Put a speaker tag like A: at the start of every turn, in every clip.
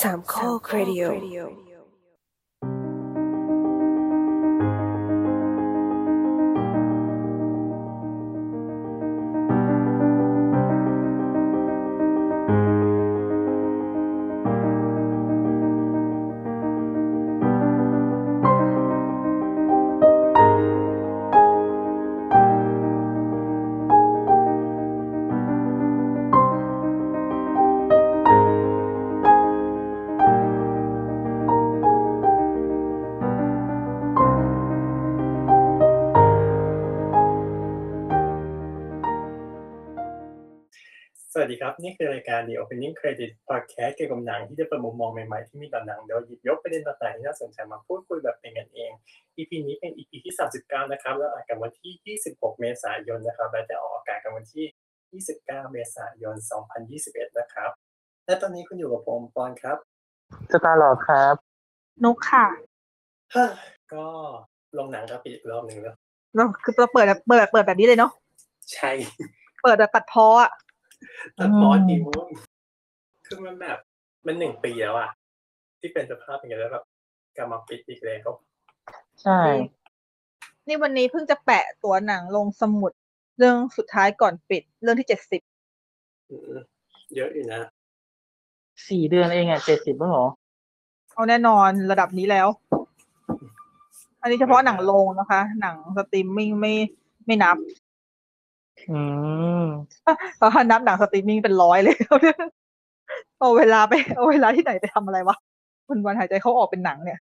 A: สามข้อครดิโอ
B: สวัสดีครับ นี่คือรายการ The Opening Credit Podcast เกี่ยวกับหนังที่จะเปิดมุมมองใหม่ๆที่มีต่อหนังโดยหยิบยกประเด็นต่างๆที่น่าสนใจมาพูดคุยแบบเป็นกันเอง EP นี้เป็น EP ที่ 39 นะครับแล้วออกกันวันที่ 26 เมษายนนะครับและจะออกอากาศกันวันที่ 29 เมษายน 2021 นะครับ และตอนนี้คุณอยู่กับผมปอนครับ
C: สตาร์หลอดครับ
D: นกค่ะ
B: ก็ลงหนังครับอีกรอบหนึ่งแล้ว
D: เนาะคือเราเปิดแบบเปิดเปิดแบบนี้เลยเนาะ
B: ใช่
D: เปิดแบบตัดเพออ่ะ
B: แต่พอดีมุกคือมันแบบมันหนึ่งปีแล้วอะที่เป็นสภาพอย่างเงี้ยแล้วแบบกลับมาปิดอีกแล้ว
C: ใช่
D: นี่วันนี้เพิ่งจะแปะตัวหนังลงสมุด เรื่องสุดท้ายก่อนปิด เรื่องที่เจ็ดสิบ
B: อืมเยอะอยู่นะ
C: สี่เดือนเองอ่ะเจ็ดสิบแล้วเหรอ
D: เอาแน่นอนระดับนี้แล้ว อันนี้เฉพาะหนังโรงนะคะ หนังสตรีมมิ่งไม่ไม่นับ
C: อืม
D: เพราะถ้านับหนังสตรีมมิ่งเป็นร้อยเลย เอาเวลาไปเอาเวลาที่ไหนไปทำอะไรวะวันวันๆหายใจเขาออกเป็นหนังเนี่ย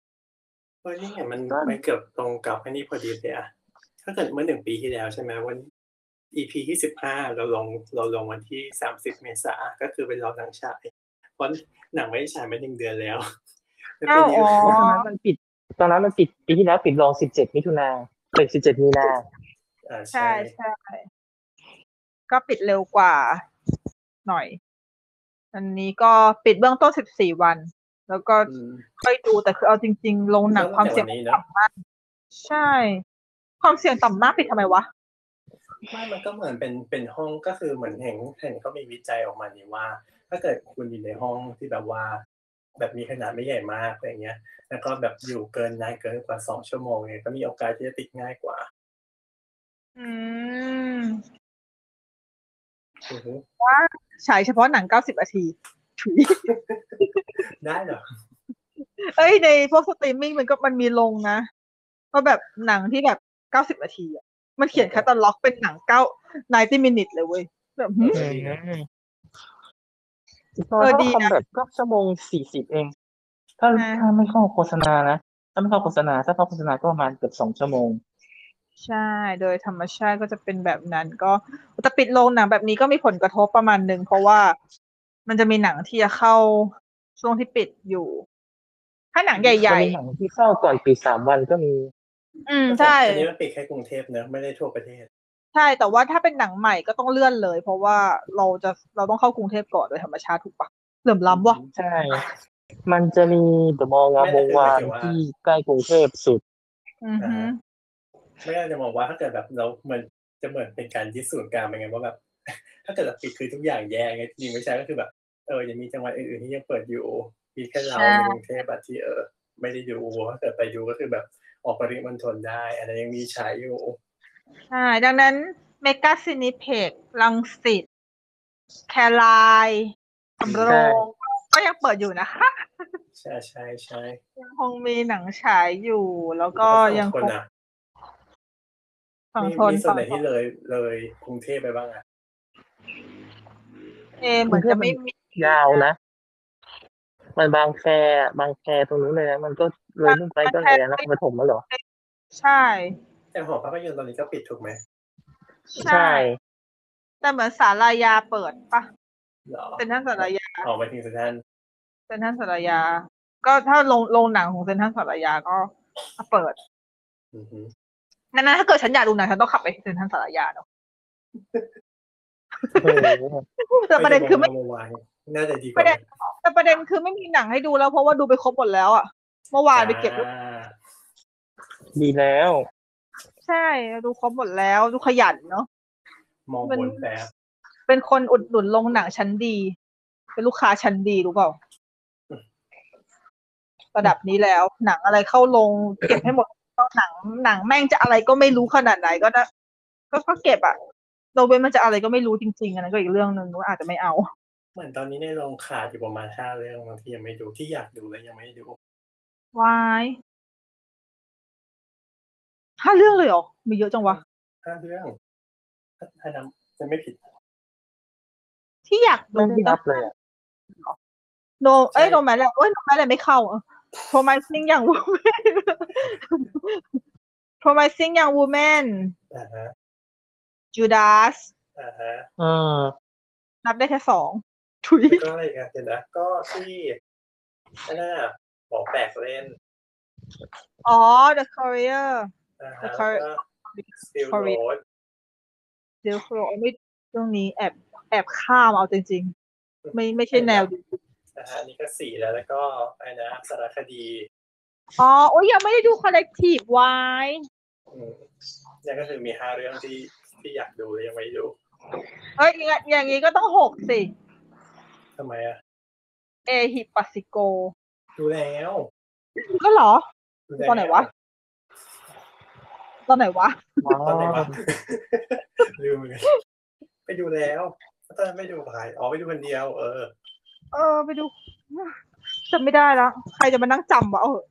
B: เออนี่ไงมันมันเกือบตรงกับอันนี้พอดีเลยอะถ้าเกิดเมื่อหนึ่งปีที่แล้วใช่ไหมวัน EP ที่สิบห้าเราลงเราลงวันที่สามสิบเมษาก็คือเป็นรอบหนังฉายเพราะหนังไม่ได้ฉายมาหนึ่งเดือนแล้ว แล้วปีนี้
D: อ้าวอ๋
C: ตอนนั้นมันปิด ตอนนั้นมันปิดปีที่แล้วปิดลงสิบเจ็ดมิถุนาเปิดสิบเจ็ดมีนา
B: อ่า
D: ใช่
B: ใช่
D: ใช่ ก็ปิดเร็วกว่าหน่อย อันนี้ก็ปิดเบื้องต้น 14 วัน แล้วก็ค่อยดูแต่คือเอาจริง ๆ ลงหนัง
B: เริ่ม
D: ความเสี่ยง
B: จากวันนี้นะ
D: ต่ำมาก ใช่ ความเสี่ยงต่ำมากปิดทำไมวะ
B: ไม่มันก็เหมือนเป็นเป็นห้องก็คือเหมือนเห็นเห็นเขามีวิจัยออกมานี่ว่า ถ้าเกิดคุณอยู่ในห้องที่แบบว่า แบบมีขนาดไม่ใหญ่มากอะไรเงี้ย แล้วก็แบบอยู่เกินนานเกินกว่าสองชั่วโมงเนี่ยก็มีโอกาสที่จะติดง่ายกว่า
D: อืม
B: อือฮึ
D: ฉายเฉพาะหนัง 90 นาทีถุย
B: ได้เหรอ
D: เอ้ย ในพวกสตรีมมิ่งมันก็มันมีลงนะว่าแบบหนังที่แบบ 90 นาทีอะมันเขียนแคตตาล็อกเป็นหนังเก้า90 minutes เลยเว้ยแบบหึ
B: เออดี
D: เออดี
B: นะ
C: ตอนนั้นก็
D: นะ
C: ทำแบบก็ชั่วโมงสี่สิบเอง ถ้า
D: อ่า
C: ถ้าไม่เข้าโฆษณานะถ้าไม่เข้าโฆษณาถ้าเข้าโฆษณาก็ประมาณเกือบสองชั่วโมง
D: ใช่ โดยธรรมชาติก็จะเป็นแบบนั้น ก็แต่ปิดโรงหนังแบบนี้ก็มีผลกระทบประมาณหนึ่งเพราะว่ามันจะมีหนังที่จะเข้าช่วงที่ปิดอยู่ ถ้าหนังใหญ่
C: จะมีหนังที่เข้าก่อนปีสามวันก็มี
D: ๆ อืมใช่
B: อันนี้มันปิดแค่กรุงเทพเนอะไม่ได้ทั่วประเทศ
D: ใช่แต่ว่าถ้าเป็นหนังใหม่ก็ต้องเลื่อนเลย เพราะว่าเราจะเราต้องเข้ากรุงเทพก่อนโดยธรรมชาติถูกปะเหลื่อมล้ำวะ
C: ใช่ มันจะมีเดอะมอลล์งามวงวาน
B: ไม่ได้
C: ที่ใกล้กรุงเทพสุด
D: อือฮึ
B: ไม่ได้จะมองว่าถ้าเกิดแบบเราเหมือนจะเหมือนเป็นการยึดศูนย์กลางไปไงว่าแบบ ถ้าเกิดแบบปิดคือทุกอย่างแย่ไงจริงไม่ใช่ก็คือแบบเออยังมีจังหวัดอื่นๆที่ยังเปิดอยู่มีแค่เราในกรุงเทพอะที่เออ ไม่ได้อยู่ถ้าเกิดไปอยู่ก็คือแบบออกปริมณฑลได้อันนั้นยังมีใช้อยู่
D: ใช่ดังนั้นเมกาซินิเพกลังสิตแคลายสำโรงก็ยังเปิดอยู่นะคะ
B: ใช่ใช่ใช่
D: ยังคงมีหนังฉายอยู่ แล้วก็ยัง
B: คน
D: คง
B: อ่ะ
D: ฝั่ง
B: มี
D: ทน
B: มีส่วน
D: ฝั่ง
B: ไหน
D: ท
B: ที่
D: น
B: เลยเลยกรุงเทพไปบ้างอ่ะ
D: เอเหมือนจะไม่มี
C: ยาวนะ มันบางแคบางแคตรงนู้นเลยนะ มันก็เลยขึ้นไปก็เลยนะปฐมแล้วเหรอ
D: ใช่
B: แต่หอภาพยนตร์ตอนนี้ก็ปิดถูกไหม
D: ใช่ แต่เหมือนสารายาเปิดปะ
B: เหรอ
D: เซ็นทรัลสารยา
B: ออกไปถึงสถาน
D: เซ็นทรัลสารยา ก็ถ้าลงลงหนังของเซ็นทรัลสารยาก็เปิด
B: อือฮึ
D: นั้นนะถ้าเกิดฉันอยากดูหนังฉันต้องขับไปเซ็นทรัลสารยาเนาะ
C: โอ้โห
D: แต่ประเด็นคือไม่
B: ปดูวงวานน่าจะดีก
D: ป
B: ว่า
D: ระเด็นแต่ประเด็นคือไม่มีหนังให้ดูแล้วเพราะว่าดูไปครบหมดแล้วอะเมื่อวานไปเก็บ
B: อ่า
C: ดีแล้ว
D: ใช่ ดูครบหมดแล้วดูขยันเนาะ
B: มอง
D: มัน
B: บนแบบ
D: เป็นคนอุดหนุนลงหนังชั้นดี เป็นลูกค้าชั้นดีรู้เปล่า ระดับนี้แล้ว หนังอะไรเข้าลง เก็บให้หมดหนังหนังแม่งจะอะไรก็ไม่รู้ขนาดไหนก็ได้ก็ก็เก็บอะโรเวนมันจะอะไรก็ไม่รู้จริงๆอันนั้นก็อีกเรื่องหนึ่งนุ้นอาจจะไม่เอา
B: เหมือนตอนนี้ในโรงขาดอยู่ประมาณห้าเรื่องบางทียังไม่ดูที่อยากดูแล้วยังไม่ดู
D: วายห้าเรื่องเลยเหรอ มีเยอะจังวะ
B: ห้าเรื่องถ้าถ้านำจะไม่ผิด
D: ที่อยากดู
C: ไม่ได้นับเลยอะ
D: โนเอ้ย
B: ใช่
D: โนแมนแหละเอ้ยโนแมนแหละไม่เข้าโ r รไมซิ่งอย่างวูแม นโ r รไมซิ่งอย่างวูแมน
B: อ่าฮะ
D: จูดาส
B: อ่าฮะ
C: อืม
D: นับได้แค่สองถุย
B: แล้วก็อะไรอีกันเดี๋ยวนะก็ที่อันน่าบอกแปลกเล่น
D: อ๋อ The Courier
B: อ่า
D: The
B: ฮะแล้ว
D: Courier
B: ก็สติลโร
D: Courier
B: ด
D: เดี๋ยวเราไม่เรื่องนี้แอบแอบข้ามเอาจริงๆ ไม่ไม่ใช่แนวดี
B: นะฮะอันนี้ก็สี่แล้วแล้วก็อะไรนะสารคดี
D: อ๋อโอ้ยยังไม่ได้ดู Collective วาย
B: อืมเนี่ยก็คือมีห้าเรื่องที่ที่อยากดูแล้วยังไม่ดู
D: เอ้ยอย่างงี้อย่างนี้ก็ต้องหกสิ
B: ทำไมอ่ะ
D: เอฮิปัสสิโก
B: ดูแล้ว
D: ก็เหรอ
B: ดูแล้ว
D: ตอนไหนวะ ตอนไหนวะ
C: อ๋อ
B: ตอนไหนวะ ลืมเลยไปดูแล้วตอนนั้นไม่ดูหายอ๋อไปดูคนเดียว เออ
D: เออ ไปดูจำไม่ได้แล้ว ใครจะมานั่งจำวะเอาเหอะ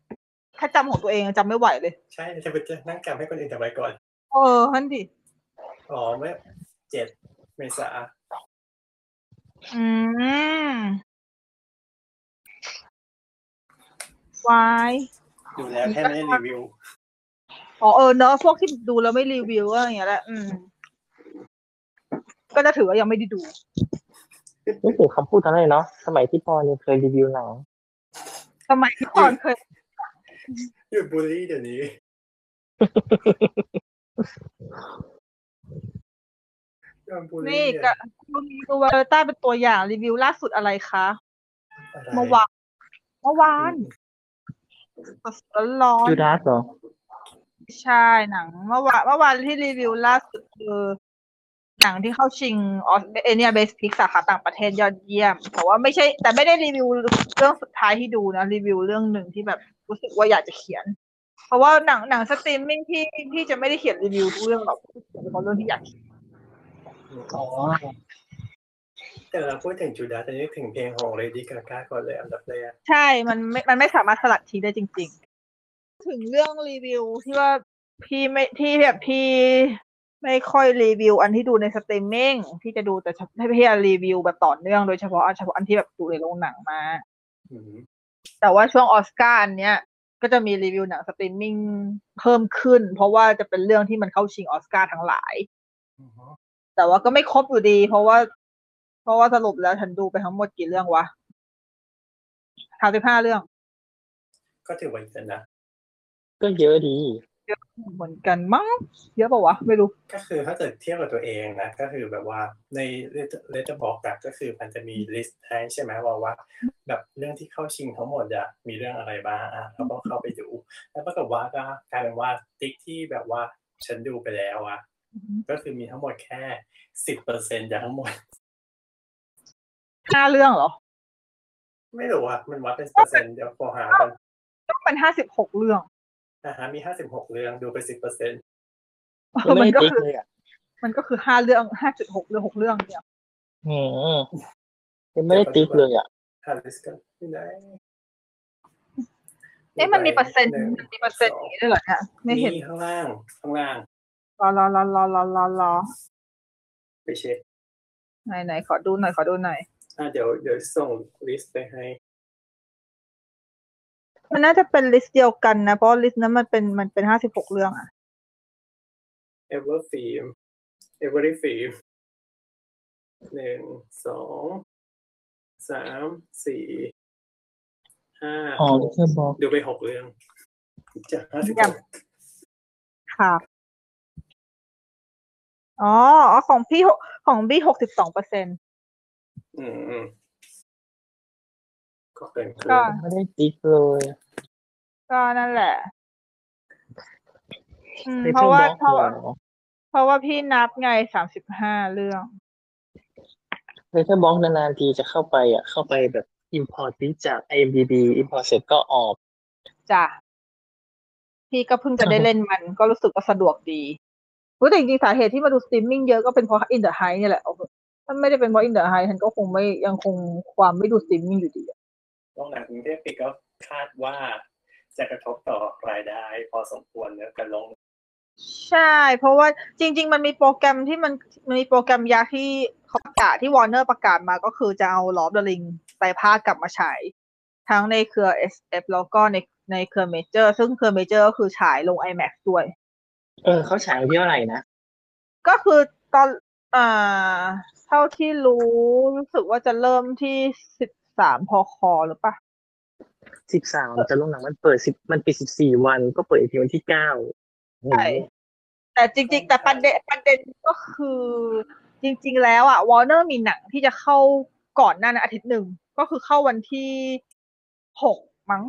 D: แค่จำของตัวเองยังจำไม่ไหวเลย
B: ใช่จะไปจะนั่งกำให้คนอื่นทำไมก่อน
D: เออนั่นดิ
B: อ๋อเมื่อเจ็ดเมษา
D: อืมวาย
B: ดูแล้วแค่ไม่ได้รีวิว
D: อ๋อเออเนอะพวกที่ดูแล้วไม่รีวิวอะไรอย่างเงี้ยแหละอืม ก็จะถือว่ายังไม่ได้ดู
C: นี่คือคำพูดทั้งนั้นเลยเนาะสมัยที่ปอนยังเคยรีวิวหนัง
D: สมัยที่ก่อนเคย
B: หยุดบูลลี่เดี๋ยวนี้ โดนบูลลี่
D: นี่กะดูวาเลต้าเป็นตัวอย่างรีวิวล่าสุดอะไรคะ
B: อะไร
D: เมื่อวานเมื่อวานสดๆร้อน
C: จูดาสเหรอ
D: ๆใช่หนังเมื่อวานเมื่อวานที่รีวิวล่าสุดคือหนังที่เข้าชิงออสเอเนียเบสพิกสาขาต่างประเทศยอดเยี่ยมแต่ว่าไม่ใช่ แต่ไม่ได้รีวิวเรื่องสุดท้ายที่ดูนะรีวิวเรื่องหนึ่งที่แบบรู้สึกว่าอยากจะเขียน เพราะว่าหนังหนังสตรีมมิ่งที่ที่จะไม่ได้เขียนรีวิวทุกเรื่องหรอกเขียนเฉพาะเรื่องที่อยากเขียน
C: อ๋อ
B: แต่เราพูดถึงจูดาจะนึกถึงเพลงของเลดี้กาก้าก่อนเลยอันดับแรก
D: ใช่มันไม่มันไม่สามารถสลัดทิ้งได้จริง ๆ ถึงเรื่องรีวิวที่ว่าพี่ไม่ที่แบบพี่ ไม่ค่อยรีวิวอันที่ดูในสตรีมมิ่งที่จะดูแต่เฉพาะให้พี่รีวิวแบบต่อเนื่องโดยเฉพาะอันเฉพาะอันที่แบบดูในโรงหนังมา
B: อืม
D: แต่ว่าช่วงออสการ์อันเนี้ยก็จะมีรีวิวหนังสตรีมมิ่งเพิ่มขึ้น เพราะว่าจะเป็นเรื่องที่มันเข้าชิงออสการ์ทั้งหลาย
B: อืม
D: แต่ว่าก็ไม่ครบอยู่ดี เพราะว่า เพราะว่าสรุปแล้วฉันดูไปทั้งหมดกี่เรื่องวะสามสิบห้าเรื่อง
B: ก็ถือว่าเยอะนะ
C: ก็เยอะดี
D: เหมือนกันมั้งเยอะปะวะ ไม่รู้
B: ก็คือถ้าเกิดเทียบกับตัวเองนะ ก็คือแบบว่าในเลเตอร์บอกแบบก็คือมันจะมีลิสต์ให้ใช่ไหมว่าว่า แบบเรื่องที่เข้าชิงทั้งหมดอะมีเรื่องอะไรบ้างอ่ะเราก็เข้าไปดู แล้วปรากฏว่าก็กลายเป็นว่าติ๊กที่แบบว่าฉันดูไปแล้วอะก็คือมีทั้งหมดแค่สิบเปอร์เซ็นต์จากทั้งหมด
D: ห้าเรื่องเหรอ
B: ไม่รู้ว่ามันวัดเป็นเปอร์เซ็นต์เดี๋ยวพอหากัน
D: ต้องเป็นห้าสิบหกเรื่อง
B: นะฮะมีห้าสิบหกเรื่องดูไปสิบเปอร์เซ็นต์
D: เออมั
C: มั
D: นน
C: ไม่
D: ก็
C: ติ๊ก
D: คือ
C: เลยอ่ะ
D: มันก็คือห้าเรื่องห้าจุดหกเรื่องหกเรื่องเนี่ย
C: อืมยังไม่ได้ติ๊กเลยอ่ะ
B: หาลิสต์กันที่ไหน
D: เอ๊ะมันมีเปอร์เซ็นต์
B: หง
D: มันมีเปอร์เซ็นต์อย่างนี้ด้วยเหรอเนี่ยไม่เห็น
B: ข้างล่างข้างล่าง
D: รอรอรอรอรอรอรอ
B: ไปเช็ค
D: ไหนไหนขอดูหน่อยขอดูหน่อย
B: อ่ะเดี๋ยวเดี๋ยวส่งลิสต์ไปให้
D: มันน่าจะเป็นลิสต์เดียวกันนะเพราะลิสต์นั้นมันเป็นมันเป็นห้าสิบหกเรื่องอะ
B: เอเวอร์ฟิล์มเอเวอร์ฟิล์มหนึ่งสองสามสี่ห้า
C: อ๋อเพื่อนบอก
B: ดูไปหกเรื่องจากห้าสิบ
D: ค่ะอ๋ออ๋อของพี่หกของพี่หกสิบสองเปอร์เซ็นต์
B: อืมอืมก็เกินครึ่ง
D: ก็
C: ไม่ได้ติ๊กเลย
D: ก็นั่นแหละอืม
C: ไม่
D: เพราะว่า
C: เพื่
D: เพราะ
C: อนบ
D: ว่า
C: อกเหรอ
D: เพราะว่าพี่นับไงสามสิบห้าเรื่อง
C: เพื่อนบอกนานๆทีจะเข้าไปอ่ะ เข้าไปแบบ import ลิสต์จาก IMDb import เสร็จก็ออก
D: จ้ะพี่ก็เพิ่งจะได้
C: อือฮึ
D: เล่นมัน ก็รู้สึกว่าสะดวกดีรู้แต่จริงๆสาเหตุที่มาดูสตรีมมิ่งเยอะก็เป็นเพราะอินเดอ h ไฮเนี่ยแหละถ้าไม่ได้เป็นเพราะอินเดอ h ไฮฉันก็คงไม่ยังคงความไม่ดูสตรีมมิ่งอยู่ดีอะ
B: โรงหนังกรุงเทพปิดก็คาดว่า จะกระทบต่อรายได้ พอสมควรเนื้อะกันลง
D: ใช่ เพราะว่าจริง ๆ มันมีโปรแกรมที่มันมันมีโปรแกรมยักษ์ที่เขาประกาศที่วอร์เนอร์ประกาศมาก็คือจะเอาลอบเดลิงไตรภาคกลับมาฉายทั้งในเครือ SF แล้วก็ในในเครือเมเจอร์ซึ่งเครือเมเจอร์ก็คือฉายลง IMAX ด้วย
C: เออเขาฉายวันที่เท่าไหร่นะ
D: ก็คือตอนเอ่อเท่าที่รู้รู้สึกว่าจะเริ่มที่สิบสามพอคอหรือปะ
C: สิบสามจะลงหนังมันเปิดสิบมันปิดสิบสี่วันก็เปิดอีกทีวันที่เก้า
D: ใช่แต่จริง ๆ แต่ประเด็นประเด็นก็คือ จริง ๆ แล้วอ่ะวอร์เนอร์มีหนังที่จะเข้าก่อนหน้านั้นอาทิตย์หนึ่ง ก็คือเข้าวันที่หกมั้ง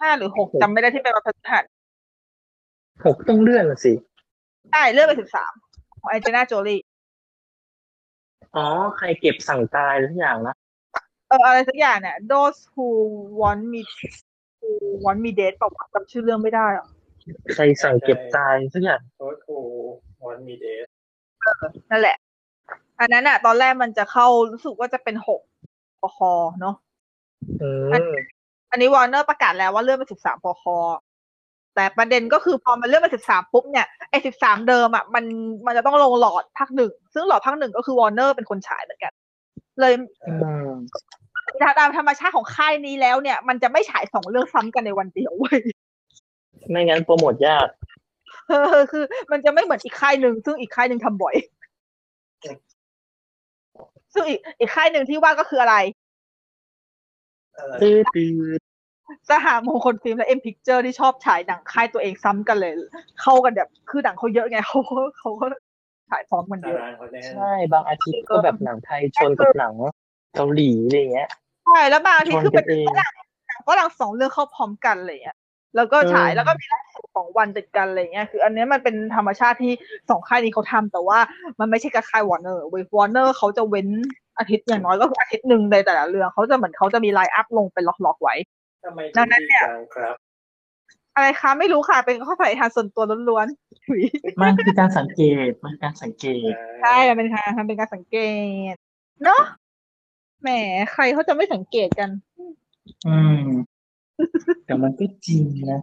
D: ห้าหรือหกจำไม่ได้ที่เป็นวันพฤหัส
C: หกต้องเลื่อนน่ะสิ
D: ใช่เลื่อนไปสิบสามของไอเจน่าโจลี
C: อ๋อ ใครเก็บสั่งตายหรือทุกอย่างนะ
D: เอออะไรสักอย่างเนี่ย those who want me who want me dead เปล่าวะจำชื่อเรื่องไม่ได้อะ
C: ใครสั่งเก็บตายทุกอย่าง
B: โค้ดคูวันมีเดส
D: นั่นแหละ อันนั้นอะตอนแรกมันจะเข้ารู้สึกว่าจะเป็นหกพอคอเนาะ
C: อืม
D: อันนี้วอร์เนอร์ประกาศแล้วว่าเลื่อนไปสิบสามพอคอ แต่ประเด็นก็คือพอมันเลื่อนไปสิบสามปุ๊บเนี่ยไอ้สิบสามเดิมอะมันมันจะต้องลงหลอดภาคหนึ่ง ซึ่งหลอดภาคหนึ่งก็คือวอร์เนอร์เป็นคนฉายเหมือนกัน เลย
C: อืม
D: ตามธรรมชาติของค่ายนี้แล้วเนี่ย มันจะไม่ฉายสองเรื่องซ้ำกันในวันเดียวเว้ย
C: ไม่งั้นโปรโมทยาก
D: เออคือ มันจะไม่เหมือนอีกค่ายหนึ่งซึ่งอีกค่ายหนึ่งทำบ่อย ซึ่งอีกอีกค่ายหนึ่งที่ว่าก็คืออะไร
B: อะไร
C: ตื้อตื้อ
D: สหมงคลฟิล์มและเอ็มพิกเจอร์ที่ชอบฉายหนังค่ายตัวเองซ้ำกันเลย เข้ากันแบบคือหนังเขาเยอะไง เขาก็เขาก็ฉายพร้อมกันเยอะ
B: ตารางเขาแน่น
C: ใช่ บางอาทิตย์ก็แบบหนังไทยชนกับหนังเกาหลีอะไรเงี้ย
D: ใช่แล้วบางอาที
C: ชน
D: คือ
C: กั
D: เป็น
C: นเอง
D: หนังหนังฝรั่งสองเรื่องเข้าพร้อมกันเลยอ่ะแล้วก็ฉาย
C: เออ
D: แล้วก็มีล่าสุดสองวันติดกันอะไรเงี้ยคือ อันเนี้ยมันเป็นธรรมชาติที่สองค่ายนี้เขาทำแต่ว่ามันไม่ใช่กับค่ายวอร์เนอร์เว้ยวอร์เนอร์เขาจะเว้นอาทิตย์อย่างน้อยก็คืออาทิตย์หนึ่งในแต่ละเรื่องเขาจะเหมือนเขาจะมีไลน์อัพลงเป็นล็อกๆไว้
B: ทำไม
D: ดังนั้น
B: ดี
D: เนี่ย
B: จังครับ
D: อะไรคะไม่รู้ค่ะเป็นข้อสันนิษฐานส่วนตัวล้วนๆ ถุย
C: มันคือการสังเกต มันคือการสังเกต
D: ใช่มันเป็นการมันเป็นการสังเกต เนาะแหม ใครเขาจะไม่สังเกตกัน
C: อืม แต่มันก็จริงนะ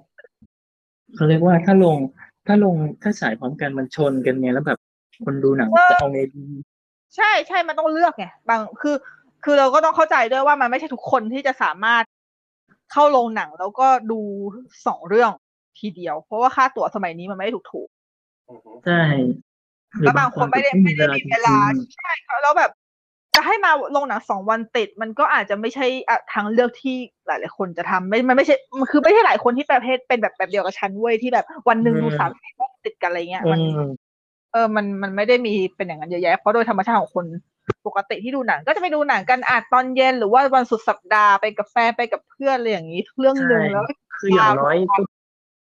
C: เขาเรียกว่าถ้าลง ถ้าลงถ้าฉายพร้อมกันมันชนกันไงแล้วแบบคนดูหนังจะเอาไงดี
D: ใช่ใช่มันต้องเลือกไงบางคือ คือเราก็ต้องเข้าใจด้วยว่ามันไม่ใช่ทุกคนที่จะสามารถเข้าโรงหนังแล้วก็ดูสองเรื่องทีเดียว เพราะว่าค่าตั๋วสมัยนี้มันไม่ได้ถูก
B: อือหือ
C: ใช่หรือ
D: แล้วบางคนไม่ได้
C: ก็
D: ไม่ได้มีเวลา
C: จริง
D: ใช่แล้วแบบ จะให้มาลงหนังสองวันติด มันก็อาจจะไม่ใช่อ่ะทางเลือกที่หลายๆคนจะทำไม่มันไม่ใช่มันคือไม่ใช่หลายคนที่ประเภทเป็นแบบแบบเดียวกับฉันเว้ยที่แบบวันหนึ่งดูสามสี่รอบติดกันอะไรเงี้ย
C: ๆอื
D: มัน
C: ม
D: เออมันมันไม่ได้มีเป็นอย่างนั้นเยอะแยะเพราะโดยธรรมชาติของคนปกติที่ดูหนัง ก็จะไปดูหนังกันอาจตอนเย็นหรือว่าวันสุดสัปดาห์ไปกับแฟนไปกับเพื่อนอะไรอย่างนี้เรื่องหนึ่งแล้ว
C: คืออย่างน้อยก็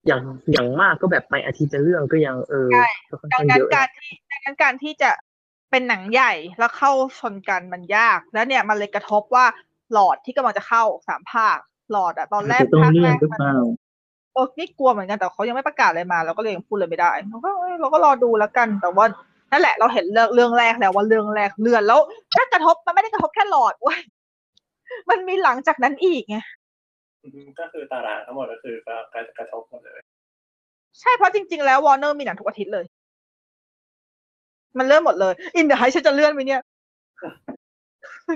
C: อย่างอย่างมากก็แบบไปอาทิตย์ละเรื่องก็ยังเออ
D: ใช่
C: ก็ค่อน
D: ดัง
C: ข้าง
D: นั้
C: เย
D: น
C: อะ
D: การที่ดังนั้นการที่จะเป็นหนังใหญ่แล้วเข้าชนกันมันยาก แล้วเนี่ยมันเลยกระทบว่าหลอดที่กำลังจะเข้าสามภาคหลอดอะตอนแรก
C: จะต้อ
D: ภาค
C: งเลื่
D: แร
C: อน
D: ก
C: หรือ
D: มัน
C: เปล่า
D: เออนี่กลัวเหมือนกันแต่เขายังไม่ประกาศอะไรมาเราก็เลยยังพูดเลยไม่ได้เราก็เอ้ยเราก็รอดูแล้วกัน แต่ว่านั่นแหละเราเห็นเรื่องเรื่องแรกแล้วว่าเรื่องแรกเลื่อนแล้วถ้ากระทบมันไม่ได้กระทบแค่หลอดเว้ยมันมีหลังจากนั้นอีกไง
B: อือหือก็คือตารางทั้งหมดก็คือก็กระทบหมดเลย
D: ใช่เพราะจริง ๆ แล้ววอร์เนอร์มีหนังทุกอาทิตย์เลย มันเลื่อนหมดเลยอินเดอะไฮฉันจะเลื่อนไหมเนี่ย
B: ไม่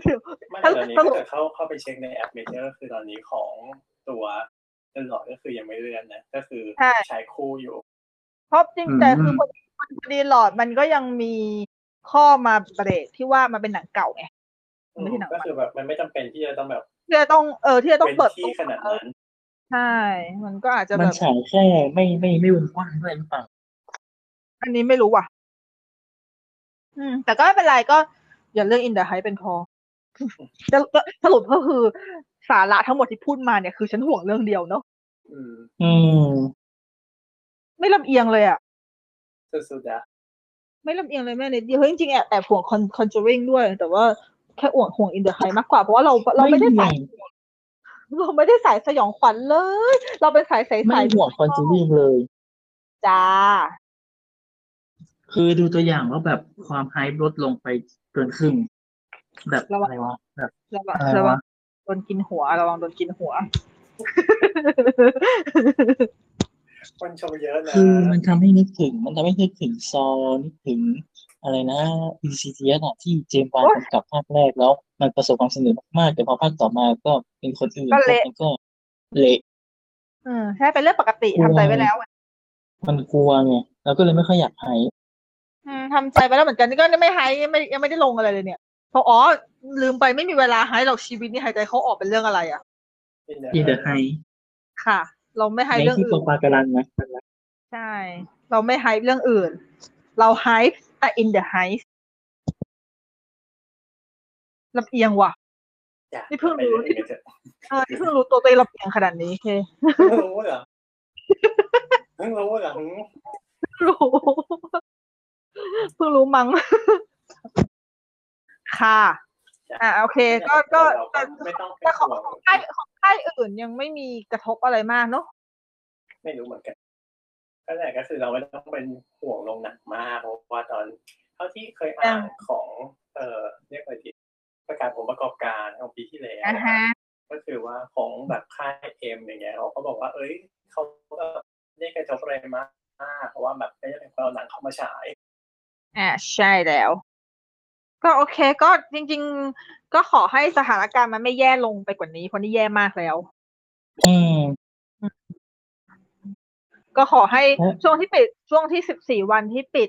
B: แต่ตอนนี้ถ้าเกิดเข้าเข้าไปเช็คในแอปเมเจอร์ก็คือตอนนี้ของตัวเดินหลอดก็คือยังไม่เลื่อนนะ ก็คือ
D: ใช่
B: ใช้คู่อยู่
D: เพราะจริงแต่คือพอดีพอดีหลอดมันก็ยังมีข้อมาเบรกที่ว่ามันเป็นหนังเก่าไง
B: อืม
D: ไม่ใช่หนัง
B: ก็คือแบบมันไม่จำเป็นที่จะต้องแบบ
D: ที่จะต้องเออที่จะต้อง
B: เป็น
D: เปิด
B: ที่ขนาดนั้น
D: ใช่ มันก็อาจจะ
C: มั
D: แบ
C: น
D: บ
C: ฉายแค่ไม่ไม่ไม่วงกว้างด้วยหรือเปล่า
D: อันนี้ไม่รู้ว่ะ อืม แต่ก็ไม่เป็นไรก็ อย่าเรื่องอินเดอะไฮเป็นพอ จะจะสรุปก็คือสาระทั้งหมดที่พูดมาเนี่ยคือฉันห่วงเรื่องเดียวเนาะ
B: อืม
C: อืม
D: ไม่ลำเอียงเลยอะ
B: สุดๆนะ
D: ไม่ลำเอียงเลยแม่นิดเดียวเฮ้ยจริงๆแอบแอบห่วงคอนคอนจูริงด้วย แต่ว่าแค่ห่วงห่วงอินเดอะไฮมากกว่าเพราะว่าเราเราไม่ได้ใส่ เราไม่ได้สายสยองขวัญเลย เราเป็นสายใสๆ
C: ไม่ห่วงคอนจูริงเลย
D: จ้า
C: คือดูตัวอย่างแล้วแบบความไฮป์ลดลงไปเกินครึ่งแบบ
D: ระวัง
C: อะไรวะแบบ
D: ระวัง
C: อะไรวะ
D: ระวังโดนกินหัวระวังโดนกินหัว
B: คนชมเยอะนะ
C: คือมันทำให้นึกถึง มันทำให้นึกถึงซอนึกถึงอะไรนะ e c t s อะที่เจมส์บาน
D: โอ๊ย
C: กำกับภาคแรกแล้ว มันประสบความสำเร็จมากๆ แต่พอภาคต่อมาก็เป็นคนอื่น
D: ก็เละ
C: มันก็เละ
D: เออใช่เป็นเรื่องปกติทำใจไว้แล้ว
C: มันกลัวไงเราก็เลยไม่ค่อยอยากไฮป์
D: อืมทำใจไปแล้วเหมือนกันนี่ก็ไม่ไฮยังไม่ยังไม่ได้ลงอะไรเลยเนี่ยเพราะอ๋อลืมไปไม่มีเวลาไฮหรอกชีวิตนี่หายใจเขาออกเป็นเรื่องอะไรอ่ะ
C: อีเดอร์ไฮ
D: ค่ะ เราไม่ไฮ
C: ใน
D: เรื่อง
C: ที่
D: อื่
C: ปอน ปาการันนะ
D: ใช่ เราไม่ไฮเรื่องอื่น เราไฮแต่ in the high ลำเอียงว่ะ
B: จ้ะ
D: นี่เพิ่งรู้
B: ไปเรื่อยๆเถอะ
D: เออนี่เพิ่งรู้ตัวตัวเองลำเอียงขนาดนี้เค
B: เพิ่งรู้เหรอเพิ่งรู้เหรอ
D: รู้เพิ่งรู้มั้ง ค่ะอ่าโอเค ก็ก็
B: เรา
D: แต่
B: ไม่ต้องเป็
D: แต่
B: น
D: ของข
B: ห่วง
D: องค่ายของค่ายอื่นยังไม่มีกระทบอะไรมากเนอะ
B: ไม่รู้เหมือนกันก็แหละก็คือเราไม่ต้องเป็นห่วงลงหนักมากเพราะว่าตอน เท่าที่เคยอ่านของ เอ่อเรียกว่าที่ประกาศผลประกอบการของปีที่แล้ว ก็คือว่าของแบบค่ายเอ็มอย่างเงี้ยเขาก็บอกว่า เอ้ยเขาก็ได้กระจบอะไรมากเพราะว่าแบบไม่ได้เป็นคนเอาหนังเข้ามาฉาย
D: อ่าใช่แล้ว ก็โอเคก็จริง ๆ ก็ขอให้สถานการณ์มันไม่แย่ลงไปกว่านี้เพราะนี่แย่มากแล้ว
C: อืม
D: ก็ขอให้
C: ฮะ
D: ช่วงที่ปิดช่วงที่สิบสี่วันที่ปิด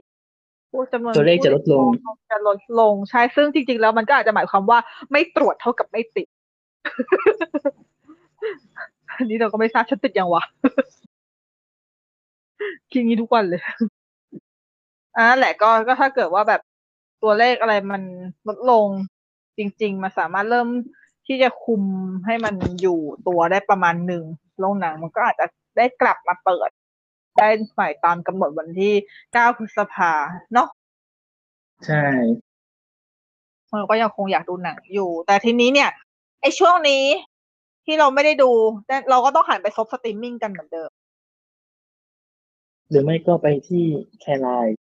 D: ผู้จำนวน
C: ตัวเลขจะลดลง
D: ผู้ติเชื้อจะลดลงใช่ซึ่งจริง ๆ แล้วมันก็อาจจะหมายความว่าไม่ตรวจเท่ากับไม่ติด อันนี้เราก็ไม่ทราบฉันติดยังวะ คิดอย่างนี้ทุกวันเลยอันนั้นแหละก็ก็ถ้าเกิดว่าแบบตัวเลขอะไรมันลดลง จริง ๆ มันสามารถเริ่มที่จะคุมให้มันอยู่ตัวได้ประมาณหนึ่งโรงหนังมันก็อาจจะได้กลับมาเปิด ได้หมายตามกำหนดวันที่ 9 พฤษภาเนาะ
C: ใช่
D: เราก็ยังคงอยากดูหนังอยู่ แต่ทีนี้เนี่ยไอ้ช่วงนี้ที่เราไม่ได้ดูแต่เราก็ต้องหันไปซบสตรีมมิ่งกันเหมือนเดิม
C: หรือไม่ก็ไปที่แคไลน์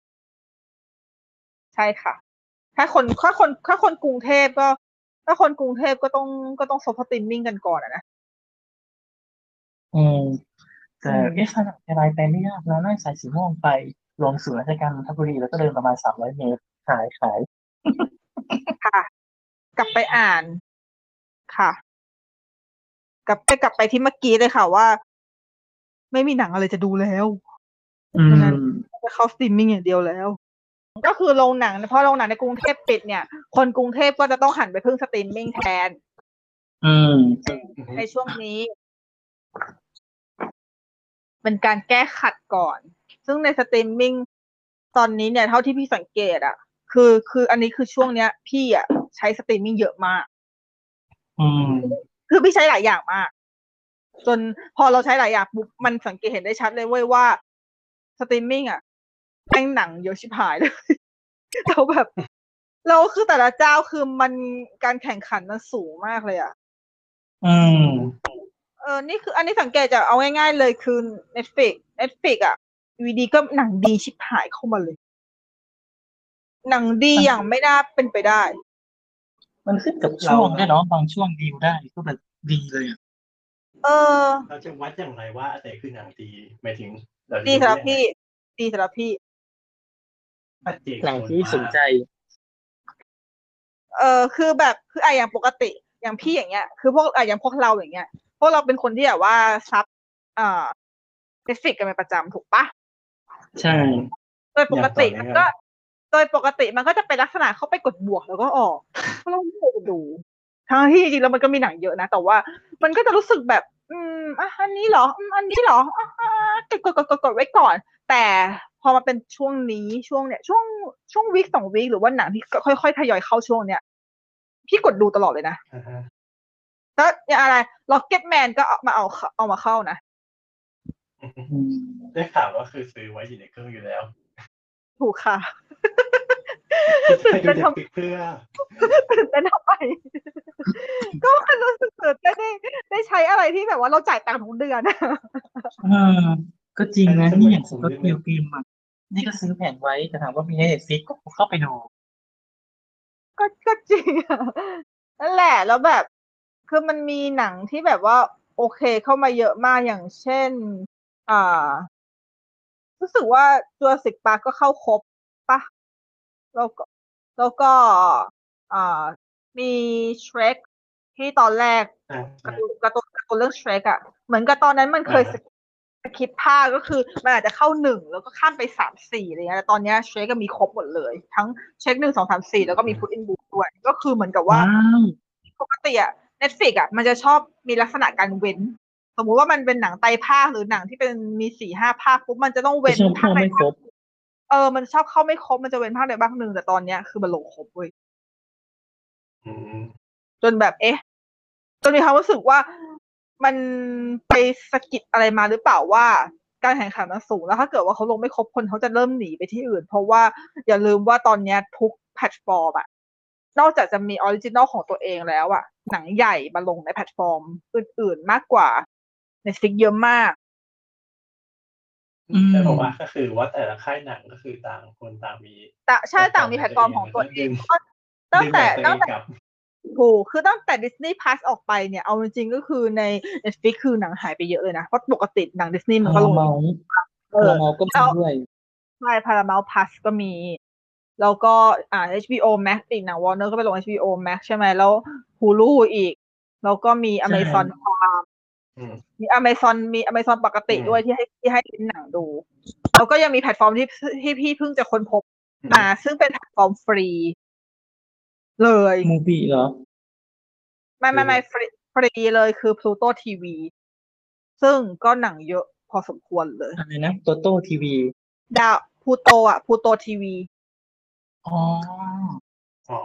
D: ใช่ค่ะ ถ้าคนถ้าคนถ้าคนกรุงเทพก็ ถ้าคนกรุงเทพก็ต้องก็ต้องซบสตรีมมิ่งกันก่อนอะนะ
C: อืมแต่
D: อืม
C: เอ๊ะขนาดแคไลน์ไปไม่ยากแล้วนั่งสายสีม่วงไปลงสู่ราชการนนทบุรีแล้วก็เดินประมาณสามร้อยเมตรขายขาย
D: ค่ะ กลับไปอ่านค่ะ กลับไปกลับไปที่เมื่อกี้เลยค่ะว่า ไม่มีหนังอะไรจะดูแล้ว
C: อื
D: ฉะนั้น
C: ม
D: จะเข้าสตรีมมิ่งอย่างเดียวแล้ว ก็คือโรงหนังเนี่ยเพราะโรงหนังในกรุงเทพปิดเนี่ย คนกรุงเทพก็จะต้องหันไปพึ่งสตรีมมิ่งแทน
C: อืม
D: ในช่วงนี้ เป็นการแก้ขัดก่อน ซึ่งในสตรีมมิ่งตอนนี้เนี่ยเท่าที่พี่สังเกตอะคือคืออันนี้คือช่วงเนี้ย พี่อะใช้สตรีมมิ่งเยอะมาก
C: อืม
D: คือพี่ใช้หลายอย่างมาก จนพอเราใช้หลายอย่างปุ๊บมันสังเกตเห็นได้ชัดเลยเว้ยว่าสตรีมมิ่งอ่ะแม่งหนังเยอะชิบหายเลย เราแบบเราคือแต่ละเจ้าคือมันการแข่งขันมันสูงมากเลยอ่ะ
C: อืม
D: เออ นี่คืออันนี้สังเกตจากเอาง่ายๆเลยคือ Netflix Netflix อ่ะวีดีก็หนังดีชิบหายเข้ามาเลย หนังดีอย่างไม่น่าเป็นไปได้
C: มันขึ้นกับช่วงด้วยเนาะบางช่วงดีลได้ก็แบบดีเลยอะ
D: เออ
B: เราจะวัดอย่างไรว่าอะไรคือหนังดีหมายถึงเราจะ
D: ดีสำหรับพี่ ดีสำหรับพี่
B: ปัจเจกชน
C: หนังที่สนใจ
D: เออคือแบบคืออะอย่างปกติอย่างพี่อย่างเงี้ย คือพวกอะอย่างพวกเราอย่างเงี้ยพวกเราเป็นคนที่แบบว่าซับเอ่อเทฟิกกันเป็นประจำถูกปะ
C: ใช่
D: โดยปกติมันก็ โดยปกติมันก็จะเป็นลักษณะเข้าไปกดบวกแล้วก็ออก เพราะเราไม่ได้ดูทั้งที่จริงๆแล้วมันก็มีหนังเยอะนะ แต่ว่ามันก็จะรู้สึกแบบ อืมอ่ะอันนี้เหรออืมอันนี้เหรออ่ะอ่ะอ่ะกดกดกดกดกดไว้ก่อน แต่พอมาเป็นช่วงนี้ช่วงเนี้ยช่วงช่วงวีคสองวีคหรือว่าหนังที่ค่อยๆทยอยเข้าช่วงเนี้ยพี่กดดูตลอดเลยนะ
B: อ่าฮะ
D: แล้วอย่างอะไรล็อกเก็ตแมนก็เอามาเอาเข้าเอามาเข้านะ
C: อืม
B: ได้ข่าวว่าคือซื้อไว้อยู่ในเครื่องอยู่แล้ว
D: ถูกค่ะ
B: ไปดูเด็กติดเพื่อ
D: ตื่ นเต้นทำไม ก็มันรู้สึกตื่นเต้นได้ได้ใช้อะไรที่แบบว่าเราจ่ายตังค์ทุกเดือน
C: เออก็จริงนะ
B: แต่
C: นี่อย่างสมม
B: ผม
C: ติ
B: เล่น
C: ฟิลฟิล์มอะนี่ก็ซื้อแผ่นไว้แต่ถามว่ามีในเน็ตฟิกก็เข้าไปดู
D: ก็ก็จริง อะนั่นแหละแล้วแบบคือมันมีหนังที่แบบว่า โอเคเข้ามาเยอะมากอย่างเช่น อ่า รู้สึกว่าตัวสิกปาก็เข้าครบปะแล้วก็แล้วก็ อ่า มีเชร k ที่ตอนแรก
B: อ่ะ
D: การ์ตูนการ์ตูนการ์ตูนเรื่องเชร k อะเหมือนกับตอนนั้นมันเคยสคิปภาคก็คือ มันอาจจะเข้าหนึ่งแล้วก็ข้ามไปสามสี่อะไรเงี้ยแต่ตอนเนี้เชร k ก็มีครบหมดเลย ทั้งเช็คหนึ่งสองสามสี่แล้วก็มีพุทอินบูด้วย ก็คือเหมือนกับว่า
C: ว้าว
D: ปกติอะเน็ตฟิกอะมันจะชอบมีลักษณะการเว้น สมมุติว่ามันเป็นหนังไตรภาคหรือหนังที่เป็นมีสี่ห้าภาคปุ๊บมันจะต้อง
C: ไป
D: เว้น
C: ชม
D: ภา
C: เข้า
D: คใด
C: ไม่ค
D: ภารค
C: บ
D: เออมันชอบเข้าไม่ครบมันจะเว้นภาคใดภาคหนึ่งแต่ตอนเนี้ยคือมันลงครบเว้ย
B: อืม
D: จนแบบเอ๊ะจนมีความรู้สึกว่ามันไปสะกิดอะไรมาหรือเปล่าว่า การแข่งขันมันสูงแล้วถ้าเกิดว่าเขาลงไม่ครบคนเขาจะเริ่มหนีไปที่อื่น เพราะว่าอย่าลืมว่าตอนเนี้ยทุกแพลตฟอร์มอะนอกจากจะมีออริจินอลของตัวเองแล้วอะหนังใหญ่มาลงในแพลตฟอร์มอื่น ๆ มากกว่าในซิกเยอะมาก
C: อืม
B: แต่ผมว่าก็คือว่าแต่ละค่ายหนังก็คือต่างคนต่างมี
D: แต่ใช่ต่างมีแพลตฟอร์มของตัวเอง ตั้งแต่ตั้งแต่ ถูกคือตั้งแต่ Disney Plus ออกไปเนี่ย เอาจริงๆก็คือใน Netflix คือหนังหายไปเยอะเลยนะ เพราะปกติหนังดิสนีย์มันก็
C: พา
D: ล
C: ราง เมา
D: เออ
C: พาราเมาก็มีด้วย
D: ใช่ Paramount Plus ก็มี แล้วก็อ่า HBO Max อีกหนัง Warner ก็ไปลง HBO Max ใช่ไหมแล้ว Hulu อีก แล้วก็มี Amazon Prime
B: อืม
D: มี Amazon มี Amazon ปกติ
B: อืม
D: ด้วยที่ให้ที่ให้ลิงก์หนังดู แล้วก็ยังมีแพลตฟอร์มที่ที่พี่เพิ่งจะค้นพบมา ซึ่งเป็นแพลตฟอร์มฟรี เลย
C: มูบีเหรอ
D: ไม่ไม่ไม่ฟรีฟรีเลยคือ Pluto TV ซึ่งก็หนังเยอะพอสมควรเลย
C: อะไรนะโตโต้ทีวี
D: ดาวพูโตอ่ะพูโตทีวี
C: อ๋อ
B: อ๋อ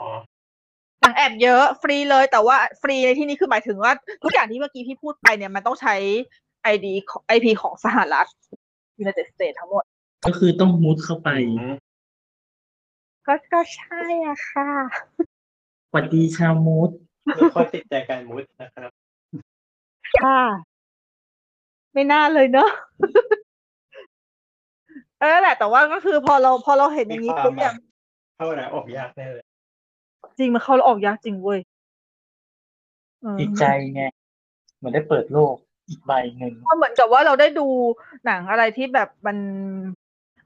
D: หนังแอบเยอะฟรีเลยแต่ว่าฟรีในที่นี้คือหมายถึงว่าทุกอย่างที่เมื่อกี้พี่พูดไปเนี่ยมันต้องใช้ ID ของ IP ของสหรัฐ United States ทั้งหมด
C: ก็คือต้องมุดเข้าไป
D: ก็ก็ใช่อ่ะค่ะ
C: สวัสดีชาวมูด
B: ทุกคนติดใจการมุดนะครับ
D: ค่ะ ไม่น่าเลยเนอะ เออแหละ แต่ว่าก็คือพอเราพอเราเห็นอ
B: มี
D: ย่างนี้
B: ความ
D: ปุ๊บ
B: แบ
D: เนี่ย
B: บเข้าหนาออกยากแน่เลย
D: จริงมันเข้าแล้วออกยากจริงเว้ยเออ
C: ดีใจไงเหมือนได้เปิดโลกอีกใบหนึ่ง
D: ก็เหมือนกับว่าเราได้ดูหนังอะไรที่แบบมัน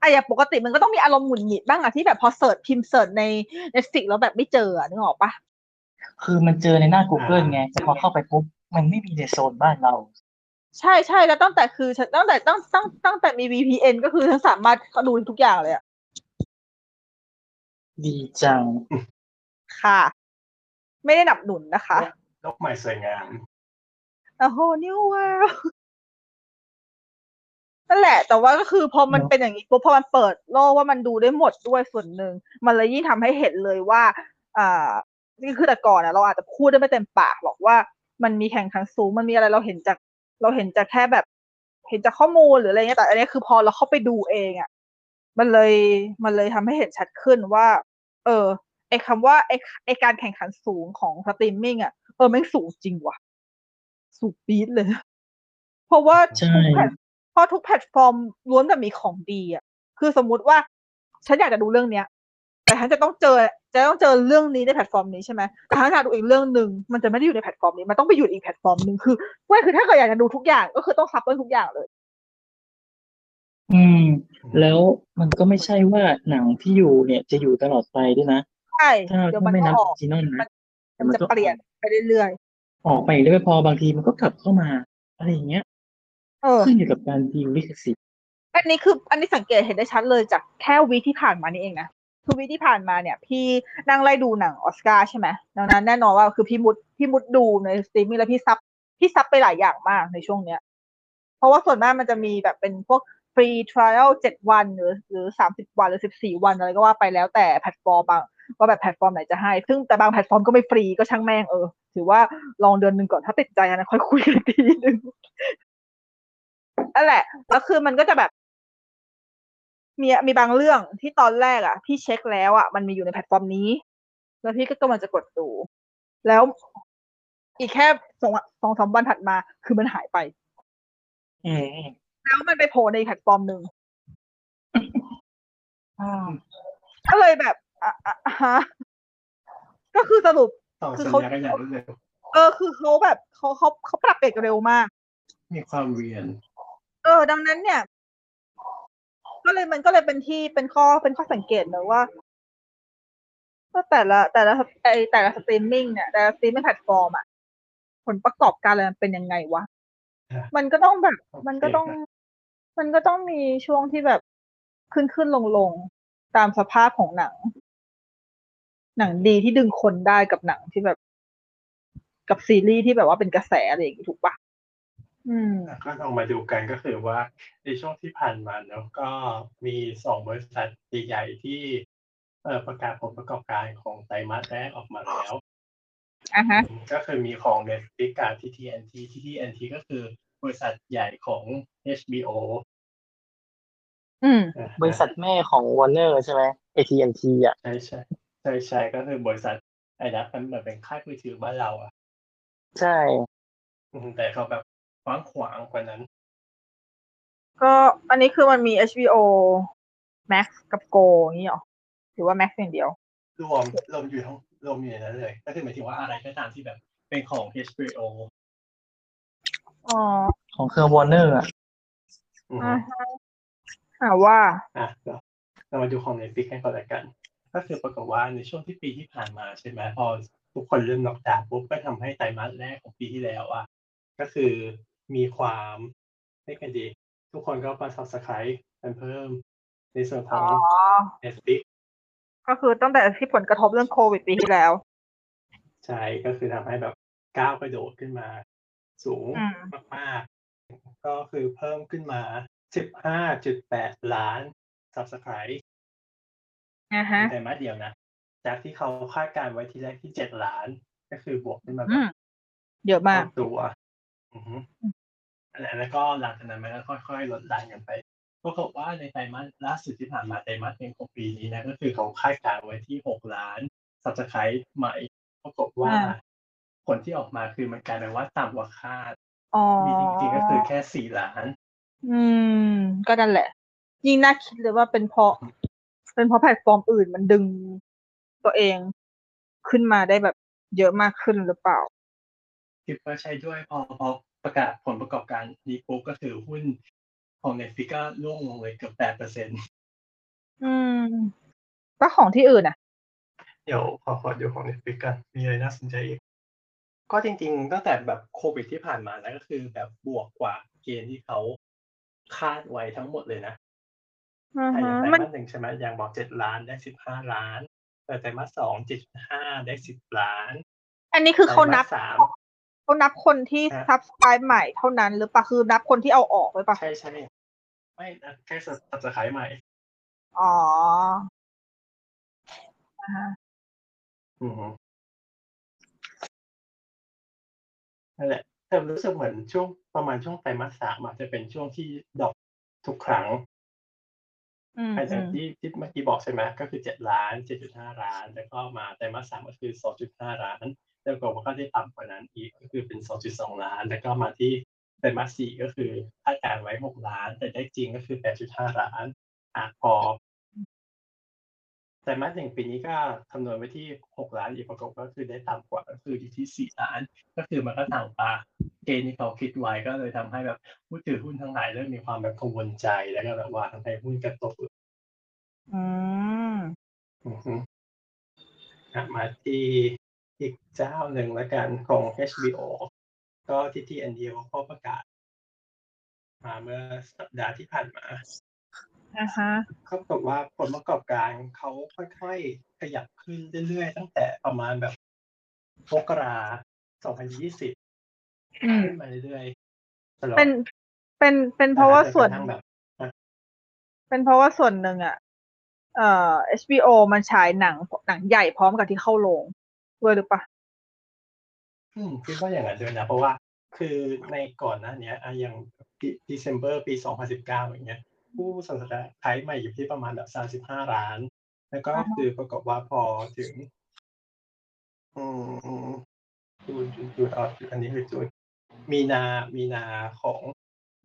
D: อะอย่างปกติมันก็ต้องมีอารมณ์หงุดหงิดบ้างอะที่แบบพอเสิร์ชพิมพ์เสิร์ชในในสติกแล้วแบบไม่เจออะนึกออกปะ
C: คือมันเจอในหน้า Google
B: อ่า
C: ไงแต่พอเข้าไปปุ๊บ มันไม่มีในโซนบ้านเรา
D: ใช่ใช่แล้วตั้งแต่คือฉันตั้งแต่ตั้งตั้งตั้งแต่มี VPN ก็คือฉันสามารถดูทุกอย่างเลยอะ
C: ดีจัง
D: ค่ะ ไม่ได้หนับหนุนนะคะ
B: นกใหม่สวยงาม
D: โอ้โหนิวว้าวนั่นแหละ แต่ว่าก็คือพอมัน
C: เนอะ
D: เป็นอย่างนี้ปุ๊บพอมันเปิดโลกว่ามันดูได้หมดด้วยส่วนหนึ่งมันเลยยิ่งทำให้เห็นเลยว่า อ่า นี่คือแต่ก่อนอะเราอาจจะพูดได้ไม่เต็มปากหรอกว่า มันมีแข่งขันสูงมันมีอะไรเราเห็นจากเราเห็นจากแค่แบบ เห็นจากข้อมูลหรืออะไรเงี้ยแต่อันเนี้ยคือพอเราเข้าไปดูเองอะมันเลยมันเลยทำให้เห็นชัดขึ้นว่า เออไอคำว่าไอไอการแข่งขันสูงของสตรีมมิ่งอะเออแม่งสูงจริงว่ะ สูงปี๊ดเลย เพราะว่า
C: ใช่
D: ทุกแพลตเพราะทุกแพลตฟอร์มล้วนแต่มีของดีอะคือสมมุติว่าฉันอยากจะดูเรื่องเนี้ย แต่ฉันจะต้องเจอจะต้องเจอเรื่องนี้ในแพลตฟอร์มนี้ใช่ไหมแต่ถ้าอยากดูอีกเรื่องหนึ่งมันจะไม่ได้อยู่ในแพลตฟอร์มนี้มันต้องไปอยู่อีกแพลตฟอร์มหนึ่งคือว่าคือถ้าเกิดอยากจะดูทุกอย่างก็คือต้องซับเบิลทุกอย่างเลย
C: อืม แล้วมันก็ไม่ใช่ว่าหนังที่อยู่เนี่ยจะอยู่ตลอดไปด้วยนะ
D: ใช่
C: ถ้า
D: เดี๋ยว
C: ถ้า
D: มัน
C: ไม่
D: ก็
C: นับ
D: อ
C: อ
D: อ
C: อก ริจินอลนะ แต่
D: มัน
C: มัน
D: จะ
C: ก็
D: เปลี่ยนไปเรื่อย
C: ออกไปเรื่อยๆพอบางทีมันก็กลับเข้ามา อะไรอย่างเงี้ย
D: ๆเออ
C: ขึ้นอยู่กับการดีลลิขสิทธิ์
D: อันนี้คืออันนี้สังเกตเห็นได้ชัดเลยจากแค่วีคที่ผ่านมานี่เองนะคือวีคที่ผ่านมาเนี่ย พี่นั่งไล่ดูหนังออสการ์ใช่ไหมดังนั้นแน่นอนว่าคือพี่มุดพี่มุดดูในสตรีมมิ่งแล้วพี่ซับพี่ซับไปหลายอย่างมากในช่วงเนี้ย เพราะว่าส่วนมากมันจะมีแบบเป็นพวกฟรีทริลเจ็ดวันหรือ หรือสามสิบวันหรือสิบสี่วันอะไรก็ว่าไปแล้วแต่แพลตฟอร์มบางว่าแบบแพลตฟอร์มไหนจะให้ ซึ่งแต่บางแพลตฟอร์มก็ไม่ฟรีก็ช่างแม่งเออถือว่าลองเดือนหนึ่งก่อนถ้าติดใจอันนั้นค่อยคุยกันอีกทีนึงนั่นแหละแล้วคือมันก็จะแบบ มีมีบางเรื่องที่ตอนแรกอ่ะ พี่เช็คแล้วอ่ะมันมีอยู่ในแพลตฟอร์มนี้ แล้วพี่ก็กำลังจะกดดู แล้วอีกแค่สองสองสามวันถัดมา คือมันหายไป
C: อืม
D: แล้วมันไปโผล่ในแพลตฟอร์มหนึ่งก็เลยแบบอ่ะอ่ะอ่ะฮะก็คือสรุป
B: ต่อ
D: คือ
B: สัญ
D: เขา
B: ญากันอย่างรวดเร็ว
D: เออคือเขาแบบเขาเขาเขาปรับเปลี่ยนเร็วมาก
B: มีความเรียน
D: เออ ดังนั้นเนี่ย ก็เลยมันก็เลยเป็นที่เป็นข้อเป็นข้อสังเกตนะว่าว่าแต่ละ แต่ละไอแต่ละสตรีมมิ่งเนี่ยแต่ละสตรีมมิ่งแพลตฟอร์มอะผลประกอบการอะไรมันเป็นยังไงวะ
B: อ่ะ
D: มันก็ต้องแบบ มันก็ต้อง มันก็ต้องมีช่วงที่แบบขึ้นขึ้นลงลงตามสภาพของหนัง หนังดีที่ดึงคนได้กับหนังที่แบบ กับซีรีส์ที่แบบว่าเป็นกระแสอะไรอย่างงี้ถูกปะอืม
B: ก็ลองมาดูกันก็คือว่าในช่วงที่ผ่านมาเนาะก็มีสองบริษัทใหญ่ๆที่เอ่อประกาศผลประกอบการของไตรมาสแรกออกมาแล้ว
D: อ่ะฮะ
B: ก็คือมีของ Netflix กับ TTNT TTNT ก็คือบริษัทใหญ่ของ HBO
D: อืม
B: นะฮะ
C: บริษัทแม่ของวอร์เนอร์ใช่ไหม AT&T อ่ะ
B: ใช่ใช่ใช่ใช่ก็คือบริษัทไอ้นะมันเหมือนเป็นค่ายมือถือบ้านเราอะ
C: ใช่
B: อืมแต่เขาแบบกว้างขวางกว่านั้น
D: ก็อันนี้คือมันมี HBO Max กับ Go อย่างนี้หรอหรือว่า Max อย่างเดียว
B: รวมรวมอยู่ทั้งรวมอยู่ในนั้นเลย ก็คือหมายถึงว่าอะไรก็ตามที่แบบเป็นของ HBO
D: อ๋อ
C: ของเครือวอร์เนอร์อ่ะ
B: อืม
D: อ่ะฮะถามว่า
B: อ่ะเราเรามาดูของ Netflix ให้ก่อนละกัน ก็คือปรากฏว่าในช่วงที่ปีที่ผ่านมาใช่ไหมพอทุกคนเริ่มล็อกดาวน์ปุ๊บก็ทำให้ไตรมาสแรกของปีที่แล้วอ่ะก็คือมีความเรียกกันดี ทุกคนก็มา subscribe กันเพิ่ม ในส่วนข
D: อ๋
B: อ
D: อ
B: ง Netflix
D: ก็คือตั้งแต่ที่ผลกระทบเรื่องโควิดปีที่แล้ว
B: ใช่ก็คือทำให้แบบก้าวกระโดดขึ้นมา สูง
D: อืม
B: มากๆ ก็คือเพิ่มขึ้นมา 15.8 ล้าน subscribe
D: อ่ะฮะ
B: ไตรมาสเดียวนะ จากที่เขาคาดการณ์ไว้ทีแรกที่เจ็ดล้าน ก็คือบวกขึ้นมาแบ
D: อื
B: บ
D: ม เยอะมาก
B: เท่าตัวอือฮึอันนั้นแล้วก็หลังจากนั้นมันก็ค่อยๆ ลดหลั่นกันไปปรากฏว่าในไตรมาสล่าสุดที่ผ่านมาไตรมาสหนึ่งของปีนี้นะ ก็คือเขาคาดการณ์ไว้ที่หกล้านสับสไครต์ใหม่ปรากฏว่า
D: อ่า
B: ผลที่ออกมาคือมันกลายเป็นว่าต่ำกว่าคาด
D: อ๋อ
B: มีจริงๆก็คือแค่สี่ล้าน
D: อืม ก็นั่นแหละ ยิ่งน่าคิดเลยว่าเป็นเพราะ เป็นเพราะแพลตฟอร์มอื่นมันดึงตัวเองขึ้นมาได้แบบเยอะมากขึ้นหรือเปล่า
B: คิดว่าใช้ด้วยพอพอประกาศผลประกอบการนี้ปุ๊บก็คือหุ้นของ Netflix ก็ร่วงลงเลยเกือบแปดเปอร์เซ็น
D: อืมแล้วของที่อื่นอ่ะ
B: เดี๋ยวขอขอดูของ Netflix กันมีอะไรน่าสนใจอีก ก็จริงๆตั้งแต่แบบโควิดที่ผ่านมานะก็คือแบบบวกกว่าเกณฑ์ที่เขาคาดไว้ทั้งหมดเลยนะ
D: อือ
B: แต่อ
D: ฮะ
B: ย่างไตร
D: มัน
B: มาสหนึ่งใช่ไหมอย่างบอกเจ็ดล้านได้สิบห้าล้านแต่ไตรมาสสองเจ็ดห้าได้สิบล้าน
D: อันนี้คือเขานับ
B: ไตรมสสาม
D: เขานับคนที่
B: ฮะ
D: ซับสไครป์ใหม่เท่านั้นหรือเปะคือนับคนที่เอาออกไว้ปะ
B: ใช่ใช่ไม่นะแค่สับสขายใหม่
D: อ๋ออ่าฮะ
B: อือฮึนั่นแหละแต่รู้สึกเหมือนช่วงประมาณช่วงไตรมาสสามอาจจะเป็นช่วงที่ดรอกทุกครั้ง
D: อืม
B: ไอ้จา
D: อื
B: ก
D: ม
B: ที่ที่เมื่อกี้บอกใช่ไหมก็คือเจ็ดล้านเจ็ดจุดห้าล้าน แล้วก็มาไตรมาสสามก็คือสองจุดห้าล้าน แล้วก็มันก็ได้ต่ำกว่านั้นอีกก็คือเป็นสองจุดสองล้าน แล้วก็มาที่ไตรมาสสี่ก็คือคาดการณ์ไว้หกล้าน แต่ได้จริงก็คือแปดจุดห้าล้านอ่ะพอไตรมาสหนึ่งปีนี้ก็คำนวณไว้ที่หกล้านอีกประกอบก็คือได้ต่ำกว่าก็คืออยู่ที่สี่ล้าน ก็คือมันก็ต่ำกว่าเกณฑ์ที่เขาคิดไว้ก็เลยทำให้แบบผู้ถือหุ้นทั้งหลายเริ่มมีความแบบกังวลใจแล้วก็แบบว่าทำให้หุ้นกระตก
D: อืม
B: อือฮึอ่ะมาที่อีกเจ้าหนึ่งละกันของ HBO ก็ที่ที่อันเดียวเขาประกาศ มาเมื่อสัปดาห์ที่ผ่านมา
D: อ่าฮะ
B: เขาบอกฏว่าผลประกอบการเขาค่อยๆ ขยับขึ้นเรื่อยๆ ตั้งแต่ประมาณแบบมกราสองพันยี่สิบ
D: อืม
B: ขึ้นมาเรื่อยๆตลอด
D: เป็นเป็นเป็นเพราะว่าส่วน
B: จกระทั่งแบบ
D: เป็นเพราะว่าส่วนหนึ่งอ่ะ เอ่อ HBO มันฉายหนังหนังใหญ่พร้อมกับที่เข้าโรงด้วยหรือเปะ
B: อืมคิดว่าอย่างนั้นด้วยนะ เพราะว่าคือในก่อนหน้าเนี้ยอ่ะอย่าง December ปีสองพันสิบเก้าอย่างเงี้ย ผู้สนใจขายใหม่อยู่ที่ประมาณแบบสามสิบห้าล้าน แล้วก็คือปรากฏว่าพอถึง อืมอืมจูนจูนจูนเอาอันนี้คือจูนมีนามีนาของ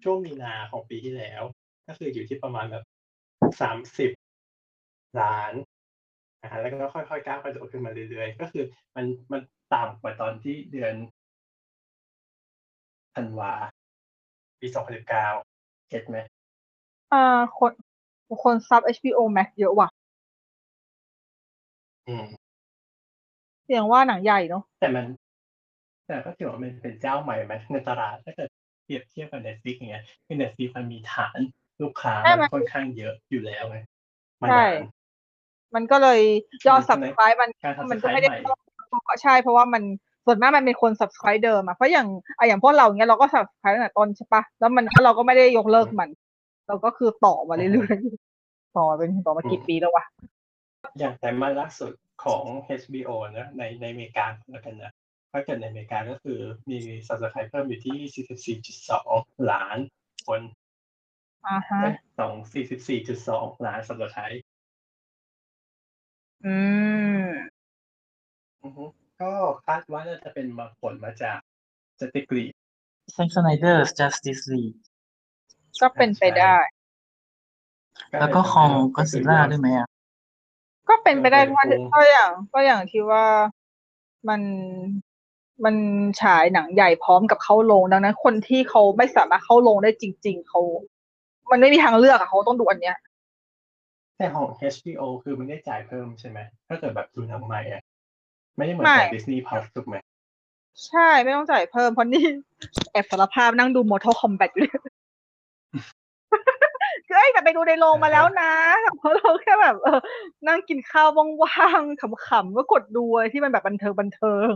B: ช่วงมีนาของปีที่แล้ว ก็คืออยู่ที่ประมาณแบบสามสิบล้านนะฮะแล้วก็ค่อยๆก้าวกระโดดขึ้นมาเรื่อยๆ ก็คือมันมันต่ำกว่าตอนที่เดือนธันวาปีสองพันสิบเก้าเก็ตไหม
D: อ่าคนคนซับ HBO Max เยอะว่ะ
B: อืม
D: เสียงว่าหนังใหญ่เนาะ
B: แต่มัน แต่ก็ถือว่ามันเป็นเจ้าใหม่ไหมในตลาดถ้าเกิดเปรียบเทียบกับ Netflix อย่างเงี้ยคือ Netflix มันมีฐานลูกค้ามันค่อนข้างเยอะอยู่แล้วไงมานาน
D: มันก็เลยยอด
B: มันก็เลย
D: subscribe มัน
B: การ
D: มั
B: ทำ
D: น
B: ส
D: ก็
B: ไคร
D: ไม่
B: ต์
D: ได้
B: ใหม่
D: เพิ่มเพราะใช่เพราะว่ามันส่วนมากมันเป็นคน subscribe เดิมอะเพราะอย่างอะอย่างพวกเราเนี้ยเราก็ subscribe ตั้งแต่ต้นใช่ปะแล้วมันก็เราก็ไม่ได้ยกเลิกมัน เราก็คือต่อมาเรื่อยๆ ต่อเป็นต่อมากี่ปีแล้ววะ
B: อย่างแต่มาสล่าสุดของ HBO นะในในอเมริกาแล้วกันนะถ้าเกิดในอเมริกาก็คือมี subscribe เพิ่มอยู่ที่ 44.2 ล้านคน
D: อ่าฮะ
B: สอง44.2 ล้าน subscribe
D: อืม
B: อือฮึก็คาดว่าน่าจะเป็นมาผลมาจากสติกรี
C: แซงสไนเดอร์ Justice League
D: ก็เป็นไปได้
C: แล้วก็คองก็ซิล่าด้วยไหมอ่ะ
D: ก็เป็นไปได้
B: ก็
D: เพ
B: เป็น
D: ราะ
B: ไป
D: ก็
B: ได้
D: อย่างก็อย่างที่ว่ามันมันฉายหนังใหญ่พร้อมกับเข้าโรงดังนั้น คนที่เขาไม่สามารถเข้าโรงได้จริง ๆเขา มันไม่มีทางเลือกอะเขาต้องดูอันเนี้ย
B: แต่ของ HBO คือมันได้จ่ายเพิ่มใช่ไหม ถ้าเกิดแบบดูหนังใหม่อะไม่ได้เหมือ
D: ไม่
B: นกับ Disney Plus ถูกไหม
D: ใช่ไม่ต้องจ่ายเพิ่มเพราะนี่ แอบสารภาพนั่งดู Mortal Kombat อยู่เลย คือเอ้ยแต่ไปดูในโรงมาแล้วนะแต่เพราะเราแค่แบบเออนั่งกินข้าวว่างๆขำๆก็กดดูอะไรที่มันแบบบันเทิงบันเทิง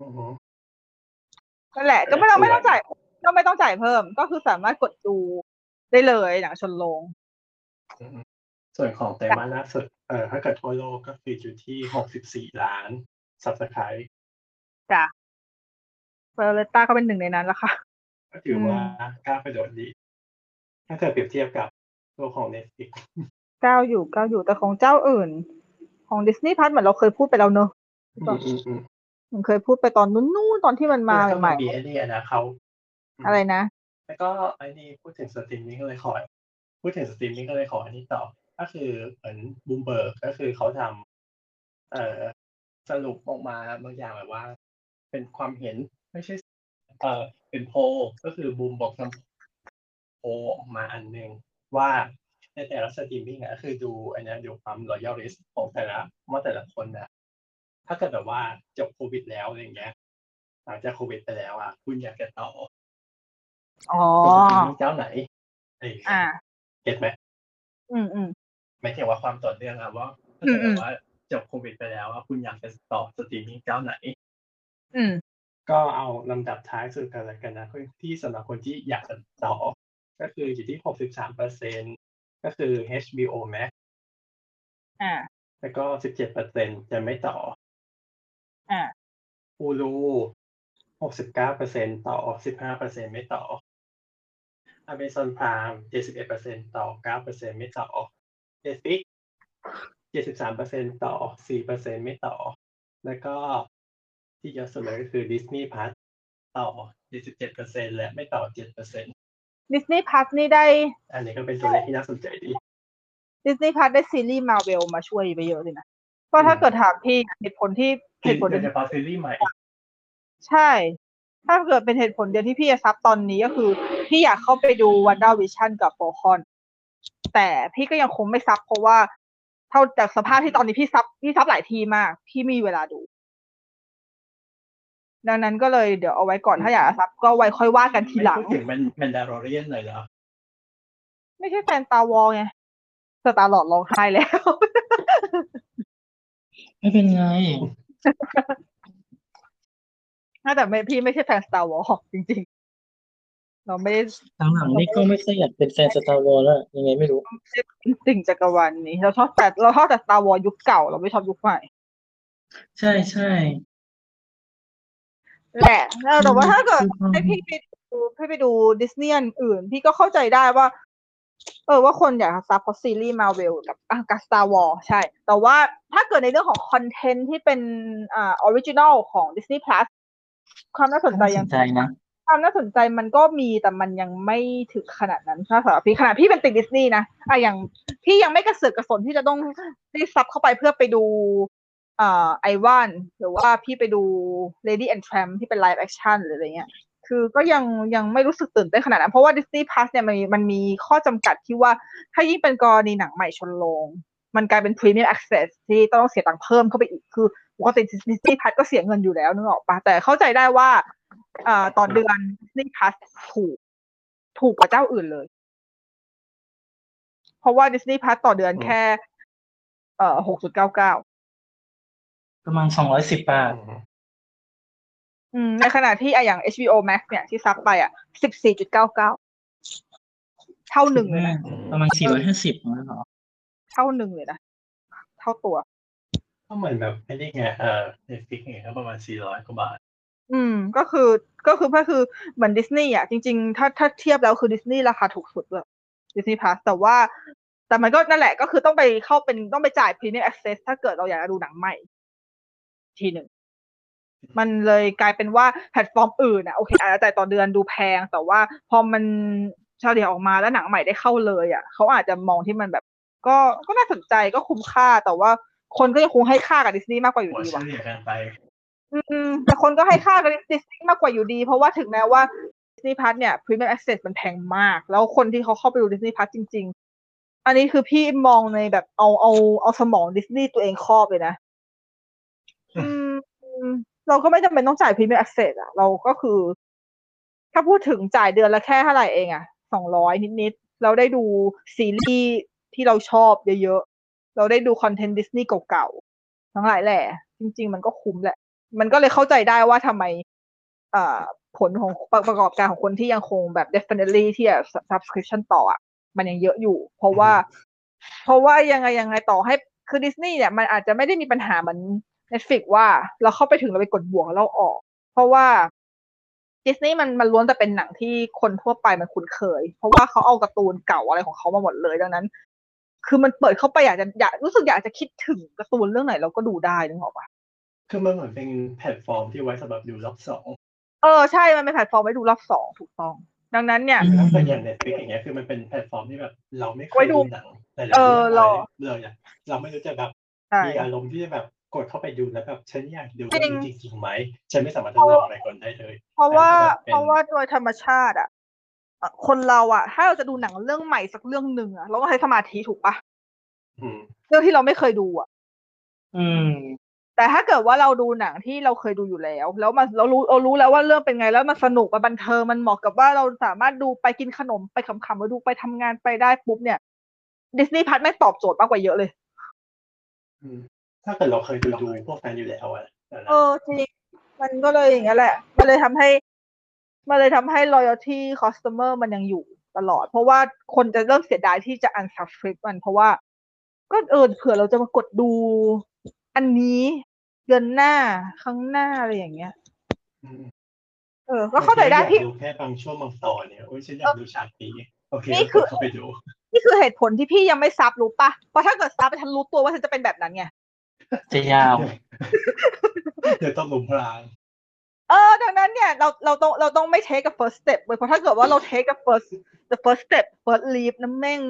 B: อือฮึ
D: นั่นแหละ ก็ไม่ต้องไม่ต้องจ่ายก็ไม่ต้องจ่ายเพิ่ม ก็คือสามารถกดดูได้เลยหนังชนโรง
B: ส่วนของไตรมาสล่าสุดเอ่อถ้าเกิดทั่วโลกก็คืออยู่ที่ 64 ล้าน subscribe
D: จ้ะเบอร์เลต้าก็เป็นหนึ่งในนั้นละค่ะ
B: ก็ถือว่ากล้าวกระโดดดี ถ้าเกิดเปรียบเทียบกับตัวของ Netflix
D: เก้าอยู่เก้าอยู่แต่ของเจ้าอื่น ของดิสนีย์พัทเหมือนเราเคยพูดไปแล้วเนอะ
B: อืมอืมอืม
D: เหมันเคยพูดไปตอนนู้นๆตอนที่มันมา
B: แล้วก็
D: ใหม่
B: มีไอ้นี่อะนะเขา
D: ๆอะไรนะ
B: แล้วก็ไอ้นี่พูดถึงสตรีมมิ่งก็เลยขอ พูดถึงสตรีมมิ่งก็เลยขออันนี้ต่อ ก็คือเหมือนบูมเบิร์กก็คือเขาทำเอ่อสรุปออกมาบางอย่างแบบว่า เป็นความเห็นไม่ใช่ เอ่อเป็นโพลก็คือบูมบอกทำโพลออกมาอันหนึ่งว่าในแต่ละสตรีมมิ่งอะคือดูอันเนี้ยดูความรอยัลลิสของแต่ละว่าแต่ละคนนะถ้าเกิดแบบว่าจบโควิดแล้วอะไรอย่างเงี้ยหลังจากโควิดไปแล้วอ่ะคุณอยากจะต่อ
D: อ๋อ
B: ตัวสตรีมมิ่งเจ้าไหนอะไรอย่างเงี้
D: อ่า
B: ยเก็ตไหม
D: อืมอืม
B: ไม่ใช่ว่าความต่อเนื่องอะว่า
D: อืมอืม
B: แต่ว่าจบโควิดไปแล้วว่าคุณอยากจะต่อสตรีมมิ่งเจ้าไหน
D: อืม
B: ก็เอาลำดับท้ายสุดกันแล้วกันนะที่สำหรับคนที่อยากจะต่อ ก็คืออยู่ที่ 63เปอร์เซ็นก็คือ HBO Max
D: อ่า
B: แล้วก็ 17เปอร์เซ็นจะไม่ต่อ
D: อ่า
B: Hulu 69เปอร์เซ็นต่อ 15เปอร์เซ็นไม่ต่อ Amazon Prime 71เปอร์เซ็นต่อ9เปอร์เซ็นไม่ต่อ Netflix 73เปอร์เซ็นต่อ4เปอร์เซ็นไม่ต่อ แล้วก็ที่เยอะสุดเลยก็คือ Disney Plus ต่อ 77เปอร์เซ็นและไม่ต่อ 7เปอร์เซ็น
D: ดิสนีย์พัทนี่ได้
B: อันนี้ก็เป็นตัวเลขที่น่าสนใจดี
D: ดิสนีย์พัทได้ซีรีส์มาเวลมาช่วยไปเยอะเลยนะ เพราะถ้า
B: อืม
D: เกิดถามพี่เหตุผลที่เหตุผล
B: โดยเฉพาะซีรีส์ใหม่
D: ใช่ ถ้าเกิดเป็นเหตุผลเดียวที่พี่จะซับตอนนี้ก็คือ พี่อยากเข้าไปดูวันด้าวิชั่นกับโฟคอน แต่พี่ก็ยังคงไม่ซับเพราะว่า เท่าจากสภาพที่ตอนนี้พี่ซับพี่ซับหลายทีมาก พี่ไมมีเวลาดู ดังนั้นก็เลยเดี๋ยวเอาไว้ก่อนถ้าอยากจะซับก็ไว้ค่อยว่ากันที
B: ไม่
D: หลัง
B: พูดถึงแมนดาร์เรียนหน่อยเหรอ
D: ไม่ใช่แฟนตาวอลไงสตาร์หลอดร้องไห้แล้ว
C: ไม่เป็นไง
D: น่าแต่ไม่พี่ไม่ใช่แฟนสตาร์วอลจริงๆ เราไม่ได้
C: หลังๆนี่ก็ไม่ค่อยอยากเป็นแฟนสตาร์วอลแล้ว ยังไงไม่รู้
D: ติ่งจักรวาลนี้ เราชอบแต่เราชอบแต่สตาร์วอลยุคเก่า เราไม่ชอบยุคใหม่
C: ใช่ใช่
D: แหละแต่ว่าถ้าเกิดให้พี่ไปดูให้ไปดูดิสนีย์อื่น พี่ก็เข้าใจได้ว่า เออว่าคนอยากซับเพราะซีรีส์มาเวลกับอ่ะกับสตาร์วอลใช่ แต่ว่าถ้าเกิดในเรื่องของคอนเทนต์ที่เป็นอ่าออริจินอลของ Disney Plus ความน่าสนใจ
C: น่าส
D: ยัง
C: นใจนะ
D: ความน่าสนใจมันก็มีแต่มันยังไม่ถึงขนาดนั้นถ้าสำหรับพี่ขนาดพี่เป็นติดดิสนีย์นะอะอย่างพี่ยังไม่กระเสือกกระสนที่จะต้องรีบซับเข้าไปเพื่อไปดูเอ่อไอวานหรือว่าพี่ไปดู Lady and Tramp ที่เป็นไลฟ์แอคชั่นหรืออะไรเงี้ย คือก็ยังยังไม่รู้สึกตื่นเต้นขนาดนั้น เพราะว่า Disney Plus เนี่ยมันมีมันมีข้อจำกัดที่ว่าถ้ายิ่งเป็นกรณีหนังใหม่ชนโลง มันกลายเป็น Premium Access ที่ต้องเสียตังค์เพิ่มเข้าไปอีกคือปกติ Disney Plus ก็เสียเงินอยู่แล้วนึกออกปะแต่เข้าใจได้ว่า อ่าตอนเดือน Disney Plus ถูก ถูกกว่าเจ้าอื่นเลย เพราะว่า Disney Plus ต่อเดือน
B: อืม
D: แค่ เอ่อหกจุดเก้าเก้า
C: ประมาณสองร้อยสิบบาท
D: ในขณะที่อะอย่าง HBO Max เนี่ยที่ซับไปอ่ะสิบสี่จุดเก้าเก้าเท่าหนึ่งเลยนะ
C: ประมาณสี่ร้อยห้าสิบนะเหรอ
D: เท่าหนึ่งเลยนะ เท่าตัว
B: ก็เหมือนแบบไอ้นี่ไงเอ่อเน็ตฟิกเนี่ยก็ประมาณสี่ร้อยกว่าบาท
D: อืม ก็คือก็คือก็คือเหมือนดิสนีย์อ่ะ จริงๆ ถ้าถ้าเทียบแล้วคือดิสนีย์ราคาถูกสุดเลยดิสนีย์พาสแต่ว่า แต่มันก็นั่นแหละก็คือต้องไปเข้าเป็นต้องไปจ่ายพรีเมียมแอคเซสถ้าเกิดเราอยากจะดูหนังใหม่ ทีหนึ่ง มันเลยกลายเป็นว่าแพลตฟอร์มอื่นอ่ะโอเค อาจจะจ่ายต่อเดือนดูแพง แต่ว่าพอมันเฉลี่ยออกมาแล้วหนังใหม่ได้เข้าเลย อ่ะเขาอาจจะมองที่มันแบบ ก็ก็น่าสนใจก็คุ้มค่าแต่ว่าคนก็ยังคงให้ค่ากับดิสนีย์มากกว่าอยู่
B: หัว
D: ดี
B: เฉ
D: ว่ะ
B: ลี่ยกันไป
D: อืมแต่คนก็ให้ค่ากับดิสนีย์มากกว่าอยู่ดี เพราะว่าถึงแม้ว่าดิสนีย์พัทเนี่ยพรีเมียมแอคเซสมันแพงมาก แล้วคนที่เขาเข้าไปดูดิสนีย์พัทจริง ๆ อันนี้คือพี่มองในแบบเอาเอาเอาสมองดิสนีย์ตัวเองครอบเลยนะ อืม เราก็ไม่จำเป็นต้องจ่ายพรีเมียมแอคเซสอะเราก็คือ ถ้าพูดถึงจ่ายเดือนละแค่เท่าไหร่เองอะสองร้อยนิดๆเราได้ดูซีรีส์ที่เราชอบเยอะๆ เราได้ดูคอนเทนต์ดิสนีย์เก่าๆ ทั้งหลายแหละจริง ๆ มันก็คุ้มแหละ มันก็เลยเข้าใจได้ว่าทำไมเอ่อผลของประประกอบการของคนที่ยังคงแบบ definitely ที่จะ subscription ต่ออ่ะ มันยังเยอะอยู่ เพราะว่า เพราะว่ายังไงยังไงต่อให้คือดิสนีย์เนี่ยมันอาจจะไม่ได้มีปัญหาเหมือน Netflix ว่าเราเข้าไปถึงเราไปกดบวกแล้วเราออก เพราะว่าดิสนีย์มันมันล้วนแต่เป็นหนังที่คนทั่วไปมันคุ้นเคย เพราะว่าเขาเอาการ์ตูนเก่าอะไรของเขามาหมดเลยดังนั้น คือมันเปิดเข้าไปอยากจะอยากรู้สึกอยากจะคิดถึงการ์ตูนเรื่องไหนเราก็ดูได้นึกออกปะ
B: คือมันเหมือนเป็นแพลตฟอร์มที่ไว้สำหรับดูรอบสอง
D: เออใช่ มันเป็นแพลตฟอร์มไว้ดูรอบสองถูกต้อง ดังนั้นเนี่ย
B: แต่อย่างเน็ตฟิกอย่างเงี้ยคือมันเป็นแพลตฟอร์มที่แบบเราไม่เคยดูหนังแต่เรา
D: เออเรา
B: เราอยากเราไม่รู้จะแบบ
D: ใช่
B: มีอารมณ์ที่จะแบบกดเข้าไปดูแล้วแบบฉันอยากดู
D: จริง
B: จริงจริงๆไหมฉันไม่สามารถทดลองอะไรก่อนได้เลย
D: เพราะว่า
B: แต่ถ้าแบบเป็น
D: เพราะว่าโดยธรรมชาติอะเอ่อคนเราอะถ้าเราจะดูหนังเรื่องใหม่สักเรื่องหนึ่งอะเราต้องใช้สมาธิถูกปะ
B: อืม
D: เรื่องที่เราไม่เคยดูอะ
C: อืม
D: แต่ถ้าเกิดว่าเราดูหนังที่เราเคยดูอยู่แล้ว แล้วมันเรารู้เรารู้แล้วว่าเรื่องเป็นไงแล้วมันสนุกมันบันเทิงมันเหมาะกับว่าเราสามารถดูไปกินขนมไปขำๆแล้วดูไปทำงานไปได้ปุ๊บเนี่ยดิสนีย์พัทไม่งตอบโจทย์มากกว่าเยอะเลย
B: อืมถ้าเกิดเราเคยดูดูพวกนั้นอยู่แล้วอะแต่ละ
D: เออจริงมันก็เลยอย่างเงี้ยแหละ มันเลยทำให้ มันเลยทำให้ loyalty customer มันยังอยู่ตลอด เพราะว่าคนจะเริ่มเสียดายที่จะ unsubscribe มันเพราะว่า ก็เออเผื่อเราจะมากดดู อันนี้เดือนหน้าครั้งหน้าอะไรอย่างเงี้ย
B: อืม
D: เออ ก็เข้าใจได้
B: บงที
D: พี่
B: อยากแค่บางช่วงบางตอนเนี่ยโอ้ยฉันอยากดูฉากนี้โอเค
D: นี่คือ
B: กดเข้าไปดู
D: นี่คือเหตุผลที่พี่ยังไม่ซับรู้ปะเพราะถ้าเกิดซับฉันรู้ตัวว่าฉันจะเป็นแบบนั้นไง
C: จะยาว
B: เดี๋ยวต้องหลุมพราง
D: เออดังนั้นเนี่ยเราเราต้องเราต้องไม่ take the first step เว้ยเพราะถ้าเกิดว่าเรา take the first the first step first leap น้ำแม่ง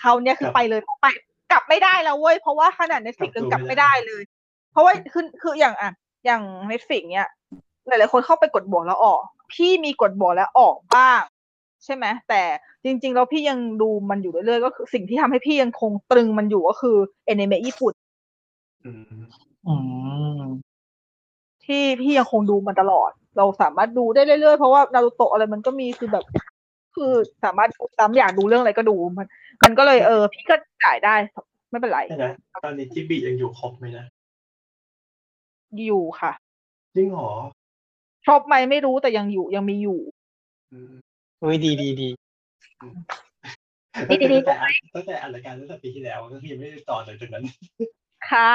D: คราวเนี้ยคือ
B: ครับ
D: ไปเลยไปกลับไม่ได้แล้วเว้ย เพราะว่าขนาด Netflix
B: กลับ
D: ยัง
B: ตัว
D: กลับ
B: ไม่
D: ไม่
B: ได้
D: ได้เลย เพราะว่าคือคืออย่างอ่ะอย่าง Netflix เนี่ยหลายๆคนเข้าไปกดบวกแล้วออก พี่มีกดบวกแล้วออกบ้าง ใช่ไหมแต่จริง ๆ แล้วพี่ยังดูมันอยู่เรื่อยๆก็คือสิ่งที่ทำให้พี่ยังคงตรึงมันอยู่ก็คือเอนิเมะญี่ปุ่น
B: อืม
C: อืม
D: ที่พี่ยังคงดูมันตลอด เราสามารถดูได้เรื่อยๆ เพราะว่านารูโตะอะไรมันก็มีคือแบบ คือสามารถดูซ้ำอยากดูเรื่องอะไรก็ดูมัน มันก็เลยเออ พี่ก็จ่ายได้ไม่เป็นไร
B: ใช่นะตอนนี้จิบบิยังอยู่ครบไหมนะ
D: อยู่ค่ะ
B: จริงเหรอ
D: ชอบไหมไม่รู้แต่ยังอยู่ยังมีอยู่
B: อืม
C: อุ้ยดีดีดี
D: นี่ดีๆ
B: ตั้งแต่อ่านตั้งแต่อ่านรายการตั้งแต่ปีที่แล้วก็คือยังไม่ได้ต่อเลยจ นนั้น
D: ค่ะ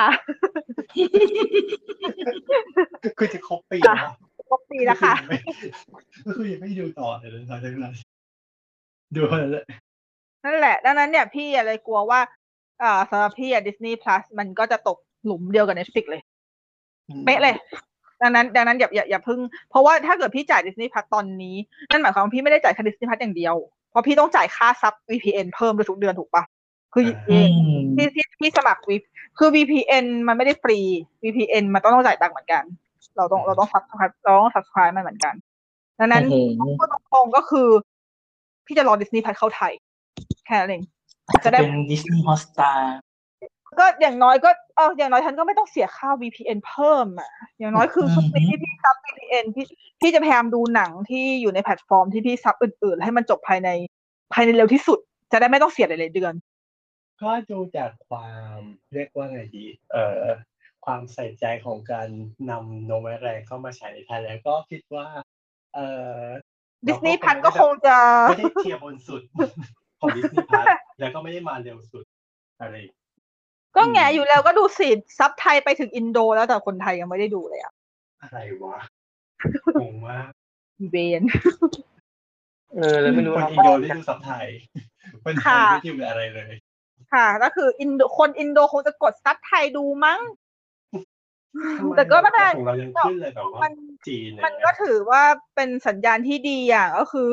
B: คือจะครบปี
D: ค่ะ
B: แล้ว
D: ครบปีแล้วค่ะ
B: ก็คือยังไม่ก็คือยังไม่ดูต่อเลยตอนจากนั้นดูเลย
D: นั่นแหละ ดังนั้นเนี่ยพี่อะไรกลัวว่าอ่าสำหรับพี่อะดิสนีย์พลัสมันก็จะตกหลุมเดียวกับ Netflix เลย เป๊ะเลย ดังนั้น ดังนั้นอย่าอย่าอย่าเพึ่ง เพราะว่าถ้าเกิดพี่จ่ายดิสนีย์พัทตอนนี้ นั่นหมายความว่าพี่ไม่ได้จ่ายแค่ดิสนีย์พัทอย่างเดียว เพราะพี่ต้องจ่ายค่าซับ VPN เพิ่มด้วยทุกเดือนถูกปะคืออ
C: อืม
D: ที่ที่ที่สมัคร VIP คือ VPN มันไม่ได้ฟรี VPN มันต้องต้องจ่ายตังค์เหมือนกัน เราต้องเราต้องซับเราต้องซับสไครต์มันเหมือนกัน ดังนั้น
C: โอ้โห
D: พูดตรงๆก็คือ พี่จะรอดิสนีย์พัทเข้าไทยแค่นั้นเอง
C: จะเป็นดิสนีย์ฮอสตา
D: ก็อย่างน้อยก็เอออย่างน้อยฉันก็ไม่ต้องเสียค่า VPN เพิ่มอ่ะอย่างน้อยคือช่วงนี้ที่พี่ซับ VPN พี่พี่จะพยายามดูหนังที่อยู่ในแพลตฟอร์มที่พี่ซับอื่น ๆ ให้มันจบภายในภายในเร็วที่สุด จะได้ไม่ต้องเสียหลายๆเดือน
B: ก็ดูจากความเรียกว่าไงดี เอ่อ ความใส่ใจของการนำโนเวลแรงเข้ามาใช้ในไทยแล้วก็คิดว่า เอ่อ
D: ดิสนีย์พัทก็คงจะ
B: ไม่ได้เทียบบนสุด ของดิสนีย์พัทแล้วก็ไม่ได้มาเร็วสุด อะไร
D: ก็แง่อยู่แล้วก็ดูสิซับไทยไปถึงอินโด แล้วแต่คนไทยยังไม่ได้ดูเลยอ่ะ
B: อะไร วะงงมาก
D: อีเวน
E: เออเลยไม่รู้
B: คน
E: นะ
B: อินโดได้ดูสับไทย คนไทยไม่ได้ดูอะไรเลย
D: ค่ะก็คืออินโดคนอินโดคงจะกดซับไทยดูมั้ง แต่ก็ไม่เป็นไร
B: ของเรายังขึ้นเลยแบบว่า
D: มัน
B: จีนอะไร
D: มัน
B: เงี้ย
D: ก็ถือว่าเป็นสัญญาณที่ดีอย่างก็คือ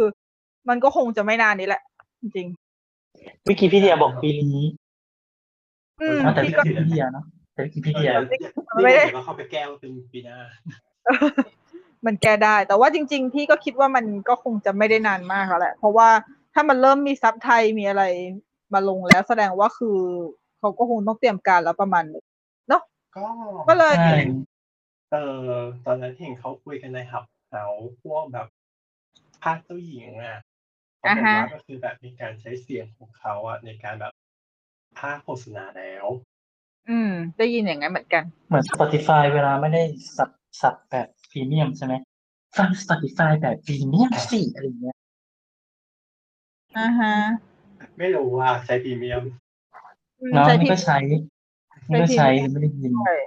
D: มันก็คงจะไม่นานนี้แหละ จริง
C: เมื่อกี้พี่เดียบอกปีนี้
D: ๆอืม
C: เนอะแต่
D: พี่
C: พี่
D: ก็
C: กี้พี่เดียเนาะแต่พี่กี้พี่เดีย
D: ไม่ได้
B: เยวเราเข้าไปแก้ว่าเป็นปีหน้า
D: มันแก้ได้ แต่ว่าจริง ๆ พี่ก็คิดว่ามันก็คงจะไม่ได้นานมากแล้วแหละ เพราะว่าถ้ามันเริ่มมีซับไทยมีอะไรมาลงแล้วแสดงว่าคือเขาก็คงต้องเตรียมการแล้วประมาณหนึ่ง
B: ก็
D: ก็เลย
C: ใช่
B: เออตอนนั้นเห็นเขาคุยกันในหับเขาพวกแบบภาคเจ้าหญิงอ่ะ
D: อ่าฮะ
B: เขบกว่าก็คือแบบมีการใช้เสียงของเขาอ่ะในการแบบภาคโฆษณาแล้ว
D: อืม ได้ยินอย่างนั้นเหมือนกัน
C: เหมือน Spotify เวลาไม่ได้สับสับแบบพรีเมียมใช่ไหมฟัง Spotify แบบพรีเมียมสิอะไรอย่างเงี้ย
D: อ่าฮะ
B: ไม่รู้ว่าใช้พรีเมียม
D: อืม
C: เนาะ
D: ใจ
C: มัน
D: พี่
C: ก็ใช้มันก็
D: ใช้
C: ใช้
D: พรีเมียม
C: ไม่ได้ยิน
D: ด้วย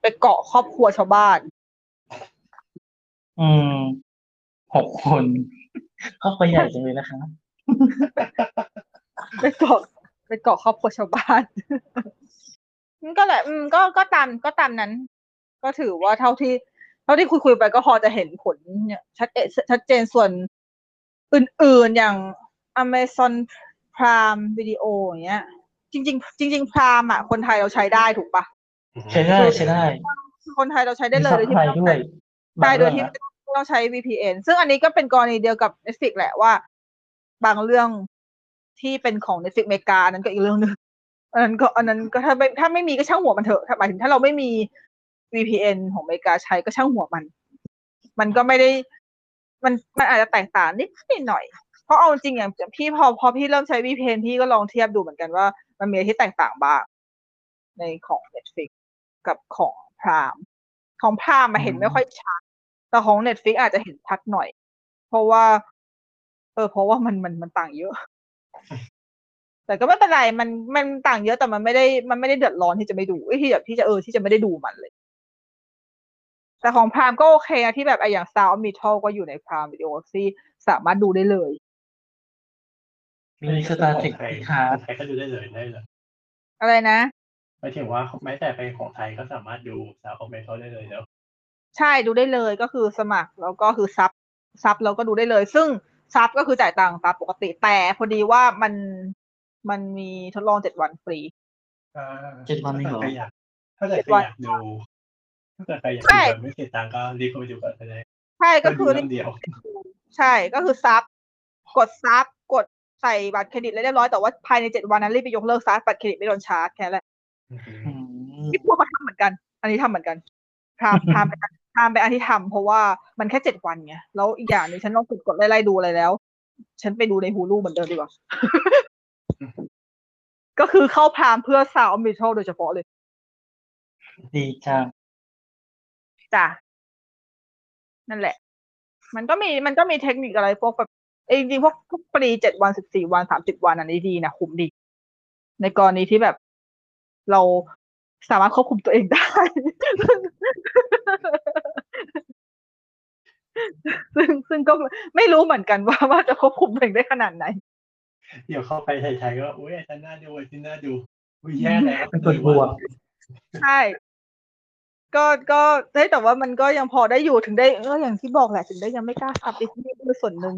D: ไปเกาะครอบครัวชาวบ้าน
C: อืมหก คนครอบครัวใหญ่จังเลยนะคะ
D: ไปเกาะไปเกาะครอบครัวชาวบ้าน มันก็แหละอืมก็ก็ตามก็ตามนั้น ก็ถือว่าเท่าที่ เท่าที่คุยคุยๆไปก็พอจะเห็นผลเนี่ยชัดเจนชัดเจนส่วนอื่นๆอย่าง Amazon Prime Video อย่างเงี้ย จริง ๆ จริง ๆ Prime อ่ะคนไทยเราใช้ได้ถูกปะ
C: ใช้ได้ใช้ได้
D: คนไทยเราใช้ได้เล
C: ซั
D: ย
C: บ
D: โดยที่
C: ไท
D: ไม่
C: ย
D: ต้อง
C: ด้ว
D: ใช้
C: ย
D: ใช่โดย
C: บาง
D: ที่
C: เรื่อง
D: ไม่ต้องใช้ VPN ซึ่งอันนี้ก็เป็นกรณีเดียวกับ Netflix แหละว่า บางเรื่องที่เป็นของ Netflix อเมริกาอันนั้นก็อีกเรื่องหนึ่ งอันนั้นก็อันนั้นก็ถ้าไม่ถ้าไม่มีก็ช่างหัวมันเถอะถ้าหมายถึงถ้าเราไม่มี VPN ของอเมริกาใช้ก็ช่างหัวมัน มันก็ไม่ได้ มันมันอาจจะแตกต่างนิดนิดหน่อย เพราะเอาจริงอย่างพี่พอพอพี่เริ่มใช้ VPN พี่ก็ลองเทียบดูเหมือนกันว่า มันมีอะไรที่แตกต่างบ้างในของ Netflix กับของพรามของพรามมาเห็นไม่ค่อยชัด แต่ของ Netflix อาจจะเห็นชัดหน่อย เพราะว่า เออ เพราะว่ามันมันมันต่างเยอะ แต่ก็ไม่เป็นไรมันมันต่างเยอะแต่มันไม่ได้มันไม่ได้เดือดร้อนที่จะไม่ดูเอ้ยที่แบบที่จะเออที่จะไม่ได้ดูมันเลย แต่ของพรามก็โอเคนะที่แบบไออย่างซาวมิทัลก็อยู่ในพรามวิดีโอที่สามารถดูได้เลย
C: มีสตาร์เทค
B: ไทย
C: ค่ะ
B: ไทยก็ดูได้เลยได้เลย
D: อะไรนะ
B: หมายถึงว่าแม้แต่ไปของไทยก็สามารถดูสาวคอมเมนต์เขาได้เลยเนาะ
D: ใช่ดูได้เลยก็คือสมัครแล้วก็คือซับซับแล้วก็ดูได้เลย ซึ่งซับก็คือจ่ายตังค์ตามปกติแต่พอดีว่ามันมันมีทดลองเจ็ดวันฟรี
B: อ่า
C: เจ็ดวันนี้เหร
B: ใค
C: อ
B: รอยากถ้าเกิดใครอยากดูถ้าเกิดใครอยาก
D: ใช่
B: ดูแบบไม่เสียตังค์ก็รีบเข้าไปดูก่อนก็ได้
D: ใช่ก็
B: ดู
D: คือ
B: เรื่องเดียว
D: ใช่ก็คือซับกดซับกดใส่บัตรเครดิตแล้วเรียบร้อยแต่ว่าภายในเจ็ดวันนั้นรีบไปยกเลิกซับบัตรเครดิตไม่โดนชาร์จแค่นั้นแหละ
C: อืม
D: ที่พวกเขาทำเหมือนกัน อันนี้ทำเหมือนกันพามพามไปพามไปอันที่ทำเพราะว่ามันแค่เจ็ดวันไงแล้วอีกอย่างหนึงฉันลองกดกดไล่ๆดูอะไรแล้ว ฉันไปดูในฮูลูเหมือนเดิมดีกว่า ก็คือเข้าพามเพื่อสาวมิทัลโดยเฉพาะเลย
C: ดีจัง
D: จ้ะนั่นแหละ มันก็มีมันก็มีเทคนิคอะไรพวกแบบเอ้ยจริงๆพวกพวกปรีเจ็ดวันสิบสี่วันสามสิบวันอันนี้ดีนะคุ้มดี ในกรณีที่แบบเราสามารถควบคุมตัวเองได้ ซึ่งซึ่งก็ไม่รู้เหมือนกันว่าว่าจะควบคุมตัวเองได้ขนาดไหน
B: เดี๋ยวเข้าไปไทยๆก็อุ้ยอันนั้นน่าดูอันนี้น่าดูอุ้ยแย่แล้ว
C: เป็นตัวบวก
D: ใช่ ก็ก็เฮ้ยแต่ว่ามันก็ยังพอได้อยู่ถึงได้ก็อย่างที่บอกแหละถึงได้ยังไม่กล้าขับดิสนีย์ด้วยส่วนหนึ่ง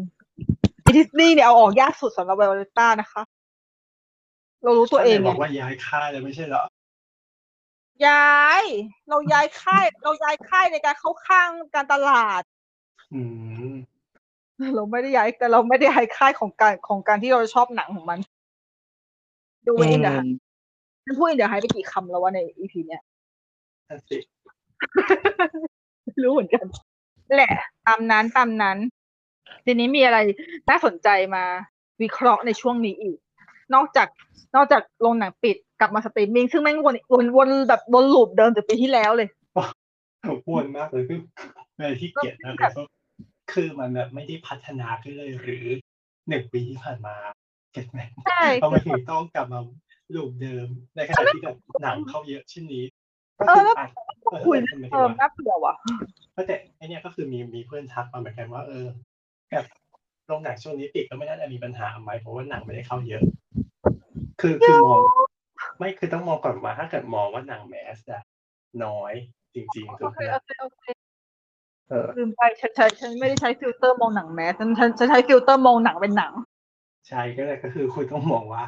D: ดิสนีย์เนี่ยเอาออกยากสุดสำหรับไวโอเลต้านะคะ เรารู้ตัวเอง
B: ท่านไหน
D: ไง
B: บอกว่าย้ายค่ายเลยไม่ใช่เหรอ
D: ย้าย เราย้ายค่าย เราย้ายค่ายในการเข้าข้างการตลาด
B: อืม
D: เราไม่ได้ย้ายแต่เราไม่ได้ย้ายค่ายของการของการที่เราชอบหนังของมัน ดู
C: อื
D: เองเดี๋ยว
C: ม
D: ฉันพูดเองเดี๋ยวหายไปกี่คำแล้ววะในอีพีเนี้ย
B: นั่นสิ
D: ไม่ รู้เหมือนกัน แหละ ตามนั้นตามนั้น ทีนี้มีอะไรน่าสนใจมาวิเคราะห์ในช่วงนี้อีก นอกจากนอกจากโรงหนังปิดกลับมาสตรีมมิ่งซึ่งแม่งวนวนวนแบบวนลูปเดิมจากปีที่แล้วเลย
B: ขอบวนมากเลยคือเลยที่เกียดนะคือคือมันแบบไม่ได้พัฒนาขึ้นเลยหรือหนึ่งปีที่ผ่านมาเก็ตไหม
D: ใช่
B: ทำไมถึงต้องกลับมาลูปเดิมในขณะที่แบบหนังเข้าเยอะเช่นนี้
D: เออแล้ว
B: ก็
D: คุ
B: คื
D: ย
B: อ
D: เรื่อง
B: อ่ะ
D: เดิมน่าเบื่อว่ะ
B: ก็แต่ไอเนี้ยก็คือมีมีเพื่อนทักมาเหมือนกันว่าเออแบบโรงหนังช่วงนี้ปิดก็ไม่น่าจะมีปัญหาไหมเพราะว่าหนังไม่ได้เข้าเยอะ คือคือมอง ไม่คือต้องมองก่อนว่าถ้าเกิดมองว่าหนังแมสอะน้อยจริงๆถู
D: โอก เค
B: ไหม
D: โอเคโอเค
B: เออ
D: ลืมไปฉันฉันฉันไม่ได้ใช้ฟิลเตอร์มองหนังแมสฉันฉันฉันใช้ฟิลเตอร์มองหนังเป็นหนัง
B: ใช่ก็เลยก็คือคุณต้องมองว่า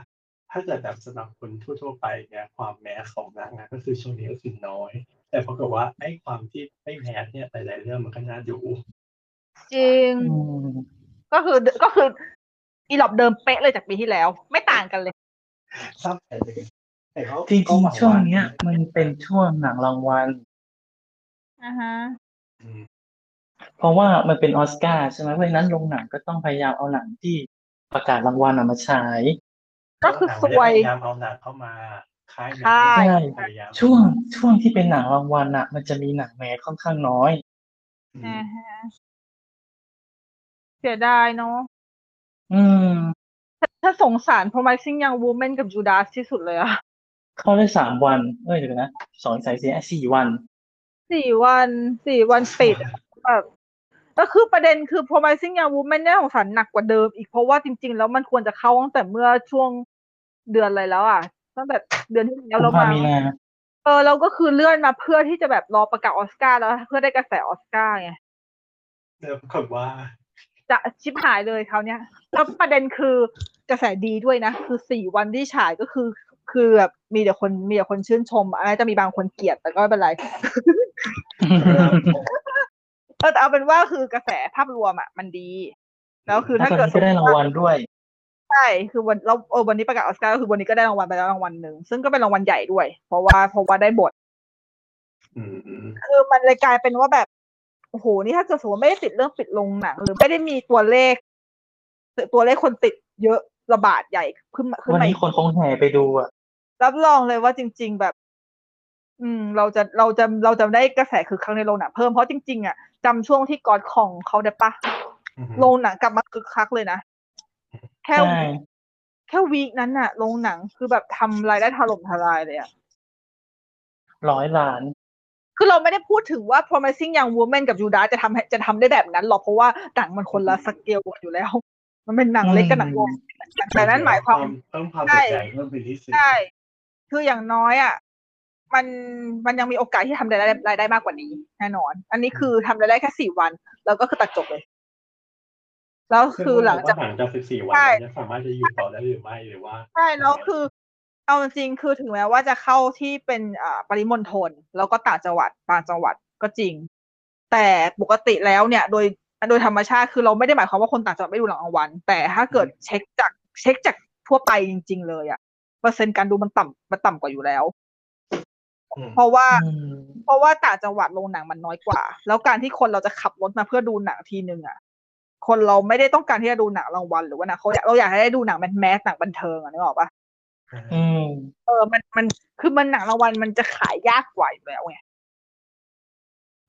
B: ถ้าเกิดแบบสำหรับคนทั่วๆไปเนี่ยความแมสของหนังอะก็คือช่วงนี้ก็คือน้อย แต่ปรากฏว่าไอ้ความที่ไม่แมสเนี่ยหลายๆเรื่องมันก็น่าดู
D: จริง
C: อืม
D: ก็คือก็คืออีหลอบเดิมเป๊ะเลยจากปีที่แล้ว ไม่ต่างกันเลย
B: ทราบแต่เลยแต่เขา
C: จริง
B: เขาหวั
C: ๆช่วงเนี้ย
B: า
C: มันเป็นช่วงหนังรางวัล
D: อ่าฮะ
B: อืม
C: เพราะว่ามันเป็นออสการ์ใช่ไหมเพราะฉะนั้นโรงหนังก็ต้องพยายามเอาหนังที่ประกาศรางวัลน่ะมาฉาย
D: ก็คือ
B: หนัง
D: ส
B: ไม่
D: ว
B: ได้
D: ย
B: พยายามเอาหนังเข้ามาค่ายหนัง
D: ค่าย
B: ไม่ได้พยายาม
C: ช่วงช่วงที่เป็นหนังรางวัลน่ะ มันจะมีหนังแมสค่อนข้างน้อย
B: อื
D: อ่าม ฮะเสียดายเนาะ
C: อืม
D: ถ้าสงสารพอ m มซิ่งยังวูแมนกับจูดาสที่สุดเลยอะ
C: เข้าได้สามวันเอ้ยเดี๋ยวนะสองสายเสียสี่วัน
D: สี่วันสี่วันปิดอะแบบแล้วคือประเด็นคือ promising young woman เนี่ยสงสารหนักกว่าเดิมอีกเพราะว่าจริง ๆ แล้วมันควรจะเข้าตั้งแต่เมื่อช่วงเดือนอะไรแล้วอ่ะตั้งแต่เดือนที่แล้วเรา
C: กุมภ
D: มา
C: มีนา
D: เออเราก็คือเลื่อนมาเพื่อที่จะแบบรอประกาศออสการ์แล้วเพื่อได้กระแสออสการ์ไง
B: แต่ปรากฏว่า
D: จะชิบหายเลยคราวเนี้ยแล้วประเด็นคือกระแสดีด้วยนะ คือสี่วันที่ฉายก็คือ คือแบบมีแต่คนมีแต่คนชื่นชมอะไรจะมีบางคนเกลียดแต่ก็ไม่เป็นไร เออแต่เอาเป็นว่าคือกระแสภาพรวมอ่ะมันดี แล้วคือ
C: แล้
D: ถ้าว
C: ตอน
D: เกิด
C: นี้ก็ได้รางวัลด้วย
D: ใช่คือวันเราเออวันนี้ประกาศออสการ์ก็คือวันนี้ก็ได้รางวัลไปแล้วรางวัลหนึ่งซึ่งก็เป็นรางวัลใหญ่ด้วย เพราะว่าเพราะว่าได้บท
B: อืมอืม
D: คือมันเลยกลายเป็นว่าแบบโอ้โหนี่ถ้าเกิดสมมติไม่ได้ติดเรื่องปิดลงหนัง หรือไม่ได้มีตัวเลข ตัวเลขคนติดเยอะระบาดใหญ่ขึ้นมาขึ้น
C: วัน
D: มาอี
C: นี้
D: ก
C: คนคงแห่ไปดูอ่ะ
D: รับรองเลยว่าจริง ๆ แบบ อืม เราจะเราจะเราจะได้กระแสคือครั้งในโรงหนังเพิ่มเพราะจริง ๆอ่ะจำช่วงที่กอดของเขาได้ปะ
B: อืม
D: โรงหนังกลับมาคึกคักเลยนะแค่
C: ใช่
D: แค่วีคนั้นน่ะโรงหนังคือแบบทำรายได้ถล่มทลายเลยอ่ะ
C: ร้อยล้าน
D: คือเราไม่ได้พูดถึงว่า promising young woman กับ Judas จะทำให้จะทำได้แบบนั้นหรอกเพราะว่าหนังมันคนละสเกลกันอยู่แล้ว มันเป็นหนังเล็กกับหนังใหญ่แต่นั้นหมายความ
B: เพิ่มความ
D: ใช่
B: สนใจเพิ่มเป็นที่สุด
D: ใช่ คืออย่างน้อยอ่ะ มัน มันยังมีโอกาสที่ทำรายได้รายได้มากกว่านี้แน่นอน อันนี้คือทำรายได้แค่สี่วัน แล้วก็คือตัดจบเลย แล้วคือหลังจาก
B: หลังจากสิบสี่วัน
D: ใช่
B: จะสามารถจะอยู่ต่อได้หรือไม่หรือว่า
D: ใช่แล้วคือ เอาจริงๆคือถึงแม้ว่าจะเข้าที่เป็นอ่าปริมณฑลแล้วก็ต่างจังหวัดต่างจังหวัดก็จริง แต่ปกติแล้วเนี่ย โดยโดยธรรมชาติคือเราไม่ได้หมายความว่าคนต่างจังหวัดไม่ดูหนังกลางวัน แต่ถ้าเกิดเช็คจากเช็คจากทั่วไปจริง ๆ เลยอะเปอร์เซ็นต์การดูมันต่ำมันต่ำกว่าอยู่แล้ว
B: อืม
D: เพราะว่า
C: อืม
D: เพราะว่าต่างจังหวัดโรงหนังมันน้อยกว่า แล้วการที่คนเราจะขับรถมาเพื่อดูหนังทีนึงอ่ะ คนเราไม่ได้ต้องการที่จะดูหนังรางวัลหรือว่าหนังเขาอยากเราอยากให้ได้ดูหนังแมสแมสหนังบันเทิงอ่ะนึกออกปะ
C: อืม
D: เออมันมันคือมันหนังรางวัลมันจะขายยากกว่าอยู่แล้วไง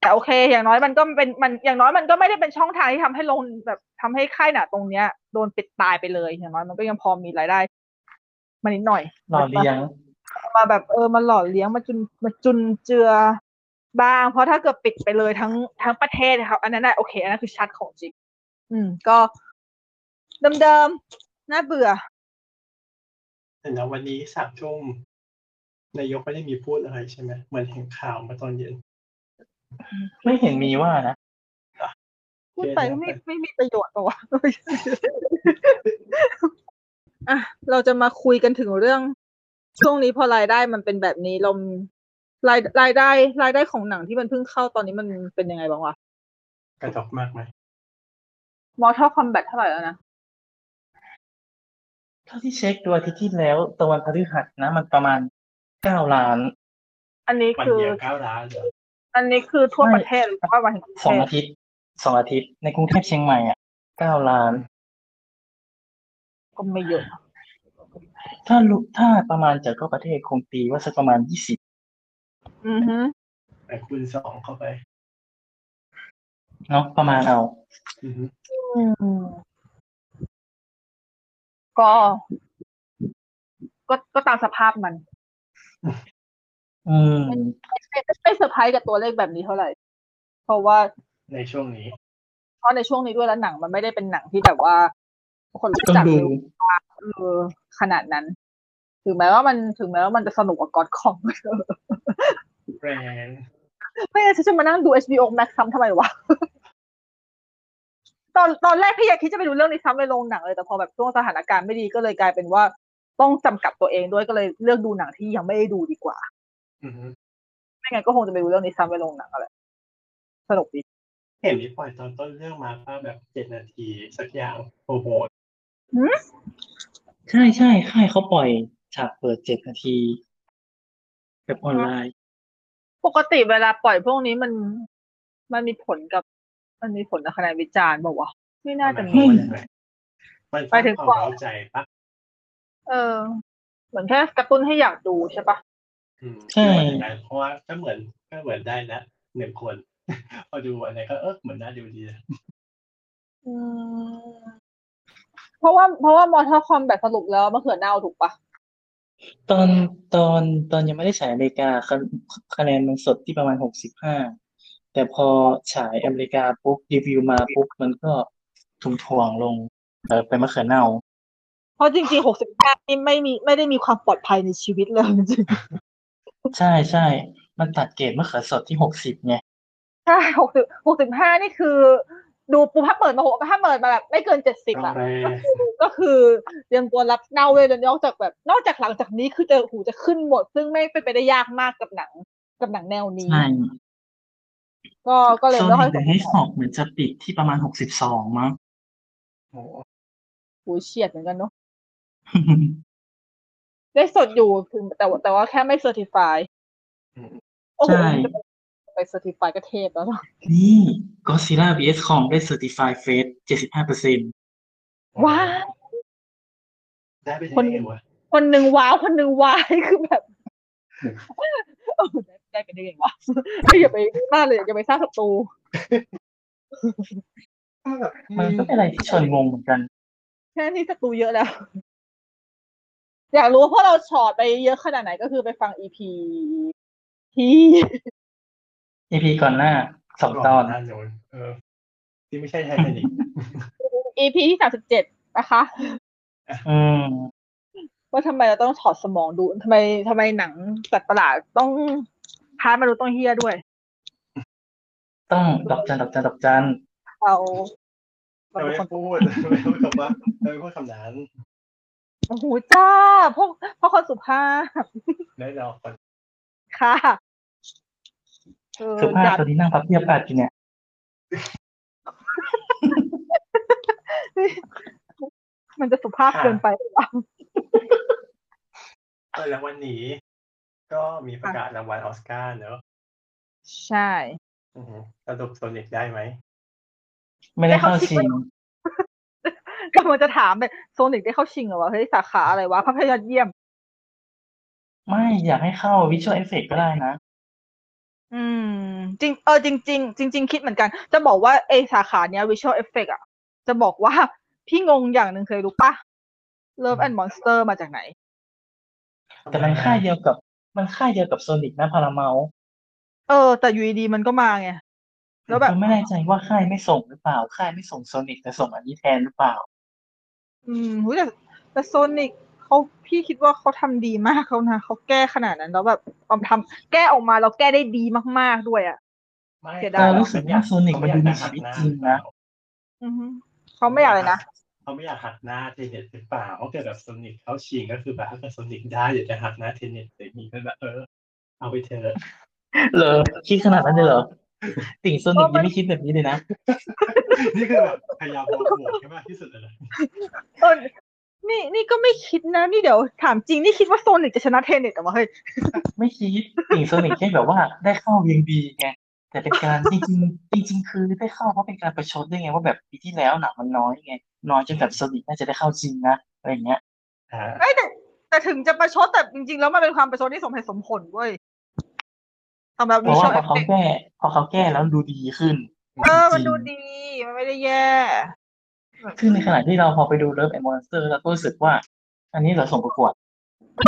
D: แต่โอเค อย่างน้อยมันก็เป็นมันอย่างน้อยมันก็ไม่ได้เป็นช่องทางที่ทำให้ลงแบบทำให้ค่ายหนังตรงเนี้ยโดนปิดตายไปเลย อย่างน้อยมันก็ยังพอมีรายได้มานิดหน่อย
C: หล่อเลี้ยง
D: มาแบบเออมาหล่อเลี้ยงมาจุนมาจุนเจือบ้าง เพราะถ้าเกิดปิดไปเลยทั้งทั้งประเทศนะครับอันนั้นน่ะโอเค อันนั้นคือชัดของจริง อืม ก็เดิมๆน่าเบื่อ
B: แต่นะวันนี้สามทุ่มนายกไม่ได้มีพูดอะไรใช่ไหมเหมือนเห็นข่าวมาตอนเย็น
C: ไม่เห็นมีว่านะ
D: พูดไปก็ไม่ไม่มีประโยชน์ปะ วะ อ่ะเราจะมาคุยกันถึงเรื่อง ช่วงนี้พอรายได้มันเป็นแบบนี้เรารายรายได้ รายได้ของหนังที่มันเพิ่งเข้าตอนนี้มันเป็นยังไงบ้างวะ
B: กระทบมากไหม
D: Mortal Kombat เท่าไหร่แล้วนะ
C: เท่าที่เช็คดูอาทิตย์ที่แล้วตะวันพฤหัสนะ มันประมาณเก้าล้าน
D: อันนี้
B: วัน
D: คือ
B: เดียวเก้าล้านเหรอ
D: อันนี้คือทั่วประเทศหรือว่าวันแห่งประเท
C: สอง
D: ศ
C: อาทิตย์สองอาทิตย์ ในกรุงเทพเชียงใหม่อ่ะเก้าล้าน
D: ก็ไม่เยอะ
C: ถ้าลุถ้าประมาณจากก็ประเทศคงตีว่าสักประมาณยี่สิบ
D: อือฮึ
B: แต่คูณสองเข้าไป
C: เนาะประมาณเอา
B: อือฮึ
D: ก็ ก็ก็ตามสภาพมัน
C: อืม
D: ไม่ไม่เซอร์ไพรส์กับตัวเลขแบบนี้เท่าไหร่ เพราะว่า
B: ในช่วงนี้
D: เพราะในช่วงนี้ด้วยแล้วหนังมันไม่ได้เป็นหนังที่แบบว่า คนรู้
C: ต้อง
D: จัก
C: ดู
D: หรือว่าเออขนาดนั้น ถึงแม้ว่ามันถึงแม้ว่ามันจะสนุกกว่าก็อดคอม
B: แรง
D: ไม่งั้นฉันจะมานั่งดู HBO Max ซ้ำทำไมวะ ตอนตอนแรกพี่อยากคิดจะไปดูเรื่องนี้ซ้ำไปโรงหนังเลยแต่พอแบบช่วงสถานการณ์ไม่ดีก็เลยกลายเป็นว่า ต้องจำกัดตัวเองด้วยก็เลยเลือกดูหนังที่ยังไม่ได้ดูดีกว่า
B: อือฮึ
D: ไม่งั้นก็คงจะไปดูเรื่องนี้ซ้ำไปโรงหนังอะไรสนุกดี
B: เห็นที่ปล่อยตอนต้นเรื่องมาก็แบบเจ็ดนาที สักอย่างโอ้โห
C: ใช่ใช่ค่ายเขาปล่อยฉากเปิดเจ็ดนาที แบบออนไลน์
D: ปกติเวลาปล่อยพวกนี้มันมันมีผลกับ มันมีผลกับคะแนนวิจารณ์บอกว่าวะไม่น่าจะมี
C: ไม่
B: มัน
D: ไป
B: สร้าง
D: ถึง
B: ความ
D: กว่า
B: เร้าใจปะ
D: เออ เหมือนแค่กระตุ้นให้อยากดูใช่ปะ
B: อืม
C: ใช่
B: มันอย่างนั้นเพราะว่าก็เหมือนก็เหมือนได้ละหนึ่งคน พอดูอันไหนก็เออเหมือนน่าดูดีนะ
D: อืมเพราะว่าเพราะว่ามอเตอร์คอมแบบสรุปแล้วมะเขือเน่าถูกปะ
C: ตอนตอนตอนยังไม่ได้ฉายอเมริกาคะคะแนนมันสดที่ประมาณหกสิบห้าแต่พอฉายอเมริกาปุ๊บรีวิวมาปุ๊บมันก็ถุงถ่วงๆลงเออเป็นมะเขือเน่า
D: เพราะจริงๆหกสิบแปดนี่ไม่มีไม่ได้มีความปลอดภัยในชีวิตเลยจริง
C: ใช่ใช่ มันตัดเกรดมะเขือสดที่หกสิบไง
D: ๆใช่หกสิบหกสิบห้านี่คือ ดูปุ๊บถ้าเปิดมาหกถ้าเปิดมาแบบไม่เกินเจ็ดสิบ
B: ต้อง
D: อะ
B: แรง
D: ก็คือเตรียมตัวรับเน่าเลยแล้วนอกจากแบบ นอกจากหลังจากนี้คือจะหูจะขึ้นหมด ซึ่งไม่เป็นไปได้ยากมากกับหนัง กับหนังแนวนี้
C: ใช่
D: ก็ก็เลย
C: โซ
D: ไม่ค่อ
C: นิ
D: ย
C: กเด
D: ส
C: อะ
D: น
C: เฮดฮอกเหมือนจะปิดที่ประมาณหกสิบสองมั้ง
B: โอ้โห
D: หูเฉียดเหมือนกันเนาะได้สดอยู่ถึงแต่ว่าแต่ว่าแค่ไม่เซอร์ติฟายโอ้โห
C: ใช่
D: ไปเซอร์ติฟายก็เทพแล้วเนอะ
C: นี่ก็ซีล่า vs คอมได้เซอร์ติฟายเฟสเจ็ดสิบห้าเปอร์เซ็นต์
D: ว้าว
B: ได้ไป
D: ค
B: ได้
D: น
B: ไงวะ
D: คนหนึ่งว้าวคนหนึ่งวายคือแบบโอ้โหได้ได้เป็นได้ยังไงวะอย่าไปสร้างเลยอย่าไปสร้างศัตรู
C: มันก็เป็นอะไรที่ชวนงงเหมือนกัน
D: แค่นี้ศัตรูเยอะแล้ว อยากรู้ว่าพวกเราช็อตไปเยอะขนาดไหนก็คือไปฟังอีพีที่
C: EP ก่อนหน้าสอง
B: ก่
C: ตอน
B: หน้าโน้นเออ ที่ไม่ใช่ไททานิก
D: อีพีที่สามสิบเจ็ดนะคะ
C: อืม
D: ว่าทำไมเราต้องถอดสมองดูทำไมทำไมหนังสัตว์ประหลาดต้องพาร์ทมาดูต้องเฮียด้วย
C: ต้องดอกจันดอกจันดอกจัน
D: เราเรา
B: เรา
D: เป็
B: ไม่
D: นคน
B: พูด เราไม่พูดคำว่าเราไม่พูดคำนั้น
D: โอ้โหจ้าพวกพวกคนสุภาพ
B: แน่นอน
D: ค่ะเออ
C: สุภาพ
D: ด่า
C: ตัวนี้นั่งพับเพียบอัดอยู่เนี่ย
D: มันจะสุภาพเกินไปหรือเปล่า
B: เออแล้ววันนี้ก็มีประกาศรางวัลออสการ์เนอะ
D: ใช่
B: อือฮึสรุปโซนิกได้ไหม
C: ไม่ได้เข้าชิง
D: ก็มันจะถามไปโซนิกได้เข้าชิงเหรอวะเฮ้ยสาขาอะไรวะภาพยอดเยี่ยม
C: ไม่อยากให้เข้าวิชวลเอฟเฟกก็ได้นะ
D: อืม จริง เออจริงจริงจริงจริง ๆ คิดเหมือนกัน จะบอกว่าไอสาขาเนี้ย visual effect อ่ะ จะบอกว่า พี่งงอย่างหนึ่งเคยรู้ปะ Love and Monster มาจากไหน
C: แต่มันค่ายเดียวกับ มันค่ายเดียวกับโซนิกนะพาราเมา
D: เออ แต่อยู่ดีๆมันก็มาไง แล้วแบบ
C: ก็ไม่แน่ใจว่าค่ายไม่ส่งหรือเปล่า ค่ายไม่ส่งโซนิกแต่ส่งอันนี้แทนหรือเปล่า
D: อืมหูยแต่แต่โซนิก เขาพี่คิดว่าเขาทำดีมากเขานะเขาแก้ขนาดนั้นแล้วแบบออมทำแก้ออกมาแล้วแก้ได้ดีมากๆด้วยอ่ะ
B: ไม่
D: เสีย
C: แต่
D: ดาย
C: รู้สึกว่าโซนิกมันดูมีชีวิตจริงนะ
D: อือฮึเขาไม่อยากเลยนะ
B: เขาไม่อยากหักหน้าเทนเน็ตหรือเปล่าเขาเกิดแบบโซนิกเข้าชิงก็คือแบบถ้าเกิดโซนิกได้เดี๋ยวจะหักหน้าเทนเน็ตแต่มีก็แบบเออ เอาไปเถอะ
C: เหรอคิดขนาดนั้นเลยเหรอติ่งโซนิกยังไม่คิดแบบนี้เลยนะ
B: นี่คือแบบพยายามมองบวกให้มากที่สุดเลยนะ
D: เออนี่นี่ก็ไม่คิดนะ นี่เดี๋ยวถามจริงนี่คิดว่าโซนิกจะชนะเทนเน็ตเหรอวะเฮ้ย
C: ไม่คิดติ่งโซนิกแค่แบบว่าได้เข้ายังดีไงแต่เป็นการจริงๆจริง ๆ คือได้เข้าเพราะเป็นการประชดด้วยไงว่าแบบปีที่แล้วหนังมันน้อยไงน้อยจนแบบโซนิกน่าจะได้เข้าจริงนะอะไรอย่างเงี้ย
B: อ่า
D: เอ้ยแต่แต่ถึงจะประชดแต่จริงๆ แล้วมันเป็นความประชดที่สมเหตุสมผลเว้ยสำหรับ
C: เพ
D: มิ
C: ราะ
D: เช
C: ว่า
D: ล
C: พ
D: เอฟ
C: อเขา
D: เฟกต์
C: แก้พอเขาแก้แล้วดูดีขึ้น
D: เออมันดู
C: จริง
D: ดี มันไม่ได้แย่
C: ๆคือในขณะที่เราพอไปดูเลิฟแอนด์มอนสเตอร์เราก็รู้สึกว่า อันนี้เราส่งประกวด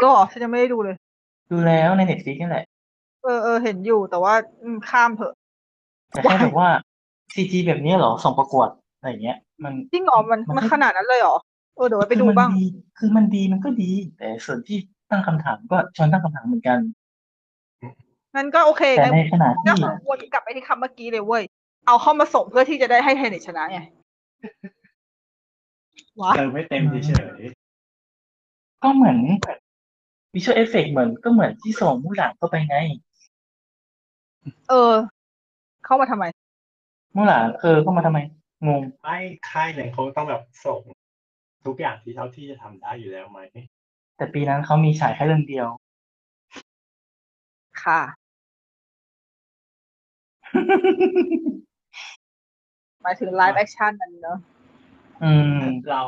D: ก็เหรอฉันยังไม่ได้ดูเลย
C: ดูแล้วในเน็ตฟลิกนั่นแหละ
D: เออเออเห็นอยู่แต่ว่าอืมข้ามเถอะ
C: แต่แค่แบบว่าซีจีแบบเนี้ยเหรอส่งประกวดอะไรอย่างเงี้ย มัน
D: จริงเหรอมันมั
C: มัน
D: นขนาดนั้นเลยเหรอ เออเดี๋ยวไว้ไป
C: คือ
D: ดู
C: มัน
D: บ้าง
C: ดีคือมันดีมันก็ดี แต่ส่วนที่ตั้งคำถามก็ชวนตั้งคำถามเหมือนกัน
D: งั้นก็โอเค
C: แต่
D: งั้น
C: ในขณะ
D: ก็
C: ที่
D: คือวนกลับไปที่คำเมื่อกี้เลยเว้ย เอาเข้ามาส่งเพื่อที่จะได้ให้เทนเน็ตชนะไงวะ
B: เติมไม่เต็มเฉย
C: ก็เหมือนวิชวลเอฟเฟกเหมือนก็เหมือนที่ส่งมู่หลานเข้าไปไง
D: เออ เข้ามาทำไม
C: มู่หลานเออเข้ามาทำไมงง
B: ๆไม่ค่ายหนึ่งเขาต้องแบบส่ง ทุกอย่างที่เท่าที่จะทำได้อยู่แล้วไหม
C: แต่ปีนั้นเขามีฉายแค่เรื่องเดียว
D: ค่ะ หมายถึงไลฟ์แอคชั่นนั้นเนอะ
C: อืม
B: เรา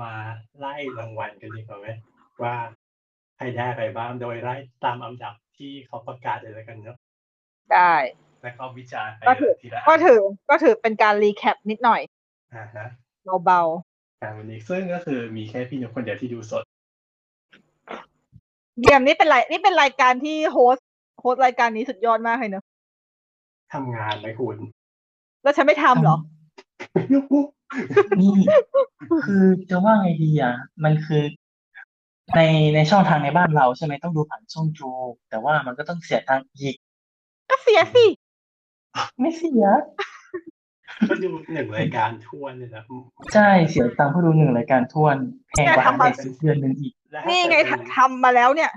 B: มาไล่รางวัลกันดีกว่าไหมว่าใครได้อะไรบ้างโดยไล่ตามอันดับที่เขาประกาศเลยแล้วกันเนาะ
D: ได้
B: แล้วก็วิจารณ์ไป
D: ก็ถือ
B: ทีละ
D: ก็
B: อัน
D: ถือก็ถือเป็นการรีแคปนิดหน่อย
B: อ่าฮะ
D: เบา
B: อ่าวันนี้ซึ่งก็คือมีแค่พี่นุกคนเดียวที่ดูสด
D: ๆเยี่ยมนี่เป็นไรนี่เป็นรายการที่โฮสต์โฮสต์รายการนี้สุดยอดมากเลยเนอะ
B: ทำงานไหมคุณ
D: แล้วฉันไม่ทำเหรอ
C: นี่ คือจะว่าไงดีอ่ะ มันคือในในช่องทางในบ้านเราใช่ไหมต้องดูผ่านช่องจูแต่ว่ามันก็ต้องเสียทางอีก
D: ก็เสียสิ
C: ไม่เสีย
B: ก็ดูหนึ่งรายการทวนเลยนะ
C: ใช่เสียตังค์เพื่อดูหนึ่งรายการทวนแพงกว่าเด็กเดือนหนึ่งอีก
B: และถ้า
D: นี่ไง
B: เกิดเป็น
D: ทำมาแล้วเนี่ย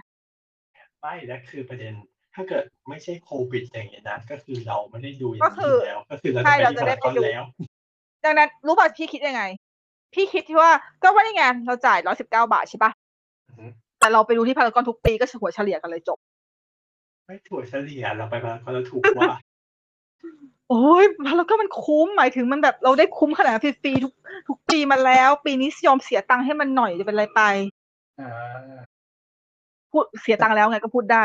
B: ไม่และคือประเด็น ถ้าเกิดไม่ใช่โควิดอย่างเงี้ยนะก็คือเราไม่ได้ดูอย่า
D: ก็
B: ง
D: คือ
B: นี้แล้ว ก็คือเรา
D: ใช่เรา
B: จะ
D: จะ
B: ไป
D: ได้
B: ที่พารากอน
D: ไปดู
B: แล้ว
D: ดังนั้นรู้ป่ะพี่คิดยังไง พี่คิดที่ว่าก็ว่าได้ไงเราจ่ายร้อยสิบเก้าบาทใช่ป่ะ
B: อือฮึ
D: แต่เราไปดูที่พารากอนทุกปีก็หัวเฉลี่ยกันเลยจบ
B: ไม่ถั่วเฉลี่ยเราไปพารากอนแล้วถูกก ว่า
D: โอ้ยพารากอนมันคุ้มหมายถึงมันแบบเราได้คุ้มขนาดฟรีๆทุกทุกปีมาแล้ว ปีนี้ยอมเสียตังค์ให้มันหน่อยจะเป็นไรไป
B: อ่า
D: พูดเสียตังค์แล้วไงก็พูดได้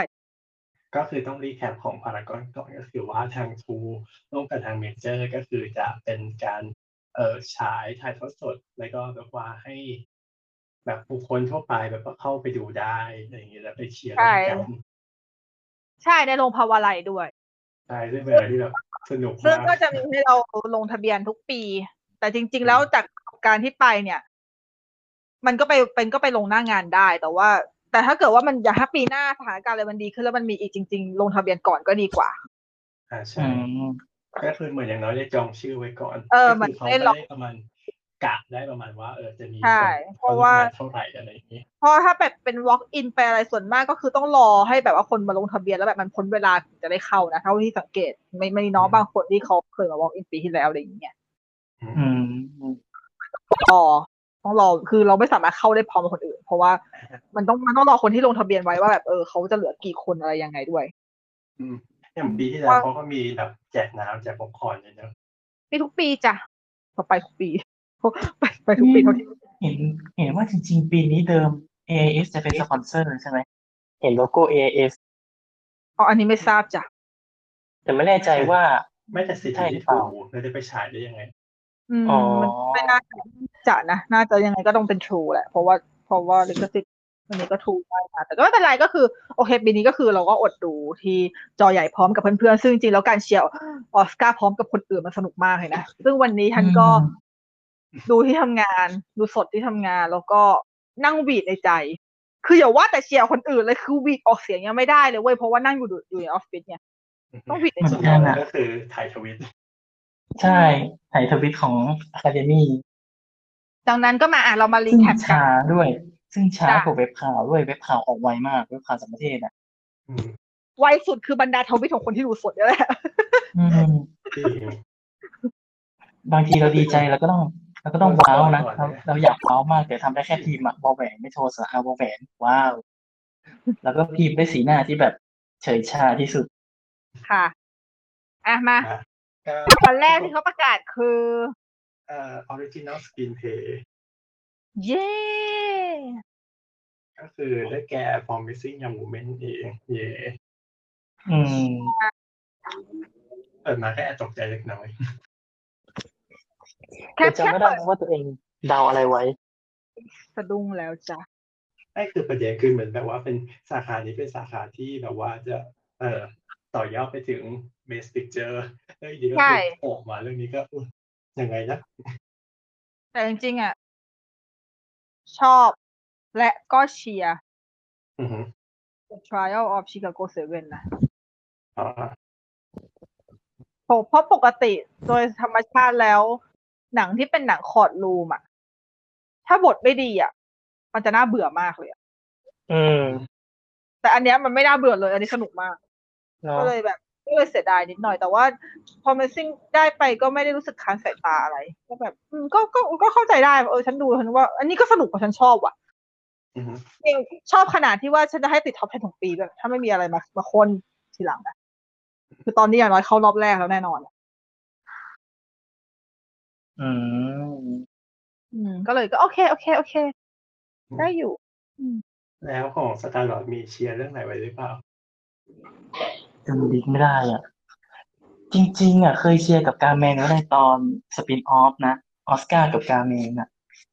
B: ก็คือต้องรีแคปของพารากอนก่อนก็คือว่าทางทูร่วมกับทางเมเจอร์ก็คือจะเป็นการเอ่อฉายถ่ายทอดสด แล้วก็แบบว่าให้ แบบบุคคลทั่วไปแบบว่าเข้าไปดูได้อะไรอย่างเงี้ยแล้วไปเชียร์
D: ใช่
B: ร่วมกัน
D: ใช่ในโรงพาวาไลด้วย
B: ใช่ซึ่งเป็นอะไรที่แบบสนุก
D: ซึ่ง
B: มาก
D: ก็จะมีให้เราลงทะเบียนทุกปี แต่จริง ๆ แล้วจากการที่ไปเนี่ย มันก็ไปเป็นก็ไปลงหน้างานได้ แต่ว่า แต่ถ้าเกิดว่ามันอยากให้ปีหน้าสถานการณ์อะไรมันดีขึ้นแล้วมันมีอีกจริง ๆ ลงทะเบียนก่อนก็ดีกว่า
B: อ่า
C: อื
B: ใช่
C: ม
B: ก็คือเหมือนอย่างน้อยได้จองชื่อไว้ก่อน
D: เออเห
B: ก็คื
D: มือน
B: เขา
D: ได้
B: ก็
D: ลอง
B: ได้ประมาณกะได้ประมาณว่า เออจะมี
D: ใช่
B: คน
D: เพราะว่า
B: คนมเท่าไหร่อะไรอย่างนี้
D: เพราะถ้าแบบเป็น walk in ไปอะไรส่วนมากก็คือต้องรอให้แบบว่าคนมาลงทะเบียนแล้วแบบมันพ้นเวลาถึงจะได้เข้านะเท่าที่สังเกตไม่ไม่น้องบางคนที่เขาเคยมา walk in ปีที่แล้วอะไรอย่างเงี้ย
C: อืม
D: รอต้องรอคือเราไม่สามารถเข้าได้พร้อมกับคนอื่น เพราะว่า มันต้องมันต้องรอคนที่ลงทะเบียนไว้ว่าแบบเออเขาจะเหลือกี่คนอะไรยังไงด้วย
B: อืมอย่างปีที่แล้วเขาก็มีแบบแจกน้ำแจกป๊อปคอร์นเลยเนอะ
D: มีทุกปีจ้ะก็ไปทุกปี ไปไปทุกปี
C: อืม
D: เท่าที่
C: เห็นเห็นว่าจริง ๆ ปีนี้เดิม AIS จะเป็นสปอนเซอร์ใช่ไหมเห็นโลโก้ AIS
D: อ๋ออันนี้ไม่ทราบจ้ะ
C: แต่ไม่แน่ใจว่า
B: ไม่แต่สิท
C: ใช่
B: ธิ์
C: หรือ
B: ที่
C: เปล่า
B: ถูกเราจะไปฉายได้ยังไง
D: อืม
C: อ๋อ
D: มันไม่น่าจะนะ น่าจะยังไงก็ต้องเป็น True แหละ เพราะว่าเพราะว่าลิขสิทธิ์อันนี้ก็ True ได้ค่ะแต่ก็ไม่เป็นไรก็คือ โอเคปีนี้ก็คือเราก็อดดูที่จอใหญ่พร้อมกับเพื่อนๆ ซึ่งจริงๆแล้วการเชียร์ออสการ์พร้อมกับคนอื่นมันสนุกมากเลยนะ ซึ่งวันนี้ท่านก็
C: อืม
D: ดูที่ทำงาน ดูสดที่ทำงานแล้วก็นั่งหวีดในใจ คืออย่าว่าแต่เชียร์คนอื่นเลยคือหวีดออกเสียงยังไม่ได้เลยเว้ยเพราะว่านั่งอยู่ดูอยู่ในออฟฟิศเนี่ยต้องหวีดใน
C: มัน
D: เสียง
C: นั่นอ่ะ
B: ก็คือถ่ายทวิต
C: ใช่ถ่ายทวิตของ Academy
D: ดังนั้นก็มาอ่ะเรามารี
C: ซึ่ง
D: แคปกัน
C: ช้าด้วย ซึ่งช้า
D: จ้ะ
C: กว่าเว็บข่าวด้วยเว็บข่าวออกไวมากเว็บข่าวสางประเทศอ่ะ
B: อืม
D: ไวสุดคือบรรดาทวิตของคนที่ดูสดเนี่ยแหละ
C: อืม
B: จริง
C: บางทีเราดีใจเราก็ต้องเราก็ต้อง
B: เออ
C: ว้าวนะ
B: ก่อน
C: เรา
B: เนี่ย
C: เราอยากว้าวมากแต่ทำได้แค่พิมพ์อะวอลแหวนไม่โทรสาอาวอลแหวนว้าว แล้วก็พิมพ์ด้วยสีหน้าที่แบบเฉยชาที่สุด
D: ค่ะอ่ะมา
B: เอ่อ
D: วันแรกที่เขาประกาศคือ
B: เอ่อออริจินอลสกินเพย์
D: เย้
B: ก็คือได้แก่ promising young woman เองเย่
C: อืม
B: เปิดมาก็แอบตกใจเล็กน้อย
D: แค่
E: แต่จำ
D: แค่
E: ไม่ได้
D: เปิด
E: ว่าตัวเองเดาอะไรไว้
D: สะดุ้งแล้วจ้ะ
B: ไม่คือประเด็นคือเหมือนแบบว่าเป็นสาขานี้เป็นสาขาที่แบบว่าจะ เอ่อต่อยอดไปถึง best picture แล้วอยู่ดีก็
D: ใช่
B: โผล่มาเรื่องนี้ก็อุ๊ยยังไงนะ
D: แต่จริงๆอ่ะ ชอบและก็เชียร์
B: อือฮึ
D: The Trial of Chicago 7นะ
B: อ่า
D: ผมเพราะปกติโดยธรรมชาติแล้ว หนังที่เป็นหนังคอร์ดรูมอ่ะ ถ้าบทไม่ดีอ่ะ มันจะน่าเบื่อมากเลยอะ
E: อืม
D: แต่อันเนี้ยมันไม่น่าเบื่อเลย อันนี้สนุกมาก
E: เนาะ
D: ก็เลยแบบก็เลยเสียดายนิดหน่อยแต่ว่าพอมันซิ่งได้ไปก็ไม่ได้รู้สึกค้านสายตาอะไร ก็แบบอืมก็ก็ก็เข้าใจได้เออฉันดูฉันว่า อันนี้ก็สนุกกว่าฉันชอบว่ะ
B: อือฮึ
D: จริงชอบขนาดที่ว่าฉันจะให้ติดท็อป 10 ของปีด้วยถ้าไม่มีอะไรมามาคนทีหลังนะคือตอนนี้อย่างน้อยเข้ารอบแรกแล้วแน่นอน
C: อืม
D: อืม ก็เลยก็โอเคโอเคโอเค ได้อยู่
B: แล้วของสตาร์ลอดมีเชียร์เรื่องไหนไว้หรือเปล่า
C: จำดิกไม่ได้อ่ะ จริง ๆ อ่ะ เคยเชียร์กับการ์แมนก็ได้ตอนสปินออฟนะออสการ์กับการ์แมนอ่ะ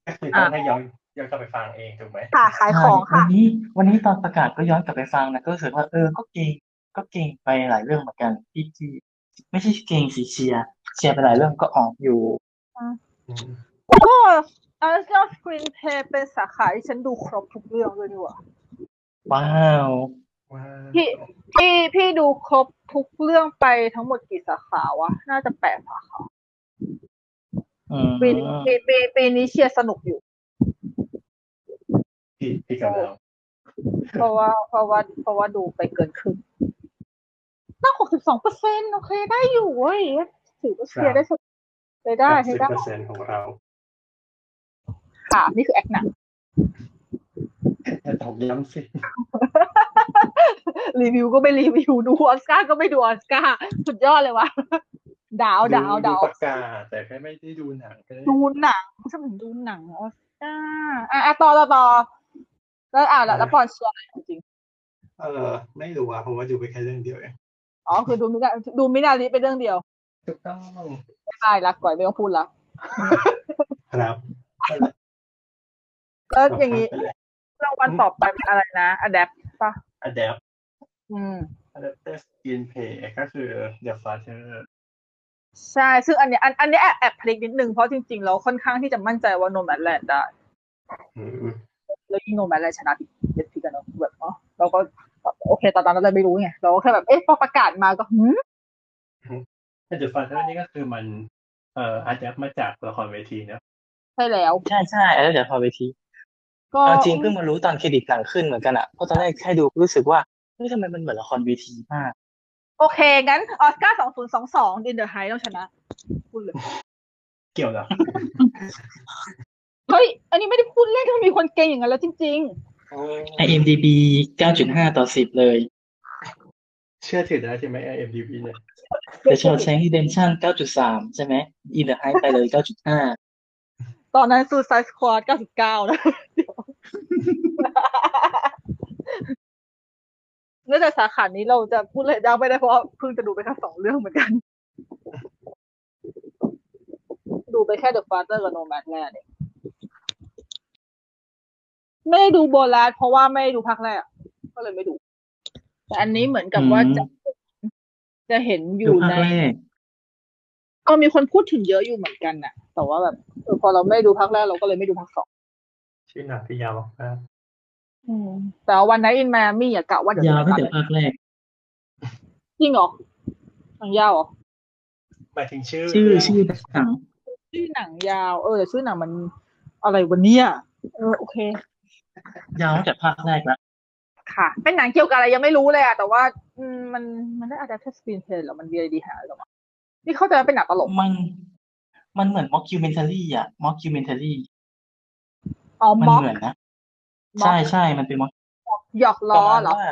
B: ก็คือต้องให้ย้อนย้อนกลับไปฟังเองถูกไหม
D: ค่ะขายของ
C: วั
D: ค่ะ
C: นนี้ วันนี้ตอนประกาศก็ย้อนกลับไปฟังนะก็รู้สึกว่าเออก็เก่งก็เก่งไปหลายเรื่องเหมือนกันที่ที่ไม่ใช่เก่งสิเชียร์เชียร์ไปหลายเรื่องก็ออกอยู่
B: อืม
D: ก็เออชอบสกรีนเพย์เป็นสาขาที่ฉันดูครบทุกเรื่องเลยดีกว่า
C: ว้าว
B: ว้า
D: พี่ พี่พี่ดูครบทุกเรื่องไปทั้งหมดกี่สาขาวะ น่าจะแปดสาขา
C: อืม
D: ปีปีปีปีนี้เชียร์สนุกอยู่
B: พี่พี่กับเรา
D: เพราะว่าเพราะว่าเพราะว่าดูไปเกินครึ่งน่าหกสิบสองเปอร์เซ็นโอเคได้อยู่เว้ยถือว่าเชียร์ได้สนุกไปได้ใช้
B: สิบ
D: ได้
B: เปอร์เซ็นต์ของเรา
D: ค่ะนี่คือแอคหนัง
B: แต่ตอบย้ำสิ
D: รีวิวก็ไม่รีวิวดูออสการ์ก็ไม่ดูออสการ์สุดยอดเลยวะ ดาวดาวดาว
B: ประกาศแต่แค่ไม่ได้ดูหนังก็ได้
D: ดูหนังฉันถึงดูหนังออสการ์อ่ะอ่ะต่อต่อต่อแล้วอ่ะแล้วแล้วปอนเชียร์อะไรจริง
B: เออไม่รู้อ่ะเพราะว่าดูไปแค่เรื่องเดียวเอง
D: อ๋อคือดูมินาดูมินาลิเป็นเรื่องเดียว
B: ถูกต้อง
D: ไม่ได้ละก่อยไม่ต้องพูดละ
B: ครับ
D: ก็อย่างนี้รางวัลต่อไปเป็นอะไรนะ adapt ป่ะ
B: อะแดป
D: อืม
B: อะแดปเตอร์สกินเพย์ก็คือ The Father
D: ใช่ซึ่งอันเนี้ยอันอันเนี้ยแอบแอบพลิกนิดนึงเพราะจริงๆเราค่อนข้างที่จะมั่นใจว่าโนแมนแลนด์ได้
B: อืม
D: แล้วยิ่งโนแมนแลนด์ชนะเด็ดพิกันเนาะแบบอ๋อเราก็โอเคตอนนั้นเราไม่รู้ไงเราก็แค่แบบเอ๊ะพอประกาศมาก็หืม
B: แต่ The Father นี่ก็คือมัน เอ่ออาจจะมาจากละครเวทีเนอะ
D: ใช่แล้ว
E: ใช่ใช่แล้วเดี๋ยวพอไปที
D: ก็
E: เอาจริงเพิ่งมารู้ตอนเครดิตหลังขึ้นเหมือนกันอ่ะเพราะตอนแรกแค่ดูรู้สึกว่าเฮ้ยทำไมมันเหมือนละครเวทีมาก
D: โอเค งั้นออสการ์สองศูนย์สองสองดินเดอร์ไฮต้องชนะพูดเลย
B: เกี่ยวเหรอ
D: เฮ้ยอันนี้ไม่ได้พูดเล่นถ้ามีคนเก่งอย่างนั้นแล้วจริง ๆ
C: IMDb 9.5 ต่อ 10 เลย
B: เชื่อถือได้ใช่ไหม IMDb เนี่ย
C: The Shawshank Redemption 9.3 ใช่ไหม In the Heights ไปเลย 9.5
D: ตอนนั้นซูซายสควอต99 นะ เนื่องจากสาขานี้เราจะพูดเลยได้ไม่ได้เพราะว่าเพิ่งจะดูไปแค่สองเรื่องเหมือนกัน ดูไปแค่ The Father กับ Nomad แน่เองไม่ได้ดูโบราณเพราะว่าไม่ได้ดูภาคแรก ก็เลยไม่ดู แต่อันนี้เหมือนกับว่า
C: อืม
D: จะจะเห็นอ
C: ดู
D: ยู่
C: ภา
D: ใน
C: คแรก
D: ก็มีคนพูดถึงเยอะอยู่เหมือนกันน่ะ แต่ว่าแบบเออพอเราไม่ดูภาคแรกเราก็เลยไม่ดูภาคสอง
B: ชื่อหนังที่ยาวมาก
D: อืมแต่วันไ i น h ิน m ม a มี่อะกะว่าเดี๋ยวยจะ
C: าว
D: ไป
C: ตั้ง
D: ตัด
C: แต่ภาคแรก
D: จริงเหรอหนังยาวเหรอ
B: หมายถึงชื่อ
C: ชื่อ
B: เรื่อง
C: ชื่อหนัง
D: ชื่อหนังยาวเออแต่ชื่อหนังมันอะไรวันเนี้ยเออโอเค
C: ยาวตั้งแต่ภาคแรกละ
D: ค่ะ เป็นหนังเกี่ยวกับอะไรยังไม่รู้เลยอะแต่ว่าอืมมันมันได้ adapted screenplay เหรอมันมีอะไรดีหาเหรอวะนี่เข้าใจว่าเป็นหนังตลก
C: มัน มันเหมือนม็อกคิวเมนทารี่อ่ะม็อกคิวเมนทารี่
D: อ๋อ
C: มัน
D: ม็อก
C: เหมือนนะ ใช่ใช่มันเป็นม็อก
D: หยอก
E: ประ
D: ล้อ
E: มาณ
D: เหรอ
E: ว่า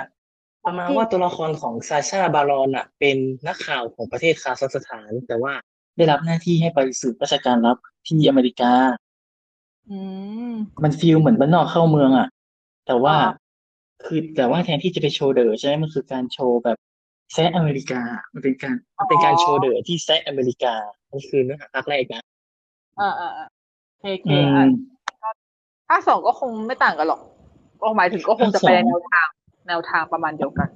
E: ประมาณว่าตัวละครของซาชาบารอนอ่ะ เป็นนักข่าวของประเทศคาซัคสถาน แต่ว่า
C: ได้รับหน้าที่ให้ไปสืบราชการลับที่อเมริกา
D: อืม
C: มันฟีลเหมือนบ้านนอกเข้าเมืองอ่ะ แต่ว่า
D: อ่า
C: คือแต่ว่าแทนที่จะไปโชว์เดอใช่ไหมมันคือการโชว์แบบแซะอเมริกา มันเป็นการ
E: มันเป็นการโชว์เดอที่แซะอเมริกานั่นคือเนื้อหาภาคแรกนะ
D: อ่าอ่าอ่าเคเค
C: อื
D: อ่ะ
C: ม
D: ภาคสองก็คงไม่ต่างกันหรอกก็หมายถึงก็คงจะไปใน
C: ภาคสอ
D: แนว
C: ง
D: ทาง แนวทางประมาณเดียวกัน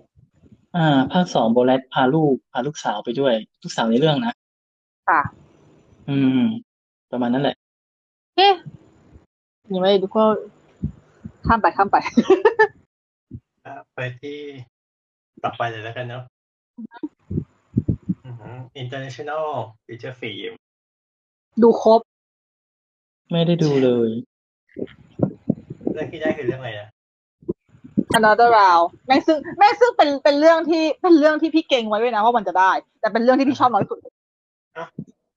C: อ่า ภาคสองโบเลตพาลูกพาลูกสาวไปด้วยลูกสาวในเรื่องนะ
D: ค่ะ
C: อืม ประมาณนั้นแหละ
D: เอ๊ะยังไม่ได้ดูก็ข้ามไปข้ามไป
B: อ่ะไปที่ต่อไปเลยแล้วกันเนาะอือหือ international feature film
D: ดูครบ
C: ไม่ได้ดูเลย
B: เรื่องที่ได้คือเรื่องอะไรนะ
D: Another Round แม่งซึ่งแม่งซึ่งเป็นเป็นเรื่องที่เป็นเรื่องที่พี่เก่งไว้ด้วยนะว่ามันจะได้ แต่เป็นเรื่องที่พี่ชอบน้อยสุด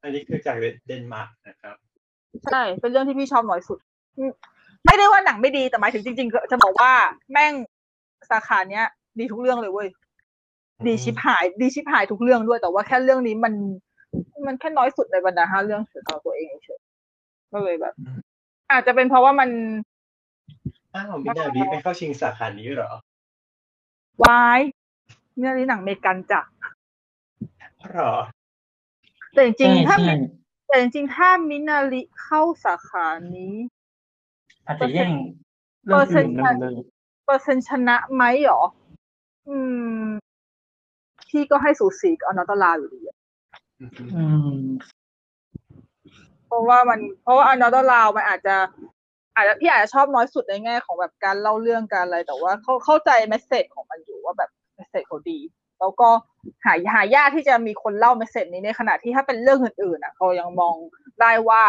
B: อันนี้คือจากเดนมาร์กนะครับ
D: ใช่ เป็นเรื่องที่พี่ชอบน้อยสุดอืมไม่ได้ว่าหนังไม่ดีแต่หมายถึงจริงๆก็จะบอกว่าแม่งสาขาเนี้ย ดีทุกเรื่องเลยเว้ย ดีชิบหาย ดีชิบหายทุกเรื่องด้วยแต่ว่าแค่เรื่องนี้มัน มันแค่น้อยสุดในบรรดาห้าเรื่องสำหรับตัวเองเฉยๆก็เลยแบบ อาจจะเป็นเพราะว่ามัน
B: อ้าวมินาบีไปเข้าชิงสาขานี้เหรอ
D: วายเรื่องนี้หนังอเมริกันจ้ะ
B: เหรอ
D: แต่จริงๆ
C: ใช่
D: ถ้า
C: ใช่
D: แต่จริงๆถ้ามินาริเข้าสาขานี้
C: อาจจะแย่งเรื่องอื่นไปหมดเลย
D: เปอร์เซ็นต์ชนะไหมหรอ อืม พี่ก็ให้สูสีกับอนาตลาอยู่ดีอะ
C: อืม
D: เพราะว่ามัน เพราะว่าอนาตลามันอาจจะ อาจจะพี่อาจจะชอบน้อยสุดในแง่ของแบบการเล่าเรื่องการอะไร แต่ว่าเขาเข้าใจเมสเซจของมันอยู่ว่าแบบเมสเซจเขาดี แล้วก็หาหายากที่จะมีคนเล่าเมสเซจนี้ในขณะที่ถ้าเป็นเรื่องอื่นๆอ่ะเขายังมองได้ว่า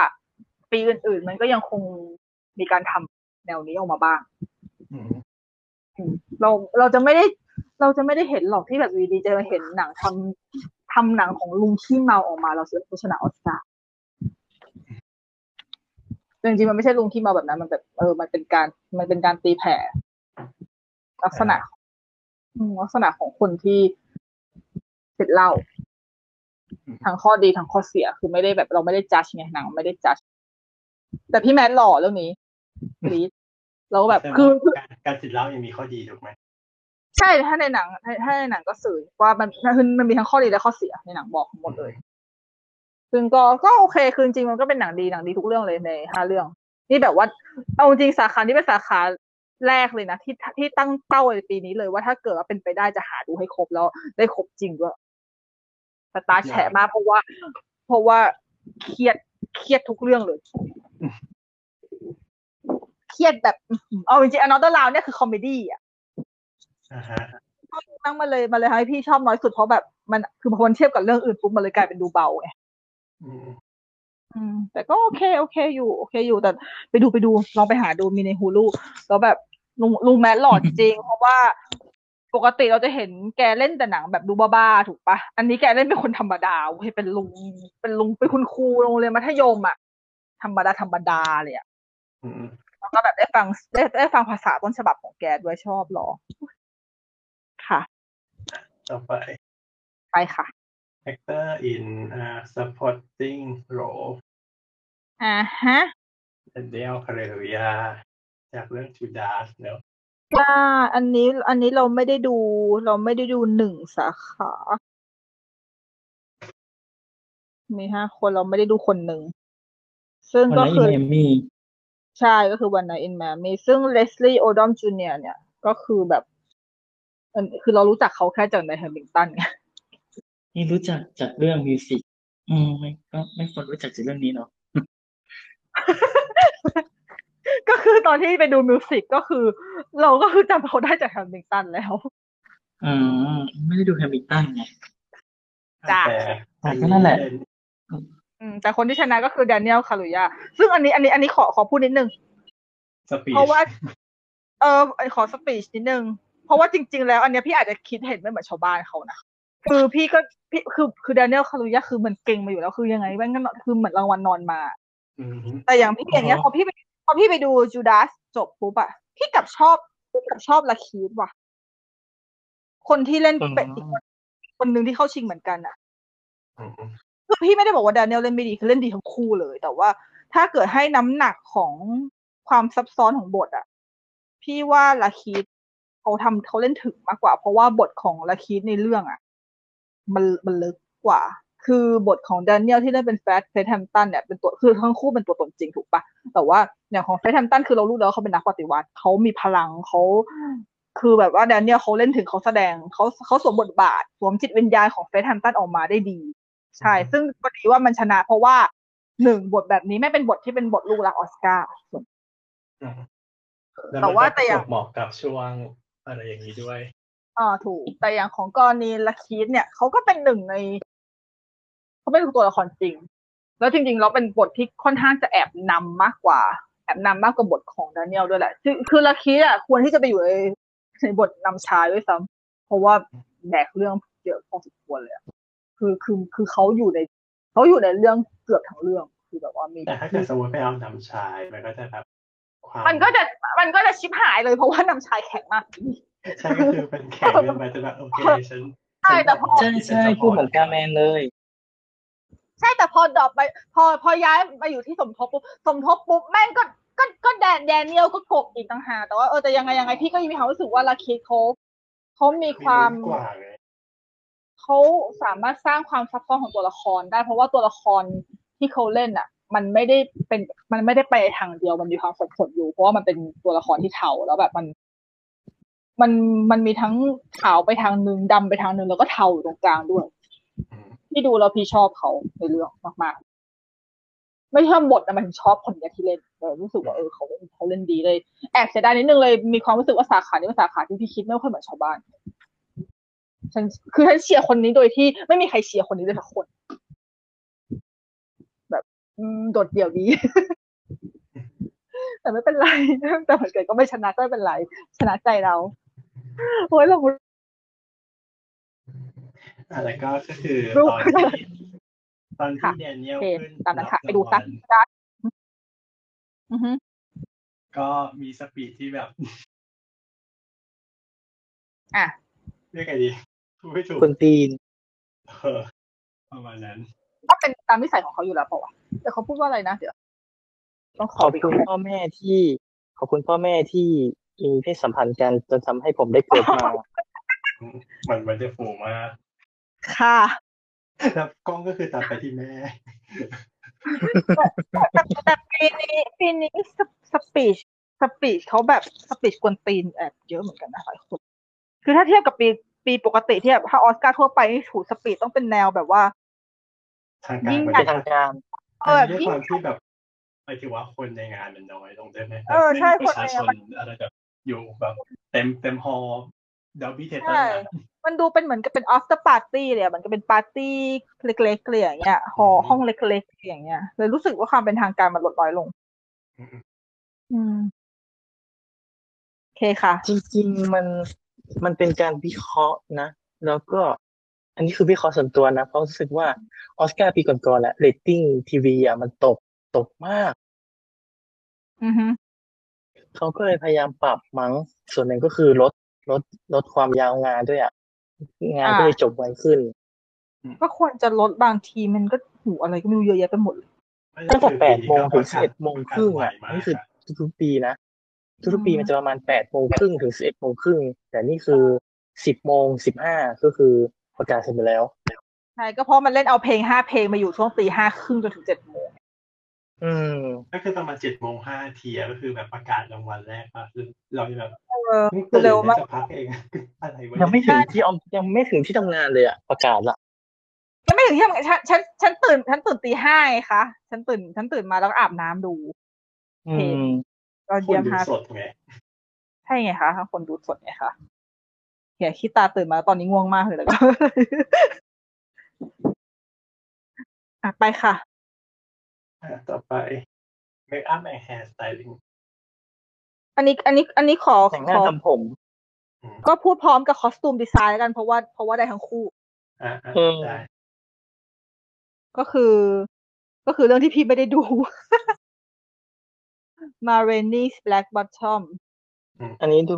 D: ปีอื่น ๆ มันก็ยังคงมีการทำแนวนี้ออกมาบ้าง
B: อืม
D: เราเราจะไม่ได้เราจะไม่ได้เห็นหรอกที่แบบวีดีๆจะเห็นหนังทำทำหนังของลุงขี้เมาออกมาเราเสียโฆษณาออสการ์แต่จริงๆมันไม่ใช่ลุงขี้เมาแบบนั้นมันแบบเออมันเป็นการมันเป็นการตีแผ่ ลักษณะอืมลักษณะของคนที่ติดเหล้าทั้งข้อดีทั้งข้อเสียคือไม่ได้แบบเราไม่ได้จัดไงหนังไม่ได้จัดแต่พี่แมทหล่อเรื่องนี้กรีดแล้วแบบ
B: ต่
D: คือคือ
B: การการติดเหล้ายังมีข้อดีถูกไหม
D: ใช่ถ้าในหนังถ้าถ้าในหนังก็สื่อว่ามันมันมันมีทั้งข้อดีและข้อเสียในหนังบอกหมดเลย ซึ่งก็ก็โอเคคือจริงๆมันก็เป็นหนังดีหนังดีทุกเรื่องเลยในห้าเรื่อง นี่แบบว่าเอาจริงสาขาที่เป็นสาขาแรกเลยนะที่ที่ตั้งเป้าในปีนี้เลยว่าถ้าเกิดว่าเป็นไปได้จะหาดูให้ครบแล้วได้ครบจริงด้วยสตาร์แฉะมากเพราะว่า เพราะว่าเครียดเครียดทุกเรื่องเลยเครียดแบบอื้อหือเอาจริงๆอนอตลาวเนี่ยคือคอมเมดี้อะ
B: อ่าฮะ
D: ตั้งมาเลยมาเลยให้พี่ชอบน้อยสุดเพราะแบบมันคือพอมันเทียบกับเรื่องอื่นปุ๊บมันเลยกลายเป็นดูเบาไง
B: อืม
D: อืม แต่ก็โอเคโอเคอยู่โอเคอยู่แต่ไปดูไปดูลองไปหาดูมีในฮูลูแล้วแบบลุงลุงแมทหลอดจริง เพราะว่าปกติเราจะเห็นแกเล่นแต่หนังแบบดูบ้าๆถูกปะอันนี้แกเล่นเป็นคนธรรมดาเว้ยเป็นลุงเป็นลุงเป็นคุณครูโรงเรียนมัธยมอะธรรมดาธรรมดาเลยอะ
B: อืม
D: แล้วก็แบบได้ฟังได้ได้ฟังภาษาต้นฉบับของแกด้วยชอบหรอค่ะ
B: ต่อไป
D: ไปค่ะ
B: actor in uh, supporting role
D: อ่าฮะ
B: เดลคาเรียจากเรื่อง t o d a r เนอะ
D: อ่าอันนี้อันนี้เราไม่ได้ดูเราไม่ได้ดูหนึ่งสาขา มีห้าคนเราไม่ได้ดูคนหนึ่ง ซึ่ง
C: วัน
D: ก็
C: นั้นอิ
D: คื
C: น
D: อ
C: เอมี่
D: ใช่ก็คือวันไนอินแมมีซึ่งเลสลี e โอดอมจูเนียเนี่ย ก็คือแบบอันคือเรารู้จักเขาแค่จากในแฮมิลตันไง
C: นี่รู้จักจากเรื่องมิวสิกอืมไม่ก็ไม่ควรรู้จักจากเรื่องนี้เนาะ
D: ก็คือตอนที่ไปดูมิวสิกก็คือ เราก็คือจำเขาได้จากแฮมมิงตันแล้ว
C: อืมไม่ได้ดูแฮมิลตันไง
D: จ้ะ
B: แต่
C: แต่ก็นั่นแหละ
D: อืมแต่คนที่ชนะก็คือแดเนียลคารุยาซึ่งอันนี้อันนี้อันนี้ขอขอพูดนิดนึง
B: สปีด
D: เพราะว่า เออขอสปีชนิดนึง เพราะว่าจริง ๆ แล้ว อันเนี้ยพี่อาจจะคิดเห็นไม่เหมือนชาวบ้านเขานะคือพี่ก็พี่คือคือแดเนียลคารุยาคือมันเก่งมาอยู่แล้วคือยังไงแม่งก็นอนคือเหมือนรางวัลนอนมา
B: อืม
D: แต่อย่างพี่อย่างเงี้ย
C: อ๋อ
D: พอพี่ไปพอพี่ไปดูจูดาสจบปุ๊บอะพี่กลับชอบพี่กลับชอบลาคีดว่ะ คนที่เล่นเป็นอีกคนคนหนึ่งที่เข้าชิงเหมือนกันอะ
B: อืม
D: คือพี่ไม่ได้บอกว่าแดเนียลเล่นไม่ดีคือเล่นดีทั้งคู่เลย แต่ว่าถ้าเกิดให้น้ำหนักของความซับซ้อนของบทอะพี่ว่าลาคีดเขาทำเขาเล่นถึงมากกว่า เพราะว่าบทของลาคีดในเรื่องอะมันมันลึกกว่า คือบทของแดเนียลที่เล่นเป็นแฟร์เฟสแฮมตันเนี่ยเป็นตัวคือทั้งคู่เป็นตัวตนจริงถูกปะแต่ว่าอย่างของเฟสแฮมตันคือเรารู้แล้ววาเขาเป็นนักปฏิวัติเขามีพลังเขาคือแบบว่าแดเนียลเขาเล่นถึงเขาแสดงเขาเขาสวมบทบาทสวมจิตวิญญาณของเฟสแฮมตันออกมาได้ดี ใช่ ซึ่งพอดีว่ามันชนะเพราะว่าหนึ่งบทแบบนี้ไม่เป็นบทที่เป็นบทลูกรักออสการ์
B: อืม
D: แต่ว่าแต่อย่าง
B: ล้มันก็ประจวบเหมาะกับช่วงอะไรอย่างนี้ด้วย
D: อ่าถูก แต่อย่างของกรณีลาคีดเนี่ยเขาก็เป็นหนึ่งในเขาเป็นตัวละครจริง แล้วจริงๆแล้วเป็นบทที่ค่อนข้างจะแอบนำมากกว่า แอบนำมากกว่าบทของแดเนียลด้วยแหละ คือคือลาคีดอ่ะควรที่จะไปอยู่ในในบทนำชายด้วยซ้ำเพราะว่าแบกเรื่องเยอะพอสมควรเลยอะคือคือคือเขาอยู่ในเขาอยู่ในเรื่องเกือบทั้งเรื่องคือแบบว่ามี
B: แต่ถ้าเกิดสมมติไปเอานำชายมันก็จะแบบความ
D: มันก็จะมันก็จะชิบหายเลยเพราะว่านำชายแข็งมาก
B: ใช่ก็คือเป็นแขกเดินไปจะแบบโอเคฉัน
D: ใช่แต่พอ
C: ใช่ใช่พูดเหมือนกาแมนเลย
D: ใช่แต่พอดรอปไป พอพอย้ายมาอยู่ที่สมทบปุ๊บสมทบปุ๊บแม่งก็ก็ก็แดนแดเนียลก็กบอีกต่างหากแต่ว่าเออแต่ยังไงยังไงพี่ก็ยังมีความรู้สึกว่าลาคิดเขาเขามี
B: มี
D: ค
B: ควา
D: า
B: ว
D: ม
B: มกว่าไง
D: เขาสามารถสร้างความซับซ้อนของตัวละครได้ เพราะว่าตัวละครที่เขาเล่นอ่ะ มันไม่ได้เป็นมันไม่ได้ไปทางเดียวมันมีความสับสนอยู่ เพราะว่ามันเป็นตัวละครที่เทาแล้วแบบมัน มันมันมีทั้งขาวไปทางหนึ่งดำไปทางหนึ่งแล้วก็เทาอยู่ตรงกลางด้วย
B: อืม
D: ที่ดูแล้วพี่ชอบเขาในเรื่องมากๆ ไม่ชอบบทนะมันชอบคนเนี้ยที่เล่นเออรู้สึกว่าเออเขาเขาเล่นดีเลย แอบเสียดายนิดนึงเลยมีความรู้สึกว่าสาขานี้เป็นสาขาที่พี่คิดไม่ค่อยเหมือนชาวบ้านฉันคือฉันเชียร์คนนี้โดยที่ไม่มีใครเชียร์คนนี้เลยสักคน แบบ อืมโดดเดี่ยวดี แต่ไม่เป็นไร แต่เหมือนเกิดก็ไม่ชนะก็ไม่เป็นไร ชนะใจเราโอ้ยเรา
B: อ่ะแล้วก็ก็คือ
D: รูป
B: ตอนที่ ตอนที่
D: ค่ะ
B: แดเนียล
D: โอเค
B: ขึ้น
D: ตามนั้นค่ะ
B: รับ
D: ไปดูซะ
B: รางวัล
D: ได้อือฮึ
B: ก็มีสปีดที่แบบ
D: อ่ะ
B: เรียกไงดีพูดไม่ถูก
E: คนตีน
B: เออประมาณนั้น
D: ก็เป็นตามนิสัยของเขาอยู่แล้วเปล่าวะแต่เขาพูดว่าอะไรนะ เดี๋ยวต้องข
E: ข
D: อ
E: อบ
D: ไป
E: คุ
D: ดู
E: ณพ่อแม่ที่ ขอบคุณพ่อแม่ที่มีเพศสัมพันธ์กันจนทำให้ผมได้เกิด มา
B: มันมันจะฟูมาก
D: ค่ะ
B: แล้วกล้องก็คือตัดไปที่แม่
D: แต่แต่ปีนี้ปีนี้สปสปีชสปีชเขาแบบสปีชกวนตีนแอบเยอะเหมือนกันนะหลายคนคือถ้าเทียบกับปีปีปกติที่แบบถ้าออสการ์ทั่วไปนี่ถูสปีชต้องเป็นแนวแบบว่า
B: ทางการ
D: ยิ่ง
B: มัน
D: ใหญ่
E: เป็นทางการ
D: เออ
B: ด้วย
D: ยิ่
B: ค
D: ง
B: วามที่แบบหมายถึงว่าคนในงานมันน้อยลงได้ไหม
D: เออใช่
B: ไม่มีประชาช
D: คน นในงาน
B: อะไรแบบอยู่แบบเต็มเต็มฮอลดาบี้เทเตอ
D: ใช่
B: ร์
D: มันดูเป็นเหมือนกับเป็นออฟเตอร์ปาร์ตี้เลยอะมันก็เป็นปาร์ตี้เล็กๆเลยอย่างเงี้ยหอห้องเล็กๆเลยอย่างเงี้ยเลยรู้สึกว่าความเป็นทางการมันลดน้อยลง อืมโอเคค่ะ
E: จริงๆมันมันเป็นการวิเคราะห์นะ แล้วก็ อันนี้คือวิเคราะห์ส่วนตัวนะ เพราะรู้สึกว่าออสการ์ปีก่อนๆแหละเรตติ้งทีวีอ่ะมันตกตกมาก
D: อือฮึ
E: เขาก็เลยพยายามปรับมั้งส่วนหนึ่งก็คือลดลดลดความยาวงานด้วยอ่ะ งานก็เลยจบไวขึ้น
D: ก็ควรจะลดบางทีมันก็หูอะไรก็ไม่รู้เยอะแยะไปหมดเลย
E: ตั้งแต่แปดโมงถึงสิบ
B: เอ็
E: เอ็ดโมงครึ่งอ่ะนี่คือทุกๆปีนะ ทุกๆปี
D: อืม
E: มันจะประมาณแปดโมงครึ่งถึงสิบเอ็ดโมงครึ่งแต่นี่คือสิบโมงสิบห้าก็คือประกาศเสร็จไปแล้ว
D: ใช่ก็เพราะมันเล่นเอาเพลงห้าเพลงมาอยู่ช่วงตีห้าครึ่งจนถึงเจ็ดโมง
E: อืม
B: ก็คือประมาณเจ็ดโมงห้าทีอะก็คือแบบประกาศรางวัลแรกมาคือเราแบบ
D: เออ
B: เพิ่งตื่น
D: เร็วมาก
B: จะพักเอง อะไรวะ
E: ยังไม่ถึ
B: เนี่ย
E: งที่ออมยังไม่ถึงที่ทำงานเลยอ่ะ ประกาศละ
D: ยังไม่ถึงที่ทำงานฉันฉันฉันตื่นฉันตื่นตีห้าไงคะฉันตื่นฉันตื่นมาแล้วก็อาบน้ำดู
E: อืม
D: ยอด
B: คน
D: เยี่ยม
B: ดู
D: ห้า
B: สดไง
D: ใช่ไงคะทั้งคนดูสดไงคะเหียขี้ตาตื่นมาตอนนี้ง่วงมากเลยแล้วก็ อ่ะไปค่ะ
B: อ่ะต่อไป Make up and hair styling
D: อันนี้ อันนี้ อันนี้ขอ
C: แต่งห
D: ข
C: น้า
D: อ
C: ทำผม
B: อืม
D: ก็พูดพร้อมกับคอสตูมดีไซน์แล้วกันเพราะว่าเพราะว่าได้ทั้งคู่
B: อ่ะอ่ะได้
D: ก็คือ ก็คือเรื่องที่พี่ไม่ได้ดู มาเรนนี่แบล็กบอททอม
C: อันนี้ดู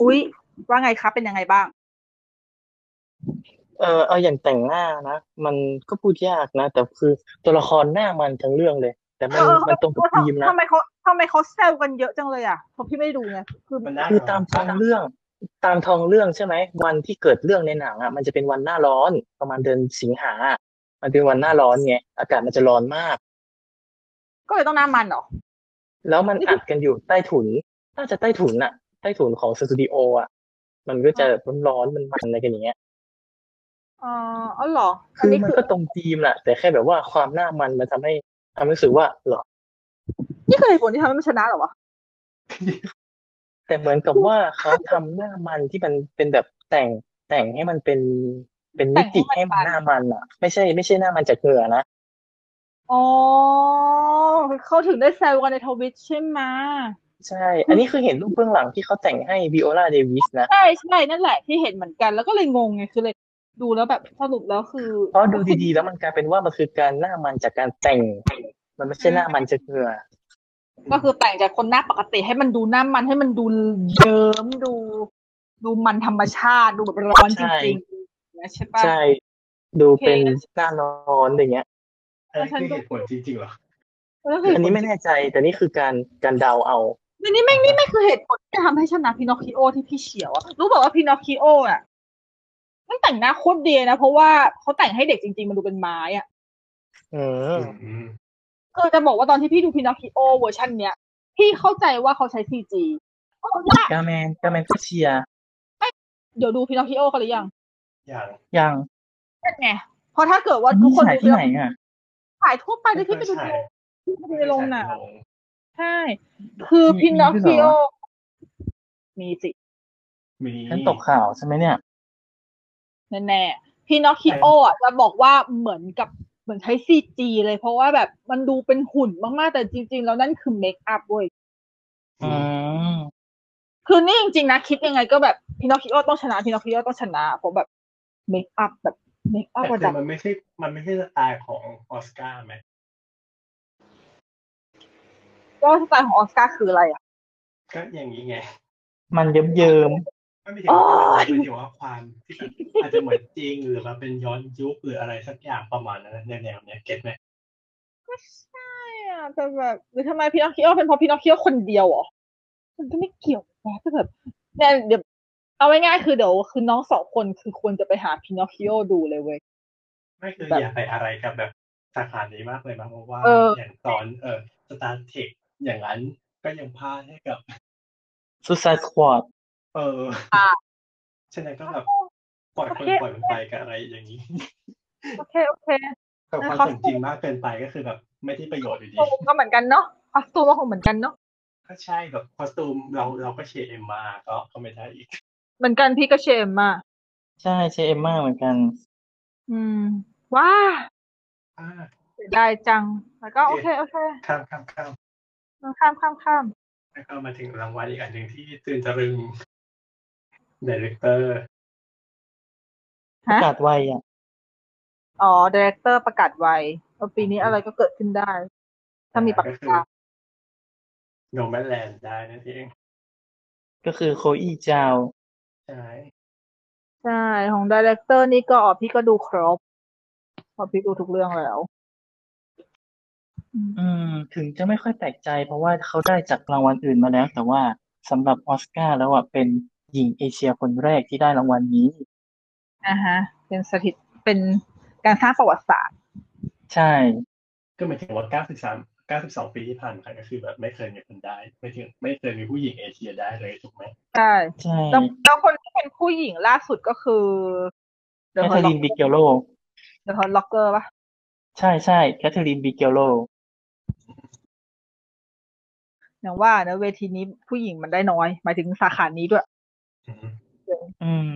D: อุ๊ย ว่าไงครับเป็นยังไงบ้าง
C: เออเอาอย่างแต่งหน้านะ มันก็พูดยากนะ แต่คือตัวละครหน้ามันทั้งเรื่องเลย แต่มัน
D: เออเออ
C: มันตรงกับธีมนะ
D: ทำไมเขาทำไมเขาแซวกันเยอะจังเลยอ่ะเพราะพี่ไม่ได้ดูไงคือ
B: มันน่า
C: คือตามท้อง
B: รัก
C: เรื่อง ตามท้องเรื่องใช่ไหมวันที่เกิดเรื่องในหนังอ่ะมันจะเป็นวันหน้าร้อนประมาณเดือนสิงหา มันเป็นวันหน้าร้อนไงอากาศมันจะร้อนมาก
D: ก็เลยต้องหน้ามันเหรอ
C: แล้วมันอัดกันอยู่ใต้ถุน น่าจะใต้ถุนอะใต้ถุนของสตูดิโออะมันก็จะมันร้อนๆมันมันอะไรกันอย่างเงี้ย
D: อ๋ออ๋อเหรอ อั
C: คื
D: น
C: อ
D: นี้
C: มัน
D: คือ
C: ก็ตรงธีมแหละ แต่แค่แบบว่าความหน้ามันมันทำให้ทำให้รู้สึกว่าเหรอ
D: นี่คือเหตุผลที่ทำให้มันชนะเหรอวะ
C: แต่เหมือนกับว่าเขาทำหน้ามันที่มันเป็นแบบแต่งแต่งให้มันเป็นเป็นมิติ
D: แต่งให้
C: ให้
D: มัน
C: มันหน้ามันอะไม่ใช่ ไม่ใช่หน้ามันจากเหงื่อนะ
D: อ๋อเขาถึงได้แซวกันในทวิตใช่ไหม
C: ใช่ อันนี้คือเห็นรูปเบื้องหลังที่เขาแต่งให้วิโอลาเดวิสนะ
D: ใช่ใช่นั่นแหละที่เห็นเหมือนกัน แล้วก็เลยงงไงคือเลยดูแล้วแบบสรุปแล้วคือ
C: เพราะดูดีๆ แล้วมันกลายเป็นว่ามันคือการหน้ามันจากการแต่ง มันไม่ใช่หน้ามันจากเหงื่อ
D: ก็คือแต่งจากคนหน้าปกติให้มันดูหน้ามันให้มันดูเยิ้มดู ดูมันธรรมชาติดูแบบร้อนจ
C: ใช่
D: ริงๆนะใช่ปะ
C: ใช่ ดู
D: โอเค
C: เป็นหน้าร้อนอะไรเงี้ย
B: อันนี้คือเหตุผลจริงๆเหรอ
D: แล้วคือ
C: อันนี้ไม่แน่ใจ แต่นี่คือการการเดาเอา
D: นี่นี่แม่งนี่แม่งคือเหตุผลที่ทำให้ชนะพินอคคิโอที่พี่เฉียวอะรู้บอกว่าพินอคคิโออะมันแต่งหน้าโคตรดีนะเพราะว่าเขาแต่งให้เด็กจริงๆมันดูเป็นไม้อะ
C: อืม
B: อืม
D: คือจะบอกว่าตอนที่พี่ดูพินอคคิโอเวอร์ชันเนี้ย พี่เข้าใจว่าเขาใช้ซีจีเพราะว่าก
C: าแมนกาแมนก็เชียร์
D: เดี๋ยวดูพินอคคิโอกันหรือยัง
B: อย่าง
C: ยัง
D: นั่นไงเพราะถ้าเกิดว่า
C: อัน
D: ทุ
C: นี้
D: กคน
C: ฉาย
D: ดู
C: ที่ไหนอ่ะ
D: ถ่ายทั่วไปเลยที่ไปดู
B: ม่เคยฉาย
D: ที่ไปดูในโรงหนัง
B: ไม่เคยฉายใโร
D: ใช่ คือ
C: มี
D: พินอคคิ
C: มีด้วยเห
D: โอ
C: รอ
D: มีสิ
B: มี
C: ฉันตกข่าวใช่ไหมเนี่ย
D: แน่ๆพินอคคิโออ่ะจะบอกว่าเหมือนกับเหมือนใช้ซีจีเลยเพราะว่าแบบมันดูเป็นหุ่นมากๆแต่จริง ๆ แล้วนั่นคือเมคอัพเว้ย
C: อืม
D: คือนี่จริงๆนะคิดยังไงก็แบบพินอคคิโอต้องชนะพินอคคิโอต้องชนะเพราะแบบเมคอัพแบบเมคอั
B: แต่
D: พระ
B: คื
D: ดั
B: อบ มันไม่ใช่ มันไม่ใช่สไตล์ของออสการ์ไหม
D: ก็สไตล์ของออสการ์คืออะไรอ่ะ
B: ก็อย่างนี้ไง
C: มันเยิ้มเยิ้ม
B: ไม่มีถึงว่าเป็นแบบนั้นหมายถึงว่าความที่แบบอาจจะเหมือนจริงหรือว่าเป็นย้อนยุคหรืออะไรสักอย่างประมาณนั้นในแนวเนี้ยเก็ตไหม
D: ก็ใช่อ่ะแต่แบบหรือทำไมพี่น้องคิดว่าเป็นเพราะพี่น้องคิดว่าคนเดียวเหรอมันก็ไม่เกี่ยวนะก็แบบเนี่ยเดี๋ยวเอาง่ายๆคือเดี๋ยวคือน้องสองคนคือควรจะไปหาพินอคคิโอดูเลยเว้ย
B: ไม่คืออย่าไปอะไรกับแบบสาขานี้มากเลยนะเพราะว่า
D: เอออ
B: ย่างตอนเออสตาร์เทคอย่างนั้นก็ยังพลาดให้กับ
C: ซูซายสควอด
B: เออ
D: อ่ะ
B: ฉะนั้นก็แบบปล่อยคนปล่อยมันไปกับอะไรอย่างนี้
D: โอเคโอเค
B: แต่ความสมจริงมากเกินไปก็คือแบบไม่ที่ประโยชน์อยู่ดี
D: โซก็เหมือนกันเนาะคอสตูมก็คงเหมือนกันเนาะ
B: ก็ใช่แบบคอสตูมเราเราก็เชียร์เอ็มมาก็ก็ไม่ได้อีก
D: เหมือนกันพี่ก็เชมมา
C: ใช่ใช่เอมมาเหมือนกัน
D: อืม ว้า
B: อ่า
D: เสียดายจังแล้วก็โอเคโอเค
B: ข้ามข้ามข้าม
D: ข้ามข้ามข้าม
B: แล้วก็มาถึงรางวัลอีกอันหนึ่งที่ตื่นตะรึงเดเรคเตอร์
C: ป
D: ฮะ
C: ระกาศไวอ่ะ
D: อ๋อดีเรคเตอร์ประกาศไว้ว่าปีนี้อะไรก็เกิดขึ้นได้ ถ้ามีปากกา
B: โนแมนแลนด์ได้นั่นเอง
C: ก็คือโคอี้จาว
B: ใช่
D: ใช่ ของดีเรคเตอร์นี่ก็ออพี่ก็ดูครบเพอพี่ดูทุกเรื่องแล้วอืม
C: อืม ถึงจะไม่ค่อยแปลกใจ เพราะว่าเขาได้จากรางวัลอื่นมาแล้ว แต่ว่าสำหรับออสการ์แล้วอ่ะเป็นหญิงเอเชียคนแรกที่ได้รางวัลนี้
D: อ่าฮะ เป็นสถิตเป็นการสร้างประวัติศาสตร์
C: ใช่
B: ก็หมายถึงว่า 93 92 ปีที่ผ่านมาก็คือแบบไม่เคยมีคนได้ไม่ถึงไม่เคยมีผู้หญิงเอเชียได้เลยถูกไหม
D: ใช่
C: ใช่
D: แล้วแล้วคนที่เป็นผู้หญิงล่าสุดก็คือเด
C: แค
D: อะฮ
C: ทเธ
D: อ
C: อ
D: ล
C: รีนบิเกโล
D: เดอะฮอลล็อกเกอร์ปะ
C: ใช่ใช่แคทเธอรีนบิเกโล
D: อย่างว่านะเวทีนี้ผู้หญิงมันได้น้อยหมายถึงสาขานี้ด้วย
B: อืม
C: อืม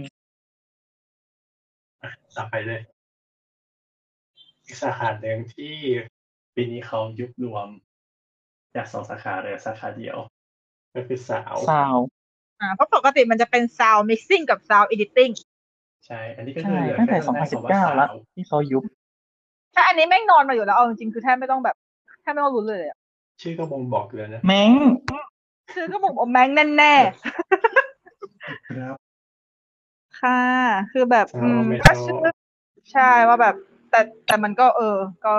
B: อ่ะต่อไปเลยอีกสาขาหนึ่งที่ปีนี้เขายุบรวม จากสองสาขาเหลยสาขาเดียว ก็คือสาว
C: สาว
D: อ่าเพราะปกติมันจะเป็น sound mixing กับ sound editing
B: ใช่ อันนี้ก็คือ
C: ใช่
B: เหลือ
C: ตั้งแต่
B: แค่ำหขอว่
C: 2019
B: ส
C: แล้ว
B: ว
C: ที่เขายุบ
D: ถ้าอันนี้แม่งนอนมาอยู่แล้วเอาจริงๆคือแทบไม่ต้องแบบแทบไม่ต้องรู้นเลยอะ
B: ชื่อก็บ่งบอกเลยนะ
C: แม้ง
D: คือก็บอกโอแม่งแน่
B: ครับ
D: ๆค่ะ คือแบบอืม
B: sound metal
D: ก็ชื่อใช่ว่าแบบ แต่แต่มันก็เออ ก็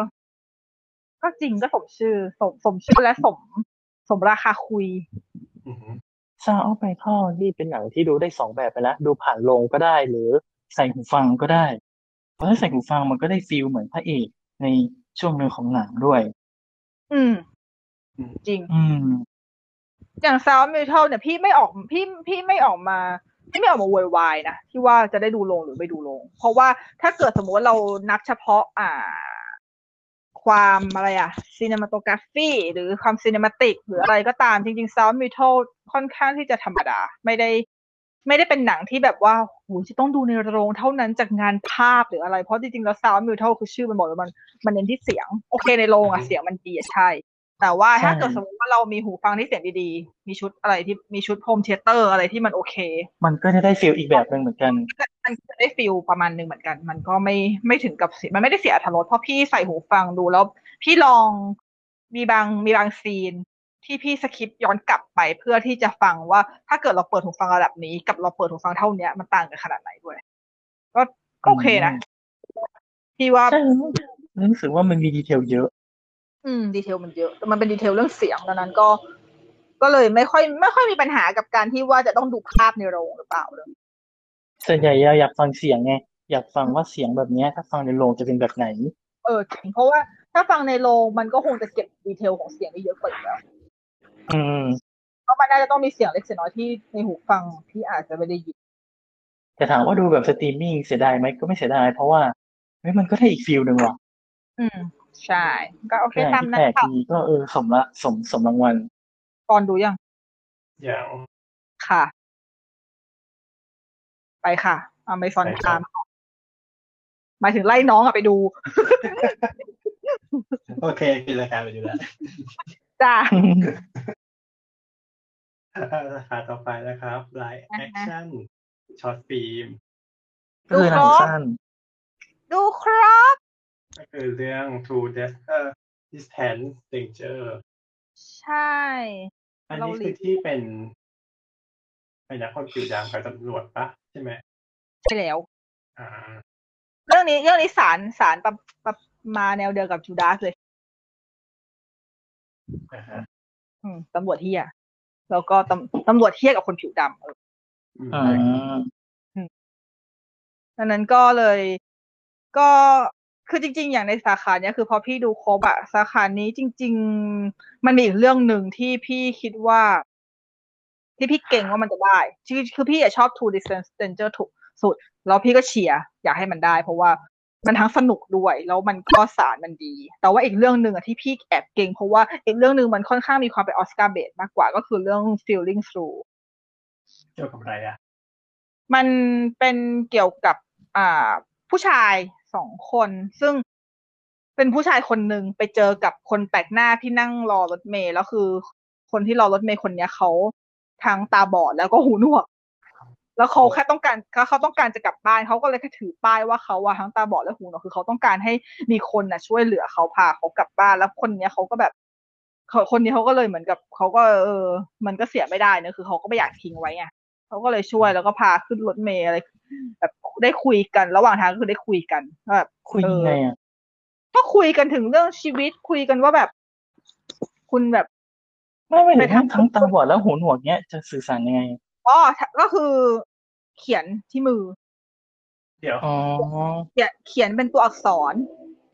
D: ก็จริงก็สมชื่อ สมสมชื่อและสม สมราคาคุย
B: อือหือ
C: ซาวออฟไมเคิล
E: นี่เป็นหนังที่ดูได้สองแบบไปนะดูผ่านโรงก็ได้หรือ
C: ใส่หูฟังก็ได้ เพราะถ้าใส่หูฟังมันก็ได้ฟีลเหมือนพระเอกในช่วงหนึ่งของหนังด้วย
D: อืม
B: อืม
D: จริง
C: อืม
D: อย่าง sound metal เนี่ยพี่ไม่ออกพี่พี่ไม่ออกมาพี่ไม่ออกมาโวยวายนะที่ว่าจะได้ดูโรงหรือไม่ดูโรง เพราะว่าถ้าเกิดสมมติว่าเรานับเฉพาะ อ่า ความอะไรอะ cinematography หรือความ cinematic หรืออะไรก็ตามจริง ๆ sound metal ค่อนข้างที่จะธรรมดา ไม่ได้ ไม่ได้เป็นหนังที่แบบว่าโหจะต้องดูในโรงเท่านั้นจากงานภาพหรืออะไร เพราะจริงๆแล้ว sound metal คือชื่อมันบอกแล้วมันมันเน้นที่เสียง โอเคในโรงอะเสียงมันดีอะใช่ แต่ว่าถ้า
C: ใช่
D: เกิดสมมติว่าเรามีหูฟังที่เสียงดีๆ มีชุดอะไรที่มีชุดโฮมเทเตอร์อะไรที่มันโอเค
C: มันก็จะได้ฟีลอีกแบบหนึ่งเหมือนกัน
D: มันจะได้ฟิลประมาณหนึ่งเหมือนกัน มันก็ไม่ไม่ถึงกับเสียมันไม่ได้เสียอรรถรสเพราะพี่ใส่หูฟังดูแล้วพี่ลองมีบางมีบางซีน ที่พี่สคิปย้อนกลับไปเพื่อที่จะฟังว่าถ้าเกิดเราเปิดหูฟังระดับนี้ กับเราเปิดหูฟังเท่าเนี้ยมันต่างกันขนาดไหนด้วย ก็ก็โอเคนะพี่ว่า
C: ใช่รู้สึกว่ามันมีดีเทลเยอะ
D: อืม ดีเทลมันเยอะแต่มันเป็นดีเทลเรื่องเสียงดังนั้นก็ ก็เลยไม่ค่อย ไม่ค่อยมีปัญหากับการที่ว่าจะต้องดูภาพในโรงหรือเปล่าเลย
C: ส่วนใหญ่เราอยากฟังเสียงไง อยากฟังว่าเสียงแบบเนี้ย ถ้าฟังในโรงจะเป็นแบบไหน
D: เออจริงเพราะว่าถ้าฟังในโรงมันก็คงจะเก็บดีเทลของเสียงได้เยอะกว่าอยู่แล้ว
C: อืม
D: เพราะมันน่าจะต้องมีเสียงเล็กเสียงน้อยที่ในหูฟังที่อาจจะไม่ได้ยิน
C: แต่ถามว่าดูแบบสตรีมมิ่งเสียดายไหมก็ไม่เสียดาย เพราะว่าเฮ้ยมันก็ได้อีกฟีลหนึ่งว่ะ
D: อืม ใช่ ก็โอเค
C: เป็น
D: ตาม
C: อะไรที่
D: นั้
C: แป
D: น
C: ลก
D: ค่ะ
C: ดีก็เออสมละสมสมรางวัล
D: ตอนดูยัง
B: อย่าง
D: ค่ะ ไปค่ะเอาไปซอนตามหมายถึงไล่น้องอะไปดู
B: โอเคกินรายการไปดูแล้ว
D: จ้า
B: สาขาต่อไปนะครับไลฟ์แอคชั่นช็อตฟิล์ม
C: ก็คือหนังสั้น
D: ดูครับ
B: ก็คือเรื่อง Two Death Distance Danger
D: ใช่
B: อันนี้คือที่เป็นเป็นนักคนผิวดำกับตำรวจปะใช่ไหม
D: ใช่แล้ว
B: อ่า
D: เรื่องนี้เรื่องนี้สารสารประประมาแนวเดียวกับจูดาสเลย
B: อ่าฮะ
D: อืมตำรวจเฮียแล้วก็ตำตำรวจเฮียกับคนผิวดำ
B: อืม
C: อ่า
D: ดังนั้นก็เลยก็คือจริง ๆ อย่างในสาขาเนี้ยคือพอพี่ดูครบอะสาขานี้จริง ๆ มันมีอีกเรื่องหนึ่งที่พี่คิดว่า ที่พี่เก่งว่ามันจะได้คือคือพี่อะชอบ Two Distance Danger ถูกสุด แล้วพี่ก็เชียร์อยากให้มันได้ เพราะว่ามันทั้งสนุกด้วย แล้วมันก็สารมันดี แต่ว่าอีกเรื่องหนึ่งอะที่พี่แอบเก่งเพราะว่าอีกเรื่องหนึ่งมันค่อนข้างมีความเป็นออสการ์เบสมากกว่าก็คือเรื่อง Feeling Through
B: เกี่ยวกับอะไรอ่ะ
D: มันเป็นเกี่ยวกับอ่าผู้ชายสองคน ซึ่งเป็นผู้ชายคนหนึ่งไปเจอกับคนแปลกหน้าที่นั่งรอรถเมล์แล้วคือ คนที่รอรถเมล์คนเนี้ยเขาทั้งตาบอดแล้วก็หูหนวก แล้วเขาแค่ต้องการเขาเขาต้องการจะกลับบ้านเขาก็เลยแค่ถือป้ายว่าเขาอะทั้งตาบอดและหูหนวกคือเขาต้องการให้มีคนน่ะ ช่วยเหลือเขาพาเขากลับบ้านแล้วคนเนี้ยเขาก็แบบเขาคนนี้เขาก็เลยเหมือนกับเขาก็เออ มันก็เสียไม่ได้เนอะคือเขาก็ไม่อยากทิ้งไว้ไง เขาก็เลยช่วยแล้วก็พาขึ้นรถเมล์อะไรแบบได้คุยกันระหว่างทางก็คือได้คุยกันว่าแบบ
C: คุยยังไงอ่ะ
D: ก็คุยกันถึงเรื่องชีวิตคุยกันว่าแบบ คุณแบบ
C: ไม่ไม่
D: ไป
C: เดี๋ยวทั้ง
D: ทำ
C: ทั้งตาบอดแล้วหูหนวกเนี้ยจะสื่อสารยังไง
D: อ๋อก็คือเขียนที่มือ
B: เดี๋ยว
C: อ๋อ
D: เขียนเขียนเป็นตัวอักษร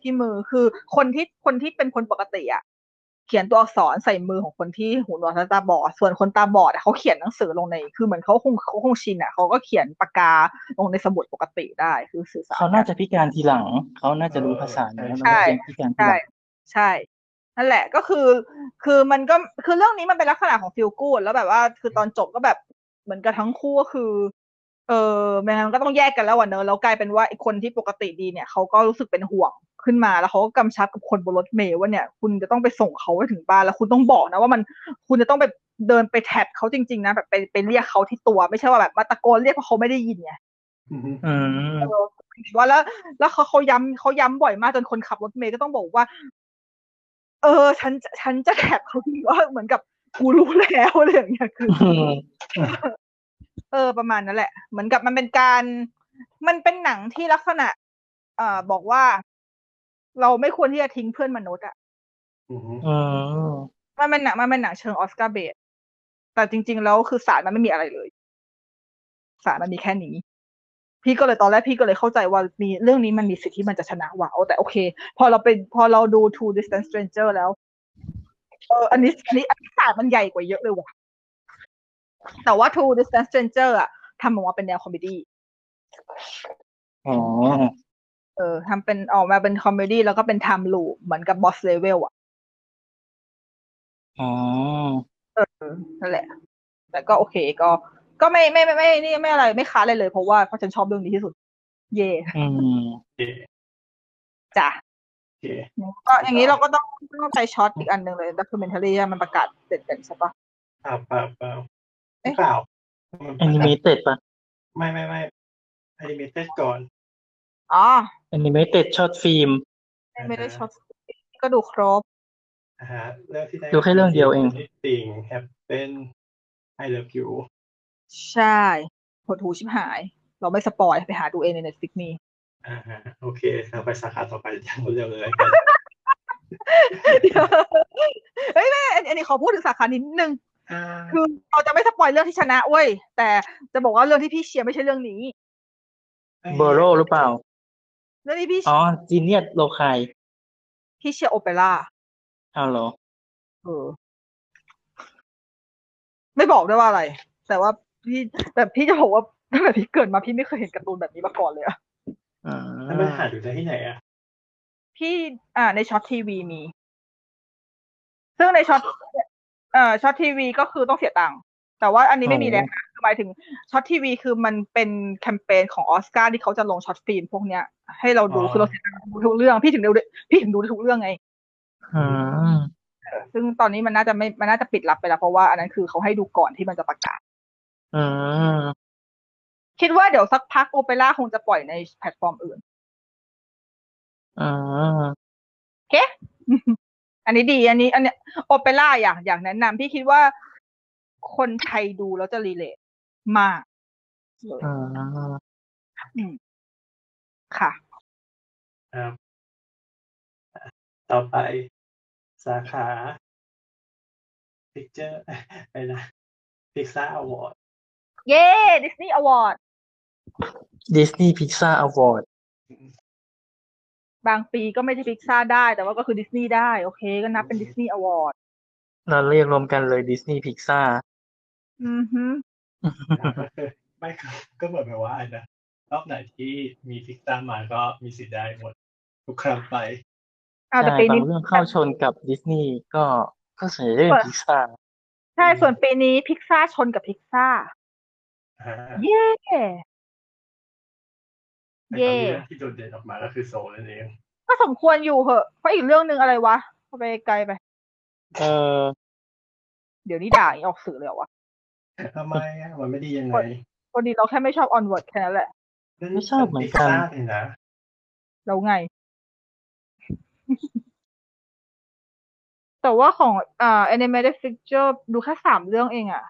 D: ที่มือคือคนที่คนที่เป็นคนปกติอ่ะ เขียนตัวอักษรใส่มือของคนที่หูหนวกและตาบอดส่วนคนตาบอดอะเขาเขียนหนังสือลงใน คือเหมือนเขาคงเขาคงชินอ่ะเขาก็เขียนปากกาลงในสมุดปกติได้คือสื่อสาร
C: เขา
D: กั
C: น่าน จะพิการทีหลัง เขาน่าจะรู้ภาษา
B: เออ
C: แล้ว
B: ใช่
C: มันไม่เป็นพิการทีห
D: ใช่
C: ลัง
D: ใช่ นั่นแหละก็คือ คือมันก็คือเรื่องนี้มันเป็นลักษณะของฟิลกูดแล้วแบบว่าคือตอนจบก็แบบเหมือนกับทั้งคู่ก็คือ เออแม่งั้นก็ต้องแยกกันแล้วอะเนอะแล้วกลายเป็นว่าไอ้คนที่ปกติดีเนี่ยเขาก็รู้สึกเป็นห่วงขึ้นมาแล้วเขาก็กำชับกับคนบนรถเมล์ว่าเนี่ย คุณจะต้องไปส่งเขาให้ถึงบ้านแล้วคุณต้องบอกนะว่ามันคุณจะต้องไปเดินไปแท็กเขาจริง ๆ นะแบบไปไปเรียกเขาที่ตัวไม่ใช่ว่าแบบมาตะโกนเรียกเพราะเขาไม่ได้ยินไง
C: อืม
D: ว่าแล้วแล้วเขาเขาย้ำเขาย้ำบ่อยมากจนคนขับรถเมย์ก็ต้องบอกว่า เออ ฉันจะฉันจะแถบเขาดีว่าเหมือนกับกูรู้แล้ว อะไรอย่างเงี้ยคือ เออประมาณนั้นแหละ เหมือนกับมันเป็นการ มันเป็นหนังที่ลักษณะ เอ่อบอกว่า เราไม่ควรที่จะทิ้งเพื่อนมนุษย์อะ
C: อืม
D: มันเป็นหนังมันเป็นหนังเชิงออสการ์เบสแต่จริง ๆ แล้วคือสารมันไม่มีอะไรเลย สารมันมีแค่นี้ พี่ก็เลยตอนแรกพี่ก็เลยเข้าใจว่ามีเรื่องนี้มันมีสิทธิ์ที่มันจะชนะว่ะเอาแต่โอเค พอเราเป็นพอเราดู Two Distant Stranger แล้ว เอออันนี้อันนี้อันนี้สารมันใหญ่กว่าเยอะเลยว่ะ แต่ว่า Two Distant Stranger อะทำออกมาเป็นแนวคอมเมดี้
C: อ๋อ
D: เออทำเป็นออกมาเป็นคอมเมดี้แล้วก็เป็นไทม์ลูปเหมือนกับบอสเลเวลอะ
C: อ๋อ
D: นั่นแหละ แต่ก็โอเคก็ ก็ไม่ไม่ไม่ไม่นี่ไม่อะไรไม่ค้านเลยเลย เพราะว่าเพราะฉันชอบเรื่องนี้ที่สุด เย่
C: อืม
D: จ้ะ
B: โอเค
D: ก็อย่างนี้เราก็ต้องต้องไปช็อตอีกอันหนึ่งเลยดัก u เมนทารีมันประกาศเด็ดเด่นใช่ปะ
B: อ้าวเปล่าเปล่า
D: เอ๊ะ
B: เปล่า
C: แอนิเมเต็ดปะ
B: ไม่ไม่ไม่อนิเมเต็ดก่อน
D: อ๋อ
C: แอนิเมเต็ดช็อตฟิล์ม
D: ไม่ได้ช็อตก็ดูครบ
B: อ่าฮะเรื่องที่ได้
C: ดูแค่เรื่องเดียวเอง
B: ติ่งแฮปเป็น I love you
D: ใช่หดหูชิบหาย เราไม่สปอยไปหาดูเองในเน็ตฟิกมี
B: อ่าฮะโอเคเราไปสาขาต่อไปอย่างรวดเร็วเลย
D: เฮ้ยแม่อันอันนี้ขอพูดถึงสาขานิดนึง
B: อ่า
D: คือเราจะไม่สปอยเรื่องที่ชนะเว้ย แต่จะบอกว่าเรื่องที่พี่เชียร์ไม่ใช่เรื่องนี้
C: เบอร์โรหรือเปล่า
D: เรื่องที่พี่
C: อ๋อจีเนียสโลคาย
D: พี่เชียร์โอเปร่า
C: อ้าวเหรอ
D: เออ ไม่บอกด้วยว่าอะไร แต่ว่าพี่แต่พี่จะบอกว่า ตั้งแต่พี่เกิดมาพี่ไม่เคยเห็นการ์ตูนแบบนี้มาก่อนเลยอะ
C: อ่า
B: แล้วมันหาดูได้ที่ไหนอ่ะ
D: พี่ อ่า ในช็อตทีวีมี ซึ่งในช็อตเอ่อช็อตทีวีก็คือต้องเสียตังค์แต่ว่าอันนี้ไม่มีแล้วนะคือหมายถึงช็อตทีวีคือมันเป็นแคมเปญของออสการ์ที่เขาจะลงช็อตฟิล์มพวกเนี้ย ให้เราดูคือเราเสียตังค์ดูทุกเรื่องพี่ถึงดูได้พี่ถึงดูได้ทุกเรื่องไง
C: อืม
D: ซึ่งตอนนี้มันน่าจะไม่มันน่าจะปิดรับไปแล้วเพราะว่าอันนั้นคือเขาให้ดูก่อนที่มันจะประกาศ
C: อืม
D: คิดว่าเดี๋ยวสักพักโอเปร่าคงจะปล่อยในแพลตฟอร์มอื่น
C: อ่า
D: อันนี้ดีอันนี้ อันเนี้ยโอเปร่าอยากอยากแนะนำพี่คิดว่าคนไทยดูแล้วจะรีเลทมากเลย
C: อ่า
D: ค่ะ
B: ครับอ่ะต่อไปสาขา picture อะไรนะ Pixar Award
D: เย้ดิสนีย์อวอร์ด
C: ดิสนีย์พิกซาอวอร์ด
D: บางปีก็ไม่ใช่พิกซาได้ แต่ว่าก็คือดิสนีย์ได้ โอเค ก็นับเป็นดิสนีย์อวอร์ด
C: เราเรียกรวมกันเลยดิสนีย์พิกซา
D: อือฮึ
B: นะครับก็คือไม่ก็ก็เหมือนแบบว่านะรอบไหนที่มี Pixar มาก็มีสิทธิ์ได้หมด ทุกครั้งไป
D: เอาแต่
C: ใช่
D: ปี
C: บา
D: นี้
C: งเรื่องเข้าชนกับดิสนีย์ก็ก็ส่วนใหญ่จะเป็นพิกซา
D: ใช่ ส่วนปีนี้พิกซาชนกับพิกซา
B: อ่า
D: เย้
B: แต่
D: เย้
B: ก็มีเรื่องที่โดดเด่นออกมาก็คือโซลนั่นเอง
D: ก็สมควรอยู่เหอะเพราะอีกเรื่องหนึ่งอะไรวะเอาไปไกลไป
C: เออ
D: เดี๋ยวนี้ด่าอย่างนี้ออกสื่อเลยเหรอวะ
B: ทำไมอ่ะมันไม่ดียังไง
D: คนดีเราแค่ไม่ชอบออนเวิร์ดแค่นั้นแหละ
C: ไม่ชอบเหมือนกัน
B: พิซซ่าเลยนะ
D: เราไง แต่ว่าของอ่า animated picture ดูแค่สามเรื่องเองอะ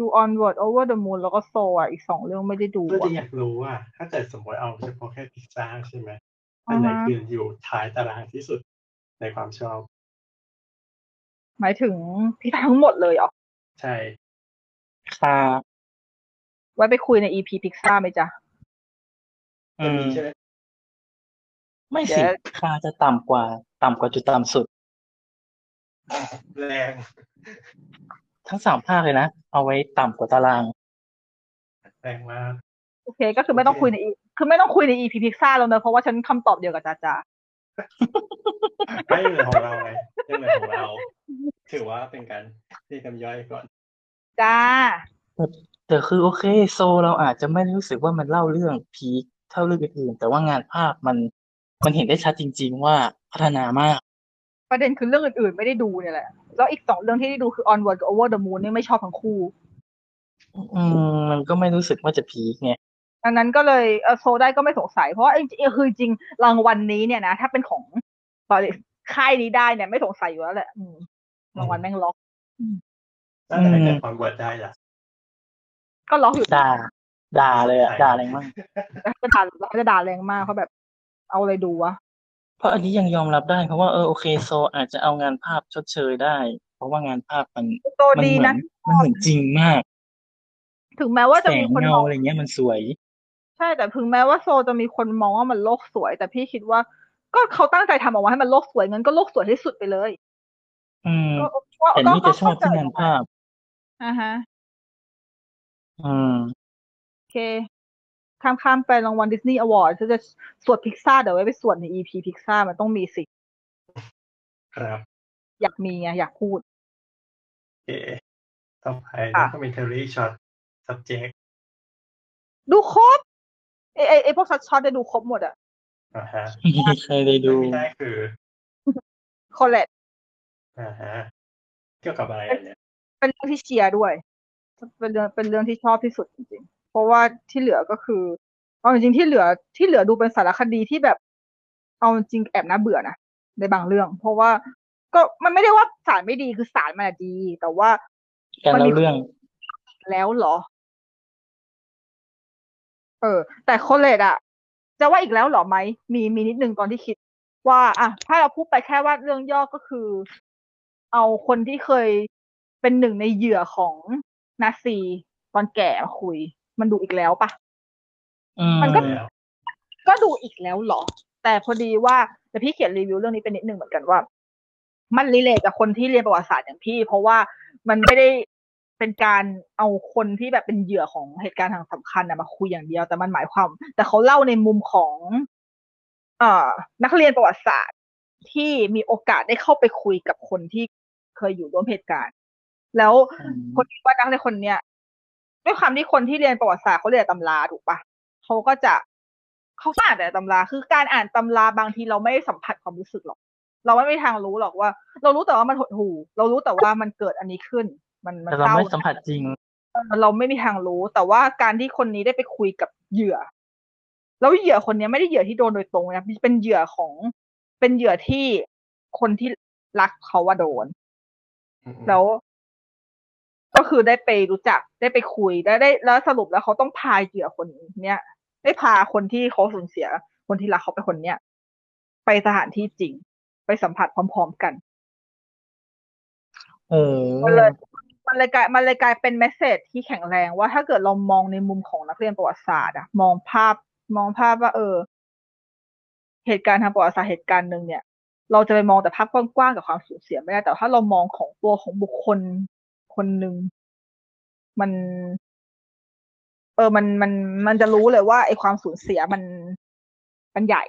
D: ดู onward over the moon แล้วก็ soul อ่ะ อีกสองเรื่องไม่ได้ดู
B: ก็จะ
D: อะ
B: อยากรู้ว่า ถ้าเกิดสมมติเอาเฉพาะแค่พิซซ่าใช่ไหมอันไหน
D: อ่าฮะ
B: คืออยู่ท้ายตารางที่สุดในความชอบ
D: หมายถึงที่ทั้งหมดเลยเหรอ
B: ใช่
C: คา
D: ไว้ไปคุยใน EP Pixar ไหมจ๊ะ
C: อื
B: จะ
C: ม
B: มีใช่ไหม
C: ไม่สิคาจะต่ำกว่า ต่ำกว่าจุดต่ำสุด
B: แรง
C: ทั้งสามภาคเลยนะ เอาไว้ต่ำกว่าตาราง
B: แรงมาก
D: โอเค ก็คือไม่ต้อง
B: โอเค
D: คุยใน E- คือไม่ต้องคุยใน EP Pixar แล้วเนอะเพราะว่าฉันคำตอบเดียวกับจ้าจ้า
B: ไม่เลยของเราไงยัง ไหนของเรา ถือว่าเป็นการเรียกคำย่อยก่อน
D: จ้า
C: แต่คือโอเค โซเราอาจจะไม่ได้รู้สึกว่ามันเล่าเรื่องพีคเท่าเรื่องอื่นๆแต่ว่างานภาพมันมันเห็นได้ชัดจริง ๆ ว่าพัฒนามาก
D: ประเด็นคือเรื่องอื่นๆ ไม่ได้ดูเนี่ยแหละ แล้วอีกสองเรื่องที่ได้ดูคือ Onward กับ Over the Moon เนี่ยไม่ชอบทั้งคู่
C: อืมมันก็ไม่รู้สึกว่าจะพีคไง
D: ดังนั้นก็เลยเอ่อโซได้ก็ไม่สงสัย เพราะว่าจริงๆคือจริงรางวัลนี้เนี่ยนะ ถ้าเป็นของบริษัทค่ายนี้ได้เนี่ยไม่สงสัยอยู่แล้วแหละอืมรางวัลแม่งล็อก
B: ถ้าแต่เกิดความกดได้ล่ะ
D: ก็ล็อกอยู่
C: ด่าด่าเลยอะ
B: ใช่
C: ด่าแรงมาก
D: ก็ด่าเราจะด่าแรงมากเขาะแบบ เอาอะไรดูวะ
C: เพราะอันนี้ยังยอมรับได้เพราะว่าเออโอเคโซอาจจะเอางานภาพชดเชยได้ เพราะว่างานภาพมัน
D: โซ
C: มัน
D: ดี
C: เหมือ
D: นะ
C: นมันเหมือนจริงมาก
D: ถึงแม้ว่า
C: แส
D: จะมี
C: ง
D: คน
C: เงาม
D: อง
C: อะไรเงี้ยมันสวย
D: ใช่แต่ถึงแม้ว่าโซจะมีคนมองว่ามันโลกสวย แต่พี่คิดว่า ก็เขาตั้งใจทำออกมาให้มันโลกสวยงั้นก็โลกสวยที่สุดไปเลย
C: อืม
D: ก็ว่า
C: แต่
D: ก็
C: นี่
D: ก็
C: จะชอบที่งานภาพ
D: อ่าฮะ
C: อืม
D: โอเค ข้ามข้ามไปรางวัลดิสนีย์อวอร์ดจะสวดพิกซ่าเดี๋ยวไว้ไปสวดใน EP พิกซ่ามันต้องมีสิ
B: ครับ
D: อยากมีไงอยากพูด
B: โอเคต่อไป
D: ค่ะ
B: ก็เป็น theory shot subject
D: ดูครบไอไอไอพวกช็อตช็อตได้ดูครบหมดอะ
B: นะฮะ
C: ไม่เคยได้
B: เรื่
C: ดู
B: องที่ได้คือ
D: คอลเลต
B: อ่าฮะเกี่ยวกับอะไรอ่ะเนี่ย
D: เป็นเรื่องที่เชียร์ด้วย เป็นเรื่องเป็นเรื่องที่ชอบที่สุดจริงๆ เพราะว่าที่เหลือก็คือเอาจริงๆที่เหลือที่เหลือดูเป็นสารคดีที่แบบ เอาจริงแอบน่าเบื่อนะในบางเรื่อง เพราะว่าก็มันไม่ได้ว่าสารไม่ดีคือสารมันอะดี แต่ว่า
C: การเล่าเรื่อง
D: แล้วเหรอ เออ แต่โคเลตอะจะว่าอีกแล้วเหรอไหมมีมีนิดนึงตอนที่คิด ว่าอะถ้าเราพูดไปแค่ว่าเรื่องย่อก็คือ เอาคนที่เคยเป็นหนึ่งในเหยื่อของนาซีตอนแก่มาคุย มันดูอีกแล้วปะ
C: อืม
D: มันก็
B: แล้ว
D: ก็ดูอีกแล้วเหรอ แต่พอดีว่าแต่พี่เขียนรีวิวเรื่องนี้เป็นนิดนึงเหมือนกันว่า มันรีเลทกับคนที่เรียนประวัติศาสตร์อย่างพี่ เพราะว่ามันไม่ได้เป็นการเอาคนที่แบบเป็นเหยื่อของเหตุการณ์ทางสำคัญนะมาคุยอย่างเดียว แต่มันหมายความ แต่เขาเล่าในมุมของ เอ่อ นักเรียนประวัติศาสตร์ที่มีโอกาสได้เข้าไปคุยกับคนที่เคยอยู่ร่วมเหตุการณ์ แล้ว
C: อืม
D: คนที่ว่านักเรียนคนเนี้ยด้วยความที่คนที่เรียนประวัติศาสตร์เขาเรียนตำราถูกปะเขาก็จะเขาก็อ่านแต่ตำรา คือการอ่านตำราบางทีเราไม่ได้สัมผัสความรู้สึกหรอก เราไม่มีทางรู้หรอกว่า เรารู้แต่ว่ามันหดหู่เรารู้แต่ว่ามันเกิดอันนี้ขึ้น มันมัน
C: แต่เรา
D: เศร้า
C: ไม่สัมผัสจริง
D: เราไม่มีทางรู้ แต่ว่าการที่คนนี้ได้ไปคุยกับเหยื่อ แล้วเหยื่อคนนี้ไม่ได้เหยื่อที่โดนโดยตรงนะเป็นเหยื่อของเป็นเหยื่อที่คนที่รักเขาว่าโดน
B: อืม
D: แล้ว ก็คือได้ไปรู้จักได้ไปคุยได้ได้แล้วสรุปแล้วเขาต้องพาเหยื่อคนเนี้ยได้พาคนที่เขาสูญเสีย คนที่รักเขาไปคนเนี้ยไปสถานที่จริง ไปสัมผัสพร้อม ๆกัน
C: เออ
D: มันเลยมันเลยกลายมันเลยกลายเป็นเมสเซจที่แข็งแรงว่าถ้าเกิดเรามองในมุมของนักเรียนประวัติศาสตร์อะมองภาพมองภาพว่า เออ เหตุการณ์ทางประวัติศาสตร์เหตุการณ์หนึ่งเนี่ย เราจะไปมองแต่ภาพกว้างๆกับความสูญเสียไม่ได้แต่ถ้าเรามองของตัวของบุคคลคนหนึ่งมัน เออมันมันมันจะรู้เลยว่าไอ้ความสูญเสียมันมันใหญ่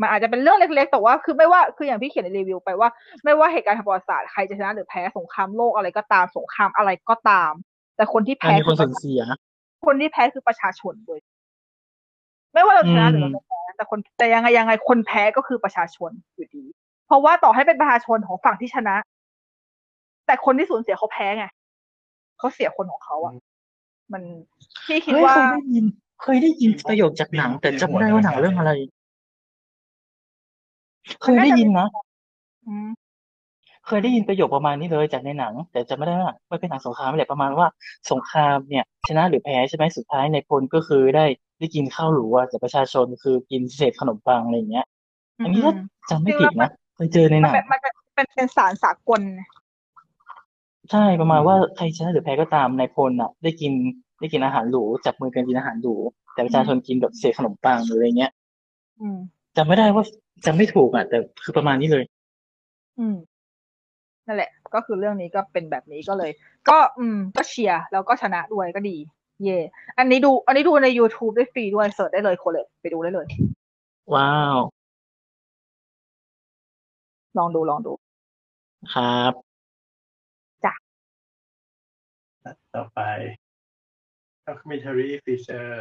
D: มันอาจจะเป็นเรื่องเล็กๆแต่ว่าคือไม่ว่าคืออย่างพี่เขียนในรีวิวไปว่า ไม่ว่าเหตุการณ์ทางประวัติศาสตร์ใครจะชนะหรือแพ้สงครามโลกอะไรก็ตามสงครามอะไรก็ตาม แต่คนที่
C: อัน
D: แพ้
C: มีคน
D: ป
C: สู
D: ระ
C: ญ
D: ชา
C: เสีย
D: คนที่แพ้คือประชาชนเลย ไม่ว่าเราชนะหรือเราจะแพ้แต่คนแต่ยังไงยังไงคนแพ้ก็คือประชาชนอยู่ดี เพราะว่าต่อให้เป็นประชาชนของฝั่งที่ชนะ แต่คนที่สูญเสียเขาแพ้ไงเขาเสียคนของเขาอะมันพี่คิด
C: เฮ้ย
D: ว่า
C: เคยได้ยิน เคยได้ยินประโยคจากหนัง แต่จำไม่ได้ว่าหนังเรื่องอะไร เคยได้ยินนะ
D: อืม
C: เคยได้ยินประโยคประมาณนี้เลยจากในหนัง แต่จำไม่ได้ว่ามันเป็นหนังสงครามแหละประมาณว่าสงครามเนี่ย ชนะหรือแพ้ใช่ไหมสุดท้ายในพลก็คือได้ได้กินข้าวหรูอะแต่ประชาชนคือกินเศษขนมปังอะไรอย่างเงี้ย อันนี้ก็จำไม่ผิดนะเคยเจอใน
D: มั
C: ห
D: น
C: นัง
D: เป็นมันเป็นเป็นเป็นสารสากลนะ
C: ใช่ประมาณว่าใครชนะหรือแพ้ก็ตามนายพลอ่ะ ได้กินได้กินอาหารหรูจับมือกันกินอาหารหรูแต่ประชาชนกินแบบเศษขนมปังหรืออะไรเงี้ย
D: อืม
C: จำไม่ได้ว่าจำไม่ถูกอ่ะ แต่คือประมาณนี้เลย
D: อืม นั่นแหละ ก็คือเรื่องนี้ก็เป็นแบบนี้ก็เลย ก็ อืม ก็เชียร์แล้วก็ชนะด้วยก็ดี เย่อันนี้ดู อันนี้ดูใน YouTube ได้ฟรีด้วยเสิร์ชได้เลยโคเลตไปดูได้เลย
C: ว้าว
D: ลองดูลองดู
C: ครับ
B: ต่อไป documentary feature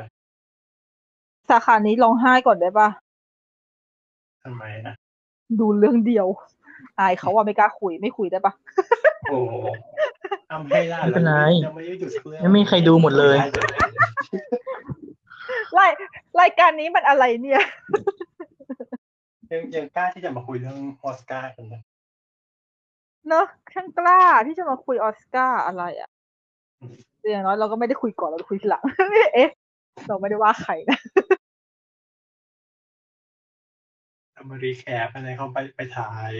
D: สาขานี้ร้องไห้ก่อนได้ปะ
B: ทำไมนะ
D: ดูเรื่องเดียว อายเขาว่าไม่กล้าคุยไม่คุยได้ปะ
B: โอ้โหทำให้ล่า
C: ไม่เป็นไร
B: ยังไม่ได้หยุดเครื่อง
C: ไม่มีใครดูหมดเลย
D: รายรายการนี้มันอะไรเนี่ย
B: ยังยังกล้าที่จะมาคุยเรื่องออสการ์กันนะ
D: เนอะช่างกล้าที่จะมาคุยออสการ์อะไรอะอย่างน้อยเราก็ไม่ได้คุยก่อนเราคุยทีหลัง เอ๊ะเราไม่ได้ว่าใครนะ
B: ทำมารีแคปอะไรเขาไปไปถ่าย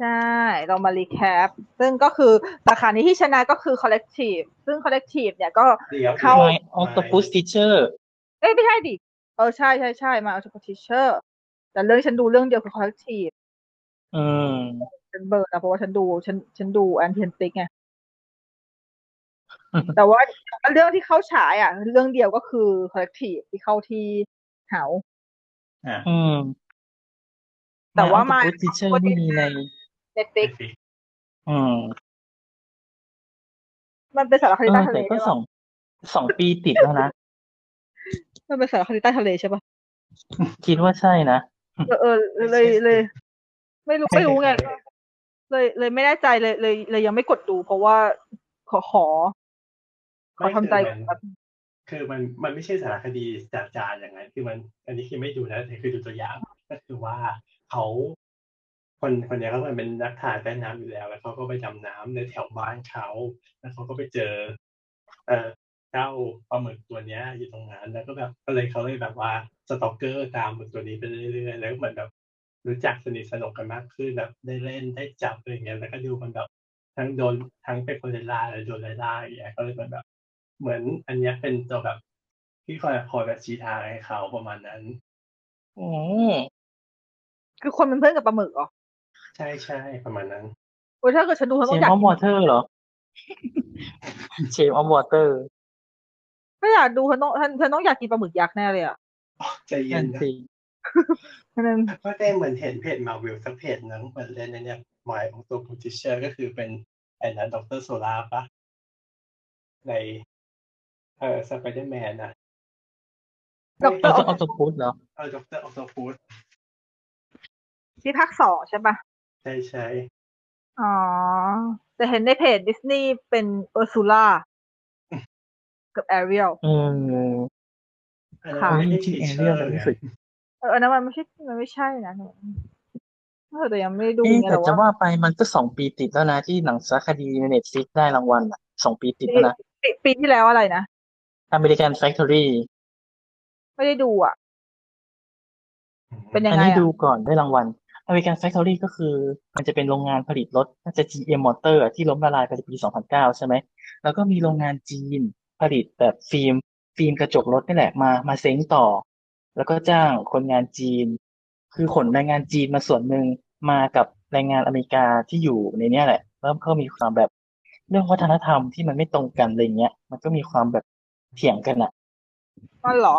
D: ใช่ เรามารีแคป ซึ่งก็คือสาขานี้ที่ชนะก็คือ Collective ซึ่ง Collective เนี่ยก็
B: เดี๋ยว
D: เข้า
C: My Octopus Teacher
D: เอ้ยไม่ใช่ดิ เออ ใช่ใช่ใช่มาเอาจากทิเชอร์ แต่เรื่องฉันดูเรื่องเดียวคือ Collective
C: อืม
D: ฉันเบิร์นนะเพราะว่าฉันดูฉันฉันดูแอนเทนติ กไง แต่ว่าเรื่องที่เข้าฉายอ่ะ เรื่องเดียวก็คือ Collective ที่เข้าที่เหา
B: อ่า
C: อืม
D: แต่ว่า
C: My
D: My
C: Octopus Teacher
D: Octopus
C: ไม่มีใน
D: เน็ตฟิก
C: อืม
D: มันเป็นสารค
C: เอ
D: ดี
C: อ
D: ใต้ทะเล
C: แต่ก็
D: ใช่
C: ส
D: ปะ
C: องสองปีติดแล้วนะ
D: มันเป็นสารคดีใต้ทะเลใช่ปะ
C: คิดว่าใช่นะ
D: เออเออ เลยเลย ไม่รู้ไม่รู้ไง เลยเลยไม่แน่ใจเลยเลยเลยยังไม่กดดู เพราะว่าขอขอขอทำใจก่อนแป๊บนึง
B: คือมันมันไม่ใช่สารคดีจากจานอย่างนั้น คือมัน อันนี้คือไม่ดูนะแต่คือดูตัวอย่าง ก็คือว่าเขาคนคนเนี้ยเขาเป็นนักถ่ายใต้น้ำอยู่แล้ว แล้วเขาก็ไปดำน้ำในแถวบ้านเขาแล้วเขาก็ไปเจอ เอ่อเจ้าปลาหมึกตัวเนี้ย อยู่ตรงนั้นแล้วก็แบบก็เลยเขาเลยแบบว่าสตอกเกอร์ตามหมึกตัวนี้ไปเรื่อยๆแล้วก็เหมือนแบบรู้จักสนิทสนมกันมากขึ้นแบบได้เล่นได้จับอะไรอย่างเงี้ยแล้วก็ดูมันแบบทั้งโดนทั้งเป็นคนไล่ล่าและโดนไล่ล่าอย่างเงี้ยก็เลยเหมือนแบบ เหมือนอันเนี้ยเป็นตัวแบบที่คอยคอยแบบชี้ทางให้เขาประมาณนั้น
C: อืม
D: คือคนเป็นเพื่อนกับปลาหมึกเหรอ
B: ใช่ใช่ประมาณนั้น
D: โอ้ยถ้าเกิดฉันดูฉัน
C: เช
D: ต้อง
C: ม
D: อยา
C: อก อฟวอเตอร์ เหรอ เชมออฟวอเตอร์
D: ถ้าอยากดูฉันต้องฉันฉันต้องอยากกินปลาหมึกยักษ์แน่เลยอ่ะ
B: ใจเย็
C: นั่
B: น
C: น
B: นะ
C: สิ
D: ฉันนั้น
B: ก็ได้เหมือนเห็นเพจมาวิลสักเพจนึงเหมือนเล่นในเนี้ยหมายของตัวพูติเชอร์ก็คือเป็นไอ้นั้นด็อกเตอร์โซลาปะในเอ่อสไปเดอร์แมนอะ
D: ด็อกเตอร์
C: เราจะออโตพุสเหรอ
B: เออด็อกเตอร์ออโตฟูด
D: ที่ภาคสองใช่ปะ
B: ใช่ใช่
D: อ๋อ แต่เห็นในเพจดิสนีย์เป็นเออร์ซูล่ากับแอเรียล
C: อืม
B: อันนั้
D: ค่ะ
B: นไม่ได้
C: จริ
B: ที
C: งๆ
B: เชอ
C: Ariel
B: ร์
C: แต่รู้
B: ไง
C: สึก
D: เอออันนั้นมันไม่ใช่มันไม่ใช่นะหนูเออแต่ยังไม่ได้ดู
C: เอ๊ะ
D: ไง
C: แต่
D: แต่
C: จะ
D: ว่า
C: ว่าไปมันก็สองปีติดแล้วนะที่หนังสารคดีในเน็ตฟิกได้รางวัลอะสองปีติดแล้วนะ
D: ปีปีที่แล้วอะไรนะ
C: อเมริกันแฟคทอรี่
D: ไม่ได้ดูอ่ะ เป็นยัง
C: อัน
D: ไง
C: นี้
D: อ่ะ
C: ดูก่อนได้รางวัลอเมริกันแฟคทอรี่ก็คือ มันจะเป็นโรงงานผลิตรถน่าจะ GM Motor อะที่ล้มละลายไปในปี 2009 ใช่ไหม แล้วก็มีโรงงานจีนผลิตแบบฟิล์ม ฟิล์มกระจกรถนี่แหละมามาเซ้งต่อ แล้วก็จ้างคนงานจีน คือขนแรงงานจีนมาส่วนหนึ่งมากับแรงงานอเมริกาที่อยู่ในเนี้ยแหละแล้วก็มีความแบบเรื่องวัฒนธรรมที่มันไม่ตรงกันอะไรเงี้ย มันก็มีความแบบเถียงกันอ่ะ
D: มันเหรอ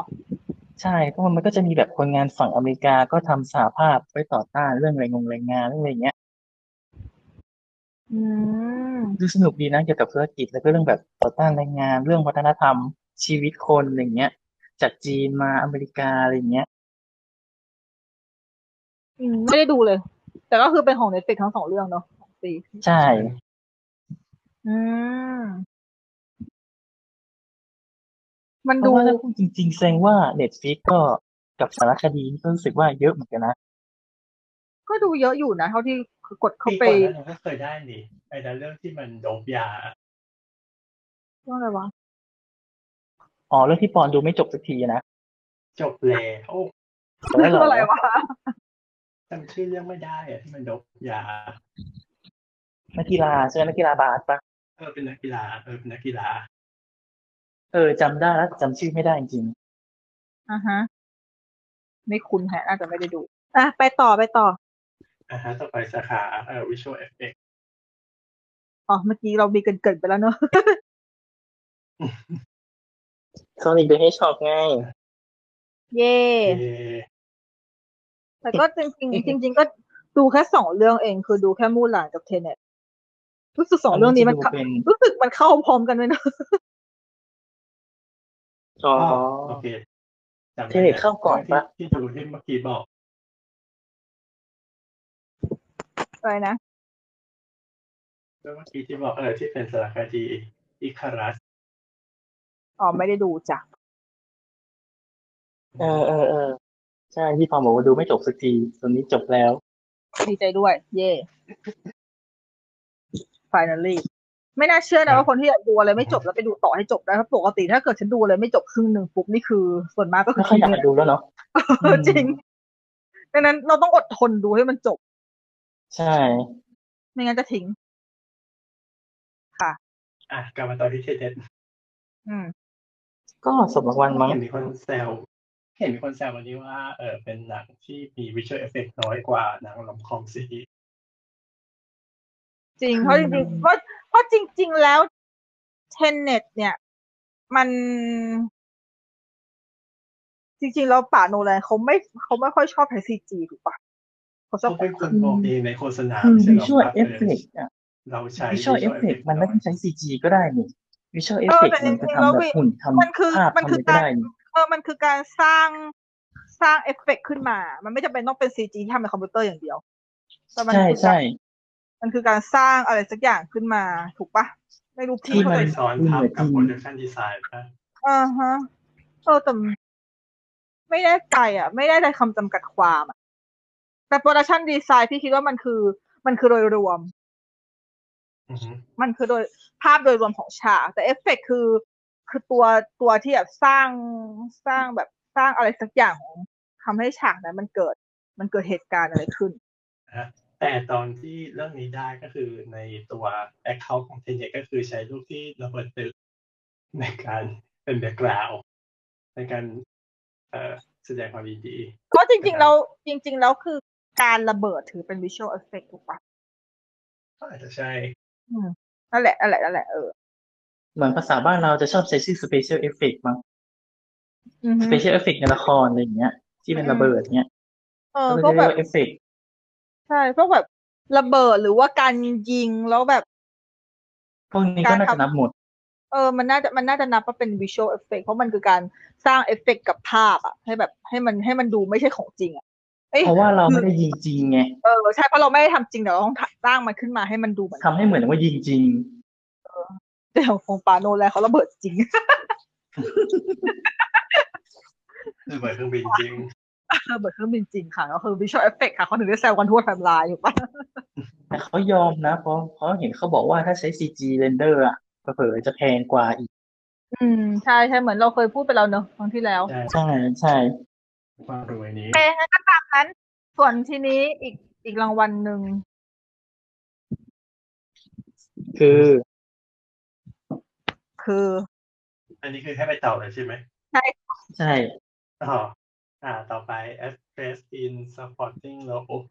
C: ใช่เพราะมันมันก็จะมีแบบคนงานฝั่งอเมริกาก็ทำสหภาพไว้ต่อต้านเรื่องแรงงงแรงงานเรื่องอะไรเงี้ย
D: อืม
C: ดูสนุกดีนะเกี่ยวกับธุรกิจแล้วก็เรื่องแบบต่อต้านแรงงาน เรื่องวัฒนธรรม ชีวิตคนอะไรเงี้ย จากจีนมาอเมริกาอะไรเงี้ย
D: อืมไม่ได้ดูเลย แต่ก็คือเป็นของเน็ตฟลิทั้งสองเรื่องเนาะสองปี
C: ใช่
D: อืม มัน
C: เพ
D: ดู
C: ราะว่าถ้าพูดจริง ๆ แสดงว่าเน็ตฟิกก็กับสารคดีนี่ก็รู้สึกว่าเยอะเหมือนกันนะ
D: ก็ดูเยอะอยู่นะ เท่าที่กดเข้า
B: ปี
D: ไป
B: ก่อนนั้นเราก็เคยได้นี่ไอ้นั้นเรื่องที่มันโดบยา
D: เรื่องอะไรวะ
C: อ๋อเรื่องที่ปอนดูไม่จบสักทีนะ
B: จบแล้ว
C: จบแล้วเห
D: เรื่
C: ร
D: องอะไร
C: อ
D: วะ
B: จำชื่อเรื่องไม่ได้อะที่มันโดบยา
C: นักกีฬาใช่ไหมนักกีฬาบาสปะ
B: เออเป็นนักกีฬาเออเป็นนักกีฬา
C: เออจำได้แล้วจำชื่อไม่ได้จริง
D: อ่าฮะ ไม่คุ้นแฮะอาจจะไม่ได้ดู อ่ะ ไปต่อไปต่อ
B: อ่าฮะต่อไปสาขาเอ่อ visual effect
D: อ๋อ เมื่อกี้เรามีเกรินเกินๆไปแล้วเนอะ
C: ๆ Sonic the Hedgehog ไง
D: เย่
B: เอ่อ
D: แต่ก็จริงๆ จริง ๆ ก็ ดูแค่สองเรื่องเองคือดูแค่มู่หลานกับเทเน็ตรู้สึกสอง
C: อัน
D: เรื่อง
C: นี้
D: นี้มัน
C: จะดู
D: เข้า
C: เป็น
D: รู้สึกมันเข้าพร้อมกันไหมนะ
C: อ๋อ
B: อ๋อโอเคจำได้
C: เทเน็ตเข้าก่อนปะ
B: ที่ที่ดูที่เมื่อกี้บอก
D: อะไรนะ
B: เมื่อกี้ที่บอกเออที่เป็นสารคดีอิคารัส
D: อ๋อไม่ได้ดูจ้ะ
C: เออเออเออใช่ที่พอบอกว่าดูไม่จบสักทีตอนนี้จบแล้ว
D: ดีใจด้วย เย่ finally ไม่น่าเชื่อนะว่าคนที่อยากดูอะไรไม่จบแล้วไปดูต่อให้จบได้เพราะปกติถ้าเกิดฉันดูอะไรไม่จบครึ่งหนึ่งปุ๊บนี่คือ ส่วนมากก็คื
C: ไม่
D: อ
C: ค่อยอยากดูแล้วเนาะ
D: เออจริงดังนั้นเราต้องอดทนดูให้มันจบ
C: ใช่
D: ไม่งั้นจะทิ้ง
B: อ่ะกลับมาตอนที่เทเดน
D: อืม
C: ก็สมรางวัลมั้ง
B: เห็นมีคนแซวเห็นมีคนแซววันนี้ว่าเออเป็นหนังที่มีวิชวลเอฟเฟกน้อยกว่าหนังลอมคอมซีรีส์
D: จริง เพราะจริงๆเพราะเพราะจริง ๆ แล้วเทนเน็ตเนี่ย มัน จริง ๆ แล้วป่าโนแลนเขาไม่เขาไม่ค่อยชอบใช้ซีจีถูกปะเขาชอบ
B: เขาเป็นคนมองเองในโฆษณา
C: คือ
B: ไม่ใช่
C: วิ
B: หรอ
C: ชวล
B: ว่า
C: เอฟเฟกต์อะ
B: เราใช้
C: วิชวลเอฟเฟกต์มันไม่ต้องใช้ซีจีก็ได้นี่วิชวลเอฟ
D: เออ
C: เฟก
D: แต่จ
C: ต์มันจะ
D: ริงๆแล้ว
C: ทำแบบ
D: วิ
C: หุ่นท
D: มันคือ
C: ำภาพ
D: มัน
C: ทำอะ
D: คือ
C: ไรก็
D: การ
C: ได้นี่
D: เออมันคือการสร้างสร้างเอฟเฟกต์ขึ้นมา มันไม่จำเป็นต้องเป็นซีจีที่ทำในคอมพิวเตอร์อย่างเดียวแต่มัน
C: ใช่
D: คือ
C: ใช่
D: การมันคือการสร้างอะไรสักอย่างขึ้นมาถูกปะไม่รู้
C: ที่
D: พี่เข้า
C: มั
D: ใจ
C: น
B: ซ้อนทับกับโปรดักชันดีไซน์นะ
D: อ่าฮะเออแต่ไม่ได้ใจอ่ะ ไม่ได้ใจคำจำกัดความอะแต่โปรดักชันดีไซน์พี่คิดว่ามันคือ มันคือโดยรวม
B: อือฮึ
D: มันคือโดยภาพโดยรวมของฉากแต่เอฟเฟกต์คือ คือตัวตัวที่แบบสร้างสร้างแบบสร้างอะไรสักอย่างของทำให้ฉากนั้นมันเกิด มันเกิดเหตุการณ์อะไรขึ้น
B: แต่ตอนที่เรื่องนี้ได้ก็คือในตัวแอคเคาท์ของเทเนก็คือใช้รูปที่ระเบิดตึกในการเป็นแบ็กกราวด์ในการเอ่อแสดงความยินดี
D: ก็จริงๆเราจริง ๆ แล้วคือการระเบิดถือเป็นวิชวลเอฟเฟกถูกปะ
B: ก็อาจจะใช่
D: อืมนั่นแหละนั่นแหละนั่นแหละเออ
C: เหมือนภาษาบ้านเราจะชอบใช้ชื่อสเปเชียลเอฟเฟกต์มั้ง
D: อือ
C: ส
D: ฮึ
C: เปเชียลเอฟเฟกต์ในละครอะไรอย่างเงี้ย ที่เป็น
D: อืม
C: ระเบิดเงี้ย
D: เออ
C: ก็
D: พ
C: จะ
D: วกแบบ
C: เรียกว่าเอฟเฟกต์
D: ใช่พวกแบบระเบิดหรือว่าการยิงแล้วแบบ
C: พวกนี้ก็น่าจะนับหมด
D: เออมันน่าจะมันน่าจะนับว่าเป็นวิชวลเอฟเฟกเพราะมันคือการสร้างเอฟเฟกกับภาพอะให้แบบให้มันให้มันดูไม่ใช่ของจริงอะเอ้ย
C: เพราะว่าเรา
D: คือ
C: ไม่ได้ยิงจริงไง
D: เออใช่เพราะเราไม่ได้ทำจริงแต่เราต้องสร้างมันขึ้นมาให้มันดูเหมือน
C: ทำให้เหมือนว่ายิงจริง
D: เดี๋ยวของปาโนแลนเขาระเบิดจริง
B: ระเบิดเครื่องบินจริง
D: ระเบิดเครื่องบินจริงค่ะก็คือวิชวลเอฟเฟกค่ะเขาถึงได้แซวกันทั่วไทม์ไลน์ถูกปะ
C: แต่เขายอมนะ เพราะเพราะเห็นเขาบอกว่าถ้าใช้ซีจีเรนเดอร์อะเผลอๆจะแพงกว่าอีก
D: อืมใช่ใช่เหมือนเราเคยพูดไปแล้วเนอะครั้งที่แล้ว
B: ใช่
C: ใช่ใช่
B: ความรวยนี้
D: โอเคงั้นก็ตามนั้น ส่วนทีนี้อีกอีกรางวัลหนึ่ง
C: คือ
D: คือ
B: อันนี้คือให้ไปต่อเลยใช่ไหม
C: ใช่
B: อ๋ออ่า ต่อไป a s p r e s in supporting role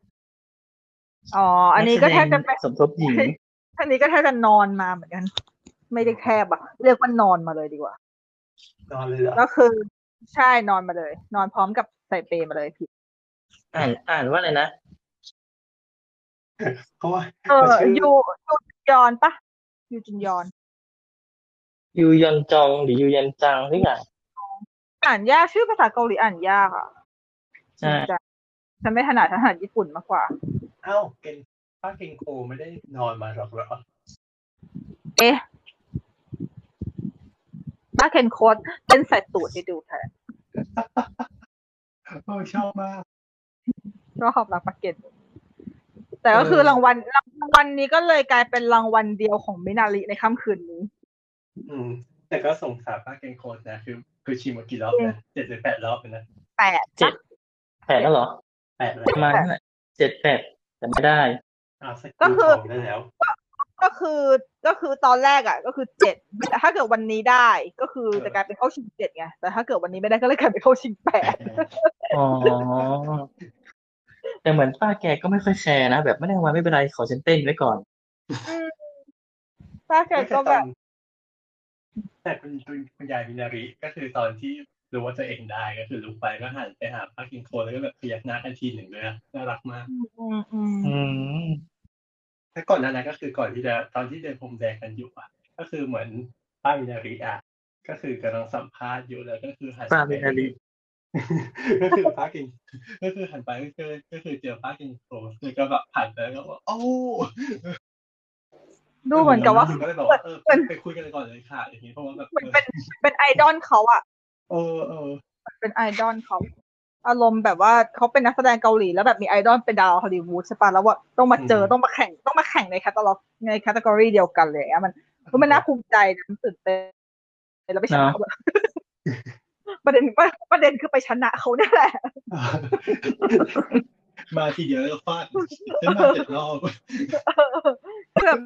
D: อ๋อ อันนี้ก็แทบจะเป็น
C: นักแสดงสมทบหญิง
D: ท่านนี้ก็แทบจะนอนมาเหมือนกัน ไม่ได้แคบอะเรียกว่านอนมาเลยดีกว่า
B: นอนเลยเหรอ
D: ก็คือใช่นอนมาเลย นอนพร้อมกับใส่เปลมาเลยผิด
C: อ่านอ่านว่าอะไรนะ
B: เพราะว่า
D: เออ
B: ชื่
D: ยูยูจุนยอนปะยูจุนยอน
C: ยูยอนจองหรือยูยันจังหรือไง
D: อ่านยากชื่อภาษาเกาหลีอ่านยากอะจริ
C: ใช่
D: งจังฉันไม่ถนัดฉันถนัดญี่ปุ่นมากกว่า
B: เอ้าเกนป้าเกนโคไม่ได้นอนมาหรอกเหร อ
D: เอ๊ะถ้าเคนโคดเต้นใส่ตูดให้ดูแทน
B: โอ้ชอบมาก
D: รอบรับปากเก็ตแต่ก็คือรางวัลรางวัลนี้ก็เลยกลายเป็นรางวัลเดียวของมินาริในค่ำคืนนี้
B: อืม แต่ก็สงสารป้าเกนโคนะ คือ คือชิมมากี่รอบนะเจ็ดหรือแปดรอบเลยนะ
D: แปด
C: เจ็ดแปดแล้วเหรอ
B: แปดแล้
C: ป
B: ว
C: ระมาณนั้นแหละเจ็ดแปดแต่ไม่ได้
B: อ่าสกิลทองได้แล้ว
D: ก็คือก็คือตอนแรกอ่ะ ก็คือเจ็ดแต่ถ้าเกิดวันนี้ได้ก็คือจะกลายเป็นเข้าชิงเจ็ดไงแต่ถ้าเกิดวันนี้ไม่ได้ก็เลยกลายเป็นเข้าชิงแปด
C: อ๋อ แต่เหมือนป้าแกก็ไม่ค่อยแคร์นะ แบบไม่ได้รางวัลไม่เป็นไรขอฉันเต้นไว้ก่อน
D: ถ้าเกิดก็แบบ
B: แต่คุณคุณคุณยายมินาริก็คือตอนที่ รู้ว่าตัวเองได้ก็คือลุกไปก็หันไปหาป้ากินโคแล้วก็แบบพยักหน้าทันทีหนึ่งเลยอะน่ารักมาก
D: อืมอืม
C: อืม
B: แล้วก่อนหนานั้นก็คือก่อนที่จะตอนที่เดินพรมแดงกันอยู่อ่ะ ก็คือเหมือนป้ามินาริอ่ะก็คือกำลังสัมภาษณ์อยู่แล้วก็คือหันไป
C: ป้ามินาริ
B: ก็คือป้ากินก็คือหันไปก็คือก็คือเจอป้ากินโคคือก็แบบหันไปแล้วก็บอกโอ้
D: ดูเหมือนกับว่า
B: ก็เลยบอกว่าเออไปไปคุยกันก่อนเลยค่ะอย่างนี้เพราะว่าแบบ
D: เหมือนเป็นเป็นไอดอลเขาอะ
B: เออเออ
D: เป็นไอดอลเขาอารมณ์แบบว่าเขาเป็นนักแสดงเกาหลีแล้วแบบมีไอดอลเป็นดาวฮอลลีวูดใช่ปะแล้วว่าต้องมาเจอต้องมาแข่งต้องมาแข่งในแคตตาล็อกในแคตตาล็อเดียวกันเลยอะมันคือมันน่าภูมิใจนะมันตื่นเต้นแล้วไปชนะเขาแบบ ประเด็นประเด็นคือไปชนะเขาเนี่ยแหละ
B: มาทีเดียวแล้วก็ฟาดฉันมาเจ็ดรอบ
D: เออคือแบบ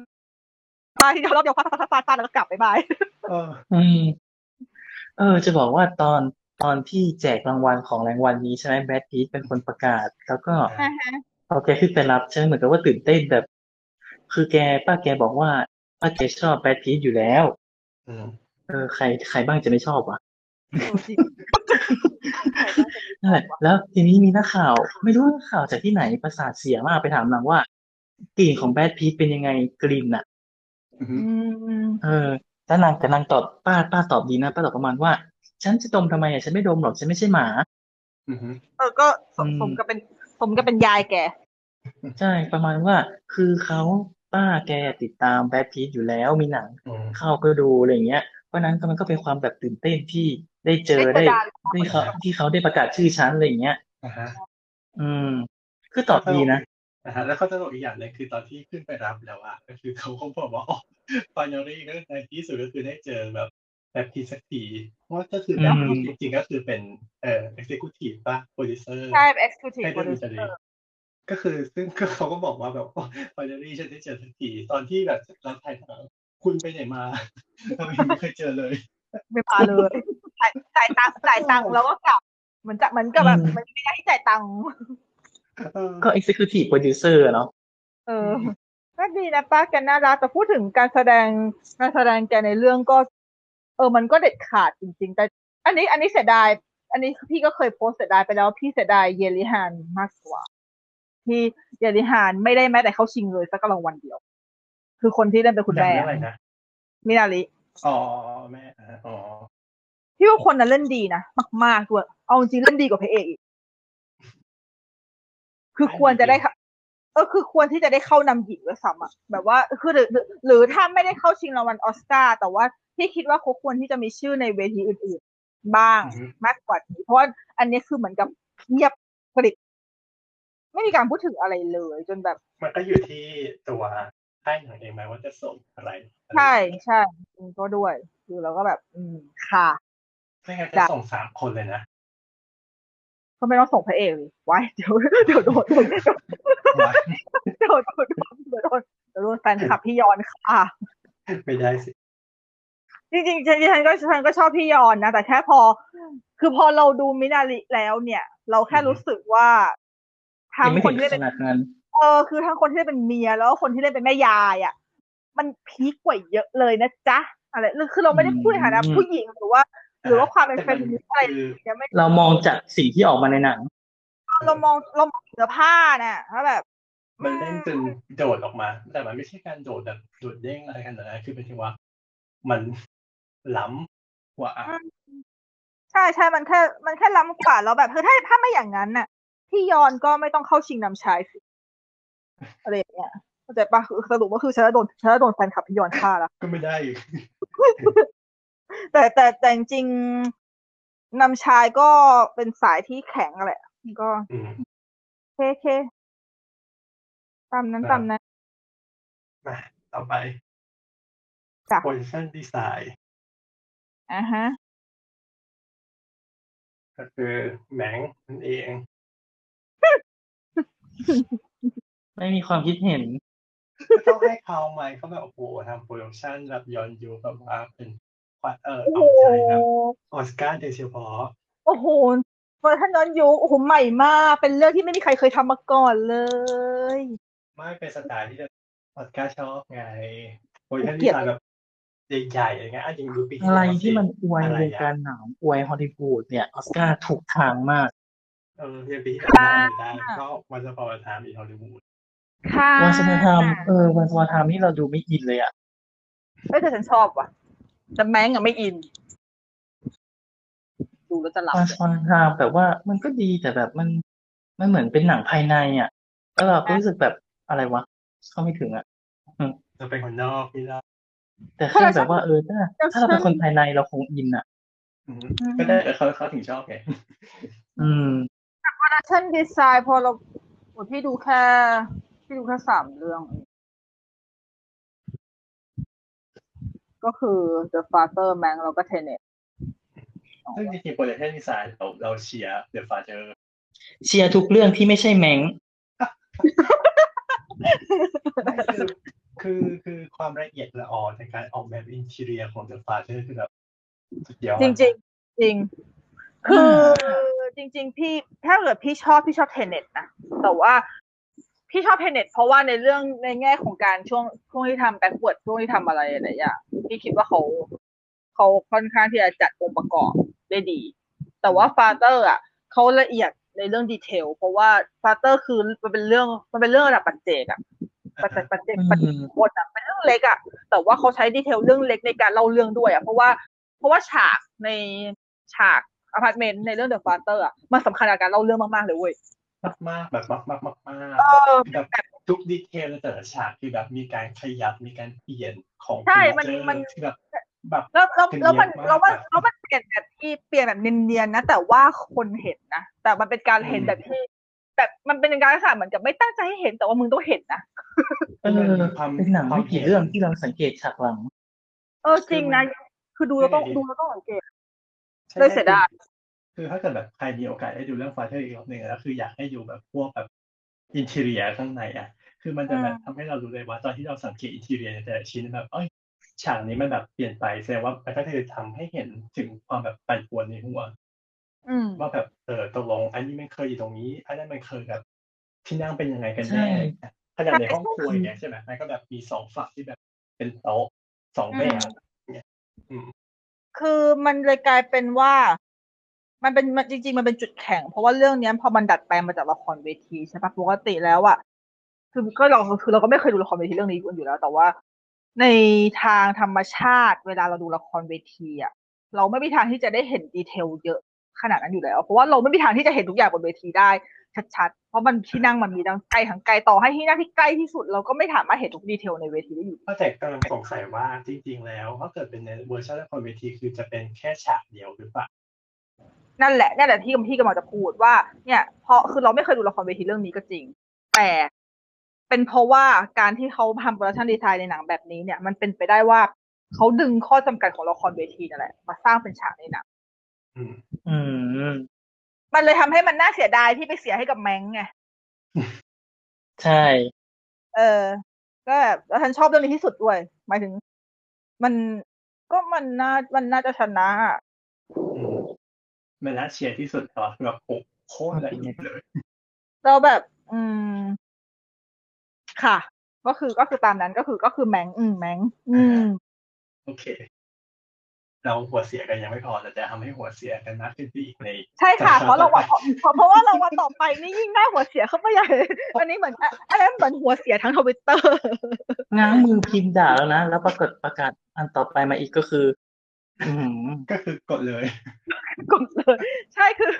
D: มาทีเดียวรอบเดียวฟาดฟาดฟาดฟาดแล้วก็กลับไปบ าย
B: เออ
C: อืม เออ จะบอกว่าตอนตอนที่แจกรางวัลของรางวัลนี้ใช่ไหมแบทพีทเป็นคนประกาศ แล้วก็พอแกขึ้นไปรับใช่ไหมเหมือนกับว่าตื่นเต้นแบบ คือแกป้าแกบอกว่าป้าแกชอบแบทพีทอยู่แล้ว
B: อืม
C: เออใครใครบ้างจะไม่ชอบวะ
D: จริง
C: นั่นแหละแล้วทีนี้มีนักข่าว ไม่รู้นักข่าวจากที่ไหนประสาทเสียมากไปถามนางว่ากลิ่นของแบทพีทเป็นยังไงกลิ่นอ่ะ
B: อื
D: อื
B: ม
D: ม
C: เออแล้วนางแต่นางตอบป้าป้าตอบดีนะป้าตอบประมาณว่า ฉันจะดมทำไมอ่ะฉันไม่ดมหรอกฉันไม่ใช่หมา
B: อืม
D: เออก็สมสมกับเป็นสมกับเป็นยายแก
C: ใช่ประมาณว่าคือเขาป้าแกติดตามแบทพีทอยู่แล้วมีหนังเข้าก็ดูอะไรอย่างเงี้ยเพราะฉะนั้นก็มันก็เป็นความแบบตื่นเต้นที่ได้เจอ
D: ได้เจ
C: ได้
D: อดารา
C: ได้เขาที่เขาได้ประกาศชื่อฉันอะไรอย่างเงี้ย
B: อ่าฮะ
C: อืม คือตอบดีนะ
B: อ่าฮะแล้วเขาตลกอีกอย่างหนึงคือตอนที่ขึ้นไปรับแล้วอะก็คือเขาก็บอกว่าอ๋อฟานอรี่ก็ในที่สุดก็คือได้เจอแบบแบบทีสักทีเพราะว่าก็คือแบบ
C: อืม
B: จริงๆก็คือเป็นเอ่อ executive ป่ะ producer
D: ใช่เป็น executive
B: ให้ได้ดูจ
D: producer
B: ริตก็คือซึ่งก็เขาก็บอกว่าแบบฟานอรี่ฉันได้เจอสักทีตอนที่แบบเราถ่ายถามคุณไปไหนมา ทำไมไม่เคยเจอเลย
D: ไม่พาเลยจ่ายจ่ายตังค์จ่ายตังค์แล้วก็กลับเหมือนจะเหมือนกับแบบ
C: อืม
D: มันไม่ได้ให้จ่ายตังค์
B: เออ
C: ก็ executive producer อะเนาะ
D: เออก็ดีนะป้าแกน่ารักแต่พูดถึงการแสดงการแสดงแกในเรื่องก็ เออมันก็เด็ดขาดจริง ๆ แต่ อันนี้อันนี้เสียดาย อันนี้พี่ก็เคยโพสต์เสียดายไปแล้วพี่เสียดายเยลิฮานมากกว่า ที่เยลิฮานไม่ได้แม้แต่เข้าชิงเลยสักรางวัลเดียว คือคนที่เล่นเป็นคุณแม่
B: จำได้อะไรนะ
D: มินาริ
B: อ๋อแม่อ่าอ๋อ
D: พี่ว่าคนนั้นเล่นดีนะมากๆด้วยเอาจริงเล่นดีกว่าพระเอกอีก คือควรจะได้ค่ะเออคือควรที่จะได้เข้านำหญิงด้วยซ้ำอะแบบว่าคือหรือหรือหรือถ้าไม่ได้เข้าชิงรางวัลออสการ์แต่ว่าพี่คิดว่าเขาควรที่จะมีชื่อในเวทีอื่นๆ บ้าง
B: อือฮึ
D: มากกว่านี้เพราะว่าอันนี้คือเหมือนกับเงียบกริบไม่มีการพูดถึงอะไรเลย จนแบบ
B: มันก็อยู่ที่ตัวค่ายหนังเองไหมว่าจะส่งอะไร
D: ใช่ใช่จริงก็ด้วย คือเราก็แบบ อืมค่ะ
B: ไม่งั้น
D: ได้
B: จะส่งสามคน เลยนะ
D: ก็ไม่ต้องส่งพระเอกเลยไว้เดี๋ยวเดี๋ยวโดนเดี๋ยวโดน โดนโดนโดนโดนโดนแฟนคลับพี่ยอนค่ะ
B: ไม่ได้สิ
D: จริงๆฉันฉันก็ฉันก็ชอบพี่ยอนนะ แต่แค่พอ คือพอเราดูมินาริแล้วเนี่ย เราแค่รู้สึกว่าทั้
C: ยัง งไม่
D: คน
C: เห็
D: ที่
C: นข
D: เป็น
C: นาดนั้น
D: เออคือทั้งคนที่ได้เป็นเมียแล้วก็คนที่ได้เป็นแม่ยายอ่ะ มันพีคกว่าเยอะเลยนะจ๊ะอะไรคือเราไม่ได้พูดในฐานะ
C: อืม
D: ผู้หญิงหรือว่า หรือว่าความเป็น
B: แต่
D: เฟ
B: มัน
D: มินิสต์อะไร
B: คือ
D: เนี่ยไม่
C: เรามองจากสิ่งที่ออกมาในหนัง
D: เรามองเรามองเนื้อผ้าน่ะว่าแบบ
B: มันเล่นจนโดดออกมา แต่มันไม่ใช่การโดดแบบโดดเด้งอะไรกันนะคือเป็นที่ว่า มันล้ำกว่า
D: อืม ใช่ใช่มันแค่ มันแค่ล้ำกว่าแล้วแบบคือถ้าถ้าไม่อย่างนั้นน่ะ พี่ยอนก็ไม่ต้องเข้าชิงนำชายสิอะไรอย่างเงี้ยเข้าใจปะคือสรุปว่าคือฉันจะโดนฉันจะโดนแฟนคลับพี่ยอนฆ่าละ
B: ก็ไม่ได้อีก
D: แต่แต่แต่จริงๆนำชายก็เป็นสายที่แข็งแหละ ก็
B: อืม
D: เคเคตามนั้นตามนั้น
B: มาต่อไป
D: จ้ะ
B: position design
D: อ่ะฮะ
B: ก็คือแหมงนั่นเอง
C: ไม่มีความคิดเห็น
B: ก็ต้องให้เขาไหมเขาแบบโอ้โหทำโปรดักชันแบบย้อนยุคแบบว่าเป็นขวัญเออ
D: โอ้โห
B: เอาใจแบบออสการ์โดยเฉพาะ
D: โอ้โหเวอร์ชันย้อนยุคโอ้โหใหม่มาก เป็นเรื่องที่ไม่มีใครเคยทำมาก่อนเลย
B: ไม่เป็นสไตล์ที่จะออสการ์ชอบไงโอ้ย
D: กู
B: ถ้า
D: เกลี
B: ดี
D: ยด
B: ไซน์แบบ ใหญ่ๆอะไรเงี้ยอ่ะอย่างดูปี
E: อะไรที่มันอวย
B: อะไร
E: ว
B: อะ
E: งการหนังอวยฮอลลีวูดเนี่ยออสการ์ถูกทางมาก
B: เออเรียนปีที่ผ่านมาได้ก็วันสปอร์ตไทม์อีฮอลลีวูด
D: ค่ะ
E: วันสมาธรรมเออวันสมาธรรมนี่เราดูไม่อินเลยอ่ะ
D: เอ้ยแต่ฉันชอบว่ะแต่แมงอะไม่อิน ดูแล้วจะหลับ
E: วันส
D: เลย
E: มาธรรมแต่ว่ามันก็ดีแต่แบบมันมันเหมือนเป็นหนังภายในอ่ะแล้วเราก็รู้สึกแบบอะไรวะเข้าไม่ถึงอ่ะ
B: จะเป็นคนนอกนี่ได้
E: แต่แค่แบบว่าเออถ้าถ้าเราเป็นคนภายในเราคงอินอ่ะ
B: อืมก็ได้แต่เขาเขาถึงชอบไง
E: อืม
D: โปรดักชั่นดีไซน์พอเราโอ้พี่ดูแค่ พี่ดูแค่สามเรื่องเองก็คือ The Father m a n แล้วก็ Tenet
B: ซึ่งจริงๆโปรดักชั่นดีไซน์เราเราเชียร์เดอะฟาเจอร์
E: เชียร์ทุกเรื่องที่ไม่ใช่แมง
B: คือคือคือความละเอียดละออในการออกแบบอินทีเรียของเดอะฟาเจอร์คือแบบสุดยอด
D: จริงจริงๆจริง คือจริง ๆ พี่ถ้าเกิดพี่ชอบพี่ชอบเทเน็ตนะแต่ว่าพี่ชอบเทเน็ตเพราะว่าในเรื่องในแง่ของการช่วงช่วงที่ทำแบ็กเวิร์ดช่วงที่ทำอะไรหลายๆอย่างพี่คิดว่าเขาเขาค่อนข้างที่จะจัดองค์ประกอบได้ดี แต่ว่าฟาเตอร์ อ่ะเขาละเอียดในเรื่องดีเทล เพราะว่าฟาเตอร์คือมันเป็นเรื่องมันเป็นเรื่องระดับปัจเจกอะ ปัจจัยปัจเจกปัจจัยบทอะเป็นเรื่องเล็กอะแต่ว่าเขาใช้ดีเทลเรื่องเล็กในการเล่าเรื่องด้วยอะเพราะว่าเพราะว่าฉากในฉากอพาร์ตเมนต์ในเรื่องเดอะฟาเตอร์อะมันสำคัญกับการเล่าเรื่องมากๆเลยเว้ย
B: มากมากๆแบบมากมากมาก
D: เออ
B: แบบทุกดีเทลในแต่ละฉากคือแบบมีการขยับมีการเปลี่ยนของ
D: ใช่
B: เฟอร์
D: มันมัน
B: นิเจอร์ที่แบบแบบ
D: แล้วแล้วแล้วมัน
B: เนียนมาก
D: แล้วมันแล้ว
B: อะ
D: มันเปลี่ยนแบบที่เปลี่ยนแบบเนียนๆนะ แต่ว่าคนเห็นนะแต่มันเป็นการเห็นแบบที่แบบมันเป็นการค่ะเหมือนกับไม่ตั้งใจให้เห็นแต่ว่ามึงต้องเห็นนะ
E: เออเป็นหนังไม่กี่เรื่องที่เราสังเกตฉากหลัง
D: เออจริงนะคือดูแล้วต้องดูแล้วต้องสังเกต เลยเสียดาย
B: คือถ้าเกิดแบบใครมีโอกาสได้ดูเรื่องฟาเธอร์อีกรอบหนึ่งแล้วคืออยากให้ดูแบบพวกแบบอินเทเรียข้างในอ่ะ คือมันจะแบบทำให้เรารู้เลยว่าตอนที่เราสังเกตอินเทเรียในแต่ละชิ้นแบบเอ้ยฉากนี้มันแบบเปลี่ยนไปแสดงว่ามันก็คือทำให้เห็นถึงความแบบปั่นป่วนในหัว
D: อืม
B: ว่าแบบเออตกลงอันนี้มันเคยอยู่ตรงนี้ อันนั้นมันเคยแบบที่นั่งเป็นยังไงกัน
E: ใช่
B: แน่ขนาดในห้องครัวอย่างเงี้ยใช่ไหมมันก็แบบมีสองฝั่งที่แบบเป็นโต๊ะสองแบบ
D: คือมันเลยกลายเป็นว่า มันเป็นมันจริง ๆ มันเป็นจุดแข็ง เพราะว่าเรื่องเนี้ยพอมันดัดแปลงมาจากละครเวทีใช่ปะปกติแล้วอะคือก็เราคือเราก็ไม่เคยดูละครเวทีเรื่องนี้อยู่แล้ว แต่ว่า ในทางธรรมชาติ เวลาเราดูละครเวทีอะเราไม่มีทางที่จะได้เห็นดีเทลเยอะขนาดนั้นอยู่แล้ว เพราะว่าเราไม่มีทางที่จะเห็นทุกอย่างบนเวทีได้ชัดๆเพราะมันที่นั่งมันมีทั้งไกลทั้งไกลต่อให้ที่นั่งที่ใกล้ที่สุด เราก็ไม่สามารถเห็นทุกดีเทลในเวทีได้อยู่
B: ก็แต่กำลังสงสัยว่าจริงๆ แล้วถ้าเกิดเป็นในเวอร์ชันละครเวทีคือจะเป็นแค่ฉากเดียวหรือเปล่า
D: นั่นแหละนั่นแหละที่ที่กำลังจะพูดว่า เนี่ยเพราะคือเราไม่เคยดูละครเวทีเรื่องนี้ก็จริง แต่เป็นเพราะว่าการที่เขาทำโปรดักชันดีไซน์ในหนังแบบนี้เนี่ย มันเป็นไปได้ว่าเขาดึงข้อจำกัดของละครเวทีนั่นแหละมาสร้างเป็นฉากในหนัง
B: อืม
E: อืม
D: มันเลยทำให้มันน่าเสียดายที่ไปเสียให้กับแมงไง
E: ใช่
D: เออ ก็แบบแล้วฉันชอบเรื่องนี้ที่สุดด้วย หมายถึง มันก็มันน่ามันน่าจะชนะอะ
B: อืมมันน่าเชียร์ที่สุดตอนแบบโอ้โคตรละเอียด เลย
D: เราแบบ อืม ค่ะ ก็คือก็คือตามนั้นก็คือก็คือแมงอืมแมงอืม
B: โอเค เราหัวเสียกันยังไม่พอแต่จะทำ ให้หัวเสียกันมากขึ้นไปอีกใน
D: ใช่ค่ะ
B: ใช่
D: เพราะเราวัน
B: ใช่
D: เพราะเพราะว่าเราวันต่อไปนี่ยิ่งหน้าหัวเสียเข้าไปใหญ่ อันนี้เหมือนอันนั้นเหมือนหัวเสียทั้งทวิตเตอร์
E: ง้างมือพิมพ์ด่าแล้วนะ แล้วปรากฏประกาศอันต่อไปมาอีกก็คือ อืม
B: ก็คือกดเลย
D: กดเลย ใช่คือ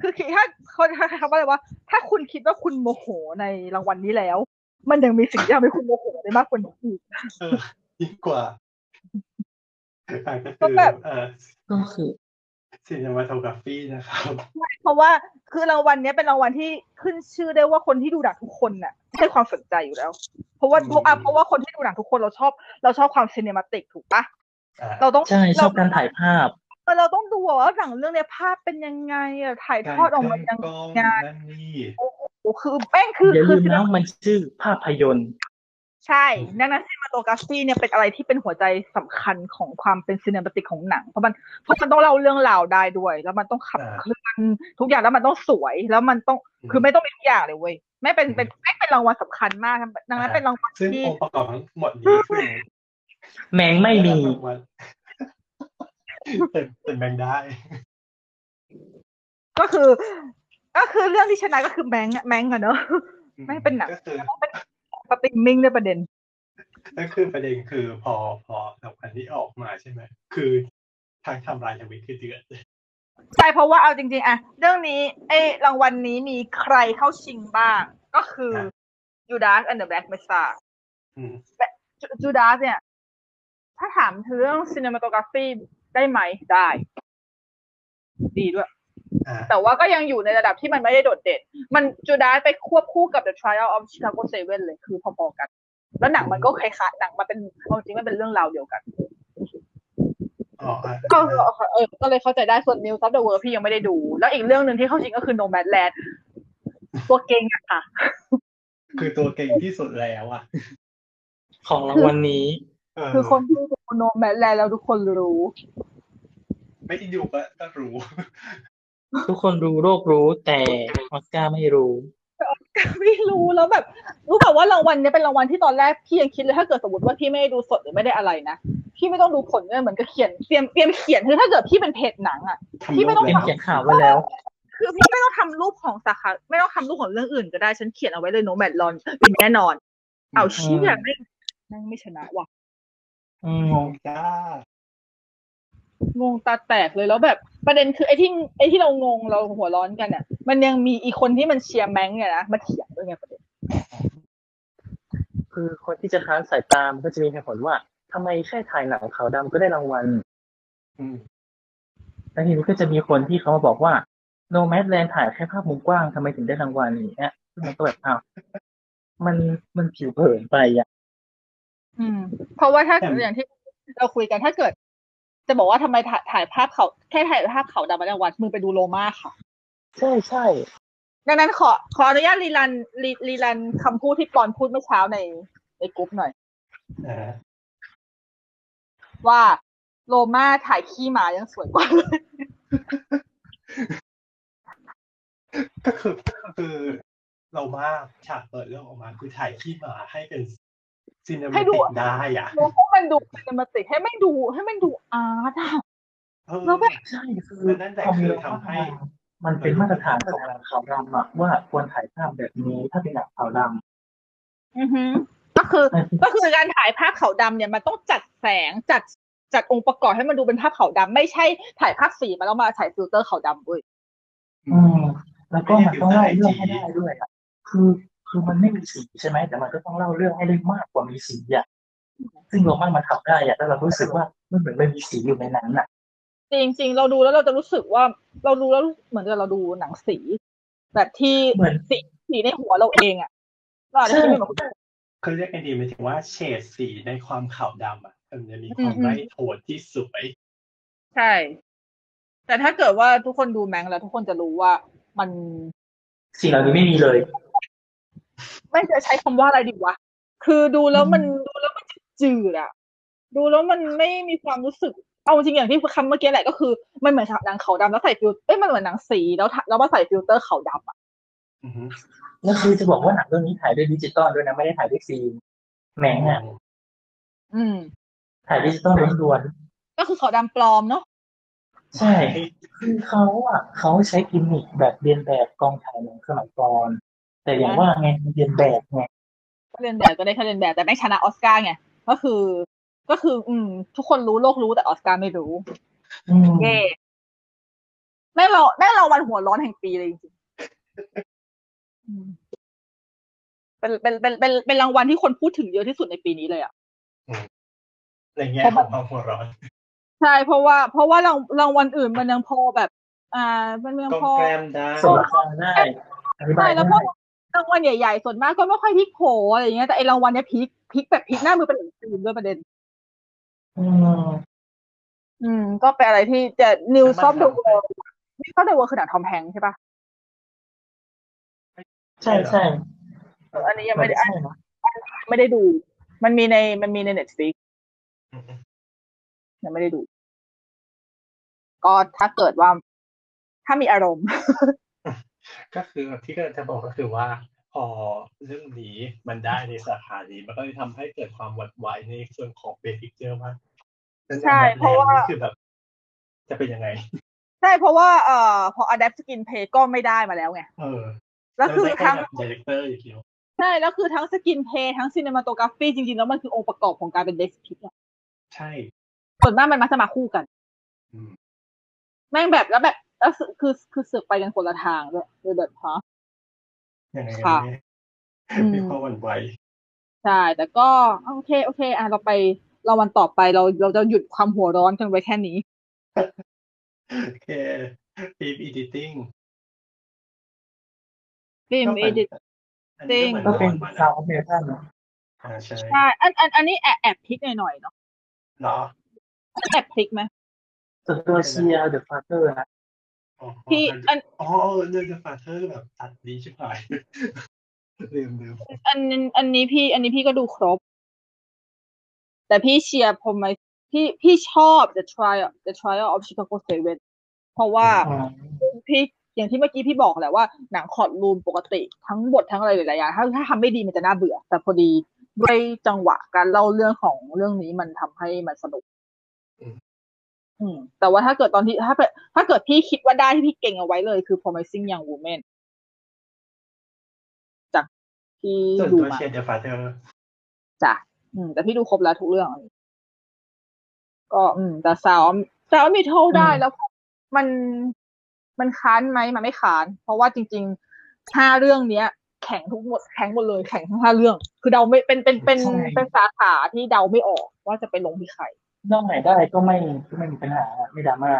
D: คือคิดถ้าเขาเขาว่าอะไรว่า ถ้าคุณคิดว่าคุณโมโหในรางวัลนี้แล้ว มันยังมีสิ่งที่ทำให้คุณโมโหได้มากกว่านี้อีก
B: เออยิ่งกว่าอ่ะ
D: ก็
B: ก็คือ
D: แบบ
B: เออ
E: ก็คือ
B: ซีนมาโทกราฟีนะครับ
D: เพราะว่าคือรางวัลเนี้ยเป็นรางวัลที่ขึ้นชื่อได้ว่าคนที่ดูหนังทุกคนน่ะให้ความสนใจอยู่แล้ว เพราะว่าเพราะอ่ะเพราะว่าคนที่ดูหนังทุกคนเราชอบ เราชอบความซีเนมาติกถูกปะ
B: อ่ะ
D: เราต้อง
E: ใช่ชอบการถ่ายภาพ
D: เออเราต้องดูอะว่าหนังเรื่องเนี้ยภาพเป็นยังไงอะถ่ายทอดออกมายัง
B: กล้อง
D: ไง
B: นั่นนี่
D: โอ้คือแป้งคือ
E: อย่า
D: คื
E: ลื
D: อ
E: มนะมันชื่อภาพยนตร์
D: ใช่ดังนั้นซินมาโตกราฟีเนี่ยเป็นอะไรที่เป็นหัวใจสำคัญของความเป็นซีเนมาติกของหนัง เพราะมันเพราะมันต้องเล่าเรื่องราวได้ด้วย แล้วมันต้องขับเคลื่อนทุกอย่างแล้วมันต้องสวยแล้วมันต้องคือไม่ต้องเป็นทุกอย่างเลยเว้ยไม่เป็นเป็นไม่เป็นรางวัลสำคัญมากดังนั้นเป็นรางวัล
B: ซึ่ง
D: ที่
B: องค์ประกอบทั้งหมดนี้คือ
C: แมงไม่มี
B: ด้รางวัล แต่แต่แบ่งได้
D: ก็คือ ก็คือเรื่องที่ชนะก็คือแมงค์อะแมงค์อะเน อะ ไม่เป็นหนัง
B: ก็คือ
D: สตรีมมิ่งด้วยประเด็น
B: ก็คือประเด็นคือพอพอสองพันที่ออกมาใช่ไหมคือทางไทำลายทวิตคือเดือด
D: ใช่เพราะว่าเอาจริง ๆอะเรื่องนี้ไอ้รางวัลนี้มีใครเข้าชิงบ้าง ก็คือยูดาส and the Black Mesa
B: อืม
D: จูดาสเนี่ย ถ้าถามถึงเรื่อง cinematography ได้ไหมได้ ดีด้วย
B: อ่า
D: แต่ว่าก็ยังอยู่ในระดับที่มันไม่ได้โดดเด่น มันจูดาสไปควบคู่กับ The Trial of Chicago Seven เลยคือพอๆกัน แล้วหนังมันก็คล้ายๆหนังมันเป็นเอาจริงมันเป็นเรื่องราวเดียวกัน
B: อ๋ออ่ะ
D: ก็เออก็เลยเข้าใจได้ส่วน New s of the World พี่ยังไม่ได้ดู แล้วอีกเรื่องหนึ่งที่เข้าชิงก็คือ Nomadland ตัวเก่งอะค่ะ
B: คือตัวเก่งที่สุดแล้วอ่ะ
C: ของรางวัลนี้
B: เ
D: คือคนที่ดู Nomadland แล้วทุกคนรู้
B: ไม่ได้อยู่ก็ก็รู้
C: ทุกคนรู้โลกรู้แต่ออสการ์ไม่รู้
D: ไม่รู้แล้วแบบ รู้แบบว่ารางวัลเนี้ยเป็นรางวัลที่ตอนแรกพี่ยังคิดเลยถ้าเกิดสมมติว่าพี่ไม่ได้ดูสดหรือไม่ได้อะไรนะพี่ไม่ต้องดูผลเนี่ยเหมือนกับเขียนเตรียมเตรียมเขียนคือถ้าเกิดพี่เป็นเพจหนังอ่ะ พี่ไม่ต้อง
C: เตรียมเขียนข่าวไว้แล้ว
D: คือพี่ไม่ต้องทำรูปของสาขาไม่ต้องทำรูปของเรื่องอื่นก็ได้ฉันเขียนเอาไว้เลยโนแมดลอนเป็นแน่นอน เอาเชี่ยไม่แม่งไม่ชนะว่ะ
C: อืม
B: งงจ้าง
D: งตาแตกเลยแล้วแบบประเด็นคือไอ้ที่ไอ้ที่เรางงเราหัวร้อนกันอ่ะ มันยังมีอีกคนที่มันเชียร์แมงเนี่ยนะมาเถียงด้วยไงประเด็น
C: คือคนที่จะค้านสายตามนก็จะมีเหตุผลว่าทำไมแค่ถ่ายหนังขาวดำก็ได้รางวัล
B: อืม
C: แล้วทีนี้ก็จะมีคนที่เขามาบอกว่าโนแมสแลนถ่ายแค่ภาพมุมกว้างทำไมถึงได้รางวัลอย่างเงี้ยซึ่งมันก็แบบอ้าวมันมันผิวเผินไปอ่ะ
D: อืม เพราะว่าถ้าอย่างที่เราคุยกันถ้าเกิด จะบอกว่าทำไมถ่ายถ่ายภาพเขาแค่ถ่ายภาพเขาดำมาได้รางวัลมึงไปดูโลมาค่ะ
C: ใช่ใช่
D: ดังนั้นขอขออนุญาตรีรันรีรีรันคำพูดที่ปอนพูดเมื่อเช้าในในกลุ่มหน่อย
B: อ่า
D: ว่าโลมาถ่ายขี้หมายังสวยกว่าเลย
B: ก็คือก็คือเรามากฉากเปิดเรื่องออกมา คือถ่ายขี้หมาให้เป็นซีน e ม a ติกได้อ่ะ
D: โลมามันดูเป็นมาติกให้มันดูให้มันดูอาร์ตอะ
B: เออ
D: แล้วแบบ
C: ใช่คือ
B: แล้วนั่นแหละ
C: ความ
B: คือ
C: เร็ว
B: ทำให้
C: มันเป็นมาตรฐานของหนังขาวดำอะว่าควรถ่ายภาพแบบนี้ถ้าเป็นหนังขาวด
D: อือฮึก็คือ
C: ำ
D: ก็คือการถ่ายภาพขาวดำเนี่ยมันต้องจัดแสงจัดจัดองค์ประกอบให้มันดูเป็นภาพขาวดำไม่ใช่ถ่ายภาพสีมาแล้วมาถ่ายฟิลเตอร์ขาวดำเว้ย
C: อืมแล้วก็มันต้องเล่าเรื่องให้ได้ด้วยอ่ะคือคือมันไม่มีสีใช่ไหมแต่มันก็ต้องเล่าเรื่องให้ได้มากกว่ามีสีอ่ะซึ่งโรม่ามันทำได้อ่ะแล้วเรารู้สึกว่ามันเหมือนมันมีสีอยู่ในนั้นอ่ะ
D: จริงจริงๆเราดูแล้วเราจะรู้สึกว่าเราดูแล้วเหมือนกับเราดูหนังสี แบบที่
C: เหมือน
D: สีสีในหัวเราเองอะเราอาจจะคิดไม่เหมือนคนอื่น
B: คือเรียกกันดีหมายถึงว่าเฉดสีในความขาวดำอ่ะมันจะมีความไร้โทนที่สวย
D: ใช่ แต่ถ้าเกิดว่าทุกคนดูแมงแล้วทุกคนจะรู้ว่ามัน
C: สิ่งเหล่านี้ไม่มีเลย
D: ไม่จะใช้คำว่าอะไรดีวะ คือดูแล้วมันดูแล้วมันจืดอะดูแล้วมันไม่มีความรู้สึก เอาจริงอย่างที่คำเมื่อกี้แหละก็คือมันเหมือนหนังขาวดำแล้วใส่ฟิลเอ้ยมันเหมือนหนังสีแล้วทะแล้วมาใส่ฟิลเตอร์ขาวดำอะ
B: อือฮึ
C: แล้วคือจะบอกว่าหนังเรื่องนี้ถ่ายด้วยดิจิตอลด้วยนะไม่ได้ถ่ายด้วยฟิล์มแหมงอ่ะ
D: อืม
C: ถ่ายดิจิตอลล้วน
D: ก็คือขาวดำปลอมเนาะ
C: ๆใช่คือเขาอ่ะเขาใช้กิมมิคแบบเรียนแบบกองถ่ายหนังสมัยก่อนแต่อย่างว่าไงมันเรียนแบบไง
D: ก็เรียนแบบก็ได้แค่เรียนแบบแต่ไม่ชนะออสการ์ไงก็คือ ก็คือ อืม ทุกคนรู้โลกรู้แต่ออสการ์ไม่รู้
C: อืม
D: เย่แม่งเราแม่งเราวันหัวร้อนแห่งปีเลยจริงๆอืมเป็นเป็นเป็นเป็นเป็นรางวัลที่คนพูดถึงเยอะที่สุดในปีนี้เลยอ่ะ
B: ในแง่ของความหัวร้อน
D: ใช่เพราะว่า เพราะว่ารางรางวัลอื่นมันยังพอแบบ อ่า มันยัง
B: ก็
D: พอ
B: แกล้มได้
C: ส่งละครได้อธิบา
D: ใช่
C: ย
D: แล้ว
C: ได้
D: พวกรางวัลใหญ่ๆส่วนมากก็ไม่ค่อยพลิกโผอะไรอย่างเงี้ยแต่ไอรางวัลเนี้ยพลิกพลิกแบบพลิกหน้ามือเป็นหลังตีนด้วยประเด็น
C: อืม
D: อืม ก็เป็นอะไรที่จะ New s o f t the World นี่ s ็ f the World คือหนังทอมแฮงค์ใช่ปะ
C: ใช่ใช่
D: เอออันนี้ยัง
C: ไม่
D: ไม่ได้
C: ใช่เนอะ
D: ไม่ได้ดู มันมีในมันมีใน Netflix
B: อือฮึ
D: ยังไม่ได้ดู ก็ถ้าเกิดว่า ถ้ามีอารมณ์
B: ก็คือที่ก็จะบอกก็คือว่า พอเรื่องนี้มันได้ในสาขานี้มันก็เลยทำให้เกิดความหวั่นไหวในส่วนของเบพิกเจอร์ว่า
D: ใช่เพราะว่า
B: คือแบบจะเป็นยังไง
D: ใช่เพราะว่าเอ่อพอ adapt skin pay ก็ไม่ได้มาแล้วไง
B: เออ
D: แล้วคือทั้ง
B: ดีเลกเตอร์อย่างเดียว
D: ใช่ แล้วคือทั้งสกินเพย์ทั้งซีเนมาโตกราฟีจริงๆ แล้วมันคือองค์ประกอบของการเป็นเด็กพิกอะ
B: ใช่
D: ส่วนมากมันมักจะมาคู่กัน
B: อืม
D: แม่งแบบแล้วแบบแล้วคือคือคือเสือกไปกันคนละทางด้วยเลยแบบฮะ
B: ยังไง
D: ค่ะ
B: กันแน่
D: อืม
B: มีความหวั่นไหว
D: ใช่ แต่ก็โอเค โอเคอ่ะเราไปเราวันต่อไปเราเราจะหยุดความหัวร้อนกันไว้แค่นี้
B: โอเคฟิล์มอีดิติ้ง
D: film
B: ก็เหมือน
D: edit
B: อันนี้ก็เหมือน
E: ก็เป็
B: ตอน นมา
E: ซา
B: นะ
E: วด์เมทัลนะ
B: อ่าใช่
D: ใช่อันอันอันนี้แอบแอบพลิกหน่อยๆเนาะ
B: เหรอ
D: แอบพลิกไหม
E: ส่วนตัวเชียร์เดอะฟาเตอร์นะ
B: อ๋อ
D: ที่อัน
B: อ๋อเรื่องฟาเธอร์แบบตัดดีชิบหาย ลืมลืม
D: อันอันนี้พี่ อันนี้พี่ก็ดูครบ แต่พี่เชียร์ผมไหมพี่พี่ชอบ the trial the trial of Chicago Seven เพราะว่า
E: อืม
D: พี่อย่างที่เมื่อกี้พี่บอกแหละว่าหนังคอร์ดรูมปกติทั้งบททั้งอะไรหลายๆอย่างถ้าถ้าทำไม่ดีมันจะน่าเบื่อ แต่พอดีด้วยจังหวะการเล่าเรื่องของเรื่องนี้มันทำให้มันสนุก อืม แต่ว่าถ้าเกิดตอนที่ถ้าเกิดถ้าเกิดพี่คิดว่าได้ที่พี่เก่งเอาไว้เลยคือ promising young woman จากที่
B: ส่วน
D: ดู
B: ตัว
D: มา
B: เชียร์เดอะฟาเธอร์
D: จ้ะอืม แต่พี่ดูครบแล้วทุกเรื่อง ก็อืม แต่สาวสาวมีเท่าได้แล้วมันมันค้านไหมมันไม่ค้าน เพราะว่าจริงๆห้าเรื่องเนี้ย แข็งทุกหมดแข็งหมดเลยแข็งทั้งห้าเรื่อง คือเดาไม่เป็นเป็นเป็น
E: ใช่
D: เป็นสาขาที่เดาไม่ออก ว่าจะไปลงที่ใคร
E: เรื่องไหนได้ก็ไม่ก็ไม่มีปัญหาไม่ดราม่า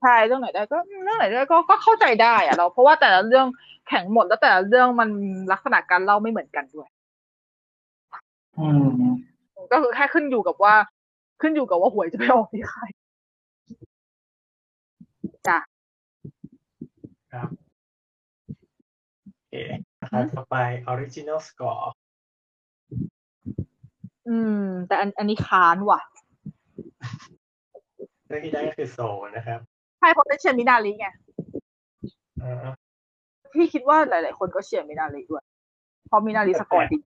D: ใช่เรื่องไหนได้ก็เรื่องไหนได้ก็ก็เข้าใจได้อะเราเพราะว่าแต่ละเรื่องแข็งหมดแล้วแต่ละเรื่องมันลักษณะการเล่าไม่เหมือนกันด้วย
E: อืม
D: ก็คือแค่ขึ้นอยู่กับว่า ขึ้นอยู่กับว่าหวยจะไปออกที่ใครจ้ะ
B: โอเคนะครับต่อไป original score
D: อืม แต่อันอันนี้ค้านว่ะ
B: เรื่องที่ได้ก็คือโซนะครับ
D: ใช่เพราะเป็นเชียร์มินาลีไง
B: อ่า
D: พี่คิดว่าหลาย ๆ คนก็เชียร์มินาลีด้วยเพราะมินาลีสกอร์ดี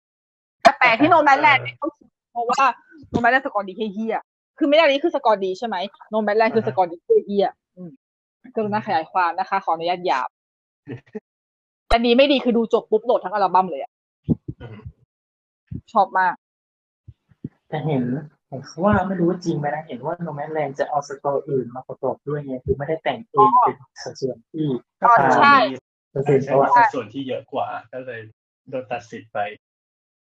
D: แต่แปลกที่โนแมนแลนด์ไม่เข้าชิงเพราะว่าโนแมนแลนด์สกอร์ดีเฮี้ยๆคือมินาลีคือสกอร์ดีใช่ไหมโนแมนแลนด์คือสกอร์ดีเฮี้ยๆอืมก็น่าขยายความนะคะ ขออนุญาตหยาบ แต่ดีไม่ดีคือดูจบปุ๊บโหลดทั้งอัลบั้มเลยอะ
B: อืม
D: ชอบมาก
E: แต่เห็นเห็นเขาว่าไม่รู้ว่าจริงไหมนะเห็นว่าโนแมนแลนจะเอาสกอร์อื่นมาประกอบด้วยไงคือไม่ได้แต่งเองเป็นสัดส่วนที่ก็ตา
D: ใช่
E: ม
B: มี
E: เปอร์เซ็นต์
B: ใช้
E: เขาอะ
B: สัดส่วนที่เยอะกว่า ก็เลยโดนตัดสิทธิ์ไป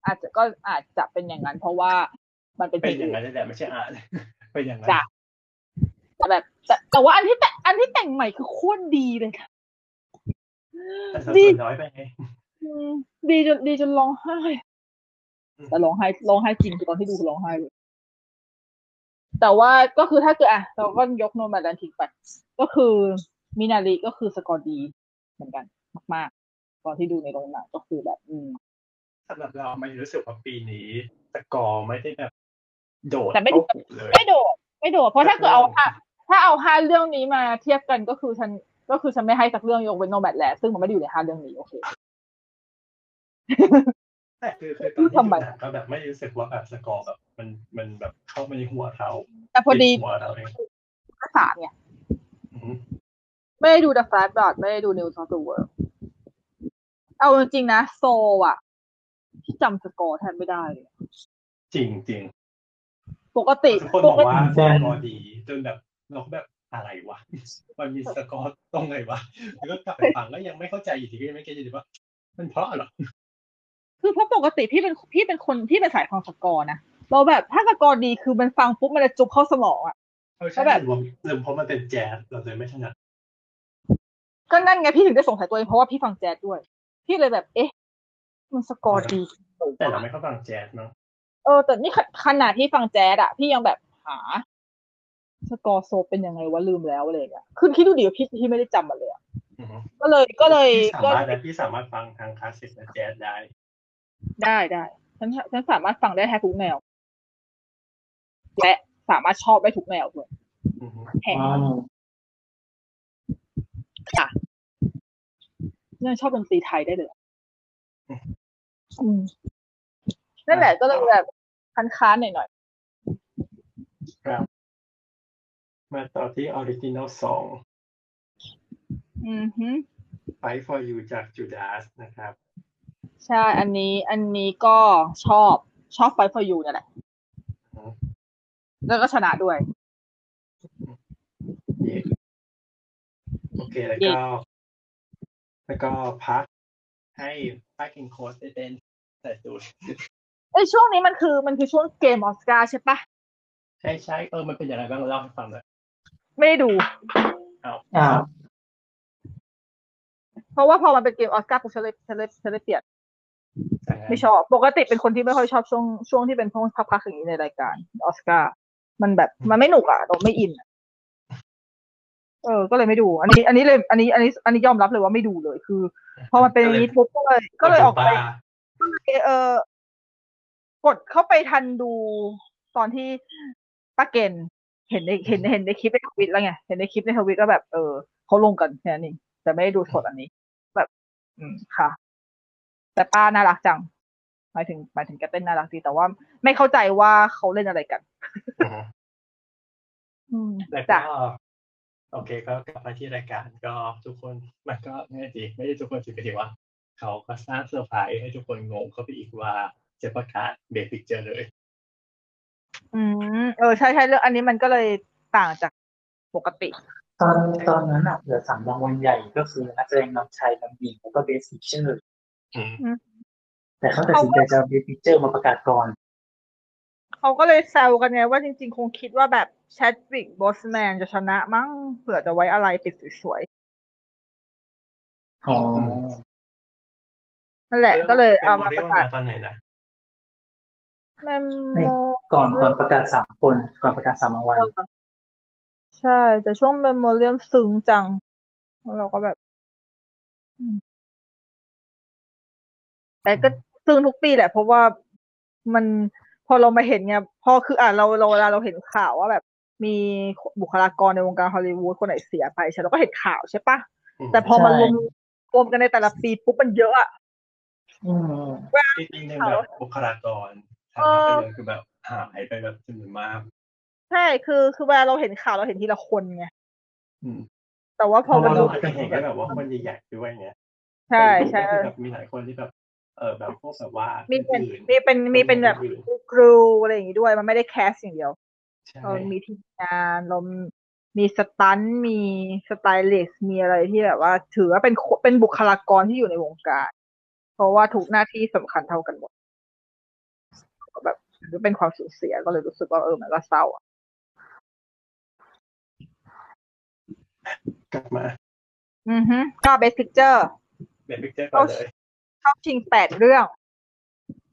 D: อาจจะก็อาจจะเป็นอย่างนั้น เพราะว่ามันเป็นเพ
B: เป็
D: ล
B: น
D: ง
B: อ
D: อื่
B: ย่า
D: น
B: งนั้นนั่นแหละไม่ใช่อ่าน เป็นอย่างนั้น
D: จ้ะ แต่แบบแต่แต่ว่าอันที่แต่อันที่แต่งใหม่คือโคตรดีเลยค่ะ
B: แต่สัดส่วนน้อยไปไง
D: อืมดีจนดีจนร้องไห้ แต่ร้องไห้ร้องไห้จริงคือตอนที่ดูคือร้องไห้เลยแต่ว่าก็คือถ้าเกิดอ่ะเราก็ยกโนมาแลนทิกไปก็คือมินารีก็คือสกอร์ดี เหมือนกัน มากๆ ตอนที่ดูในโรงหนังก็คือแบบ อืม
B: สำหรับเราไม่รู้สึกว่าปีนี้สกอร์ไม่ได้แบบ โดด
D: แต่ไม่
B: เข้ากลุ่มเลย
D: ไม่โดดไม่โดดเพราะถ้าเกิดเอาห้าถ้าเอาห้าเรื่องนี้มาเทียบกันก็คือฉันก็คือฉันไม่ให้สักเรื่องยกเว้นโนแมดแลนซึ่งมันไม่ได้อยู่ในห้าเรื่องนี้โอเค
B: แต่คือคือตอนที่ดู
D: ทำไม
B: หนังก็แบบไม่รู้สึกว่าแบบสกอร์แบบ มันมันแบบเข้ามาในหัวเรา
D: แต่พอดี
B: ติหัวเราเอง
D: ภาษามไง
B: อืม
D: ไม่ได้ดู The Flash Blood ไม่ได้ดู News of the World เอาจริงๆนะโซอ่ะที่จำสกอร์แทบไม่ได้เลย
B: จริงจริง
D: ปกติ
B: ทุกคน
D: ป
B: บอก
D: ก
B: ว่า
D: ติ
B: สกอร์ดีจนแบบเราก็แบบอะไรวะ มันมีสกอร์ตรงไหนวะแล้วก็กลับไปฟังก็ยังไม่เข้าใจอีกทีก็ยังไม่เก็ตอยู่ดีว่า มันเพราะเหรอ
D: คือเพราะปกติพี่เป็นพี่เป็นคนที่เป็นสายฟังสกอร์นะเราแบบถ้าสกอร์ดีคือมันฟังปุ๊บมันจะจุบเข้าสมองอ่ะ
B: เขาใช่
D: ก็แบบ
B: หรือว่าหรือเพราะมันเป็นแจ๊สเราเลยไม่ถนัด
D: ก็นั่นไงพี่ถึงได้สงสัยตัวเองเพราะว่าพี่ฟังแจ๊สด้วย พี่เลยแบบเอ๊ะ มันสกอร์ดี
B: แต่เราไม่เข้าฟังแจ๊สเนาะ
D: เออแต่นี่ขขนาดที่ฟังแจ๊สอะพี่ยังแบบหา สกอร์โซเป็นยังไงวะลืมแล้วอะไรอย่างเงี้ยคือคิดดูดิว่าพี่พี่ไม่ได้จำมันเลยอะ
B: อือฮึ
D: ก็เลยก็เลย
B: พี่สา
D: ก็
B: มารถนะพี่สามารถฟังทางคลาสสิกและแจ๊สได้
D: ได้ได้ฉันฉันสามารถฟังได้แทบทุกแนวและสามารถชอบได้ทุกแนวด้วย
B: อือฮึ
D: แหม
E: ว้าว
D: เนี่ยชอบดนตรีไทยได้เลย อืมนั่นแหละก็เลยแบบคันค้านๆหน่อย
B: ครับมาต่อที่ออริจิน l ลสอง
D: ๆอือฮึ
B: Fight for You จากจูดาสนะครับ
D: ใช่ อันนี้อันนี้ก็ชอบชอบไฟพอยูนั่นแหละ
B: อืม
D: แล้วก็ชนะด้วย
B: เย่โอเคแล้วก็ แล้วก็พักให้พักกินโค้ดได้เต้นแต่ดูด
D: เอ้ยช่วงนี้มันคือมันคือช่วงเกมออสการ์ใช่ปะ
B: ใช่ใช่เออมันเป็นยังไงบ้างเล่าให้ฟังหน่อย
D: ไม่ได้ดู
E: อ้าว
D: เพราะว่าพอมันเป็นเกมออสการ์ปุ๊บฉันเลยฉันเลยฉันเลยเปลี่ยนไม่ชอบ ปกติเป็นคนที่ไม่ค่อยชอบช่วงช่วงที่เป็นพวกพักๆอย่างนี้ในรายการออสการ์มันแบบมันไม่หนุกอ่ะเราไม่อินอะเออ ก็เลยไม่ดู อันนี้ อันนี้เลย อันนี้ อันนี้ อันนี้ยอมรับเลยว่าไม่ดูเลย คือ พอมันเป็นอย่างนี้ปุ๊บก็เลย ก็เลยออกไป ก็เลยเออกดเข้าไปทันดูตอนที่ป้าเกณฑ์เห็นในเห็นเห็นในคลิปในทวิตแล้วไงเห็นในคลิปในทวิตก็แบบเออเขาลงกันแค่นั้นเองแต่ไม่ได้ดูสดอันนี้ แบบ อืมค่ะ แต่ป้าน่ารักจังหมายถึงหมายถึงแกเต้นน่ารักดีแต่ว่าไม่เข้าใจว่าเขาเล่นอะไรกัน
B: อือฮึ
D: อืม
B: แล้ว
D: จ้ะ
B: ก็โอเคก็กลับมาที่รายการก็ทุกคนมันก็ไม่ได้ดีไม่ได้ทุกคนสิไปดีว่า เขาก็สร้างเซอร์ไพรส์ให้ทุกคนงงเข้าไปอีกว่าจะประกาศเบรกพิกเจอร์เลย
D: อืมเออใช่ใช่เรื่องอันนี้มันก็เลยต่างจากปกติ
E: ตอนตอนนั้นอะเหลือสามรางวัลใหญ่ก็คือนักแสดงนำชายนำหญิงแล้วก็เบสฟิเจอร์
B: อืม
E: แต่เขาตัดสินใจจะเอาเบสฟิเจอร์มาประกาศก่อน
D: เขาก็เลยแซวกันไงว่าจริงๆ คงคิดว่าแบบแชดวิกบอสแมนจะชนะมั้งเผื่อจะไว้อะไรปิดสวย
E: อ๋อ
D: ๆนั่นแหละก็เลยเอามา
B: ป็น
D: ป
B: โม
D: ระกา
B: เดล
D: ศ
B: ตอนไหนนะ
D: แมม
E: นี่ ก่อนก่อนประกาศสามคน ก่อนประกาศสามรางวัล
D: ใช่ แต่ช่วงเมมโมเรียมซึ้งจังแล้วเราก็แบบอืมแต่ก็ซึ้งทุกปีแหละ เพราะว่ามันพอเรามาเห็นไงพอคืออ่ะเราเราเวลาเราเห็นข่าวว่าแบบ มีบุคลากรในวงการฮอลลีวูดคนไหนเสียไปใช่เราก็เห็นข่าวใช่ปะ แต่พอมารวมรวมกันในแต่ละปีปุ๊บมันเยอะอะ
E: อืม
B: จริงๆในแบบบุคลากรทางการเงินคือแบบหายไปแบบจำนวนมาก
D: ใช่ คือคือเวลาเราเห็นข่าวเราเห็นทีละคนไง
B: อืม
D: แต่ว่าพ
B: เพ
D: อ
B: ราะ
D: มัน
B: ว่า
D: ดู
B: เราอาจจะเห็นแค่แบบว่าคนใหญ่ๆด้วยเงี้ย
D: ใช่ใช่
B: แต่ดูก็คือแบบมีหลายคนที่แบบ เออแบบพวกแบบว่า
D: มี
B: ค
D: เป็น
B: อื่น
D: มีเป็นมีเป็นแบบ
B: อื่น
D: ครูอะไรอย่างงี้ด้วย มันไม่ได้แคสอย่างเดียว
B: ใช่
D: เรามีทีมงานเรามีสตันท์มีสไตลิสต์มีอะไรที่แบบว่า ถือว่าเป็นคนเป็นบุคลากรที่อยู่ในวงการ เพราะว่าทุกหน้าที่สำคัญเท่ากันหมดก็แบบก็เป็นความสูญเสียก็เลยรู้สึกว่าเออมันก็เศร้าอะ
B: กลับมา
D: อือฮึก็เบสพิกเจอร์
B: เป็นพิกเจอร์ก่อนเลย
D: เข้าชิงแปดเรื่อง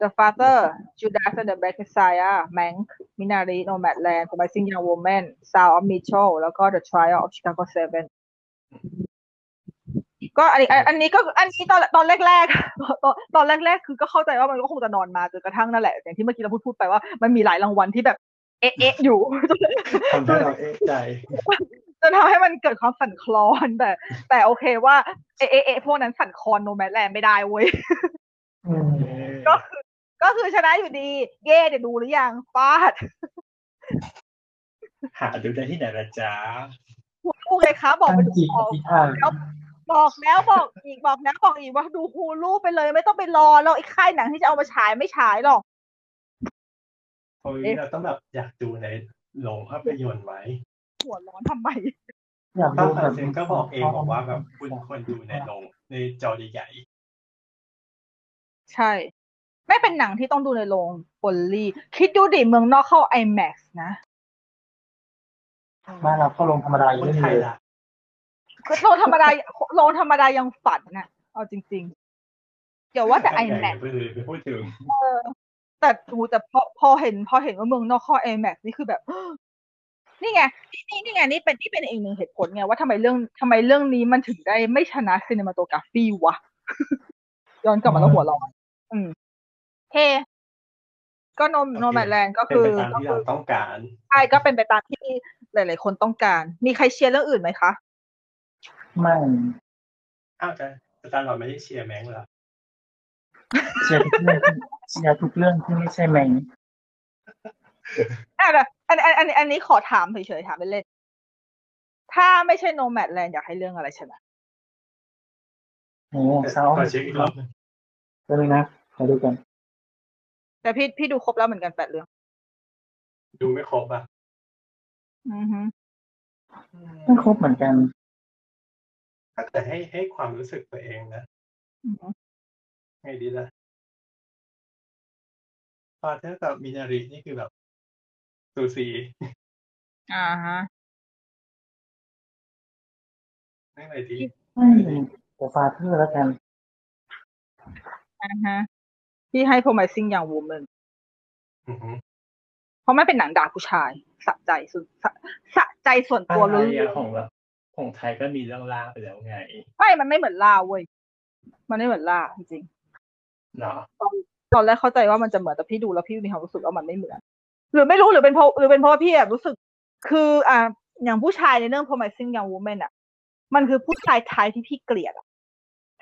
D: The Father Judas and the Black Messiah Mank Minari Nomadland Promising Young Woman Sound of Mitchell แล้วก็ The Trial of Chicago 7 ก็อันนี้อันอันนี้ก็อันนี้ตอนตอนแรกๆ ตอนตอนแรกๆ คือก็เข้าใจว่ามันก็คงจะนอนมาจนกระทั่งนั่นแหละ อย่างที่เมื่อกี้เราพูดพูดไปว่ามันมีหลายรางวัลที่แบบเอ๊ะเอ๊ะอยู่
B: ทำให้เราเอ๊ะใจ
D: จนทำให้มันเกิดความสั่นคลอนแต่ แต่โอเคว่าเอ๊ะเอ๊ะเอ๊ะพวกนั้นสั่นคลอนโนแมดแลนไม่ได้เว้ย
E: อืม
B: เออ
D: ก็คือก็คือชนะอยู่ดี เย่เดี๋ยวดูหรือยังฟาด
B: หาดูได้ที่ไหนละจ๊ะ
D: พูดเลยคะบอก
E: ตั้ง
D: ไปดู
E: จิต
D: บ
E: อ
D: อก
E: ธิษฐาน
D: บอกแล้วบอกอีกบอกนะบอกอีกว่าดูฮูลูไปเลยไม่ต้องไปรอแล้วไอ้ค่ายหนังที่จะเอามาฉายไม่ฉายหรอก
B: เพราะ
D: เอ๊ะ
B: เราต้องแบบอยากดูในโรงภาพยนตร์ไว้
D: หัวร้อนทำไม
E: อยาก
B: ต้
E: ดู
B: อง
E: แบ
B: ทา
E: บ
B: เซนก็บอกเองบอกว่าแบบคุณควรดูในโรงในจอใหญ่
D: ใช่ ไม่เป็นหนังที่ต้องดูในโรงปอลลี่คิดดูดิเมืองนอกเข้า IMAX นะ
E: บ้านเราเข้าโรงธรรมดา
B: ๆค
E: เย
B: น
E: อะ
B: ไท
E: เลย ย
B: ล่ะ
D: โรงธรรมดาโรงธรรมดายังฝันนะเอาจริงๆเดี๋ยวว่าแต่ IMAX
B: ไม่ได้พูดถึง
D: แต่ดูแต่พอพอเห็นพอเห็นว่าเมืองนอกเข้า IMAX นี่คือแบบ นี่ไงนี่นี่นี่ไงนี่เป็นนี่เป็นอีกหนึ่งเหตุผลไงว่าทำไมเรื่องทำไมเรื่องนี้มันถึงได้ไม่ชนะซีน e มาโตกราฟีวะ ย้อนกลับมาแล้วหัวเร้อนอืมเฮก็โนโนแมทแลนก็
B: เป็น
D: คือ
B: ไปตามที่เราต้องการ
D: ใช่ก็เป็นไปตามที่หลาย ๆ คนต้องการ มีใครเชียร์เรื่องอื่นไหมคะ
E: ไม่
B: อ้าวอาจารย์อาจารย์หลอดไม่ได้เชียร์แมงเหรอ
E: เชียร์ทุกเรื่องที่เชียร์ทุกเรื่องที่ไม่ใช่แมง
D: อ่ะแต่อันอันอันอันนี้ขอถามเฉยๆถามเล่นๆถ้าไม่ใช่โนแมดแลนด์อยากให้เรื่องอะไรชนะ
E: โอ้โหเศร้า
B: ขอเช็คอีกรอบหนึ่ง
E: เรื่องนะมาดูกัน
D: แต่พี่พี่ดูครบแล้วเหมือนกันแปดเรื่อง
B: ดูไม่ครบอ่ะ
D: อือฮึ
E: ไม่ครบเหมือนกัน
B: แต่ให้ให้ความรู้สึกตัวเองนะ
D: อือฮึ
B: ไงดีล่ะฟาเธอร์กับมินารินี่คือแบบสูสี
D: อ่าฮะ
B: นั่งไหนดี
E: ไม่แต่ฟาเธอร์แล้วกัน
D: อ่าฮะ ที่ให้ promising อย่าง woman
B: อือหือ
D: เพราะไม่เป็นหนังด่าผู้ชายสะใจสุดสะสะใจส่วนตัว
B: อะไร
D: ล้
B: อะ
D: วน
B: ของเราของไทยก็มีเรื่องล่าไปแล้วไง
D: ๆไม่มันไม่เหมือนล่าเว้ยมันไม่เหมือนล่าจริง
B: เนาะ
D: ๆตอนแรกเข้าใจว่ามันจะเหมือนแต่พี่ดูแล้วพี่มีความรู้สึกว่ามันไม่เหมือน หรือไม่รู้หรือเป็นเพราะหรือเป็นเพราะว่าพี่อะรู้สึก คืออ่าอย่างผู้ชายในเรื่อง promising young woman อะมันคือผู้ชายไทยที่พี่เกลียดอะ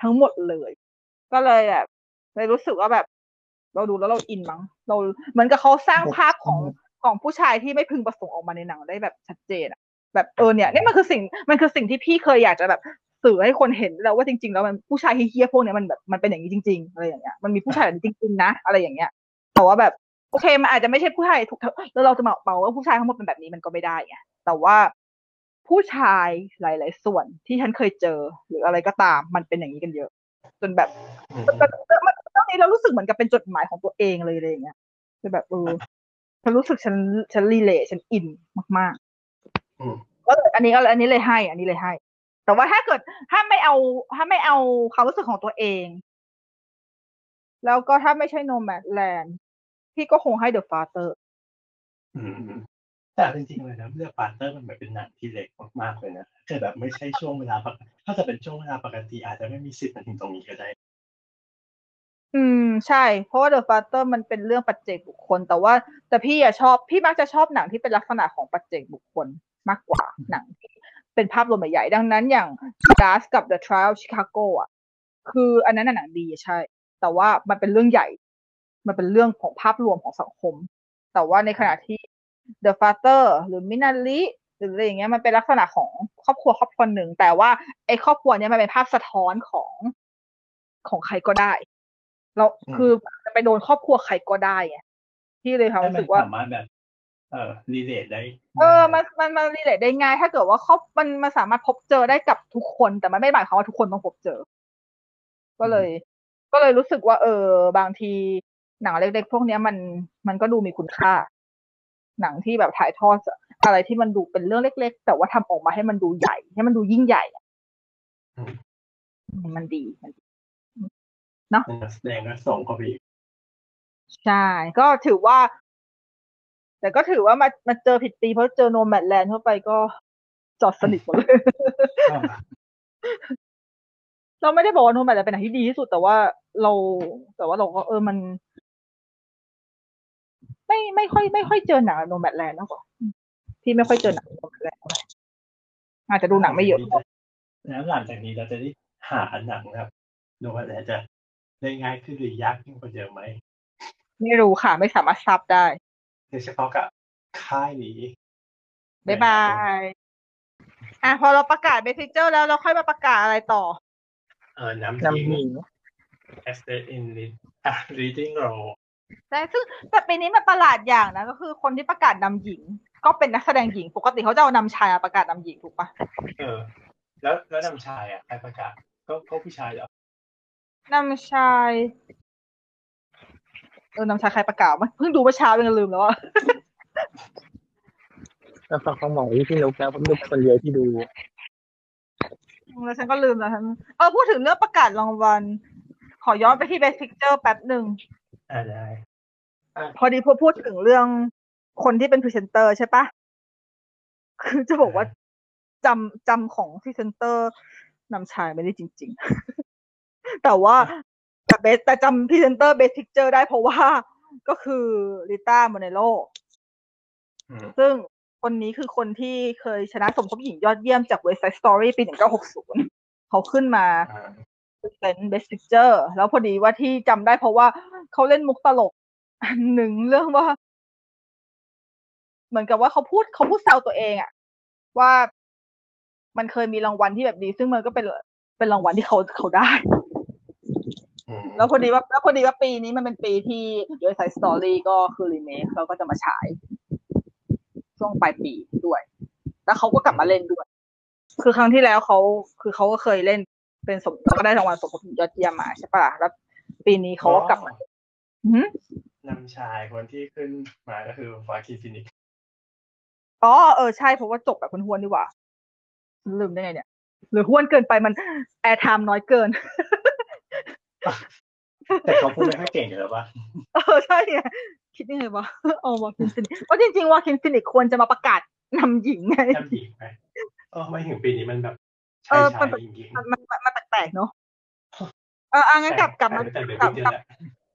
D: ทั้งหมดเลย ก็เลยแบบเลยรู้สึกว่าแบบ เราดูแล้วเราอินมั้งเราเหมือนกับเขาสร้างภาพของ ของผู้ชายที่ไม่พึงประสงค์ออกมาในหนังได้แบบชัดเจนอะแบบเออเนี่ยเนี่ยมันคือสิ่งมันคือสิ่งที่พี่เคยอยากจะแบบสื่อให้คนเห็นแล้วว่าจริง ๆ แล้วมันผู้ชายเฮี้ยๆพวกเนี้ยมันแบบมันเป็นอย่างนี้จริง ๆ อะไรอย่างเงี้ยมันมีผู้ชายแบบนี้จริง ๆ นะ อะไรอย่างเงี้ยแต่ว่าแบบโอเคมันอาจจะไม่ใช่ผู้ชายถูกแล้วเราจะมาเป่าว่าผู้ชายทั้งหมดเป็นแบบนี้มันก็ไม่ได้ไงแต่ว่าผู้ชายหลาย ๆ ส่วนที่ฉันเคยเจอหรืออะไรก็ตามมันเป็นอย่างนี้กันเยอะ จนแบบ
B: อือ
D: เ
B: หือ
D: รื่องนี้เรารู้สึกเหมือนกับเป็นจดหมายของตัวเองเลยอะไรอย่างเงี้ยจะแบบเออฉันรู้สึกฉันฉันรีเลทฉันอินมากๆ
B: อืม
D: ก็เลยอันนี้ก็เลยอันนี้เลยให้ อันนี้เลยให้ แต่ว่าถ้าเกิดถ้าไม่เอาถ้าไม่เอาความรู้สึกของตัวเอง แล้วก็ถ้าไม่ใช่โนแมดแลนด์พี่ก็คงให้เดอะฟาเตอร์
B: อืมอืมแต่จริงๆเลยนะเรื่องฟาเธอร์มันเหมือนเป็นหนังที่เล็กมากๆเลยนะแต่แบบไม่ใช่ช่วงเวลาปกติถ้าจะเป็นช่วงเวลาปกติอาจจะไม่มีสิทธิ์มาถึงตรงนี้ก็ได้
D: อืมใช่ เพราะว่าเดอะฟาเตอร์มันเป็นเรื่องปัจเจกบุคคล แต่ว่า แต่พี่อะชอบพี่มักจะชอบหนังที่เป็นลักษณะของปัจเจกบุคคลมากกว่าหนังที่เป็นภาพรวมใหญ่ๆดังนั้นอย่าง Das กับ The Trial of Chicago อะคืออันนั้นน่ะหนังดีใช่ แต่ว่ามันเป็นเรื่องใหญ่ มันเป็นเรื่องของภาพรวมของสังคม แต่ว่าในขณะที่ The Father หรือมินาลิหรืออะไรอย่างเงี้ยมันเป็นลักษณะของครอบครัวครอบครัวหนึ่ง แต่ว่าไอ้ครอบครัวเนี้ยมันเป็นภาพสะท้อนของของใครก็ได้แล้วคือจะไปโดนครอบครัวใครก็ได้ไงที่เลยค่ะ
B: ให้
D: รู้สึ
B: มัน
D: กว่า
B: สามารถแบบ เอ่อรีเลทได้
D: เออ มัน มัน มันรีเลทได้ง่าย ถ้าเกิดว่าครอบมัน มันสามารถพบเจอได้กับทุกคน แต่มันไม่หมายความว่าทุกคนต้องพบเจอ ก็เลย ก็เลยรู้สึกว่า เออ บางทีหนังเล็กๆ พวกเนี้ยมัน มันก็ดูมีคุณค่า หนังที่แบบถ่ายทอดอะไรที่มันดูเป็นเรื่องเล็ก ๆ แต่ว่าทำออกมาให้มันดูใหญ่ ให้มันดูยิ่งใหญ่อะมันดีมันดี
B: นักแสดงก็ส่งเข้าไปอีก
D: ใช่ ก็ถือว่า แต่ก็ถือว่ามา มาเจอผิดปีเพราะเจอโนแมดแลนด์เข้าไปก็จอดสนิทหมดเลย
B: อ่า
D: เราไม่ได้บอกว่าโนแมดจะเป็นหนังที่ดีที่สุดแต่ว่าเราแต่ว่าเราก็เออมัน ไม่ไม่ค่อย ไม่ค่อยเจอหนังโนแมดแลนด์นะกว่าที่ไม่ค่อยเจอหนังโนแมดแลนด์อาจ จะดูหนังไม่เยอะ
B: แล้ว หลังจากนี้เราจะได้หาหนังแบบดูว่าแต่จะได้ง่ายขึ้นหรือยากขึ้นกว่าเดิมไหม
D: ไม่รู้ค่ะ ไม่สามารถซับได้
B: โดยเฉพาะกับค่ายนี้
D: บ๊ายบาย อ่ะพอเราประกาศเบสิเจอร์แล้วเราค่อยมาประกาศอะไรต่อ
B: เออน้ำ
E: นำ
B: ทิ้ง
E: หญิง
B: as the in Read- อ่ะ reading roll
D: แต่ซึ่งแต่ปีนี้มันประหลาดอย่างนะก็คือคนที่ประกาศนำหญิง ก็เป็นนักแสดงหญิง ปกติเขาจะเอานำชายมาประกาศนำหญิงถูกปะ
B: เออ แล้วแล้วนำชายอ่ะใครประกาศก็ก็ผู้ชายเหรอน
D: ำชายเออนำชายใครประกาศวะเพิ่งดูเมื่อเช้าเองลืมแล้วอะ
E: เราฟังความหมายพี่นุกแล้วผมนุกคนเดียวที่ดู
D: อืมแล้วฉันก็ลืมแล้วฉันเออพูดถึงเรื่องประกาศรางวัล ขอย้อนไปที่ Best Picture แป๊บหนึ่ง
B: อ่าได้
D: พอดีพอพูดถึงเรื่องคนที่เป็นพรีเซนเตอร์ใช่ปะคือจะบอกว่าจำจำของพรีเซนเตอร์นำชายไม่ได้จริง ๆ แต่ว่าแต่เบสแต่จำพรีเซนเตอร์เบส p ิกเจอร์ได้เพราะว่าก็คือลิต้าโมเนโล
B: อืม
D: ซึ่งคนนี้คือคนที่เคยชนะสมทบหญิงยอดเยี่ยมจากเวสไซส์สตอรี่ปี 1960 เขาขึ้นมา
B: อ่า
D: เซนเบสพิกเจอร์แล้วพอดีว่าที่จำได้เพราะว่าเขาเล่นมุกตลก อันหนึ่งเรื่องว่า เหมือนกับว่าเขาพูดเขาพูดแซวตัวเองอะว่ามันเคยมีรางวัลที่แบบดี ซึ่งมันก็เป็นเป็นรางวัลที่เขาเขาได้
B: อืม
D: แล้วพอดีว่าแล้วพอดีว่าปีนี้มันเป็นปีที่ด้วยไซสตอรี่ก็คือรีเมคเขาก็จะมาฉาย ช่วงปลายปีด้วย แล้วเขาก็กลับมาเล่นด้วย คือครั้งที่แล้วเขาคือเขาก็เคยเล่นเป็นสมเขาก็ได้รางวัลสมทบยอดเยี่ยมมาใช่ปะล่ะแล้วปีนี้เขาก็กลับมาหืม
B: นำชายคนที่ขึ้นมาก็คือวาคินฟินิกซ์
D: อ๋อเออใช่เพราะว่าจบแบบคนห้วนดีกว่าลืมได้ไงเนี่ย หรือห้วนเกินไปมันแอร์ไทม์น้อยเกิน
B: แต่เขาพูดไม่ค่อยเก่งอยู่แล้วปะ
D: เออใช่ไงคิดยังไงวะเอาวาคินฟินิกเพราะจริงๆวาคินฟินิกควรจะมาประกาศนำหญิงไง
B: จำหญิงไหมเออไม่ถึงปีนี้มันแบบ
D: เอ
B: ช
D: อมั
B: ายชาย
D: นแบบ
B: หญิงหญิง
D: มันมันมันแปลกๆเนาะเออเอางั้นกลับกลับมา
B: แต่เดี๋ยว
D: กลับ
B: เดี๋ยว
D: กลับ
B: นะ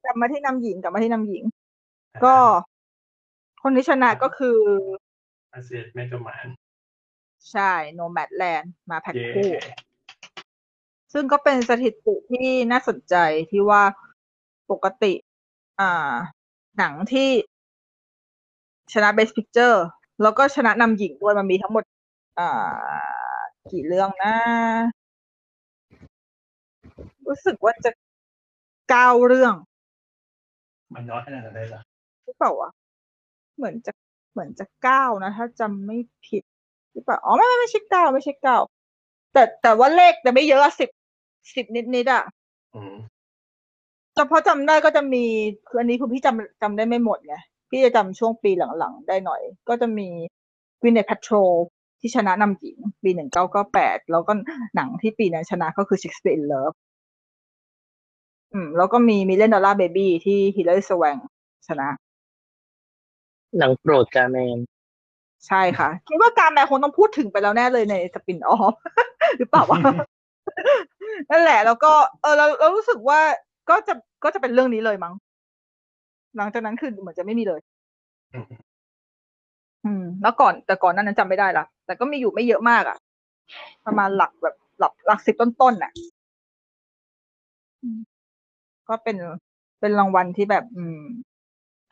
D: กลับมาที่นำหญิงกลับมาที่นำหญิง ก็คนที่ชนะก็คือ
B: อาเซียนเมตมาน
D: ใช่โนแมดแลนด์มาแพ็ค
B: เย่
D: คู่ ซึ่งก็เป็นสถิติที่น่าสนใจที่ว่าปกติ อ่า หนังที่ชนะ Best Picture แล้วก็ชนะนำหญิงด้วยมันมีทั้งหมด อ่า กี่เรื่องนะ รู้สึกว่าจะเก้าเรื่อง
B: มันน้อยขนาดนั้นเลยเหรอ
D: หรือเปล่าวะเหมือนจะเหมือนจะเก้านะ ถ้าจำไม่ผิดหรือเปล่าอ๋อไม่ไม่ไม่ใช่เก้าไม่ใช่เก้าแต่แต่ว่าเลขแต่ไม่เยอะสิบสิบนิดนิดๆอะ
B: อืม
D: แต่พอจำได้ก็จะมีคืออันนี้คือพี่จำจำได้ไม่หมดไงพี่จะจำช่วงปีหลังๆ ได้หน่อย ก็จะมีวินเนตแพทโรที่ชนะนำหญิง ปีหนึ่งเก้าก็แปดแล้วก็หนังที่ปีนั้นชนะก็คือ Shakespeare in Love อืม แล้วก็มีมิเลนดอลลาร์เบบี้ที่ฮิลเลอร์สวงชนะ
E: หนังโปรดกาแมน
D: ใช่ค่ะ คิดว่าการแมนคงต้องพูดถึงไปแล้วแน่เลยในสปินออฟ หรือเปล่ าวะ นั่นแหละ แล้วก็เออเราเรารู้สึกว่าก็จะก็จะเป็นเรื่องนี้เลยมั้งหลังจากนั้นคือเหมือนจะไม่มีเลย
B: อืม
D: อืม แล้วก่อนแต่ก่อนหนั้นนั้นจำไม่ได้ละแต่ก็มีอยู่ไม่เยอะมากอะประมาณหลักแบบหลักหลักสิบต้นๆน่ะอืมก็เป็นเป็นรางวัลที่แบบ อืม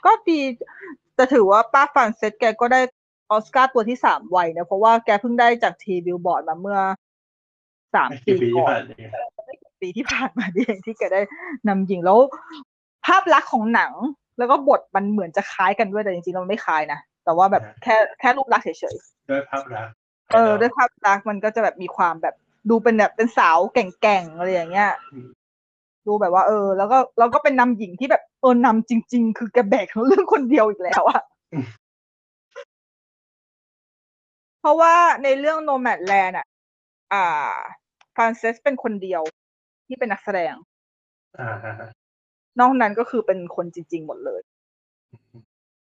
D: ก็ดีแต่ถือว่าป้าฟรานเซสแกก็ได้ออสการ์ตัวที่สามไวนะ เพราะว่าแกเพิ่งได้จากทีบิลบอร์ดมาเมื่อสาม
B: ไม่
D: ปี
B: กี่ปีที่
D: ก่อน
B: ผ่านเอง
D: ปีที่ผ่านมา นี่เองที่แกได้นำหญิงแล้ว ภาพลักษณ์ของหนัง แล้วก็บทมันเหมือนจะคล้ายกันด้วยแต่จริงๆเราไม่คล้ายนะแต่ว่าแบบแค่แค่รูปลักษณ์เฉย
B: ด้วยภาพลักษณ์
D: ๆเออด้วยภาพลักษณ์มันก็จะแบบมีความแบบ ดูเป็นแบบเป็นสาวแก่งๆอะไรอย่างเงี้ย ดูแบบว่า เออ แล้วก็แล้วก็เป็นนำหญิงที่แบบเออนำจริง ๆ คือแกแบกทั้งเรื่องคนเดียวอีกแล้วอะเพราะว่าในเรื่อง Nomadland อะอ่าฟรานเซสเป็นคนเดียวที่เป็นนักแสดง
B: อ่าฮะฮะ
D: นอกนั้นก็คือเป็นคนจริง ๆ หมดเลย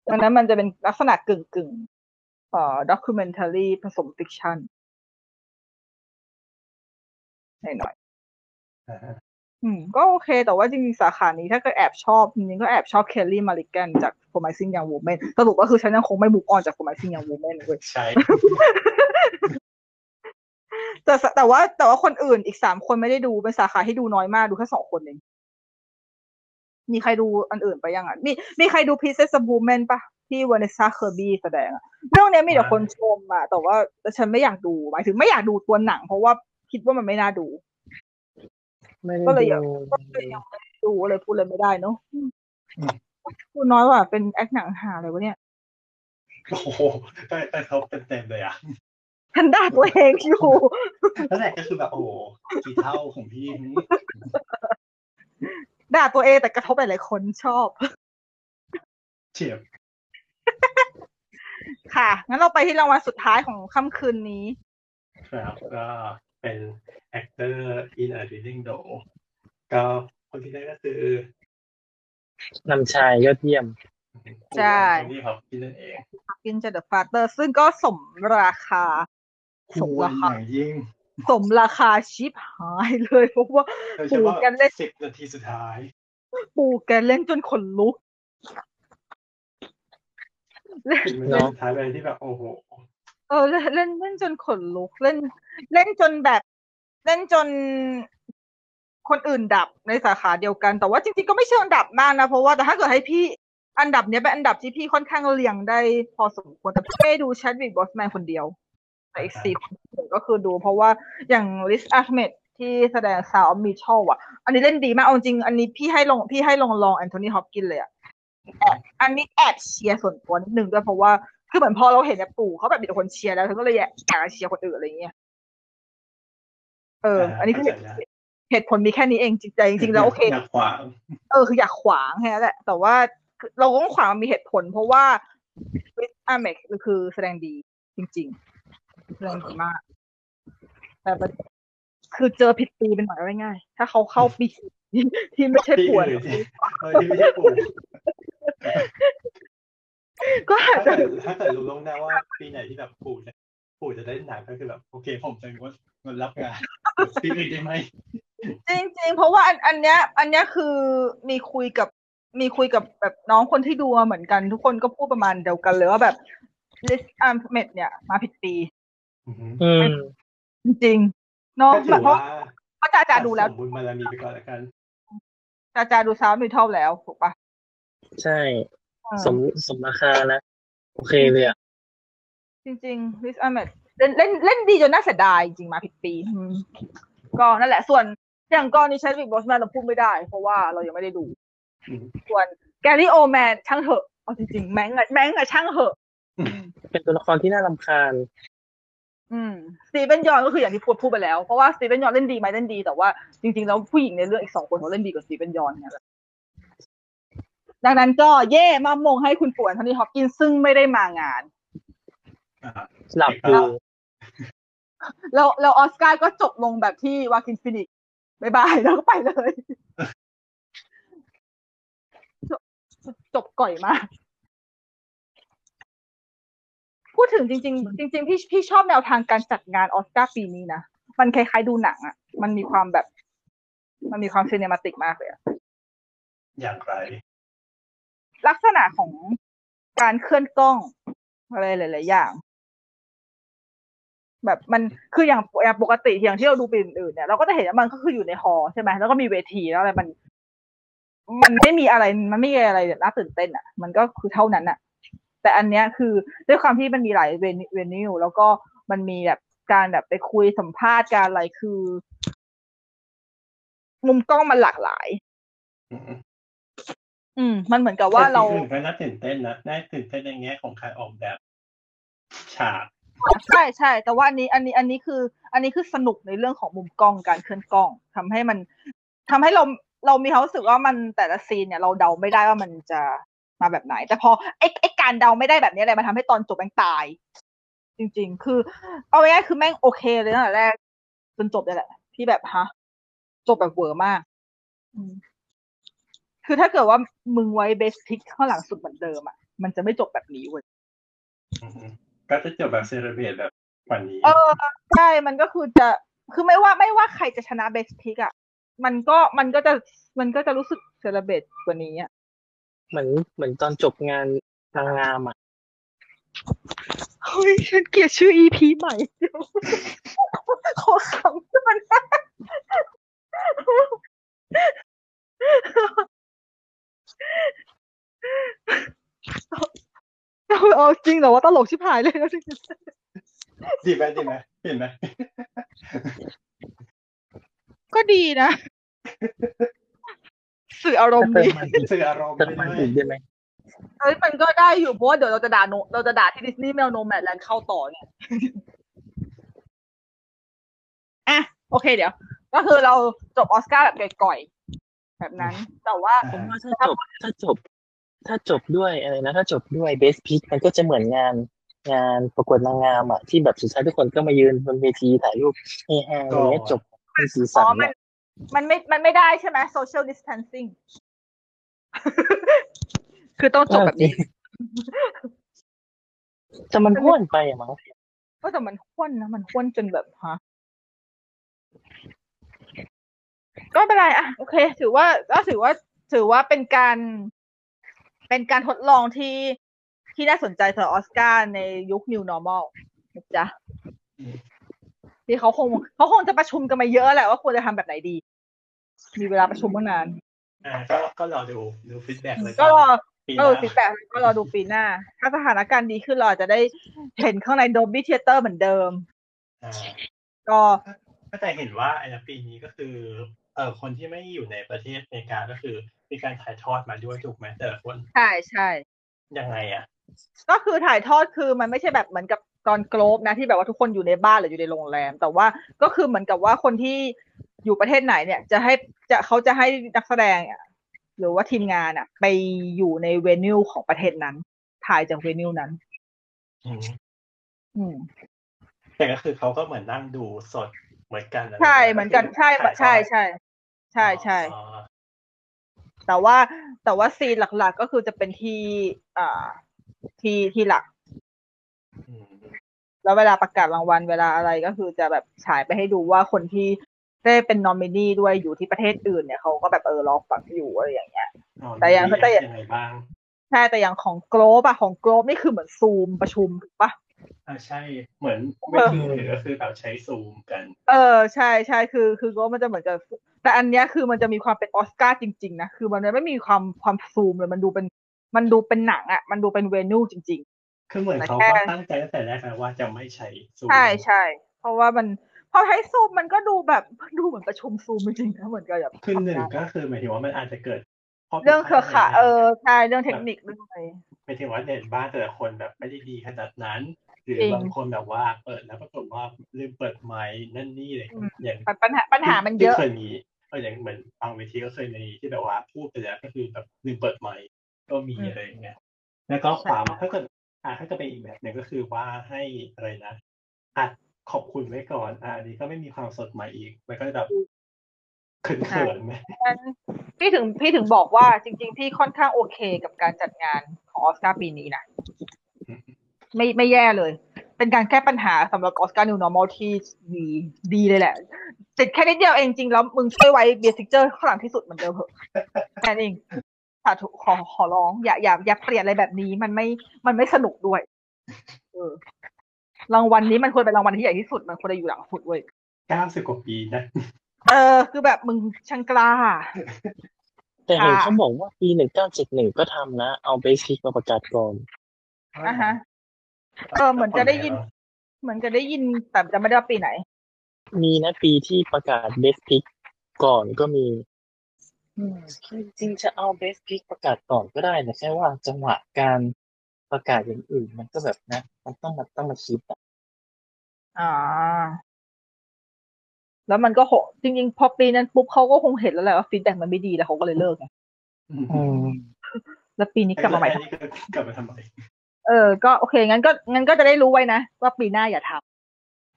D: ดังนั้นมันจะเป็นลักษณะกึ่งกึ่งๆเอ่อด็อกิเมนทารีผสมฟิกชันหน่อย
B: อ่าฮะ
D: ๆอืม ก็โอเค แต่ว่าจริงๆ สาขานี้ถ้าเกิดแอบชอบจริงๆก็แอบชอบเคลลี่มาริแกนจาก Promising Young Woman สรุปก็คือฉันยังคงไม่บุกออนจาก Promising Young Woman เว้ย
B: ใช่
D: แต่สแต่ว่าแต่ว่าคนอื่นอีกสามคนไม่ได้ดู เป็นสาขาที่ดูน้อยมากดูแค่สองคนเอง มีใครดูอันอื่นไปยังอ่ะ มีมีใครดู Princess of Woman ปะที่วานิสซาเคอร์บี้แสดงอ่ะ เรื่องเนี้ยมีแต่คนชมอ่ะ แต่ว่าแต่ฉันไม่อยากดู หมายถึงไม่อยากดูตัวหนัง เพราะว่าคิดว่ามันไม่น่าดู
E: ไม่ได้
D: ก็เลยอยาก
E: ดู
D: ก็เลยยังไม่ดูเลยพูดเลยไม่ได้เนาะ
B: อืม
D: พูดน้อยว่าเป็นแอคหนังหาอะไรวะเนี่ย
B: โอ้โหได้ได้ท็อปเต็มๆเลยอ่ะ
D: ฉันด่าตัวเองอยู่
B: แล้วแต่ก็คือแบบโอ้โหกี่เท่าของพี่นี่
D: ด่าตัวเองแต่กระทบหลายๆคนชอบ
B: เฉียบ
D: ค่ะ งั้นเราไปที่รางวัลสุดท้ายของค่ำคืนนี้
B: ครับก็เป็น actor in a leading role ก็คนที่ได้ก็คือน
E: ำชายยอดเยี่ยม
D: ใช่
B: ตรงนี้ครับพี่นั่นเอง
D: กินเจเดอะฟาเตอร์ ซึ่งก็สมราคา
B: ควรอย่างยิ่ง
D: สมราคาชิปหายเลยเพราะว่า
B: โดยเฉ
D: โอ้
B: พาะ
D: โหกันเล่น
B: สิบนาทีสุดท้าย
D: ปูแกเล่นจนขนลุก
B: ปิดมัน
E: เนอะ
B: สุดท้ายเลยที่แบบโอ้โห
D: เออเล่นเล่นเล่นจนขนลุกเล่น เล่นจนแบบ เล่นจน คนอื่นดับในสาขาเดียวกัน แต่ว่าจริงๆก็ไม่เชิงดับมากนะ เพราะว่าแต่ถ้าเกิดให้พี่อันดับเนี้ยเป็นอันดับที่พี่ค่อนข้างเลียงได้พอสมควรแต่พี่ไม่ดูแชดวิกบอสแมนคนเดียวแต่อีกสี่คนที่เหลือก็คือดู เพราะว่าอย่างลิสอาร์เมดที่แสดงสาวมิชชลอ่ะ อันนี้เล่นดีมากเอาจริงอันนี้พี่ให้ลงพี่ให้ลงลองแอนโทนีฮอปกินเลยอ่ะแอบอันนี้แอบเชียร์ส่วนตัวนิดนึงด้วยเพราะว่าคือเหมือนพอเราเห็นเนี่ยปู่เขาแบบมีแต่คนเชียร์แล้วเธอก็เลยอยากจะเชียร์คนอื่นอะไรอย่างเงี้ยเออ อันนี้คือ
B: เข้าใจละ
D: เหตุผลมีแค่นี้เองจริงใจจริงๆแล้วโอเค
B: อยากขวาง
D: เออคืออยากขวางแค่นั้นแหละ แต่ว่าเราก็ต้องขวางมันมีเหตุผล เพราะว่าวิทอาเมกคือแสดงดีจริงๆแสดงดีมาก แต่ประคือเจอผิดปีเป็นหน่อยเอาง่ายๆถ้าเขาเข้าปี ที่ที่ไม่ใช่
B: ที่
D: ป่วย
B: อื่นที่เออที่ไม่ใช่ปู่
D: ก็อาจ
B: ถ้า
D: จะ
B: เกิดถ้าเกิดรู้ล่วงหน้าว่าปีไหนที่แบบปู่จะปู่จะได้หนังก็คือแบบโอเคผมจะงดงดรับงาน ปีอื่นได้ไหม
D: จริงๆ เพราะว่าอันอันเนี้ย อันเนี้ยคือมีคุยกับมีคุยกับแบบน้องคนที่ดูมาเหมือนกัน ทุกคนก็พูดประมาณเดียวกันเลยว่าแบบลิสอาเมกเนี่ย มาผิดปี
B: อือหือ
E: อืม
D: จริงๆเน้อง
B: ก็ถือ
D: เพราะ
B: ว่า
D: เพราะจ่าจ่าดูแล้ว
B: สะสมบุญบารมีไปก่อนละกัน
D: จาจาดูซาวด์มิวทัลแล้วถูกปะ
E: ใช่
D: เออ
E: สมสมราคานะโอเคเลยอ่ะ
D: จริงๆลิสอาเมดเล่นเล่นเล่นดีจนน่าเสียดายจริงๆมาผิดปีอืมก็นั่นแหละ ส่วนอย่างกรณีใช้วิกบอสแมนเราพูดไม่ได้ เพราะว่าเรายังไม่ได้ดู
B: อืม
D: ส่วนแกรี่โอแมนช่างเถอะเอาจริงๆแมงอะแมงอะช่างเถอะ
E: เป็นตัวละครที่น่ารำคาญ
D: อืมสตีเวนยอนก็คืออย่างที่พูดพูดไปแล้ว เพราะว่าสตีเวนยอนเล่นดีไหมเล่นดีแต่ว่าจริงๆแล้วผู้หญิงในเรื่องอีกสองคนเขาเล่นดีกว่าสตีเวนยอนเนี่ยแหละดังนั้นก็เย่มามงให้คุณป่วนทอนนี่ฮอปกินซึ่งไม่ได้มางาน
B: อ่า
E: หลับอยู่
D: แล้วแล้วออสการ์ก็จบลงแบบที่วาคินฟินิกซ์บายบาย แล้วก็ไปเลย จบจบก่อยมาก พูดถึงจริง ๆ จริง ๆ พี่พี่ชอบแนวทางการจัดงานออสการ์ปีนี้นะ มันคล้ายๆดูหนังอ่ะ มันมีความแบบ มันมีความซีเนมาติกมากเลยอะ
B: อย่างไร
D: ลักษณะของการเคลื่อนกล้องอะไรหลายๆอย่าง แบบมันคืออย่างอย่างปกติอย่างที่เราดูปีอื่นๆเนี่ยเราก็จะเห็นว่ามันก็คืออยู่ในฮอลล์ใช่ไหมแล้วก็มีเวทีแล้วอะไรมัน มันไม่มีอะไรมันไม่มีอะไรแบบน่าตื่นเต้นอ่ะ มันก็คือเท่านั้นอ่ะ แต่อันเนี้ยคือด้วยความที่มันมีหลายเวนิเวนิวแล้วก็มันมีแบบการแบบไปคุยสัมภาษณ์การอะไรคือ มุมกล้องมันหลากหลาย
B: อืม
D: อืม มันเหมือนกับว่าเรา
B: แต่สิ่งอื่นก็น่าตื่นเต้นนะ น่าตื่นเต้นในแง่ของการออกแบบ ฉาก
D: ใช่ใช่แต่ว่าอันนี้อันนี้อันนี้คือ อันนี้คือสนุกในเรื่องของมุมกล้องการเคลื่อนกล้องทำให้มันทำให้เราเรามีความรู้สึกว่ามันแต่ละซีนเนี่ยเราเดาไม่ได้ว่ามันจะมาแบบไหน แต่พอไอ้ไอ้การเดาไม่ได้แบบนี้อะไรมันทำให้ตอนจบแม่งตาย จริง ๆ คือเอาง่ายๆคือแม่งโอเคเลยตั้งแต่แรกจนจบเลยแหละที่แบบฮะจบแบบเวอร์มากอืมคือถ้าเกิดว่ามึงไว้เบสพิกข้างหลังสุดเหมือนเดิมอ่ะมันจะไม่จบแบบนี้เว้ย
B: อืมก็จะจบแบบเซเลบเรตแบบวันนี้
D: เออใช่ มันก็คือจะคือไม่ว่าไม่ว่าใครจะชนะเบสพิกอ่ะ มันก็มันก็จะมันก็จะรู้สึกเซเลเบตกว่านี้อ่ะ
E: เหมือนเหมือนตอนจบงานนางงามอ่ะ
D: เฮ้ยฉันเกลียดชื่อ EP ใหม่ ขอคำขึ้นมัน เอาเอาจริงเหรอว่าตลกชิบหายเลยแล้วจริง
B: ดีไหมดีไหมเห็นไหม
D: ก็ดีนะ สื่ออารมณ์
E: เติ
D: ดี
E: มมันอีก
B: สื่ออารมณ์
E: เติม
B: ไปด้
E: มัน
B: วย
E: อีกได้ไหม
D: เอ้ยมันก็ได้อยู่เพราะว่าเดี๋ยวเราจะด่าโนเราจะด่าที่ดิสนีย์แมวโนแมดแลนด์เข้าต่อเนี่ย อ่ะโอเคเดี๋ยว ก็คือเราจบออสการ์แบบก่อยๆ แบบนั้น แต่ว่า
E: ผมว่าถ้าจบถ้าจบ ถ้าจบด้วยอะไรนะถ้าจบด้วยเบสพิกมันก็จะเหมือนงานงานประกวดนางงามอ่ะที่แบบสุดท้ายทุกคนก็มายืนบนเวทีถ่ายรูปเฮฮาอย่างเงี้ยจบมีสีสัน
D: อ๋อ มัน
E: อ่ะ
D: มันไม่ มันไม่ได้ใช่ไหม social distancing คือต้องจบแบบนี้
E: แต่มันอ้วนไปอะมั้ง
D: ก็แต่มันข้นนะ มันข้นจนแบบฮะก็ไม่เป็นไรอ่ะ โอเค ถือว่าก็ถือว่า ถือว่าเป็นการ เป็นการทดลองที่ที่น่าสนใจสำหรับออสการ์ในยุค new normal นะจ๊ะที่เขาคงเขาคงจะประชุมกันมาเยอะแหละว่าควรจะทำแบบไหนดี มีเวลาประชุมเมื่อนาน
B: อ่าก็ก็รอดูดูฟีดแบ็กเลย
D: ก็รอ
B: ปีห
D: เอ
B: น้า
D: อปีแปดก็รอดูปีหน้า ถ้าสถานการณ์ดีขึ้นเราอาจจะได้เห็นข้างในโดมบี้เทเตอร์เหมือนเดิม
B: อ่า
D: ก็
B: ก็แต่เห็นว่าไอ้นะปีนี้ก็คือเออคนที่ไม่อยู่ในประเทศอเมริกาก็คือมีการถ่ายทอดมาด้วยถูกไหมแต่ละคน
D: ใช่ใช่
B: ยังไงอ่ะ
D: ก็คือถ่ายทอดคือมันไม่ใช่แบบเหมือนกับตอนโกลบนะที่แบบว่าทุกคนอยู่ในบ้านหรืออยู่ในโรงแรม แต่ว่าก็คือเหมือนกับว่าคนที่อยู่ประเทศไหนเนี่ย จะให้จะเขาจะให้นักแสดงอะหรือว่าทีมงานอะไปอยู่ในเวนิวของประเทศนั้น ถ่ายจากเวนิวนั้น
B: อืม
D: อืม
B: แต่ก็คือเขาก็เหมือนนั่งดูสดเหมือนกันะไร
D: ใช่
B: ย่างงี้ย
D: เหมือนกันใช่
B: ถ่ายทอด
D: ใช่ใช่ใช่ใช่
B: อ๋อ
D: แต่ว่าแต่ว่าซีนหลักๆก็คือจะเป็นที่อ่าที่ที่หลัก
B: อืม
D: แล้วเวลาประกาศรางวัลเวลาอะไรก็คือจะแบบฉายไปให้ดูว่าคนที่ได้เป็นนอมินีด้วยอยู่ที่ประเทศอื่นเนี่ยเขาก็แบบเออรอฟังอยู่อะไรอย่างเงี้ย แต่ยัง
B: มี
D: แต่ยัง
B: ยังไงบ้าง
D: ใช่แต่อย่างของโกลบอะของโกลบนี่คือเหมือนซูมประชุมถูกปะ
B: อ่าใช่ เหมือน
D: เออ
B: ไม่คือถือก็คือแบบใช้ซูมกัน
D: เออใช่ใช่คือคือโกลบมันจะเหมือนกับแต่อันเนี้ยคือมันจะมีความเป็นออสการ์จริงๆนะคือมันไม่มีความความซูมเลยมันดูเป็นมันดูเป็นหนังอะมันดูเป็นเวนิวจริง
B: คือเหมือนเขา
D: แต่
B: ก็
D: แค่
B: ตั้งใจตั้งแต่แรกแล้วว่าจะไม่ใช้ซู
D: ๆ
B: ม
D: ใช่ใช่เพราะว่ามันพอใช้ซูมมันก็ดูแบบมันดูเหมือนประชุมซูมจริงๆนะเหมือนกับแบบ
B: คือหนึ่งก็คือหมายถึงว่ามันอาจจะเกิดข้ผิดพลาด
D: เรื่องเครือข่าย
B: ใน
D: เออใช่เรื่องเทคนิคด้วย
B: หมายถึงว่าเน็ตบ้านแต่ละคนแบบไม่ได้ดีขนาดนั้น หรือ
D: จริง
B: บางคนแบบว่าเปิดแล้วปรากฏว่าลืมเปิดไมค์นั่นนี่อะไรอย่าง
D: ปัญปัญหาปัญหามันเยอะ
B: ที่เคยมีเอออย่างเหมือนบางเวทีก็เคยมีที่แบบว่าพูดไปแล้วก็คือแบบลืมเปิดไมค์ก็มี
D: อืม
B: อะไรอย่างเงี้ย แล้วก็ความถ้าเกิดอ่าถ้าเกิดเป็นอีกแบบหนึ่งก็คือว่าให้อะไรนะอัดขอบคุณไว้ก่อนอ่าอันนี้ก็ไม่มีความสดใหม่อีก มันก็แบบเขินเขินไหม
D: งั้นพี่ถึงพี่ถึงบอกว่าจริง ๆ พี่ค่อนข้างโอเคกับการจัดงานของออสการ์ปีนี้นะไม่ไม่แย่เลย เป็นการแก้ปัญหาสำหรับออสการ์ New Normal ที่ดีดีเลยแหละ ติดแค่นิดเดียวเองจริงแล้วมึงช่วยไว้เบียร์ซิกเจอร์ข้างหลังที่สุดเหมือนเดิมเถอะแค่นั้นเองสาธุขอขอร้อง อย่าอย่าอย่าเปลี่ยนอะไรแบบนี้มันไม่มันไม่สนุกด้วย เออรางวัลนี้มันควรเป็นรางวัลที่ใหญ่ที่สุดมันควรจะอยู่หลังสุดเว้ย
B: เก้าสิบกว่าปีนะ
D: เออคือแบบมึงช่างกล้า
E: แต่เห็น
D: ค่ะ
E: เขาบอกว่าปี 1971 ก็ทำนะ เอาเบสิกมาประกาศก่อน
D: อ่ะฮะ เออเหมือนจะได้ยิน เหมือนจะได้ยินแต่จะไม่ได้ว่าปีไหน
E: มีนะปีที่ประกาศเบสพิกก่อนก็มีอืมคือจริงๆจะเอาเบสพิกประกาศก่อนก็ได้แต่แค่ว่าจังหวะการประกาศอย่างอื่น มันก็แบบนะ มันต้องมาต้องมาคิดอะ
D: อ่า แล้วมันก็โหจริงๆ พอปีนั้นปุ๊บเขาก็คงเห็นแล้วแหละว่าฟีดแบ็กมันไม่ดีแล้วเขาก็เลยเลิกไง
E: อืม
D: แล้วปีนี้กลับมาใหม่
B: อันนี้ก็กลับมาทำใหม่
D: เออ ก็โอเคงั้นก็งั้นก็จะได้รู้ไว้นะ ว่าปีหน้าอย่าท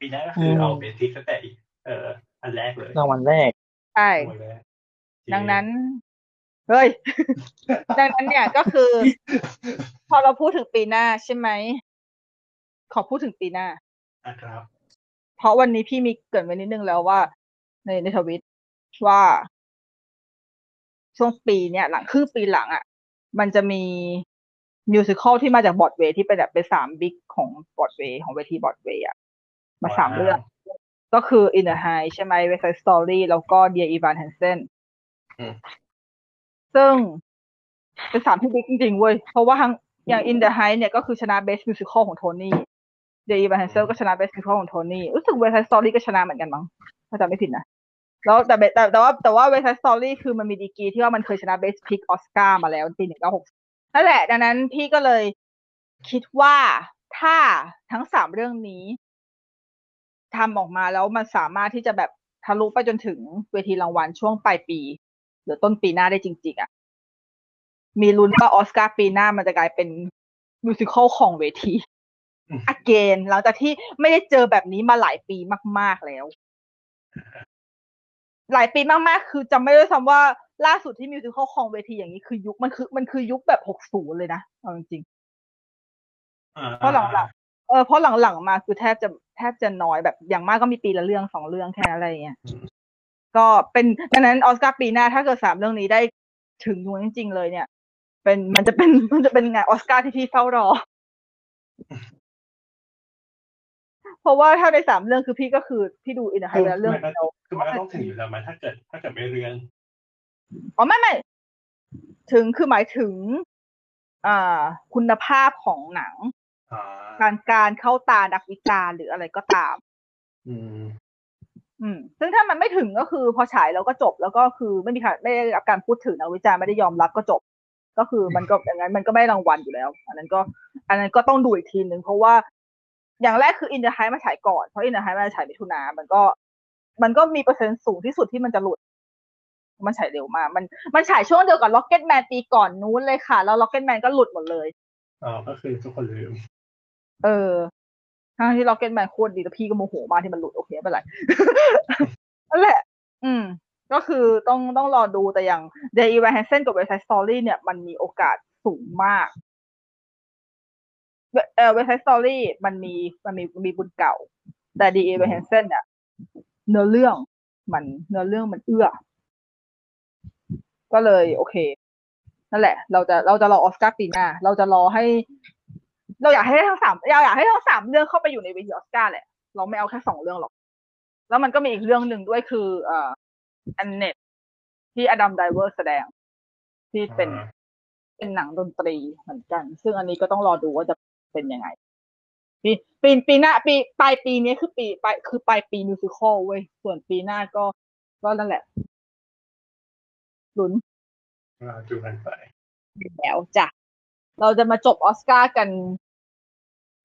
B: ปีหน้าก็คือเอาเบสิกตั้งแต่อีกเอ่ออันแรกเลย
E: รางวัลแรก
D: ำใช่
B: หมดแล้ว
D: ดังนั้น เฮ้ย ดังนั้นเนี่ยก็คือ พอเราพูดถึงปีหน้าใช่ไหม ขอพูดถึงปีหน้า
B: อ่ะครับ
D: เพราะวันนี้พี่มีเกรินไว้นิดนึงแล้วว่า ในในทวิตว่า ช่วงปีเนี่ย หลังครึ่งปีหลังอะ่ะ มันจะมีมิวสิควลที่มาจากบอดเวย์ที่เป็นแบบเป็นสามบิ๊กของบอดเวย์ของเวทีบอดเวย์อ่ะ มาสามเรื่อง ก็คือ In the High ใช่ไหม West Side Story แล้วก็ Dear Evan Hansen ซึ่งเป็นสามที่บิ๊กจริงๆเว้ย เพราะว่าทางอย่าง In the High เนี่ยก็คือชนะ Best Musical ของโทนี่ Dear Evan Hansen ก็ชนะ Best Musical ของโทนี่รู้สึก West Side Story ก็ชนะเหมือนกันมั้งถ้าจำไม่ผิดนะ แล้วแต่เบแต่แต่ว่าแต่ว่า West Side Story คือมันมีดีกรีที่ว่ามันเคยชนะ Best Pick ออสการ์มาแล้วปีหนึ่งเก้าหกนั่นแหละ ดังนั้นพี่ก็เลยคิดว่าถ้าทั้งสามเรื่องนี้ ทำออกมาแล้วมันสามารถที่จะแบบทะลุไปจนถึงเวทีรางวัลช่วงปลายปี หรือต้นปีหน้าได้จริง ๆอะ่ะ มีลุ้นว่าออสการ์ปีหน้ามันจะกลายเป็นมิวสิควลของเวที again หลังจากที่ไม่ได้เจอแบบนี้มาหลายปีมาก ๆแล้ว หลายปีมากๆ คือจำไม่ได้ด้วยซ้ำว่าล่าสุดที่มิวสิควลของเวทีอย่างนี้คือยุคมันคือมันคือยุคแบบหกศูนย์เลยนะเอาจริงๆ เพราะหลังๆเออเพราะหลังๆมาคือแทบจะแทบจะน้อยแบบอย่างมากก็มีปีละเรื่องสองเรื่องแค่นั้นอะไรอย่างเงี้ย ก็เป็นดังนั้นออสการ์ปีหน้าถ้าเกิดสามเรื่องนี้ได้ถึงดวงจริงๆเลยเนี่ย เป็นมันจะเป็นมันจะเป็นงานออสการ์ที่พี่เฝ้ารอ เพราะว่าถ้าในสามเรื่องคือพี่ก็คือพี่ดูอินเดอะไฮ
B: คือ
D: เรื่อง
B: มันก็
D: เดียว
B: คือมันก็ต้องถึงอยู่แล้วมันถ้าเกิดถ้าเกิดไม่เรือน
D: อ๋อไม่ไม่ถึงคือหมายถึง อ่า คุณภาพของหนัง
B: อ่า
D: การการเข้าตานักวิจารณ์หรืออะไรก็ตาม
B: อืม
D: อืม ซึ่งถ้ามันไม่ถึงก็คือพอฉายแล้วก็จบแล้วก็คือไม่มีการไม่ได้รับการพูดถึงนักวิจารณ์ไม่ได้ยอมรับก็จบ ก็คือมันก็อย่างนั้นมันก็ไม่ได้รางวัลอยู่แล้ว อันนั้นก็ อันนั้นก็ต้องดูอีกทีหนึ่งเพราะว่าอย่างแรกคืออินเด h ไฮมาฉายก่อนเพราะอินเด h ไฮมาฉายมิถุนา มันก็ มันก็มีเปอร์เซ็นต์สูงที่สุดที่มันจะหลุด มันฉายเร็วมากมันมันฉายช่วงเดียวกับล็อกเก็ตแมนปีก่อนนู้นเลยค่ะ แล้วล็อกเก็ตแมนก็หลุดหมดเลย
B: อ๋อก็คือทุกคนลืม
D: เออทั้งที่ล็อกเก็ตแมนโคตรดีแต่พี่ก็โมโหมากที่มันหลุดโอเคไม่เป็นไร นั่นแหละ อืม ก็คือต้องต้องรอดูแต่อย่างเดอีแวนแฮนเซนกับเว s ไซ d ์สตอรี่เนี่ยมันมีโอกาสสูงมาก เออเว s ไซ d ์สตอรี่มันมีมันมีมันมีบุญเก่า แต่ดีเอเวนแฮนเซนเนี่ยเนื้อเรื่องมันเนื้อเรื่องมันเอื้อ ก็เลยโอเค นั่นแหละ เราจะเราจะรอออสการ์ปีหน้า เราจะรอให้ เราอยากให้ทั้งสามเราอยากให้ทั้งสามเรื่องเข้าไปอยู่ในเวทีออสการ์แหละ เราไม่เอาแค่สองเรื่องหรอก แล้วมันก็มีอีกเรื่องหนึ่งด้วยคือเอ่ออันเน็ตที่อดัมไดเวอร์แสดง ที่เป็น
B: อ่า
D: เป็นหนังดนตรีเหมือนกัน ซึ่งอันนี้ก็ต้องรอดูว่าจะเป็นยังไง ปีปีปีหน้าปีปลายปีนี้คือปีปลายคือปลายปีมิวสิคอลเว้ยส่วนปีหน้าก็ก็นั่นแหละลุ้น
B: เราดูกันไป
D: แล้วจ้ะ เราจะมาจบออสการ์กัน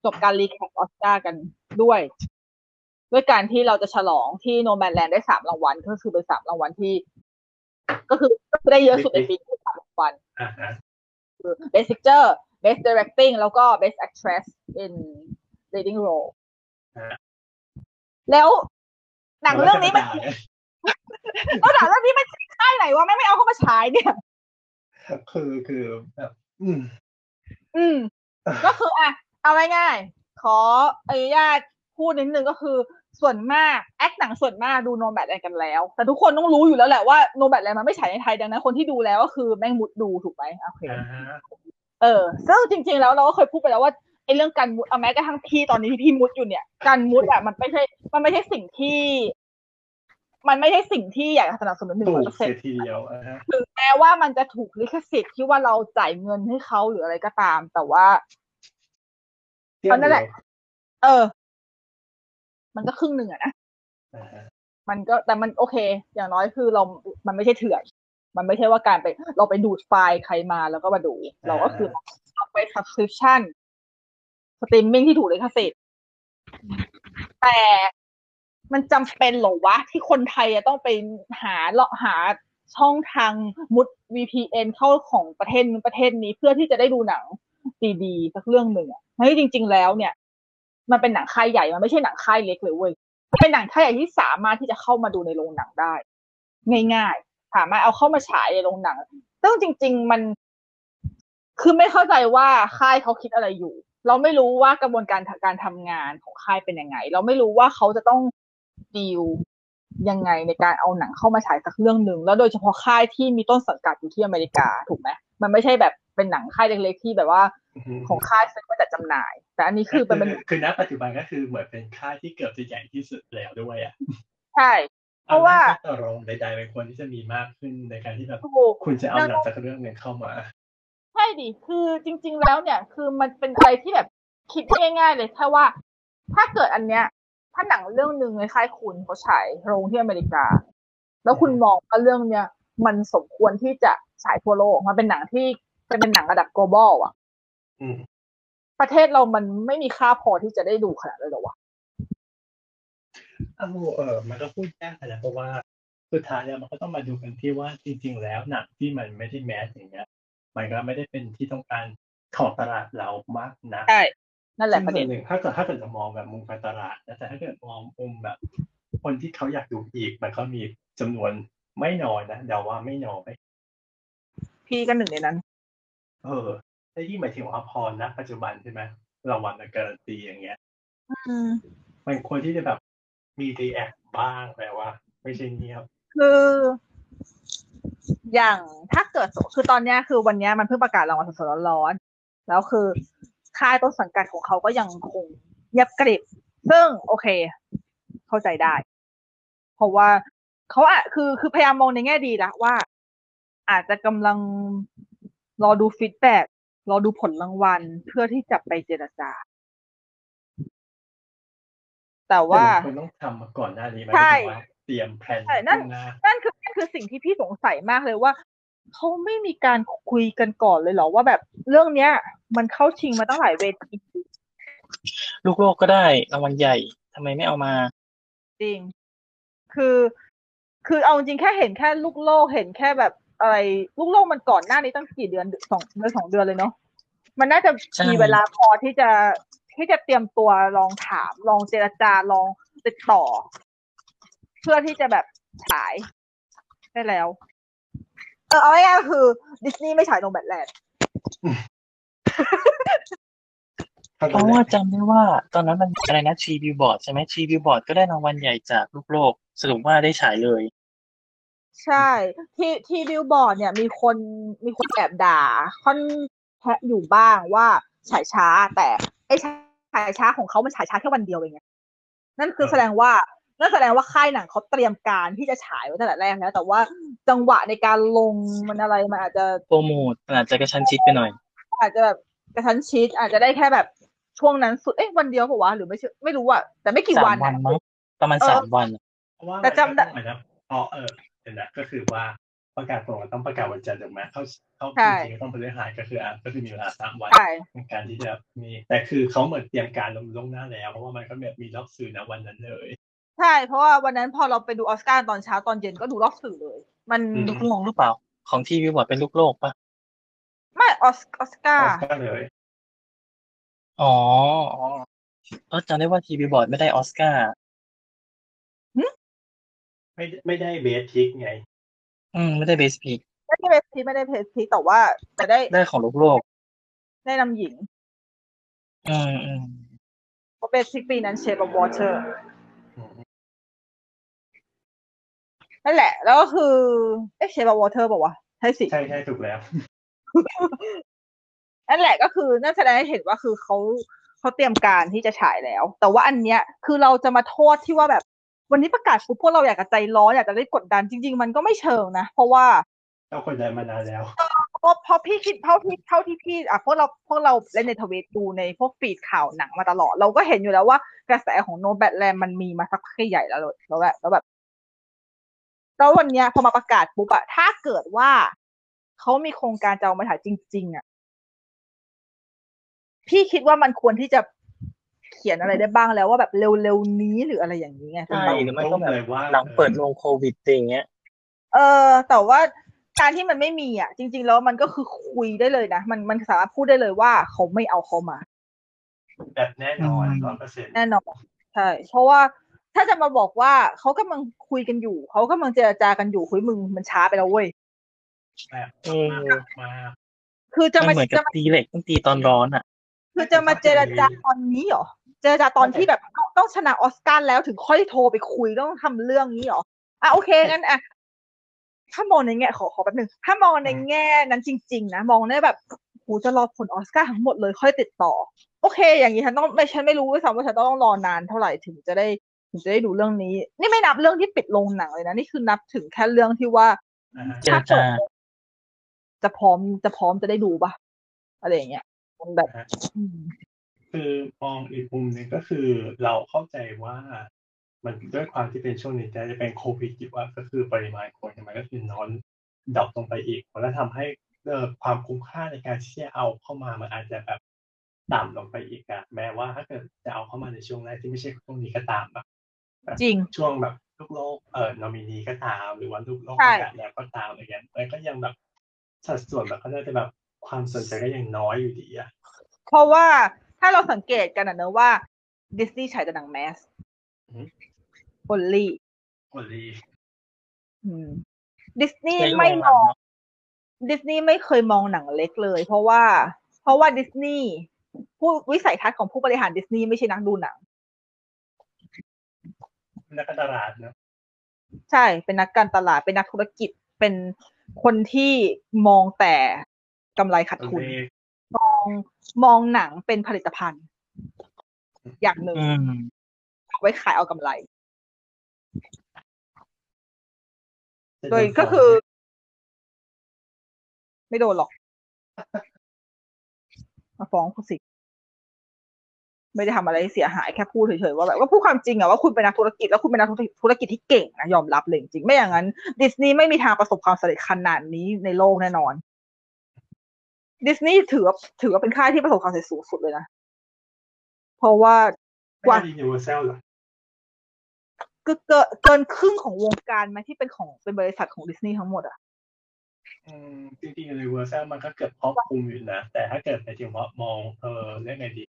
D: จบการรีแคปออสการ์กันด้วย ด้วยการที่เราจะฉลองที่โนแมนแลนด์ได้สามรางวัล ก็คือเป็นสามรางวัลที่ ก็คือได้เยอะสุดในปีที่สามรางวัล
B: อ่าฮะ
D: คือ Best Picture Best Directing แล้วก็ Best Actress in Leading Role
B: ฮะ
D: แล้วหนังเรื่องนี้มัน
B: แล้วก็จะ
D: แล้วหนั
B: ด่าเลย
D: งเรื่องนี้มันค่ายไหนวะแม่งไม่เอาเข้ามาฉายเนี่ย
B: คือคือแบบอืม
D: อืม ก็คืออ่ะ เอาง่ายๆ ขออนุญาตพูดนิดนึงก็คือส่วนมากแอคหนังส่วนมากดูโนแบทแลนกันแล้ว แต่ทุกคนต้องรู้อยู่แล้วแหละว่าโนแบทแลนมันไม่ฉายในไทยดังนั้นคนที่ดูแล้วก็คือแม่งมุดดูถูกไหมโอเค
B: อ่าฮะ
D: เออซึ่งจริงๆแล้วเราก็เคยพูดไปแล้วว่าไอ้เรื่องการมุดเอาแม้กระทั่งพี่ตอนนี้ที่พี่มุดอยู่เนี่ย การมุดอะมันไม่ใช่ มันไม่ใช่สิ่งที่ มันไม่ใช่สิ่งที่อยากจะสนับสนุนหนึ่ง
B: ถู
D: ร้อย
B: ก
D: เปอร์
B: เสี
D: เซ็น
B: ย
D: ต์
B: ทีเดียวอ่าฮะ
D: ถึงแม้ว่ามันจะถูกลิขสิทธิ์ที่ว่าเราจ่ายเงินให้เขาหรืออะไรก็ตาม แต่ว่า
B: เที่ยว
D: เพราะนั่น
B: เดี
D: แห
B: ย
D: ละ
B: ว
D: เออ มันก็ครึ่งหนึ่งอะนะ
B: อ่าฮะ
D: มันก็แต่มันโอเค อย่างน้อยคือเรา มันไม่ใช่เถื่อน มันไม่ใช่ว่าการไป เราไปดูดไฟล์ใครมาแล้วก็มาดู เราก็คือเราไป subscription สตรีมมิ่งที่ถูกลิขสิทธิ์แต่มันจำเป็นเหรอวะ ที่คนไทยจะต้องไปหาเลาะหาช่องทางมุด VPN เข้าของประเทศนู้นประเทศนี้เพื่อที่จะได้ดูหนังดีๆสักเรื่องหนึ่งอะเฮ้ยจริง ๆ แล้วเนี่ย มันเป็นหนังค่ายใหญ่มันไม่ใช่หนังค่ายเล็กเลยเว้ย เป็นหนังค่ายใหญ่ที่สามารถที่จะเข้ามาดูในโรงหนังได้ ง่ายๆ สามารถเอาเข้ามาฉายในโรงหนังซึ่งจริง ๆ มัน คือไม่เข้าใจว่าค่ายเขาคิดอะไรอยู่ เราไม่รู้ว่ากระบวนการทางการทำงานของค่ายเป็นยังไง เราไม่รู้ว่าเขาจะต้องดีลยังไงในการเอาหนังเข้ามาฉายสักเรื่องหนึ่งแล้วโดยเฉพาะค่ายที่มีต้นสังกัดอยู่ที่อเมริกาถูกไหมมันไม่ใช่แบบเป็นหนังค่ายเล็กๆที่แบบว่าของค่ายซื้อมาจัดจำหน่าย แต่อันนี้คือมันเป็น
B: คือณปัจจุบันก็คือเหมือนเป็นค่ายที่เกือบจะใหญ่ที่สุดแล้วด้วยอ่ะ
D: ใช่ เพราะว่า
B: อำนจต่อรองใดๆเป็นควรที่จะมีมากขึ้นในการที่แบบ
D: ถูก
B: คุณจะเอาหนังสักเรื่องหนึ่งเข้ามา
D: ใช่ดิ คือจริง ๆ แล้วเนี่ย คือมันเป็นอะไรที่แบบคิดง่าย ๆ เลยแค่ว่า ถ้าเกิดอันเนี้ย ถ้าหนังเรื่องหนึ่งในค่ายคุณเขาฉายโรงที่อเมริกา แล้วคุณมองว่าเรื่องเนี้ย มันสมควรที่จะฉายทั่วโลก มันเป็นหนังที่เป็นหนังระดับ global อ่ะ
B: อืม
D: ประเทศเรามันไม่มีค่าพอที่จะได้ดูขนาดนั้นหรอวะ
B: เอาเออมันก็พูดยากอะนะเพราะว่าสุดท้ายแล้วมันก็ต้องมาดูกันที่ว่าจริง ๆ แล้วหนังที่มันไม่ได้แมสอย่างเงี้ย มันก็ไม่ได้เป็นที่ต้องการของตลาดเรามากนัก
D: ใช่ นั่นแหละ
B: ซึ่ง
D: ประ
B: ส่
D: เด็
B: วน
D: น
B: หนึ่งถ้าเกิดถ้าเกิดจะมองแบบมุมการตลาดนะแต่ถ้าเกิดมองมุมแบบ คนที่เขาอยากดูอีก มันก็มีจำนวนไม่น้อยนะเดาว่าไม่น้อย
D: พี่ก็หนึ่งในนั้น
B: เออแต่ยิ่งหมายถึงว่าพอนะปัจจุบันใช่ไหมรางวัลมันการันตีอย่างเงี้ย
D: อืม
B: มันควรที่จะแบบมีรีแอคบ้างแปลว่า ไม่ใช่เงียบ
D: คืออย่างถ้าเกิดสมมุติคือตอนเนี้ยคือวันเนี้ยมันเพิ่งประกาศรางวัลสดๆร้อนๆแล้วคือค่ายต้นสังกัดของเขาก็ยังคงเงียบกริบ ซึ่งโอเค เข้าใจได้ เพราะว่าเขาอะคือคือพยายามมองในแง่ดีละว่า อาจจะกำลังรอดูฟีดแบ็กรอดูผลรางวัลเพื่อที่จะไปเจรจา แต่ว่า
B: แต่มันคุณต้องทำมาก่อนหน้านี้ไหม
D: ใช่
B: หมายถึงว่าเตรียมแผน
D: ใช่นั่น
B: ล่วงหา
D: นั่นคือนั่นคือสิ่งที่พี่สงสัยมากเลยว่าเขาไม่มีการคุยกันก่อนเลยเหรอว่าแบบเรื่องเนี้ย มันเข้าชิงมาตั้งหลายเวที
E: ลูกโลกก็ได้รางวัลใหญ่ทำไมไม่เอามา
D: จริง คือ คือเอาจริงแค่เห็นแค่ลูกโลกเห็นแค่แบบอะไร ลูกโลกมันก่อนหน้านี้ตั้งกี่เดือนสองเดือนสองเดือนเลยเนาะมันน่าจะ
E: ใช่
D: มีเวลาพอที่จะที่จะเตรียมตัวลองถาม ลองเจรจาลองติดต่อ เพื่อที่จะแบบฉายได้แล้ว เออเอาง่ายๆก็คือดิสนีย์ไม่ฉายโนแบทแลนด์
B: เท่า
E: เพ
B: นั้น
E: ราะ
B: แห
E: ว่า
B: ละ
E: จำได้ว่าตอนนั้นมันอะไรนะชีบิวบอร์ดใช่ไหมชีบิวบอร์ดก็ได้รางวัลใหญ่จากลูกโลก สรุปว่าได้ฉายเลย
D: ใช่ ที่ที่บิลบอร์ดเนี่ยมีคนมีคนแอบด่า ค่อนแพะอยู่บ้างว่าฉายช้า แต่ไอ้ฉายช้าของเขามันฉายช้าแค่วันเดียวเองไงนั่นคือแสดงว่านั่นแสดงว่าค่ายหนังเขาเตรียมการที่จะฉายไว้ตั้งแต่แรกแล้ว แต่ว่าจังหวะในการลงมันอะไรมันอาจจะ
E: โปรโมทมันอาจจะกระชั้นชิดไปหน่อย
D: อาจจะแบบกระชั้นชิดอาจจะได้แค่แบบช่วงนั้นสุดเอ๊ะวันเดียวเปล่าวะหรือไม่ใช่ไม่รู้อะแต่ไม่กี่
E: สาม
D: วัน
E: วั
D: อะ
E: นมั้งประมาณ
D: เออ
E: สามวัน
B: เพราะว่า
D: แต่จำได้
B: เหมือนนะอ๋อเออเดี๋ยวนะก็คือว่าประกาศโปรโมทต้องประกาศวันจันทร์ถูกไหมเข้าเข้า
D: ใช่
B: จริงๆก็ต้องพฤหัสก็คืออ่ะก็คือมีเวลาสามวัน
D: ใช่
B: ในการที่จะมีแต่คือเขาเหมือนเตรียมการลงล่วงหน้าแล้ว เพราะว่ามันก็แบบมีรอบสื่อนะวันนั้นเลย
D: ใช่ เพราะว่าวันนั้นพอเราไปดูออสการ์ตอนเช้าตอนเย็นก็ดูรอบสื่อเลย มัน
B: อืม
E: ลูกโลกหรือเปล่า ของทีวีบอร์ดเป็นลูกโลกปะ
D: ไม่ออสออสการ์
B: ก็เลย
E: อ๋ออ๋อเออจำได้ว่าทีวีบอร์ดไม่ได้ออสการ์
B: ไม่ไม่ได้เบสทิกไง
E: อืมไม่ได้เบสพิก
D: ไม่ได้เพจพีไม่ได้เพจพีแต่ว่าจะได้
E: ได้ของลูกโลก
D: ได้นำหญิง
E: อืมอืม
D: เพราะเบสิกปีนั้นเชฟกับวอเชอร์นั่นแหละ แล้วก็คือ เอ๊ะเชฟกับวอเชอร์บอกว่าวะใช่สิ
B: ใช่ใช่ถูกแล้ว
D: นั่นแหละก็คือนั่นแสดงให้เห็นว่าคือเขาเขาเตรียมการที่จะฉายแล้ว แต่ว่าอันเนี้ยคือเราจะมาโทษที่ว่าแบบ วันนี้ประกาศปุ๊บพวกเราอยากจะใจร้อนอยากจะได้กดดันจริง ๆ มันก็ไม่เชิงนะ เพราะว่า
B: เราคนได้มานานแล้ว
D: ก็เพราะพี่คิดเท่าที่เท่าที่พี่อ่ะพวกเราพวกเราเล่นในทวิตดูในพวกฟีดข่าวหนังมาตลอด เราก็เห็นอยู่แล้วว่ากระแสของโนแบทแลนมันมีมาสักพักใหญ่แล้วเลยแล้วแบบแล้วแบบแล้ววันเนี้ยพอมาประกาศปุ๊บอะถ้าเกิดว่าเขามีโครงการจะเอามาถ่ายจริง ๆอะพี่คิดว่ามันควรที่จะเขียนอะไรได้บ้างแล้วว่าแบบเร็วๆนี้หรืออะไรอย่างนี้ไง
B: ใช่
E: ใช่หรือไม่ก็แบ
B: เลย
E: บ
B: ว่า
E: หลังเปิดโรงโควิดอย่างเงี้ย
D: เออแต่ว่าการที่มันไม่มีอ่ะ จริง ๆ แล้วมันก็คือคุยได้เลยนะ มันมันสามารถพูดได้เลยว่าเขาไม่เอาเขามา
B: แบบแน่นอน
E: อืม
B: ร้อยเปอร์เซ็นต์
D: แน่นอนใช่เพราะว่าถ้าจะมาบอกว่าเขากำลังคุยกันอยู่ เขากำลังเจรจากันอยู่คุยมึงมันช้าไปแล้วเว้ย
B: แบบ
E: เออ
B: มาก
D: คือจะ
E: มัน
D: มา
E: เหมือนกั
D: จะ
E: บ
D: มา
E: ตีเหล็กต้องตีตอนร้อนอ่ะ
D: คือจะมาเจรจาตอนนี้เหรอเจรจาตอนที่แบบต้องต้องชนะออสการ์แล้วถึงค่อยโทรไปคุยต้องทำเรื่องนี้เหรออ่ะ โอเคงั้นอ่ะถ้ามองในแง่ขอขอแป๊บหนึ่งถ้ามองในแง่นั้นจริง ๆ นะมองได้แบบหูจะรอผลออสการ์ทั้งหมดเลยค่อยติดต่อ โอเค อย่างนี้ฉันต้องไม่ฉันไม่รู้ด้วยซ้ำว่าฉันต้องรอนานเท่าไหร่ถึงจะได้ ถึงจะได้ดูเรื่องนี้ นี่ไม่นับเรื่องที่ปิดโรงหนังเลยนะ นี่คือนับถึงแค่เรื่องที่ว่า
B: อ่า
E: เจร
D: ถ้า
E: จา
D: เปิดจะพร้อมจะพร้อมจะได้ดูปะอะไรอย่างเงี้ยมันแบบอืม
B: คือมองอีกมุมหนึ่งก็คือเราเข้าใจว่า มันด้วยความที่เป็นช่วงนี้แต่จะเป็นโควิดอยู่ว่าก็คือปริมาณคนมันก็คือน้อนดรอปลงไปอีกแล้วทำให้เอ่อความคุ้มค่าในการที่จะเอาเข้ามามันอาจจะแบบต่ำลงไปอีกอะแม้ว่าถ้าเกิดจะเอาเข้ามาในช่วงแรกที่ไม่ใช่ช่วงนี้ก็ตามแบบ
D: จริง
B: ช่วงแบบลูกโลกเอ่อนอมินีก็ตาม หรือว่าลูกโลก
D: ใช่
B: ประกาศแล้วก็ตามอะไรเงี้ยมันก็ยังแบบสัดส่วนแบบก็น่าจะแบบความสนใจก็ยังน้อยอยู่ดีอะ
D: เพราะว่าถ้าเราสังเกตกันนะเนอะว่าดิสนีย์ฉายแต่หนังแมสบอลลี่
B: โอลี
D: ดิสนีย์
E: ในโรง
D: ไม่
E: หนั
D: มองง
E: เนอะ
D: ดิสนีย์ไม่เคยมองหนังเล็กเลย เพราะว่า เพราะว่าดิสนีย์ผู้วิสัยทัศน์ของผู้บริหารดิสนีย์ไม่ใช่นักดูหนัง
B: นักการตลาดเนอะ
D: ใช่ เป็นนักการตลาด เป็นนักธุรกิจ เป็นคนที่มองแต่กำไรขาด
B: ตัว
D: ทุน
B: เลข
D: มอง มองหนังเป็นผลิตภัณฑ์ อย่างหนึ่ง
E: อืม
D: เอาไว้ขายเอากำไร
B: จะ
D: โดย
B: น
D: ก็คือ ไม่โดนหรอก มาฟ้องคุณสิ ไม่ได้ทำอะไรให้เสียหายแค่พูดเฉยๆว่าแบบว่าพูดความจริงอะว่าคุณเป็นนักธุรกิจแล้วคุณเป็นนักธุรกิจที่เก่งนะยอมรับเลยจริงๆไม่อย่างนั้น ดิสนีย์ไม่มีทางประสบความสำเร็จขนาดนี้ในโลกแน่นอน ดิสนีย์ถือว่าถือว่าเป็นค่ายที่ประสบความสำเร็จสูงสุดเลยนะ เพราะว่า กว่า
B: ไม่ได้ยูนิเวอร์แซลเหรอ
D: ก็เกินเกินครึ่งของวงการไหมที่เป็นของเป็นบริษัทของดิสนีย์ทั้งหมดอะ
B: อืมจริงๆยูนิเวอร์แซลมันก็เกือบครอบคลุมอยู่นะ แต่ถ้าเกิดในที่ว่ามองเออเรื่องไงดี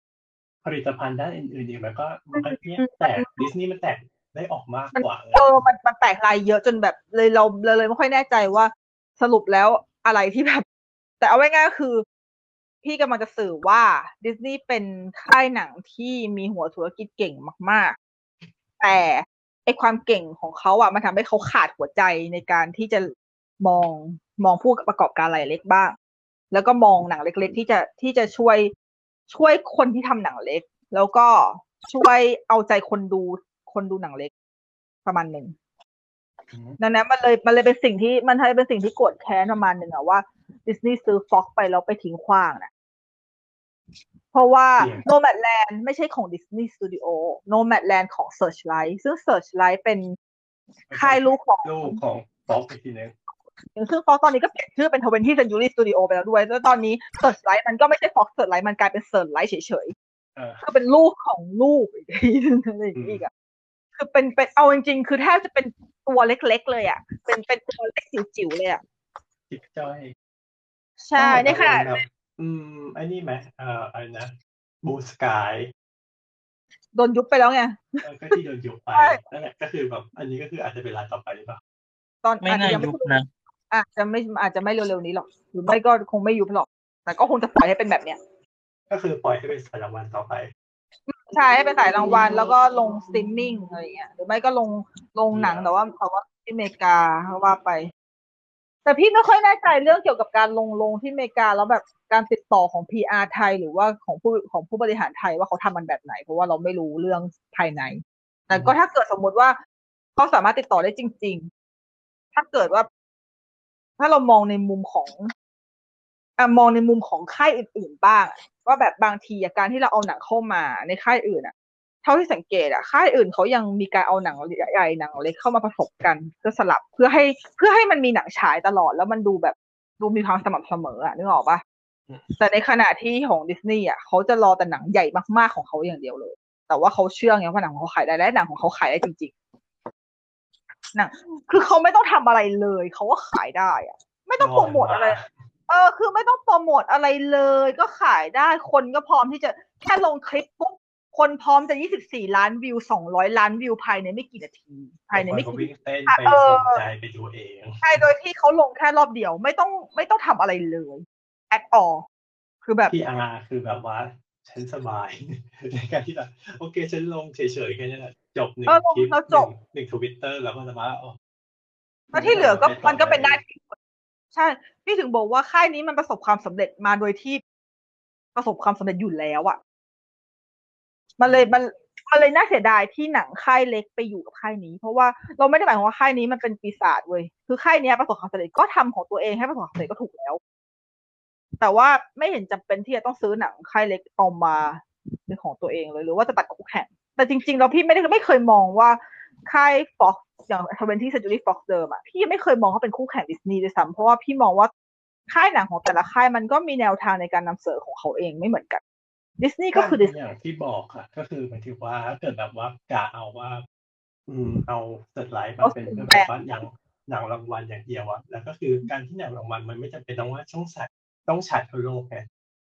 B: ผลิตภัณฑ์ด้านอื่นๆอีกมันก็มันก็เนี่ยแตกดิสนีย์มันแตกได้ออกมากกว่าเลย
D: เออมันมันแตกลายเยอะจนแบบเลยเราเราเลยไม่ค่อยแน่ใจว่าสรุปแล้วอะไรที่แบบ แต่เอาไว้ง่ายๆคือ พี่กำลังจะสื่อว่าดิสนีย์เป็นค่ายหนังที่มีหัวธุรกิจเก่งมาก ๆ แต่ไอความเก่งของเขาอะมันทำให้เขาขาดหัวใจในการที่จะมองมองผู้ประกอบการรายเล็กบ้าง แล้วก็มองหนังเล็ก ๆ ที่จะที่จะช่วยช่วยคนที่ทำหนังเล็ก แล้วก็ช่วยเอาใจคนดูคนดูหนังเล็ก ประมาณหนึ่ง
B: อืม
D: ดังนั้นมันเลยมันเลยเป็นสิ่งที่มันเลยเป็นสิ่งที่โกรธแค้นประมาณหนึ่งอะว่าดิสนีย์ซื้อฟ็อกไปแล้วไปทิ้งขว้างนะเพราะว่าโนแมดแลนด์ไม่ใช่ของดิสนีย์สตูดิโอโนแมดแลนด์ของ Searchlight ซึ่ง Searchlight เป็นค่ายลูกของ
B: ลูกของฟ็อกอีกทีนึง
D: ซึ่งฟ็อกตอนนี้ก็เปลี่ยนชื่อเป็นทเวนที่เซนจูรี่สตูดิโอไปแล้วด้วย แล้วตอนนี้ Searchlight มันก็ไม่ใช่ฟ็อก Searchlight มันกลายเป็น Searchlight เฉยๆ
B: เออ
D: ก็เป็นลูกของลูก อีกทีนึงอะไรอย่างนี้อีกอะคือเป็นเป็นเอาจริงๆ คือแทบจะเป็นตัวเล็กๆ เลยอ่ะ เป็นเป็นตัวเล็กจิ๋วๆ เลยอ่ะ
B: จิกจ้อย
D: ใช่ในขณะ
B: แบบอืมไอ้นี่ไหมเอ่ออะไรนะบูสกาย
D: โดนยุบไปแล้วไง
B: ก็ที่โดนยุบไป
D: ใช่
B: นั่นแหละก็คือแบบอันนี้ก็คืออาจจะเป็นรายต่อไปหรือเปล่า
D: ตอน
E: ไม่
D: อาจ
E: น่า
D: จะยังไม่
E: ยุบนะ
D: อาจจะไม่อาจจะไม่เร็วๆ นี้หรอก หรือไม่ก็คงไม่ยุบหรอก แต่ก็คงจะปล่อยให้เป็นแบบเนี้ย
B: ก็คือปล่อยให้เป็นสายรางวัลต่อไป
D: ใช่ให้เป็นสายรางวัลแล้วก็ลงสตรีมมิ่งอะไรอย่างเงี้ยหรือไม่ก็ลงลงหนัง
B: อืม
D: แต่ว่าแต่ว่าที่อเมริกาเขาว่าไป แต่พี่ไม่ค่อยแน่ใจเรื่องเกี่ยวกับการลงลงที่อเมริกาแล้วแบบการติดต่อของ PR ไทยหรือว่าของผู้ของผู้บริหารไทยว่าเขาทำมันแบบไหน เพราะว่าเราไม่รู้เรื่องภายใน แต่ก็ถ้าเกิดสมมุติว่าเขาสามารถติดต่อได้จริง ๆ ถ้าเกิดว่า ถ้าเรามองในมุมของอะมองในมุมของค่ายอื่น ๆ บ้างอะว่าแบบบางทีอะการที่เราเอาหนังเข้ามาในค่ายอื่นอะเท่าที่สังเกตอะค่ายอื่นเขายังมีการเอาหนังใหญ่ๆหนังเล็กเข้ามาผสมกันเพื่อสลับเพื่อให้เพื่อให้มันมีหนังฉายตลอดแล้วมันดูแบบดูมีความสม่ำเสมออะนึกออกปะ
B: อืม
D: แต่ในขณะที่ของดิสนีย์อะเขาจะรอแต่หนังใหญ่มากๆของเขาอย่างเดียวเลย แต่ว่าเขาเชื่อไงว่าหนังของเขาขายได้และหนังของเขาขายได้จริงๆหนังคือเขาไม่ต้องทำอะไรเลยเขาก็ขายได้อะไม่ต้องโปรโมทอะไร เออคือไม่ต้องโปรโมทอะไรเลยก็ขายได้คนก็พร้อมที่จะแค่ลงคลิปปุ๊บคนพร้อมจะ 24 ล้านวิว 200 ล้านวิวภายในไม่กี่นาที ภายในไม่
B: คนก็
D: กี่
B: วิ่งเต้น
D: อ่ะ
B: ไป
D: เออ
B: สนใจไปดูเอง
D: ใช่โดยที่เขาลงแค่รอบเดียวไม่ต้องไม่ต้องทำอะไรเลย at all คือแบบ
B: พี่อาคือแบบว่าฉันสบาย ในการที่แบบโอเคฉันลงเฉยๆแค่นั้นแหละจบหนึ่ง
D: เออลง
B: คลิป
D: แล้ว
B: ห
D: จ
B: นึ่
D: บ
B: งหนึ่งทวิตเตอร์แล้วก็จะมาอ๋อ
D: แล้วที่เหลือก็
B: ไม่ต่อ
D: มันก็เป็น
B: ไป
D: หน้าที่คนใช่ พี่ถึงบอกว่าค่ายนี้มันประสบความสำเร็จมาโดยที่ประสบความสำเร็จอยู่แล้วอะมันเลยมันมันเลยน่าเสียดายที่หนังค่ายเล็กไปอยู่กับค่ายนี้ เพราะว่าเราไม่ได้หมายความว่าค่ายนี้มันเป็นปีศาจเว้ยคือค่ายเนี้ยประสบความสำเร็จก็ทำของตัวเองให้ประสบความสำเร็จก็ถูกแล้ว แต่ว่าไม่เห็นจำเป็นที่จะต้องซื้อหนังค่ายเล็กเอามาเป็นของตัวเองเลย หรือว่าจะตัดคู่แข่ง แต่จริงๆเราพี่ไม่ได้ไม่เคยมองว่า ค่ายฟ็อกอย่างทเวนที่เซนจูรี่ฟ็อกเดิมอะพี่ยังไม่เคยมองเขาเป็นคู่แข่งดิสนีย์ด้วยซ้ำเพราะว่าพี่มองว่าค่ายหนังของแต่ละค่ายมันก็มีแนวทางในการนำเสนอของเขาเองไม่เหมือนกันดิสนีย์ก็คือดิสนีย์
B: อย่างที่บอกค่ะ ก็คือหมายถึงว่าถ้าเกิดแบบว่ากะเอาว่า อืมเอาสไลด์มาเป็นเพื่อแบบว่าหนังหนังรางวัลอย่างเดียวอะแล้วก็คือการที่หนังรางวัลมันไม่จำเป็นต้องว่าช่องสัตว์ต้องฉายทั่วโลกไง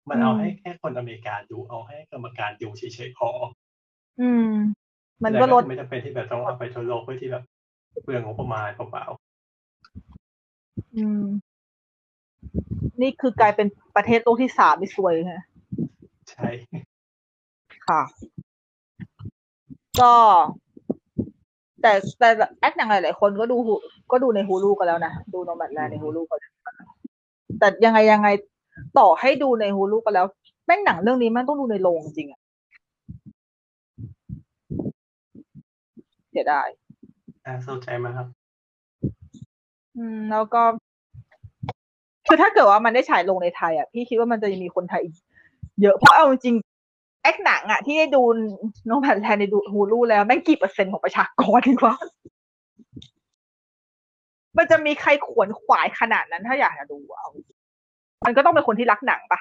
B: มันเอาให้แค่คนอเมริกาดูเอาให้กรรมการดูเฉยๆพอ
D: อืม มันก็ลด
B: แล้วไม่จำเป็นที่แบบต้องเอาไปทั่วโลกเพื่อที่แบบเปลืองงบประมาณเปล่า
D: อืม นี่คือกลายเป็นประเทศโลกที่สามที่ซวยฮะ
B: ๆใช่
D: ค่ะ ก็แต่แต่แอคหนังหลายๆคนก็ดู Hulu ก็ดูในฮูลูกันแล้วนะ ดูโนแมดแลนในฮูลูกันแล้วแต่ยังไงยังไงต่อให้ดูในฮูลูกันแล้วแม่งหนังเรื่องนี้แม่งต้องดูในโรงจริงอะเสียดาย
B: น่าสนใจมากครับ
D: อืมแล้วก็ คือถ้าเกิดว่ามันได้ฉายลงในไทยอ่ะพี่คิดว่ามันจะยังมีคนไทยอีกเยอะเพราะเอาจริงแอคหนังอ่ะ ที่ได้ดูน้องแผ่นแทนในดูฮูลูแล้วแม่งกี่เปอร์เซ็นต์ของประชากรดีกว่า มันจะมีใครขวนขวายขนาดนั้นถ้าอยากจะดูอะเอาจริงมันก็ต้องเป็นคนที่รักหนังปะ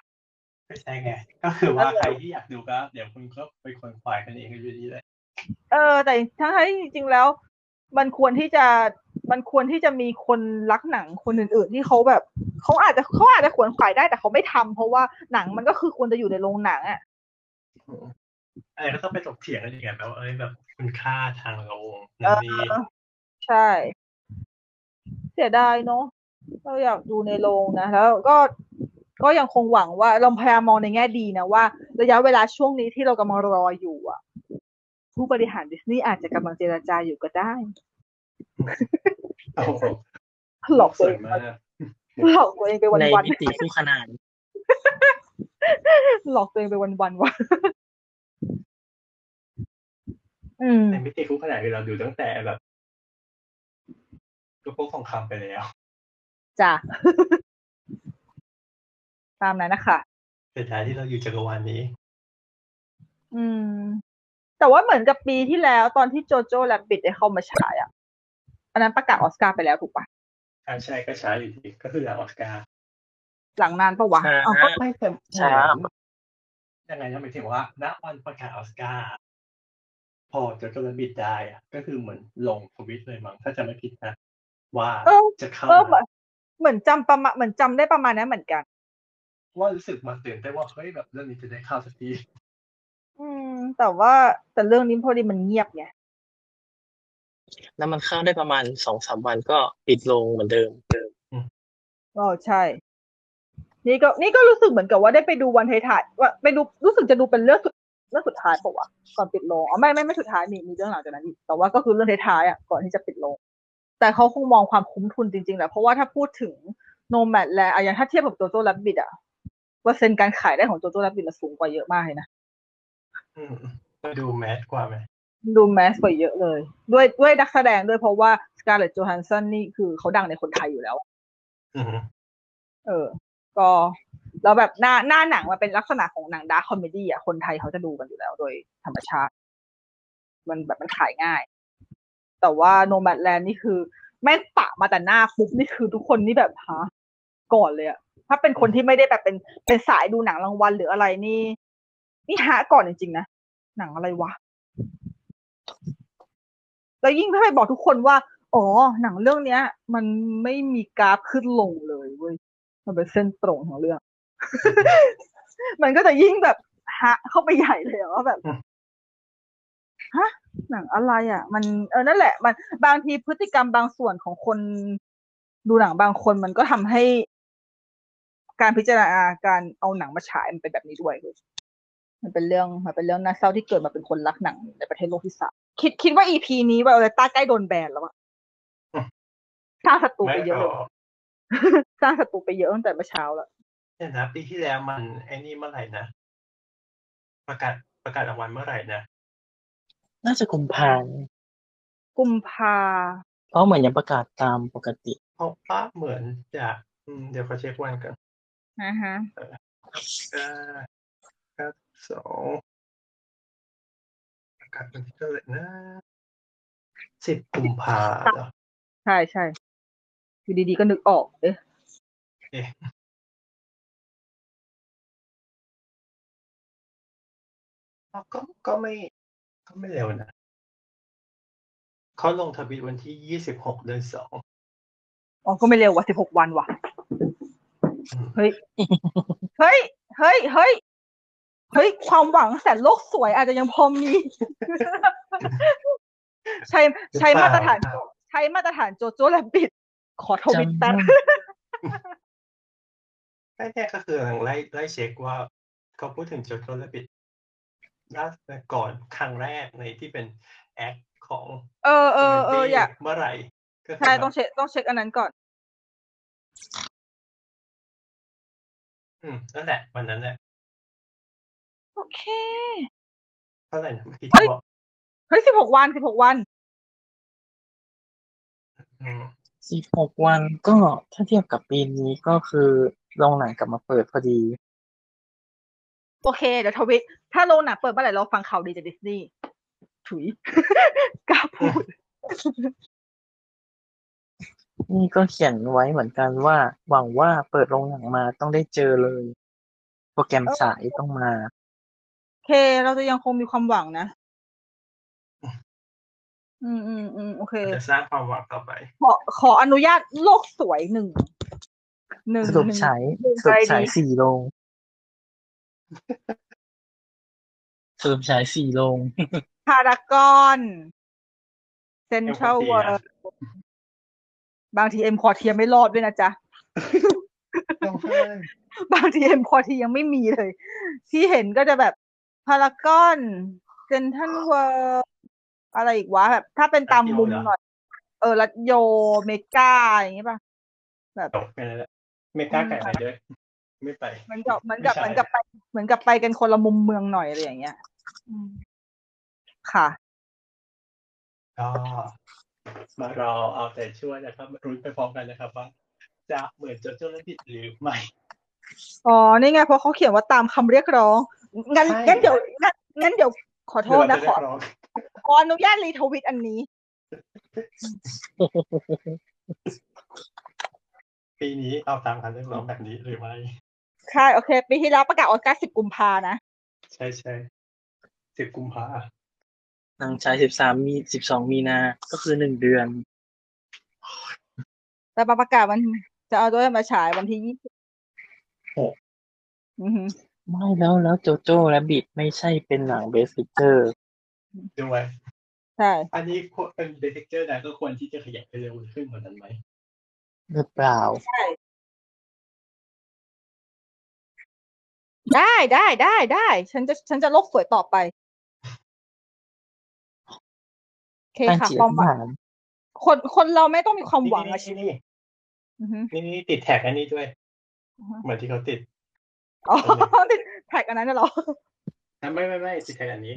B: ใช่ไง ก็คือว่าใครที่อยากดูก็เดี๋ยวคุณก็ไปคนควายกันเองกันอยู่ดีเลย
D: เออ แต่ทั้งที่จริงๆแล้ว มันควรที่จะมันควรที่จะมีคนรักหนังคนอื่น ๆ ที่เขาแบบเขาอาจจะเขาอาจจะขวนขวายได้แต่เขาไม่ทำเพราะว่าหนังมันก็คือควรจะอยู่ในโรงหนังอ่ะ
B: อะไรก็ต้องไปตกเถียงกันอีกแบบว่าเอ้ยแบบคุณค่าทางโรง
D: เอ
B: นั่น
D: อ
B: นี่
D: ใช่ เสียดายเนาะเราอยากดูในโรงนะ แล้วก็ก็ยังคงหวังว่าเราพยายามมองในแง่ดีนะว่า ระยะเวลาช่วงนี้ที่เรากำลังรออยู่อ่ะ ผู้บริหารดิสนีย์อาจจะกำลังเจราจาอยู่ก็ได้
B: โอ้โห
D: หลอก
B: ส
D: ตัว
B: ว
D: เอย ง
B: มาก
D: หลอกตัวเองไปวัน
E: ใน
D: วัน
E: มิติคู่ขนาน
D: หลอกตัวเองไปวันวันวะอืม
B: ในมิติคู่ขนาดคือเราดูตั้งแต่แบบลูกโป๊กทองคำไปแล้ว
D: จ้ะ ตามนั้นนะคะ
B: สุดท้ายที่เราอยู่จักรวาลนี้
D: อืม แต่ว่าเหมือนกับปีที่แล้วตอนที่โจโจ้แลบบิดได้เข้ามาฉายอ่ะ อันนั้นประกาศออสการ์ไปแล้วถูกปะ
B: ทางชายก็ช้าอยู่ดีก็คือหลังออสการ์
D: หลังนานปะวะ
E: ใช่
D: เอาก็
B: ไม่แต่
E: ช้า
B: ยังไงนะหมายถึงว่าณวันประกาศออสการ์พอจะกระบิดได้อะก็คือเหมือนลงทวิตเลยมั้งถ้าจะไม่ผิดนะ ว่า
D: เออ
B: จะเข้า
D: เออเหมือนเหมือนจำประมาณเหมือนจำได้ประมาณนั้นเหมือนกัน
B: ว่ารู้สึกมาตื่นแต่นว่าเฮ้ยแบบเรื่องนี้จะได้เข้าสักที
D: อืม แต่ว่าแต่เรื่องนี้พอดีมันเงียบไง
E: แล้วมันเข้าได้ประมาณสองสามวันก็ปิดลงเหมือนเดิม
D: อ๋อใช่ นี่ก็นี่ก็รู้สึกเหมือนกับว่าได้ไปดูวันไทยถ่ายว่าไปดูรู้สึกจะดูเป็นเรื่องสุดเรื่องสุดท้ายปะวะก่อนปิดโรงอ๋อไม่ไม่ไม่สุดท้ายมีมีเรื่องหลังจากนั้นอีกแต่ว่าก็คือเรื่องท้ายๆอ่ะก่อนที่จะปิดโรงแต่เขาคงมองความคุ้มทุนจริงๆแหละเพราะว่าถ้าพูดถึงโนแมดแลนด์อะอย่างถ้าเทียบกับโจโจ้แรบบิทอ่ะเปอร์เซ็นต์การขายได้ของโจโจ้แรบบิทมันสูงกว่าเยอะมากเลยนะ
B: อืมมาดูแมสกว่าไหม
D: ดูแมสกว่าเยอะเลย ด้วยด้วยนักแสดงด้วยเพราะว่าสการ์เลต o จ a ฮันสันนี่คือเขาดังในคนไทยอยู่แล้ว
B: อืม
D: เออ ก็แล้วแบบหน้าหน้าหนังมันเป็นลักษณะของหนังดาร์คคอมเมดี้อ่ะคนไทยเขาจะดูกันอยู่แล้วโดยธรรมชาติ มันแบบมันขายง่าย แต่ว่าโนแมดแลนด์นี่คือแม่งปะมาแต่หน้าปุ๊บนี่คือทุกคนนี่แบบฮะก่อนเลยอะถ้าเป็นคนที่ไม่ได้แบบเป็นเป็นสายดูหนังรางวัลหรืออะไรนี่ นี่ฮะก่อนจริงๆนะหนังอะไรวะ แล้วยิ่งถ้าไปบอกทุกคนว่า อ๋อ หนังเรื่องเนี้ย มันไม่มีกราฟขึ้นลงเลยเว้ย มันเป็นเส้นตรงของเรื่อง มันก็จะยิ่งแบบฮะเข้าไปใหญ่เลยอะว่าแบบ ฮะ หนังอะไรอ่ะ มันเออนั่นแหละ มันบางทีพฤติกรรมบางส่วนของคนดูหนังบางคนมันก็ทำให้ การพิจารณาการเอาหนังมาฉายมันเป็นแบบนี้ด้วยเลยมันเป็นเรื่องมันเป็นเรื่องน่าเศร้าที่เกิดมาเป็นคนรักหนังในประเทศโลกที่สามคิดคิดว่าอีพีนี้ไวโอเลต้าใกล้โดนแบนแล้วอะสร้างศัตรู
B: ไม่
D: ไปเยอะ
B: อ
D: เลย
B: อก
D: สร้างศัตรูไปเยอะตั้งแต่เมื่อเช้าแล้ว
B: เนี่ยนะปีที่แล้วมันไอ้นี่เมื่อไหร่นะ ประกาศประกาศรางวัลเมื่อไหร่นะ
E: น่าจะกุมภา
D: กุมภา
E: เพราะเหมือนยังประกาศตามปกติ
B: เพราะว่าเหมือนจะอืมเดี๋ยวขอเช็ควันกัน
D: นะฮะ
B: เก้าเก้าสองอากาศมันที่เท่าไหร่นะสิบกุมภาเหรอ
D: ใช่ใช่อยู่ดีๆก็นึกออก เอ๊ะ
B: เอ๊ะอ๋อก็ก็ไม่ ก็ไม่เร็วนะเขาลงทะเบียนวันที่ยี่สิบหกเดือนสอง
D: อ๋อก็ไม่เร็วว่ะสิบหกวันว่ะ เฮ้ย เฮ้ย เฮ้ย เฮ้ย เฮ้ย ความหวังแสนโลกสวยอาจจะยังพอมี ใช้ใช้มาตรฐาน ใช้มาตรฐานโจโจ้แลบบิด ขอทวิตแป๊บ
E: จำได้
B: ใช่แน่ก็คือกำลังไล่ไล่เช็คว่า เขาพูดถึงโจทย์และปิดล่าสุดก่อนครั้งแรกในที่เป็นแอคของ
D: เออเออเออ
B: Celebrity
D: อยาก
B: เมื่อไหร่ก็คื
D: ใช่
B: แบบ
D: ต้องเช็คต้องเช็คอันนั้นก่อน
B: อืมนั่นแหละ วันนั้นแหละ
D: โอเค
B: เท่าไหร่นะเมื่อกี้
D: เอ้ย
B: ที่บอก
D: เฮ้ยสิบหกวันสิบหกวัน
B: อืม
C: สิบหกวันก็ถ้าเทียบกับปีนี้ก็คือโรงหนังกลับมาเปิดพอดี
D: โอเค เดี๋ยวทวิตถ้าโรงหนังเปิดเมื่อไหร่เราฟังข่าวดีจากดิสนีย์ถุย กล้าพูด
C: นี่ก็เขียนไว้เหมือนกันว่า หวังว่าเปิดโรงหนังมาต้องได้เจอเลย โปรแกรมฉายต้องมา
D: โอเค เราจะยังคงมีความหวังนะ อืมอืมอืมโอเค
B: จะสร้างความหวังต่อไป
D: ขอขออนุญาตโลกสวยหนึ่งหนึ่ง
C: สรุป
D: หนึ่ง
C: ฉาย
D: หนึ่ง
C: สรุป
D: ไป
C: ฉาย
D: ดี
C: สี่โรง สรุปฉายสี่โรง
D: พารากอนเซ็นทรัล
B: เอ็ม
D: เวิ
B: คอเทีย
D: ลด์บางทีเอ็มคอเทียไม่รอดด้วยนะ จ๊ะ
B: ต้องให้
D: บางทีเอ็มคอทียังไม่มีเลย ที่เห็นก็จะแบบพารากอนเซนทันเวิร์อะไรอีกวะแบบถ้าเป็นตามมุมหน่อย เออรัตโยเมกาอย่างงี้ป่ะ
B: จบไปแล้วแหละไม่กล้าไก่ไปด้วย ไม่ไป
D: เหมือนกับเหมือนกับเห
B: ไใช่
D: มือนกับไปเหมือนกับไปกันคนละมุมเมืองหน่อยอะไรอย่างเงี้ยอืมค่ะ
B: ก็มารอเอาใจช่วยนะครับรุ้นไปพร้อมกันนะครับว่าจะเหมือนโจโจ้และผิดหรือไม่
D: อ๋อ นี่ไงเพราะเขาเขียนว่าตามคำเรียกร้อง งั้น
B: ใช่
D: งั้นเดี๋ยวงั้นงั้นเดี๋ยวขอโทษนะ
B: เดี๋
D: ข
B: ยว
D: อ
B: เราจได้ร้อง
D: ขออนุญาตรีทวิตอันนี้
B: ปีนี้เอาตามคำเรียกร้องแบบนี้หรือไม่
D: ใช่โอเคปีที่แล้วประกาศออสการ์สิบกุมภานะ
B: ใช่ใช่สิบกุมภา
C: หนังฉายสิบสามมีสิบสองมีนา ก็คือหนึ่งเดือน
D: แต่ประกาศวันจะเอาด้วยมาฉายวันที่ยี่สิบ
C: โอ้
D: อือหือ
C: ไม่แล้วแล้วโจโจ้และบิดไม่ใช่เป็นหนังเบสติเจอร์
B: ด้วย
D: ใช่
B: อันนี้ควรเป็นเดเทคเจอร์นะก็ควรที่จะขยับไปเร็วขึ้นกว่านั้นไหม
C: หรือเปล่า
D: ได้ได้ได้ได้ ฉันจะฉันจะโลกสวยต่อไปโอเค
C: ตั้ง
D: ค่ะ
C: จิต
D: ค
C: อ
D: วาม
C: ธิ
D: หวัง
C: ษฐาน
D: คนคนเราไม่ต้องมีความหวังอะชี
B: นี่
D: วิต
B: นี่
D: อือหือ
B: นี่นี่ติดแท็กอันนี้ด้วย
D: อือฮะ
B: เหมือนที่เขาติด
D: อ๋อ แท็กอันนั้นน่ะเหรอ
B: นะไม่ไม่ไม่ติดแท็กอันนี้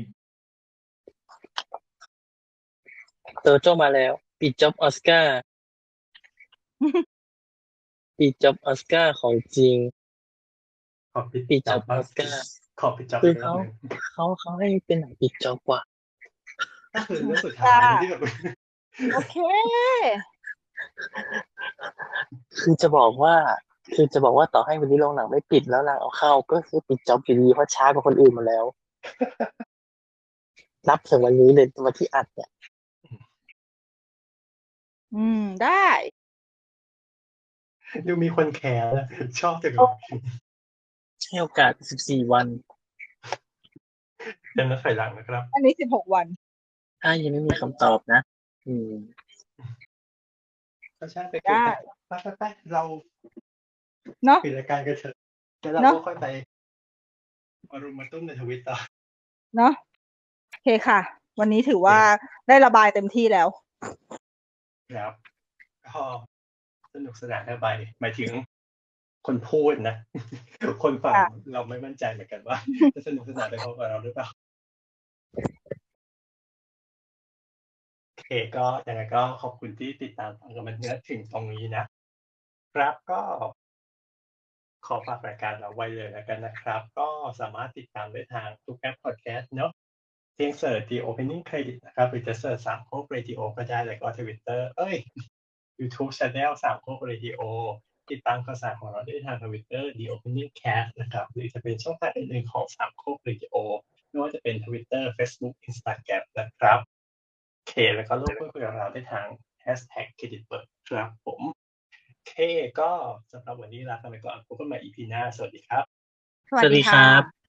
C: โจโจ้มาแล้ว ปิดจ็อบออสการ์ ปิดจ็อบออสการ์ของจริง
B: ขอปิด
C: ปิดจ็อบ
B: บ้าง
C: ออสการ์
B: ขอปิดจ็อบ
C: คื
B: อี
C: อก
B: รอบ
C: เขา
B: หนึ่ง
C: เขาเขาให้เป็นหนังปิดจ็อบว่ะ
B: ก็คือเรื่องสุดท้าย
D: ค่ะ
B: ที่แบบ
D: โอเค
C: คือจะบอกว่า คือจะบอกว่าต่อให้วันนี้โรงหนังไม่ปิดแล้วนางเอาเข้า ก็คือปิดจ็อบอยู่ดีเพราะช้ากว่าคนอื่นมาแล้ว รับถึงวันนี้เลยวันที่อัดเนี่ย
D: อืมได้
B: ดูมีคนแคร์นะ ชอบจังเล
D: โอ้
B: ย
C: ให้โอกาส 14 วัน
B: เดินนัดถอยหลังนะครับ
D: อันนี้สิบหกวัน
C: ถ้ายังไม่มีคำตอบนะ อืม
B: ก็ใช่ไปคุย
D: ได้
B: กันไปไปไปเรา
D: เนาะ
B: ปิดรายการกันเถอะแล้วเรา
D: เนอะ
B: ก็ค่อยไปมารุมมาตุ้มในทวิตต่อ
D: เนาะโอเคค่ะ วันนี้ถือว่าได้ระบายเต็มที่แล้ว
B: นะครับก็สนุกสนานกันไปหมายถึง คนพูดนะ คนฟัง
D: ค่ะ
B: เราไม่มั่นใจเหมือนกัน ว่า จะสนุกสนานไปพร้อมกับเราหรือเปล่าโอเคก็ยังไงก็ขอบคุณที่ติดตามฟังกันมาเนื้อถึงตรงนี้นะครับก็ ขอฝากรายการเราไว้เลยแล้วกันนะครับ ก็สามารถติดตามได้ทางทุกแอปพอดแคสต์เนาะเพียงเสิร์ช The Opening Credit นะครับหรือจะเสิร์ชสามโคกเรดิโอก็ได้แล้วก็ทวิตเตอร์เอ้ย YouTube Channel สามโคกเรดิโอ ติดตามข่าวสารของเราได้ทางทวิตเตอร์ The Opening Cast นะครับ หรือจะเป็นช่องทางอื่นๆของสามโคกเรดิโอไม่ว่าจะเป็น Twitter Facebook Instagram นะครับโอเคแล้วก็ร่วมพูดคุยกับเราได้ทาง Hashtag เครดิตเปิดครับผมโอเคก็สำหรับวันนี้ลากันไปก่อนพบกันใหม่ EP หน้า สวัสดีครับ
C: สวัสดีครับ